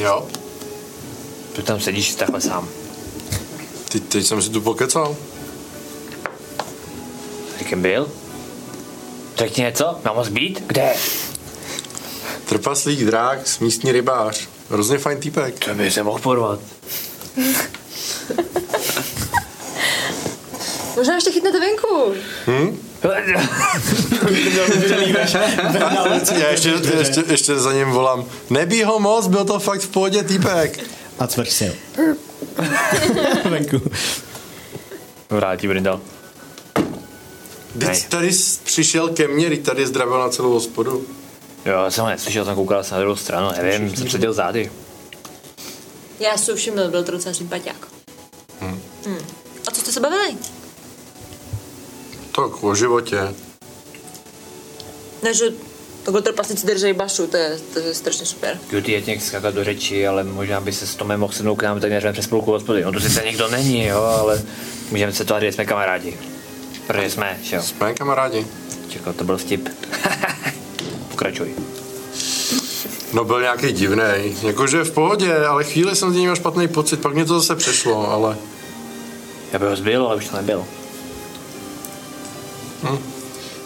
[SPEAKER 8] Jo.
[SPEAKER 3] tu tam sedíš takhle sám.
[SPEAKER 8] Ty, teď jsem si tu pokecal.
[SPEAKER 3] S kým byl? Řekni něco, mám ho zbít? Kde?
[SPEAKER 8] Trpaslík, Drax, místní rybář. Hrozně fajn týpek.
[SPEAKER 3] To by se mohl porvat.
[SPEAKER 6] Možná ještě chytnete venku.
[SPEAKER 8] Hm? Já ještě, ještě, ještě za ním volám. Nebí ho moc, byl to fakt v pohodě týpek.
[SPEAKER 2] A cvrč si ho. Venku.
[SPEAKER 3] Vrátí Brindal.
[SPEAKER 8] Teď tady jsi přišel ke mně, teď tady zdravil na celou hospodu.
[SPEAKER 3] Jo, já jsem ho neslyšel, jsem koukal jsem na druhou stranu, nevím, jsem seděl zády.
[SPEAKER 1] Já jsem všiml, byl to docela sympatiák. Hmm. Hmm. A co jste se bavili?
[SPEAKER 8] Tak o životě.
[SPEAKER 1] Ne, že takhle trpasnici držej bašu, to je, to je strašně super.
[SPEAKER 3] Cutie je těch skakat do řeči, ale možná by se s Tomem mohl sednout k nám tak neřeme přes spolku hospody. No to sice nikdo není, jo, ale můžeme se tvářit, že jsme kamarádi. Protože jsme, že jo.
[SPEAKER 8] Jsme kamarádi.
[SPEAKER 3] Čekal, to byl vtip. Pokračuj.
[SPEAKER 8] No byl nějaký divný. Jakože v pohodě, ale chvíli jsem z něj měl špatný pocit, pak mě to zase přešlo, ale
[SPEAKER 3] Já bych ho zbyl, ale už to nebyl.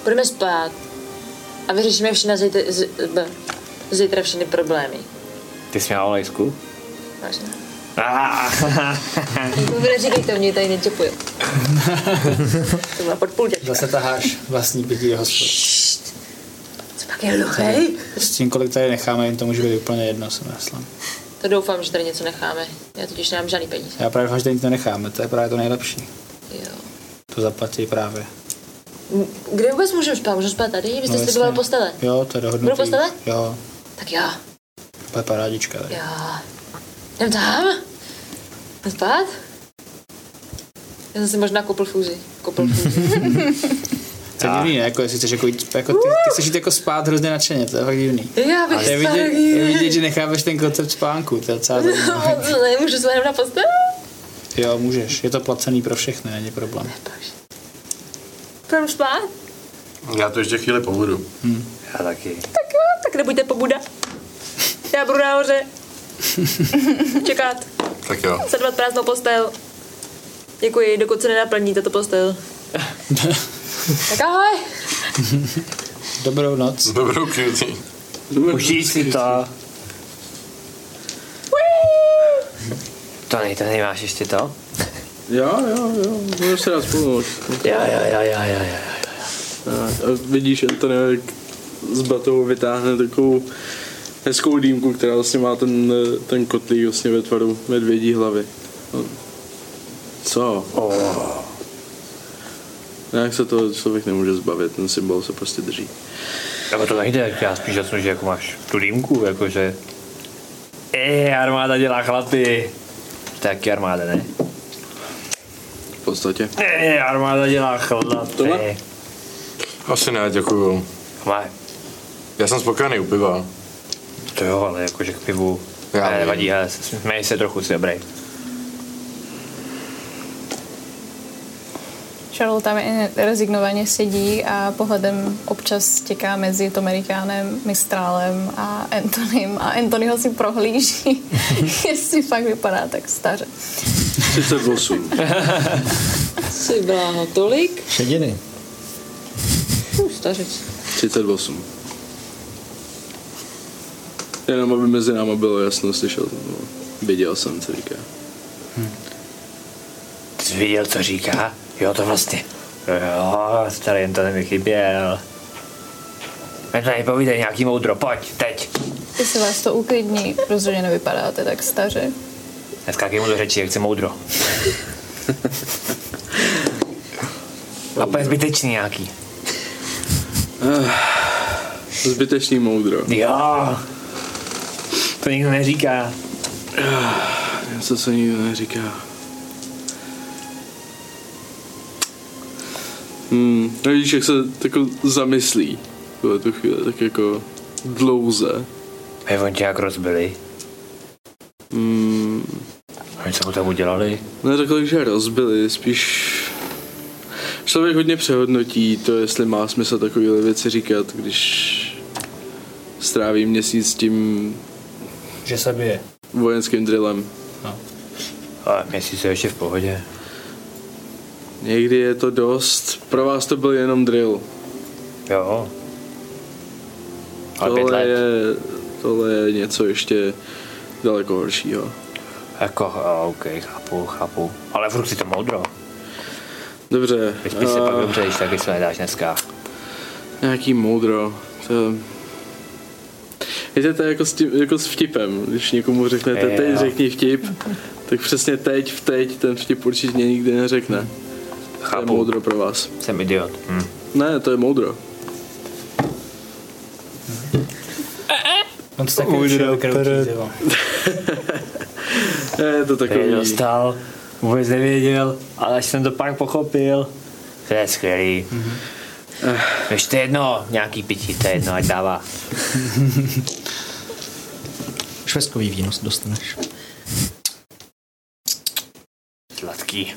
[SPEAKER 6] Půjdeme spát a vyřešíme všechny zítra, z, b, zítra všechny problémy.
[SPEAKER 3] Ty jsi měla olejsku?
[SPEAKER 6] Vážně.
[SPEAKER 3] Ah,
[SPEAKER 6] Neříkej to, mě tady nečepuju. to byla podpůlďačka.
[SPEAKER 5] Zase taháš vlastní pití hospody.
[SPEAKER 6] Co pak je hluchý?
[SPEAKER 5] S tím, kolik tady necháme, jim to může být úplně jedno, jsem myslím.
[SPEAKER 6] To doufám, že tady něco necháme. Já totiž nemám žádný peníze.
[SPEAKER 5] Já právě doufám, že tady nic nenecháme, to je právě to nejlepší.
[SPEAKER 6] Jo.
[SPEAKER 5] To zaplatí právě.
[SPEAKER 6] Kde vůbec můžeme spát? Můžeme spát tady? Vy jste no, sliboval
[SPEAKER 5] jasně.
[SPEAKER 6] postele.
[SPEAKER 5] Jo, to je dohodnutý.
[SPEAKER 6] Budou postele?
[SPEAKER 5] Jo,
[SPEAKER 6] Tak jo,
[SPEAKER 5] to je parádička. Tady.
[SPEAKER 6] jo. Jdem tam? Jdem spát? Já jsem si možná koupil fúzi. Koupil fúzi.
[SPEAKER 5] To je divný, ne? Jako, jestli chceš jako, jít, jako ty, ty, chceš jít jako spát hrozně nadšeně, to je fakt divný.
[SPEAKER 6] Já bych
[SPEAKER 5] Ale je
[SPEAKER 6] spát.
[SPEAKER 5] vidět, je vidět, že nechápeš ten koncept spánku, to je docela zajímavé.
[SPEAKER 6] Moc ne, můžu spát jenom na posteli?
[SPEAKER 5] Jo, můžeš, je to placený pro všechny, není problém.
[SPEAKER 1] Půjdeme spát?
[SPEAKER 6] No,
[SPEAKER 8] já to ještě chvíli pobudu.
[SPEAKER 3] Hm. já taky.
[SPEAKER 1] Tak jo, tak nebuďte pobuda. Já budu nahoře. Čekat,
[SPEAKER 8] Tak jo.
[SPEAKER 1] sledovat prázdnou postel. Děkuji, dokud se nenaplní tato postel.
[SPEAKER 6] Tak ahoj.
[SPEAKER 5] Dobrou noc.
[SPEAKER 8] Dobrou cutie.
[SPEAKER 3] Užij si to. To nej, to nemáš ještě to?
[SPEAKER 9] Jo, jo, jo, můžu se rád spolu.
[SPEAKER 3] Jo, jo, jo, jo, jo, jo.
[SPEAKER 9] A vidíš Antonio, jak z batou vytáhne takovou hezkou dýmku, která vlastně má ten, eh, ten kotlík vlastně ve tvaru medvědí hlavy. No. Co? Oh. Nějak se to člověk nemůže zbavit, ten symbol se prostě drží.
[SPEAKER 3] Jako to nejde, já spíš řeknu, že jako máš tu dýmku, jakože... Ej, armáda dělá chlapy. Taky armáda, ne?
[SPEAKER 9] V podstatě.
[SPEAKER 3] Ej, armáda dělá
[SPEAKER 9] Tohle?
[SPEAKER 3] chlapy.
[SPEAKER 8] Asi ne, děkuju.
[SPEAKER 3] Má,
[SPEAKER 8] Já jsem spokojený u piva.
[SPEAKER 3] to jo, ale jakože k pivu. Eh,
[SPEAKER 8] Já
[SPEAKER 3] Já
[SPEAKER 8] vím.
[SPEAKER 3] nevadí, ale smej se trochu, si dobrý.
[SPEAKER 7] Charles tam i rezignovaně sedí a pohledem občas těká mezi Tomerikánem, Mistrálem a Antonym a Antony ho si prohlíží, jestli fakt vypadá tak staře.
[SPEAKER 9] 38.
[SPEAKER 6] Jsi byla ho tolik?
[SPEAKER 2] Šediny.
[SPEAKER 6] Už stařec.
[SPEAKER 9] 38. Jenom aby mezi náma bylo jasno, slyšel jsem. no. Viděl jsem, co říká.
[SPEAKER 3] Jsi viděl, co říká? Jo, to vlastně. Jo, starý, jen to mi chyběl. Jen tady povídej nějaký moudro, pojď, teď.
[SPEAKER 7] Jestli vás to uklidní, protože nevypadáte tak staře.
[SPEAKER 3] Dneska mu do řeči, jak chci moudro. A to je zbytečný nějaký.
[SPEAKER 9] Ah, Zbytečný moudro.
[SPEAKER 3] Jo. To nikdo neříká.
[SPEAKER 9] Ah, Co se nikdo neříká. Hmm, no vidíš, jak se tako zamyslí v tuhle tu chvíli, tak jako dlouze.
[SPEAKER 3] Hej, oni tě jak rozbili.
[SPEAKER 9] Hmm,
[SPEAKER 3] Oni co mu tam udělali?
[SPEAKER 9] neřekl bych, No že rozbili, spíš člověk hodně přehodnotí to, jestli má smysl takovéhle věci říkat, když stráví měsíc s tím
[SPEAKER 5] Že se bije.
[SPEAKER 9] vojenským drillem.
[SPEAKER 3] Ale No. měsíc je ještě v pohodě.
[SPEAKER 9] Někdy je to dost, pro vás to byl jenom drill.
[SPEAKER 3] Jo. Ale pět
[SPEAKER 9] Tohle
[SPEAKER 3] let. Je...
[SPEAKER 9] je, tohle je něco ještě daleko horšího.
[SPEAKER 3] Jako, a, OK, chápu, chápu. Ale furt si to moudro.
[SPEAKER 9] Dobře,
[SPEAKER 3] Vyspíš se pak
[SPEAKER 9] a
[SPEAKER 3] dobře, když taky se nedáš dneska.
[SPEAKER 9] nějaký moudro. To... Víte, to je jako s, tím, jako s vtipem. Když někomu řeknete,
[SPEAKER 3] Jo.
[SPEAKER 9] teď řekni vtip, tak přesně teď, v teď, ten vtip určitě nikdy neřekne. To je
[SPEAKER 3] Chápu.
[SPEAKER 9] moudro pro vás.
[SPEAKER 3] Jsem idiot. Hm.
[SPEAKER 9] Ne, to je moudro.
[SPEAKER 5] On to taky už vykroutí, ty vole.
[SPEAKER 9] Je to
[SPEAKER 3] Který
[SPEAKER 9] takový...
[SPEAKER 3] dostal, vůbec nevěděl, ale až jsem to pak pochopil. To je skvělý.
[SPEAKER 9] Mhm.
[SPEAKER 3] Mm-hmm.
[SPEAKER 9] Eh.
[SPEAKER 3] Víš, to je jedno, nějaký pití, to je jedno, ať dává.
[SPEAKER 2] Švestkový výnos dostaneš.
[SPEAKER 12] Sladký.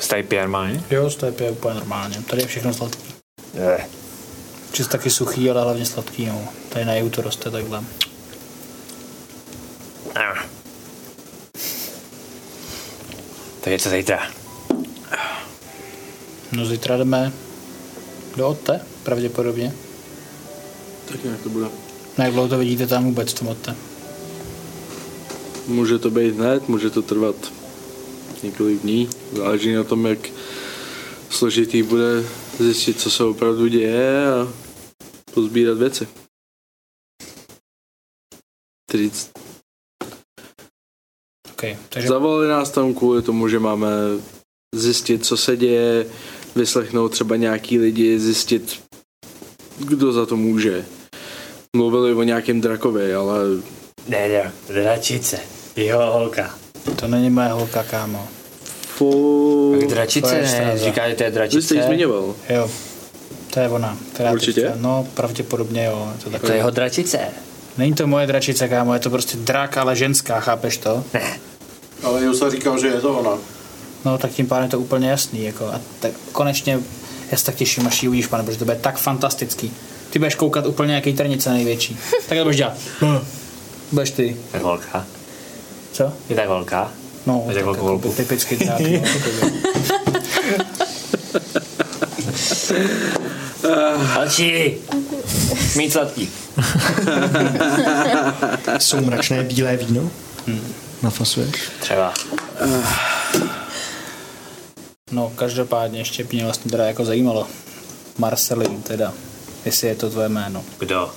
[SPEAKER 12] Stají pěr má, ne?
[SPEAKER 5] Jo, to je úplně normálně. Tady je všechno sladký.
[SPEAKER 3] Je.
[SPEAKER 5] Čist taky suchý, ale hlavně sladký. No. Tady na jihu to roste takhle.
[SPEAKER 3] Ah. Takže co zítra?
[SPEAKER 5] No zítra jdeme do Otte, pravděpodobně.
[SPEAKER 9] Tak nějak to bude.
[SPEAKER 5] Na jak dlouho to vidíte tam vůbec, v tom Otte?
[SPEAKER 9] Může to být hned, může to trvat několik dní. Záleží na tom, jak složitý bude zjistit, co se opravdu děje a pozbírat věci. Tedy c-
[SPEAKER 5] Okay. Takže
[SPEAKER 9] zavolali nás tam kvůli tomu, že máme zjistit, co se děje, vyslechnout třeba nějaký lidi, zjistit, kdo za to může. Mluvili o nějakém drakovi, ale
[SPEAKER 3] Ne, ne, dračice. Jeho holka.
[SPEAKER 5] to není moje holka, kámo.
[SPEAKER 9] po...
[SPEAKER 3] Tak dračice, ne,
[SPEAKER 5] sráza.
[SPEAKER 3] říká, že to je dračice.
[SPEAKER 9] Vy jste ji zmiňoval.
[SPEAKER 5] Jo, to je ona. Která
[SPEAKER 9] Určitě?
[SPEAKER 5] Teď, no, pravděpodobně jo. Je to
[SPEAKER 3] To
[SPEAKER 5] takové.
[SPEAKER 3] je jeho dračice.
[SPEAKER 5] Není to moje dračice, kámo, je to prostě drak, ale ženská, chápeš to?
[SPEAKER 8] Ale Jusa říkal, že je to ona.
[SPEAKER 5] No, tak tím pádem je to úplně jasný, jako. A tak konečně, já se tak těším, až ji uvidíš, pane, protože to bude tak fantastický. Ty budeš koukat úplně nějaký trnice největší. Tak to budeš dělat. Budeš ty.
[SPEAKER 3] Je holka.
[SPEAKER 5] Co?
[SPEAKER 3] Je tak holka.
[SPEAKER 5] No,
[SPEAKER 3] Budeš
[SPEAKER 5] tak
[SPEAKER 3] jako
[SPEAKER 5] jako
[SPEAKER 3] volbu.
[SPEAKER 5] typicky drak. No,
[SPEAKER 3] Oči! Mít sladký.
[SPEAKER 2] Soumračné bílé víno. Hmm. Nafasuješ.
[SPEAKER 3] Třeba.
[SPEAKER 5] Eh. no každopádně ještě mě vlastně teda jako zajímalo. Marcelin teda, jestli je to tvoje jméno.
[SPEAKER 3] Kdo?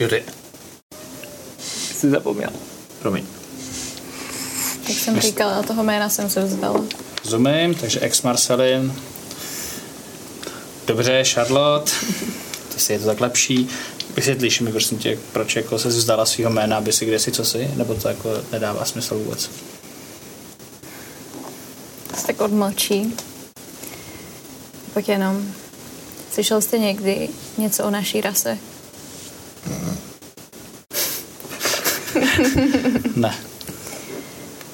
[SPEAKER 3] Jo, ty. Jsi zapomněl. Promiň.
[SPEAKER 7] Jak jsem říkala, toho jména jsem se vzdala.
[SPEAKER 5] Rozumím, takže ex Marcelin. Dobře, Charlotte. To si je to tak lepší. Vysvětlíš mi, prosím tě, proč jako se vzdala svého jména, aby si kde si co si, nebo to jako nedává smysl vůbec.
[SPEAKER 7] Se tak odmlčí. Pak jenom. Slyšel jste někdy něco o naší rase?
[SPEAKER 5] Ne.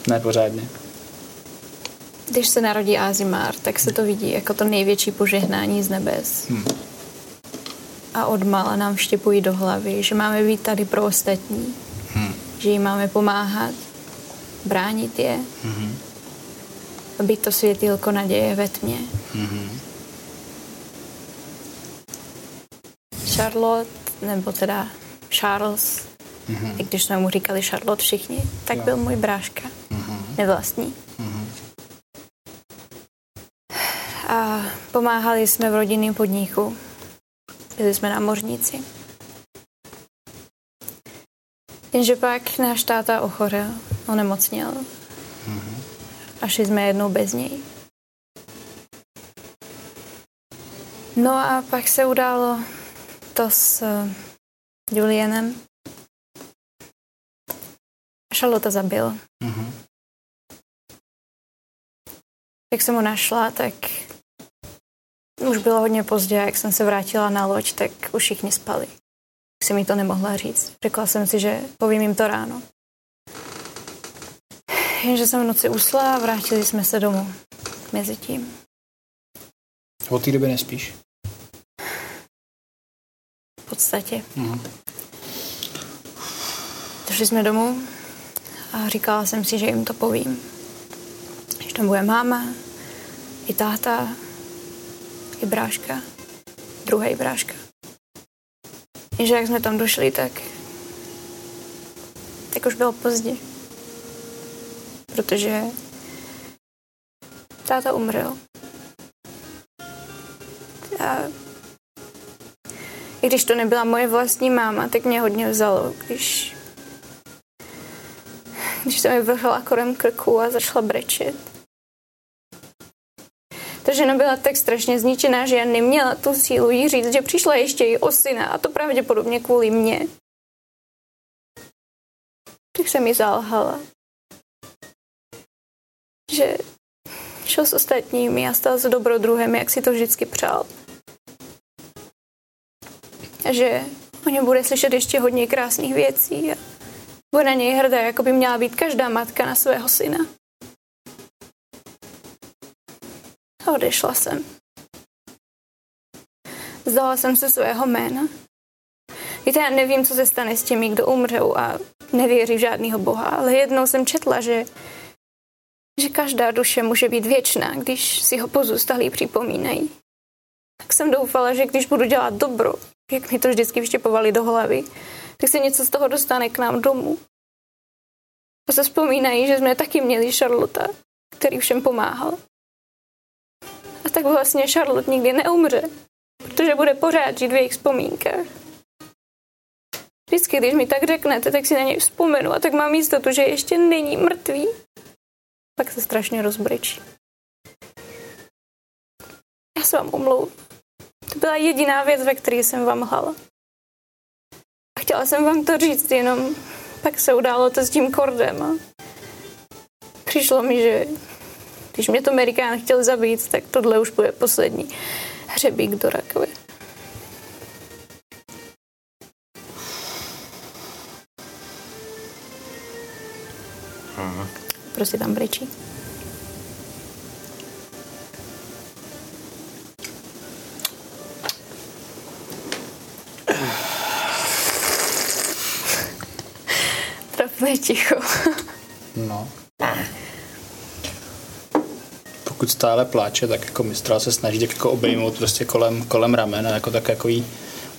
[SPEAKER 5] Ne pořádně.
[SPEAKER 7] Když se narodí Azimár, tak se to vidí jako to největší požehnání z nebes. Hmm. A odmala nám vštěpují do hlavy, že máme být tady pro ostatní, hmm. že jim máme pomáhat, bránit je, hmm.
[SPEAKER 5] Mhm.
[SPEAKER 7] a být to světýlko naděje ve tmě. Hmm.
[SPEAKER 5] Mhm.
[SPEAKER 7] Charlotte, nebo teda Charles, hmm. i když jsme mu říkali Charlotte všichni, tak byl můj bráška, hmm. nevlastní.
[SPEAKER 5] Mhm.
[SPEAKER 7] a pomáhali jsme v rodinném podniku. Byli jsme námořníci. Jenže pak náš táta ochorel, onemocněl. A šli jsme jednou bez něj. No a pak se událo to s eh, Julianem. Šalota zabil.
[SPEAKER 5] Mhm.
[SPEAKER 7] Jak jsem ho našla, tak už bylo hodně pozdě, jak jsem se vrátila na loď, tak už všichni spali. Tak jsem mi to nemohla říct. Řekla jsem si, že povím jim to ráno. Jenže jsem v noci usla a vrátili jsme se domů. Mezitím.
[SPEAKER 5] Od té doby nespíš.
[SPEAKER 7] V podstatě.
[SPEAKER 5] Mhm.
[SPEAKER 7] Došli jsme domů a říkala jsem si, že jim to povím. Že tam bude máma, i táta, i bráška, druhý bráška. Jenže jak jsme tam došli, tak tak už bylo pozdě. Protože táta umřel. A i když to nebyla moje vlastní máma, tak mě hodně vzalo, když když se mi vrhla kolem krku a začala brečet. To, žena byla tak strašně zničená, že já neměla tu sílu jí říct, že přišla ještě její osina a to pravděpodobně kvůli mně. Tak jsem mi zalhala. Že šel s ostatními a stál s dobrodruhem, jak si to vždycky přál. A že o něm bude slyšet ještě hodně krásných věcí a bude na něj hrdá, jako by měla být každá matka na svého syna. A odešla jsem. Vzdala jsem se svého jména. Víte, já nevím, co se stane s těmi, kdo umřou a nevěří v žádného boha, ale jednou jsem četla, že, že každá duše může být věčná, když si ho pozůstalí připomínají. Tak jsem doufala, že když budu dělat dobro, jak mi to vždycky vštěpovali do hlavy, tak se něco z toho dostane k nám domů. A se vzpomínají, že jsme taky měli Charlotta, který všem pomáhal. A tak vlastně Charlotte nikdy neumře, protože bude pořád žít v jejich vzpomínkách. Vždycky, když mi tak řeknete, tak si na něj vzpomenu a tak mám jistotu, že ještě není mrtvý. Pak se strašně rozbrečí. Já se vám omlouvám. To byla jediná věc, ve které jsem vám lhala. A chtěla jsem vám to říct, jenom pak se událo to s tím kordem a přišlo mi, že když mě to Amerikán chtěl zabít, tak tohle už bude poslední hřebík do rakve.
[SPEAKER 6] Mhm.
[SPEAKER 7] Prostě tam brečí. Trapné ticho.
[SPEAKER 5] No. Pokud stále pláče, tak jako mistral se snaží tak jako obejmout prostě kolem, kolem ramena, jako tak jako jí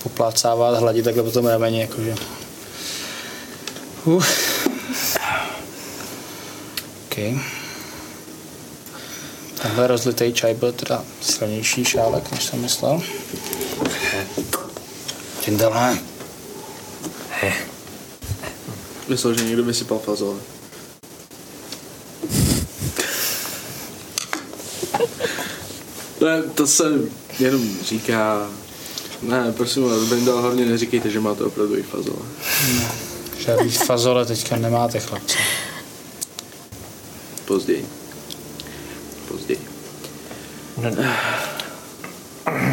[SPEAKER 5] poplácávat, hladit takhle po tom rameni, jakože. Uh. OK. Tenhle rozlitý čaj byl teda silnější šálek, než jsem myslel.
[SPEAKER 3] Čindale. Eh.
[SPEAKER 9] Myslel, že někdo vysypal fazole. Ne, to se jenom říká... Ne, prosím vás, Bendal, hlavně neříkejte, že máte opravdu i fazole.
[SPEAKER 5] Žádný fazole teďka nemáte, chlapci.
[SPEAKER 9] Později. Později.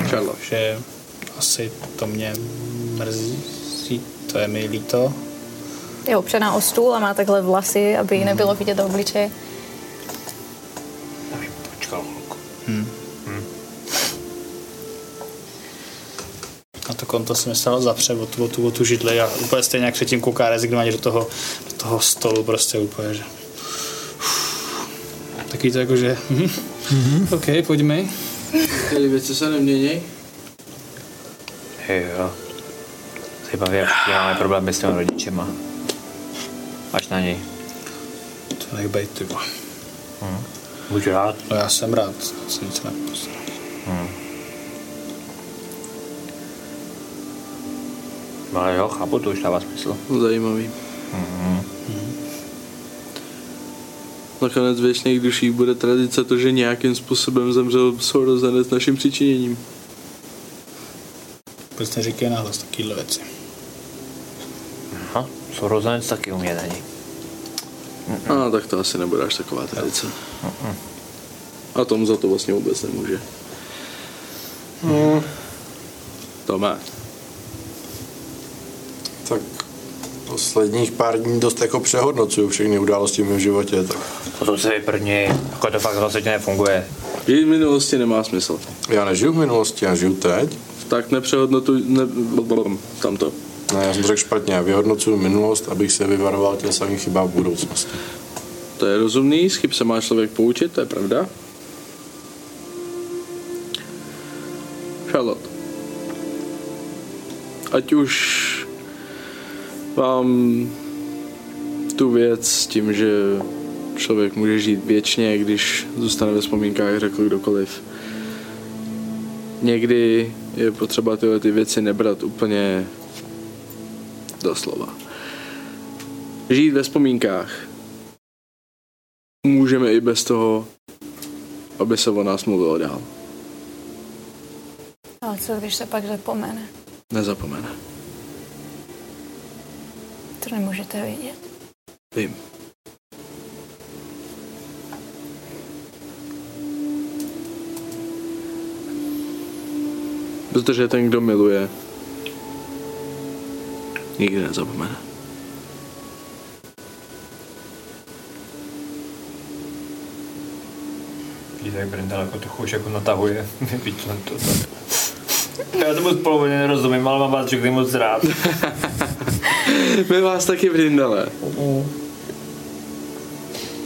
[SPEAKER 9] Charlotte.
[SPEAKER 5] že asi to mě mrzí, to je mi líto.
[SPEAKER 7] Je opřená o stůl a má takhle vlasy, aby ji nebylo vidět do obličeje.
[SPEAKER 5] Hmm.
[SPEAKER 3] Hmm.
[SPEAKER 5] A to konto jsem myslel zapře o tu, o tu, o tu židli a úplně stejně jak předtím kouká rezignovaně do toho, do toho stolu prostě úplně, že... Taky to jako, že... Mm-hmm. OK, pojďme.
[SPEAKER 9] Ty věci se nemění.
[SPEAKER 3] Hej, jo. Ty baví, jaký máme problémy s těmi rodičema. Až na něj.
[SPEAKER 5] To nech bejt, ty vole.
[SPEAKER 3] Hm, Buď rád.
[SPEAKER 5] No já jsem rád, se nic nepostalo.
[SPEAKER 3] hm. No Ale jo, chápu, to už dává smysl.
[SPEAKER 9] No,
[SPEAKER 3] Mhm.
[SPEAKER 9] Zajímavý. Mhm. Nakonec věčných duší bude tradice to, že nějakým způsobem zemřel sourozenec naším přičiněním.
[SPEAKER 5] Prostě neříkej nahlas takovýhle věci.
[SPEAKER 3] Aha, sourozenec taky u mě není. Mhm.
[SPEAKER 9] A tak to asi nebude až taková tradice. A Tom za to vlastně vůbec nemůže.
[SPEAKER 8] Hm.
[SPEAKER 9] Tome,
[SPEAKER 8] Tak posledních pár dní dost jako přehodnocuju všechny události v mém životě, tak
[SPEAKER 3] Potom se vyprdni, jako to fakt rozhodně nefunguje.
[SPEAKER 9] její minulosti nemá smysl.
[SPEAKER 8] já nežiju v minulosti, já žiju teď.
[SPEAKER 9] Tak nepřehodnotuj... Ne, blablabla, tamto.
[SPEAKER 8] Ne, já jsem to řekl špatně, já vyhodnocuju minulost, abych se vyvaroval těch samých chybách v budoucnosti.
[SPEAKER 9] To je rozumný, z chyb se má člověk poučit, to je pravda. Charlotte. Ať už vám tu věc s tím, že člověk může žít věčně, když zůstane ve vzpomínkách, řekl kdokoliv. Někdy je potřeba tyhle ty věci nebrat úplně doslova. Žít ve vzpomínkách můžeme i bez toho, aby se o nás mluvilo dál.
[SPEAKER 7] Ale co když se pak zapomene?
[SPEAKER 9] Nezapomene.
[SPEAKER 7] To nemůžete vědět.
[SPEAKER 9] Vím. Protože ten, kdo miluje, nikdy nezapomene.
[SPEAKER 12] Vidíte, jak Brenda jako trochu už jako natahuje. Vidíte to, to. Já tomu polovině nerozumím, ale mám vás všechny moc rád.
[SPEAKER 9] My vás taky brindale.
[SPEAKER 12] Mm-hmm.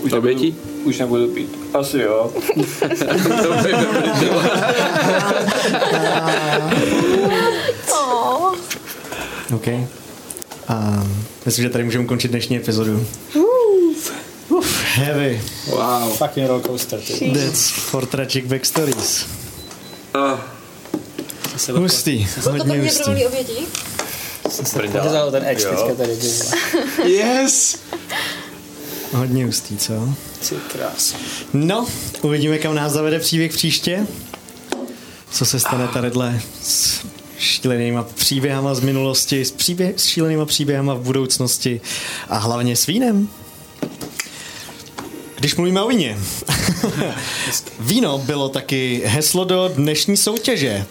[SPEAKER 12] Už
[SPEAKER 9] Obětí?
[SPEAKER 12] nebudu- Už nebudu pít. Asi jo.
[SPEAKER 7] Oh.
[SPEAKER 2] OK. A myslím, že tady můžeme končit dnešní epizodu. Uf, heavy.
[SPEAKER 9] Wow.
[SPEAKER 5] Fucking rollercoaster, ty.
[SPEAKER 2] That's for tragic backstories.
[SPEAKER 9] Ah.
[SPEAKER 2] Hustý,
[SPEAKER 6] Proto
[SPEAKER 2] hodně
[SPEAKER 6] mě
[SPEAKER 2] hustý.
[SPEAKER 6] provolí oběti.
[SPEAKER 5] Pořádal ten edge teďka tady. ty vole.
[SPEAKER 9] Yes!
[SPEAKER 2] Hodně hustý, co?
[SPEAKER 5] Ty krásný.
[SPEAKER 2] No, uvidíme, kam nás zavede příběh příště. Co se stane tadyhle s šílenýma příběhama z minulosti, s, příběh, s šílenýma příběhama v budoucnosti a hlavně s vínem. Když mluvíme o víně. Víno bylo taky heslo do dnešní soutěže.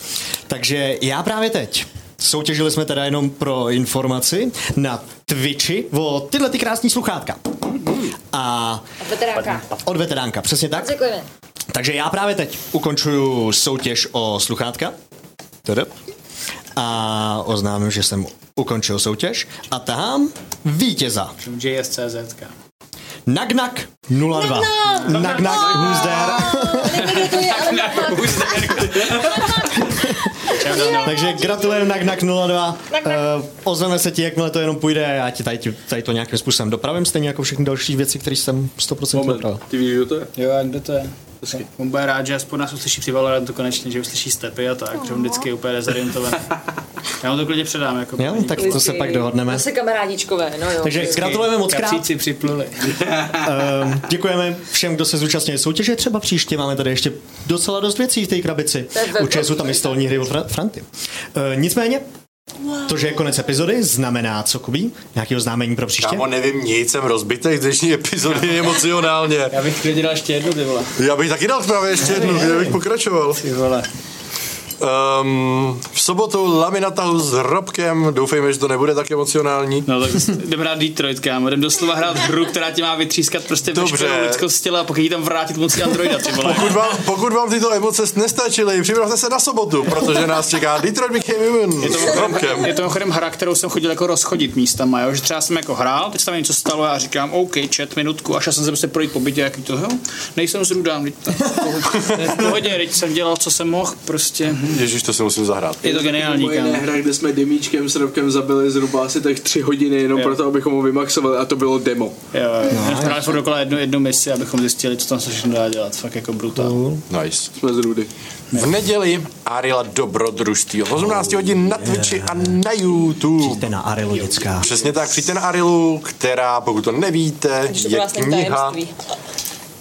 [SPEAKER 2] Takže já právě teď. Soutěžili jsme teda jenom pro informaci na Twitchi o tyhle ty krásné sluchátka. A
[SPEAKER 6] A veteráka.
[SPEAKER 2] od veteránka, přesně tak.
[SPEAKER 6] Řekujeme.
[SPEAKER 2] Takže já právě teď ukončuju soutěž o sluchátka. Tudup. A oznámím, že jsem ukončil soutěž a tahám vítěza.
[SPEAKER 5] JS.cz.
[SPEAKER 2] Nagnak 02. Nagnak who's there.
[SPEAKER 6] Někdo to je, ale
[SPEAKER 2] Takže gratulujeme Nagnak 02. Uh, ozveme se ti, jakmile to jenom půjde. Já ti tady, tady to nějakým způsobem dopravím, stejně jako všechny další věci, které jsem 100% dopravil.
[SPEAKER 9] Moment, ty víš, kdo to je?
[SPEAKER 5] Jo, a kdo to je? On bude rád, že aspoň nás uslyší při Valorant to konečně, že uslyší stepy a tak, že on vždycky je úplně dezorientovaný. Já mu to klidně předám. Jako
[SPEAKER 2] Jo, tak to se pak dohodneme.
[SPEAKER 6] Zase kamarádičkové, no jo.
[SPEAKER 2] Takže gratulujeme moc krát.
[SPEAKER 5] Kapříci připluli.
[SPEAKER 2] Ehm, děkujeme všem, kdo se zúčastnili soutěže. Třeba příště máme tady ještě docela dost věcí v té krabici.
[SPEAKER 6] je velká
[SPEAKER 2] Určitě jsou tam i stolní hry o fra- Franty. Ehm, nicméně, to, že je konec epizody, znamená co, Kubí? Nějaké oznámení pro příště?
[SPEAKER 8] Kámo, nevím nic, jsem rozbitej v dnešní epizody emocionálně.
[SPEAKER 5] Já bych klidně dal ještě jednu, ty vole.
[SPEAKER 8] Já bych taky dal právě ještě jednu, kde bych pokračoval.
[SPEAKER 5] Ty vole.
[SPEAKER 8] Um, v sobotu laminatahu s Robkem, doufejme, že to nebude tak emocionální.
[SPEAKER 5] No tak jdem hrát Detroit, kámo. Jdem doslova hrát hru, která tě má vytřískat prostě
[SPEAKER 8] Dobře.
[SPEAKER 5] veškerou lidskost z těla a pokud jí tam vrátit moc Androida, ty vole.
[SPEAKER 8] Pokud vám, pokud vám tyto emoce nestačily, připravte se na sobotu, protože nás čeká Detroit Became Human
[SPEAKER 5] to
[SPEAKER 8] s Robkem.
[SPEAKER 5] Je to mimochodem hra, kterou jsem chodil jako rozchodit místama, jo? že třeba jsem jako hrál, teď se tam něco stalo a já říkám, OK, chat, minutku, a šel jsem se prostě projít po bytě, jaký to, jo, nejsem zrůdám, teď to je v pohodě, to je v pohodě, teď jsem dělal, co jsem mohl, prostě, hm.
[SPEAKER 8] Ježíš, to si musím zahrát.
[SPEAKER 5] je to geniální,
[SPEAKER 9] Moje
[SPEAKER 5] kámo.
[SPEAKER 9] hra, kde jsme demíčkem s Robkem zabili zhruba asi tak tři hodiny jenom
[SPEAKER 5] Jo.
[SPEAKER 9] proto, abychom ho vymaxovali a to bylo demo.
[SPEAKER 5] Jo, jo. Hráli furt dokola jednu, jednu misi, abychom zjistili, co tam se všechno dá dělat, fakt jako brutál.
[SPEAKER 8] Nice.
[SPEAKER 9] Jsme z Rudy.
[SPEAKER 8] V neděli Ariela Dobrodružství od 18 hodin na Twitchi a na YouTube.
[SPEAKER 2] Přijďte na Arilu, děcka.
[SPEAKER 8] Přesně tak, přijďte na Arilu, která, pokud to nevíte,
[SPEAKER 6] Když to bylo
[SPEAKER 8] je
[SPEAKER 6] vlastně
[SPEAKER 8] kniha,
[SPEAKER 6] tajemství.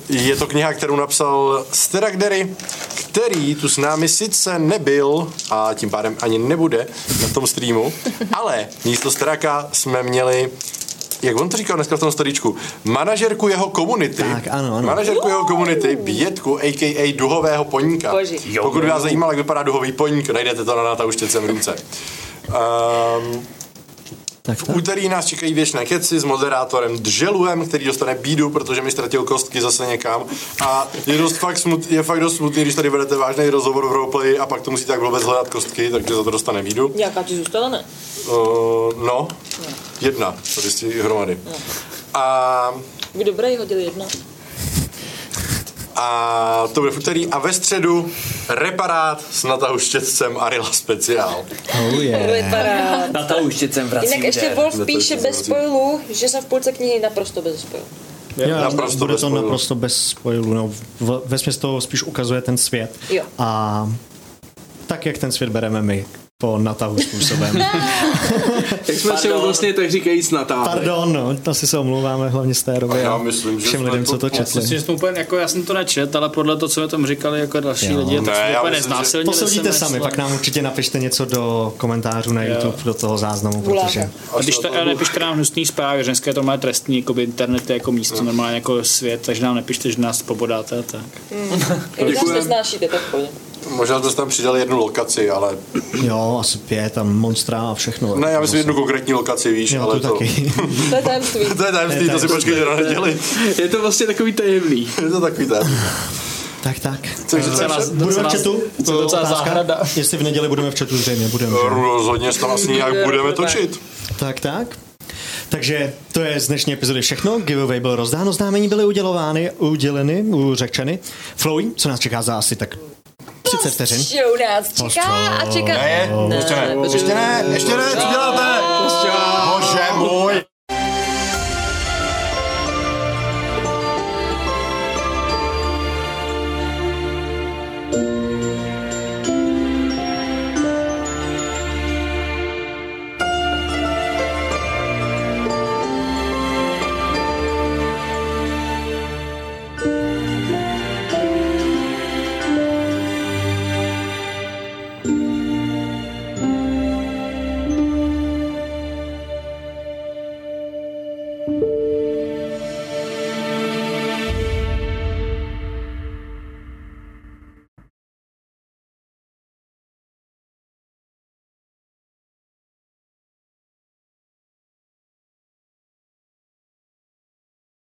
[SPEAKER 8] je to kniha, kterou napsal Sterak Derry, který tu s námi sice nebyl a tím pádem ani nebude na tom streamu, ale místo Steraka jsme měli jak on to říkal dneska v tom storíčku, manažerku jeho komunity.
[SPEAKER 2] Tak, ano, ano.
[SPEAKER 8] Manažerku jeho komunity, Bětku, a.k.a. duhového poníka.
[SPEAKER 6] Boží.
[SPEAKER 8] Jo. Pokud by vás zajímalo, jak vypadá duhový poník, najdete to na natauštěcem ruce. Um,
[SPEAKER 2] Tak,
[SPEAKER 8] v
[SPEAKER 2] tak.
[SPEAKER 8] úterý nás čekají věčné keci s moderátorem Dželuem, který dostane bídu, protože mi ztratil kostky zase někam. A je, dost fakt smut, je fakt dost smutný, když tady vedete vážný rozhovor v roleplay a pak to musíte tak vůbec hledat kostky, takže za to dostane bídu.
[SPEAKER 6] Nějaká ti zůstala, ne?
[SPEAKER 8] Uh, no, jedna, tady z těch hromady.
[SPEAKER 2] No.
[SPEAKER 8] A,
[SPEAKER 6] Vy dobré jí hodili jedna.
[SPEAKER 8] a to bude v úterý. A ve středu reparát s natahu štětcem Arila speciál.
[SPEAKER 2] Oh, yeah.
[SPEAKER 6] Vypadá.
[SPEAKER 3] Na ta už jsem vracím
[SPEAKER 6] Jinak ještě Wolf
[SPEAKER 8] to je
[SPEAKER 6] píše
[SPEAKER 8] to
[SPEAKER 6] bez
[SPEAKER 8] zase.
[SPEAKER 6] spoilů, že jsem v půlce knihy naprosto bez spoilů.
[SPEAKER 2] Jo,
[SPEAKER 8] Naprosto
[SPEAKER 2] bude
[SPEAKER 8] bez
[SPEAKER 2] to
[SPEAKER 8] spoilu.
[SPEAKER 2] naprosto bez spoilů. No, v, vesměs to spíš ukazuje ten svět.
[SPEAKER 6] Jo.
[SPEAKER 2] A tak, jak ten svět bereme my. po natahu způsobem.
[SPEAKER 9] Jak jsme se vlastně tak říkajíc natáhli.
[SPEAKER 2] Pardon, no, asi se omlouváme hlavně z té
[SPEAKER 8] A
[SPEAKER 2] doby
[SPEAKER 8] já
[SPEAKER 2] a
[SPEAKER 8] myslím, že
[SPEAKER 2] všem
[SPEAKER 8] jsme
[SPEAKER 2] lidem,
[SPEAKER 8] to-
[SPEAKER 2] co to
[SPEAKER 8] já
[SPEAKER 2] četli.
[SPEAKER 5] Myslím, že jsme úplně, jako já jsem to nečet, ale podle toho, co mi tam říkali jako další
[SPEAKER 2] Jo.
[SPEAKER 5] lidi, tak
[SPEAKER 8] Ne,
[SPEAKER 5] jsme
[SPEAKER 8] já
[SPEAKER 5] úplně
[SPEAKER 8] myslím, že-
[SPEAKER 5] neznásilnili.
[SPEAKER 2] Posoudíte
[SPEAKER 5] SMS,
[SPEAKER 2] sami,
[SPEAKER 5] ale-
[SPEAKER 2] pak nám určitě napište něco do komentářů na YouTube, do toho záznamu, protože...
[SPEAKER 5] A když to, ale nepište nám hnusný zprávy, že dneska je to má trestní, jako by internet je jako místo, normálně jako svět, takže nám nepište, že nás pobodáte, tak.
[SPEAKER 6] Když nás nesnášíte, tak pojď.
[SPEAKER 8] Možná jste tam přidali jednu lokaci, ale
[SPEAKER 2] Jo, asi pět a monstra a všechno.
[SPEAKER 8] ne, já myslím jednu konkrétní lokaci, víš,
[SPEAKER 2] Jo,
[SPEAKER 8] ale
[SPEAKER 2] to
[SPEAKER 8] to...
[SPEAKER 2] taky.
[SPEAKER 6] To je tajemství.
[SPEAKER 8] To je tajemství, to si počkejte na neděli.
[SPEAKER 9] Je to vlastně takový tajemný.
[SPEAKER 8] Je to takový tajemství.
[SPEAKER 2] tak, tak.
[SPEAKER 8] Co je
[SPEAKER 5] Docela-
[SPEAKER 2] Budeme
[SPEAKER 5] docela-
[SPEAKER 2] v chatu?
[SPEAKER 5] docela
[SPEAKER 2] Otázka,
[SPEAKER 5] záhrada.
[SPEAKER 2] Jestli v neděli budeme v chatu, zřejmě budeme. že?
[SPEAKER 8] Rozhodně se tam asi nějak budeme točit.
[SPEAKER 2] Tak, tak. Takže to je z dnešní epizody všechno. Giveaway byl rozdáno, známení byly udělovány, uděleny, uřekčeny. Floy, co nás čeká za asi tak 30 vteřin.
[SPEAKER 6] Show nás čeká a čeká.
[SPEAKER 8] Ne, ještě ne, ještě ne, ještě ne, co děláte? Bože můj.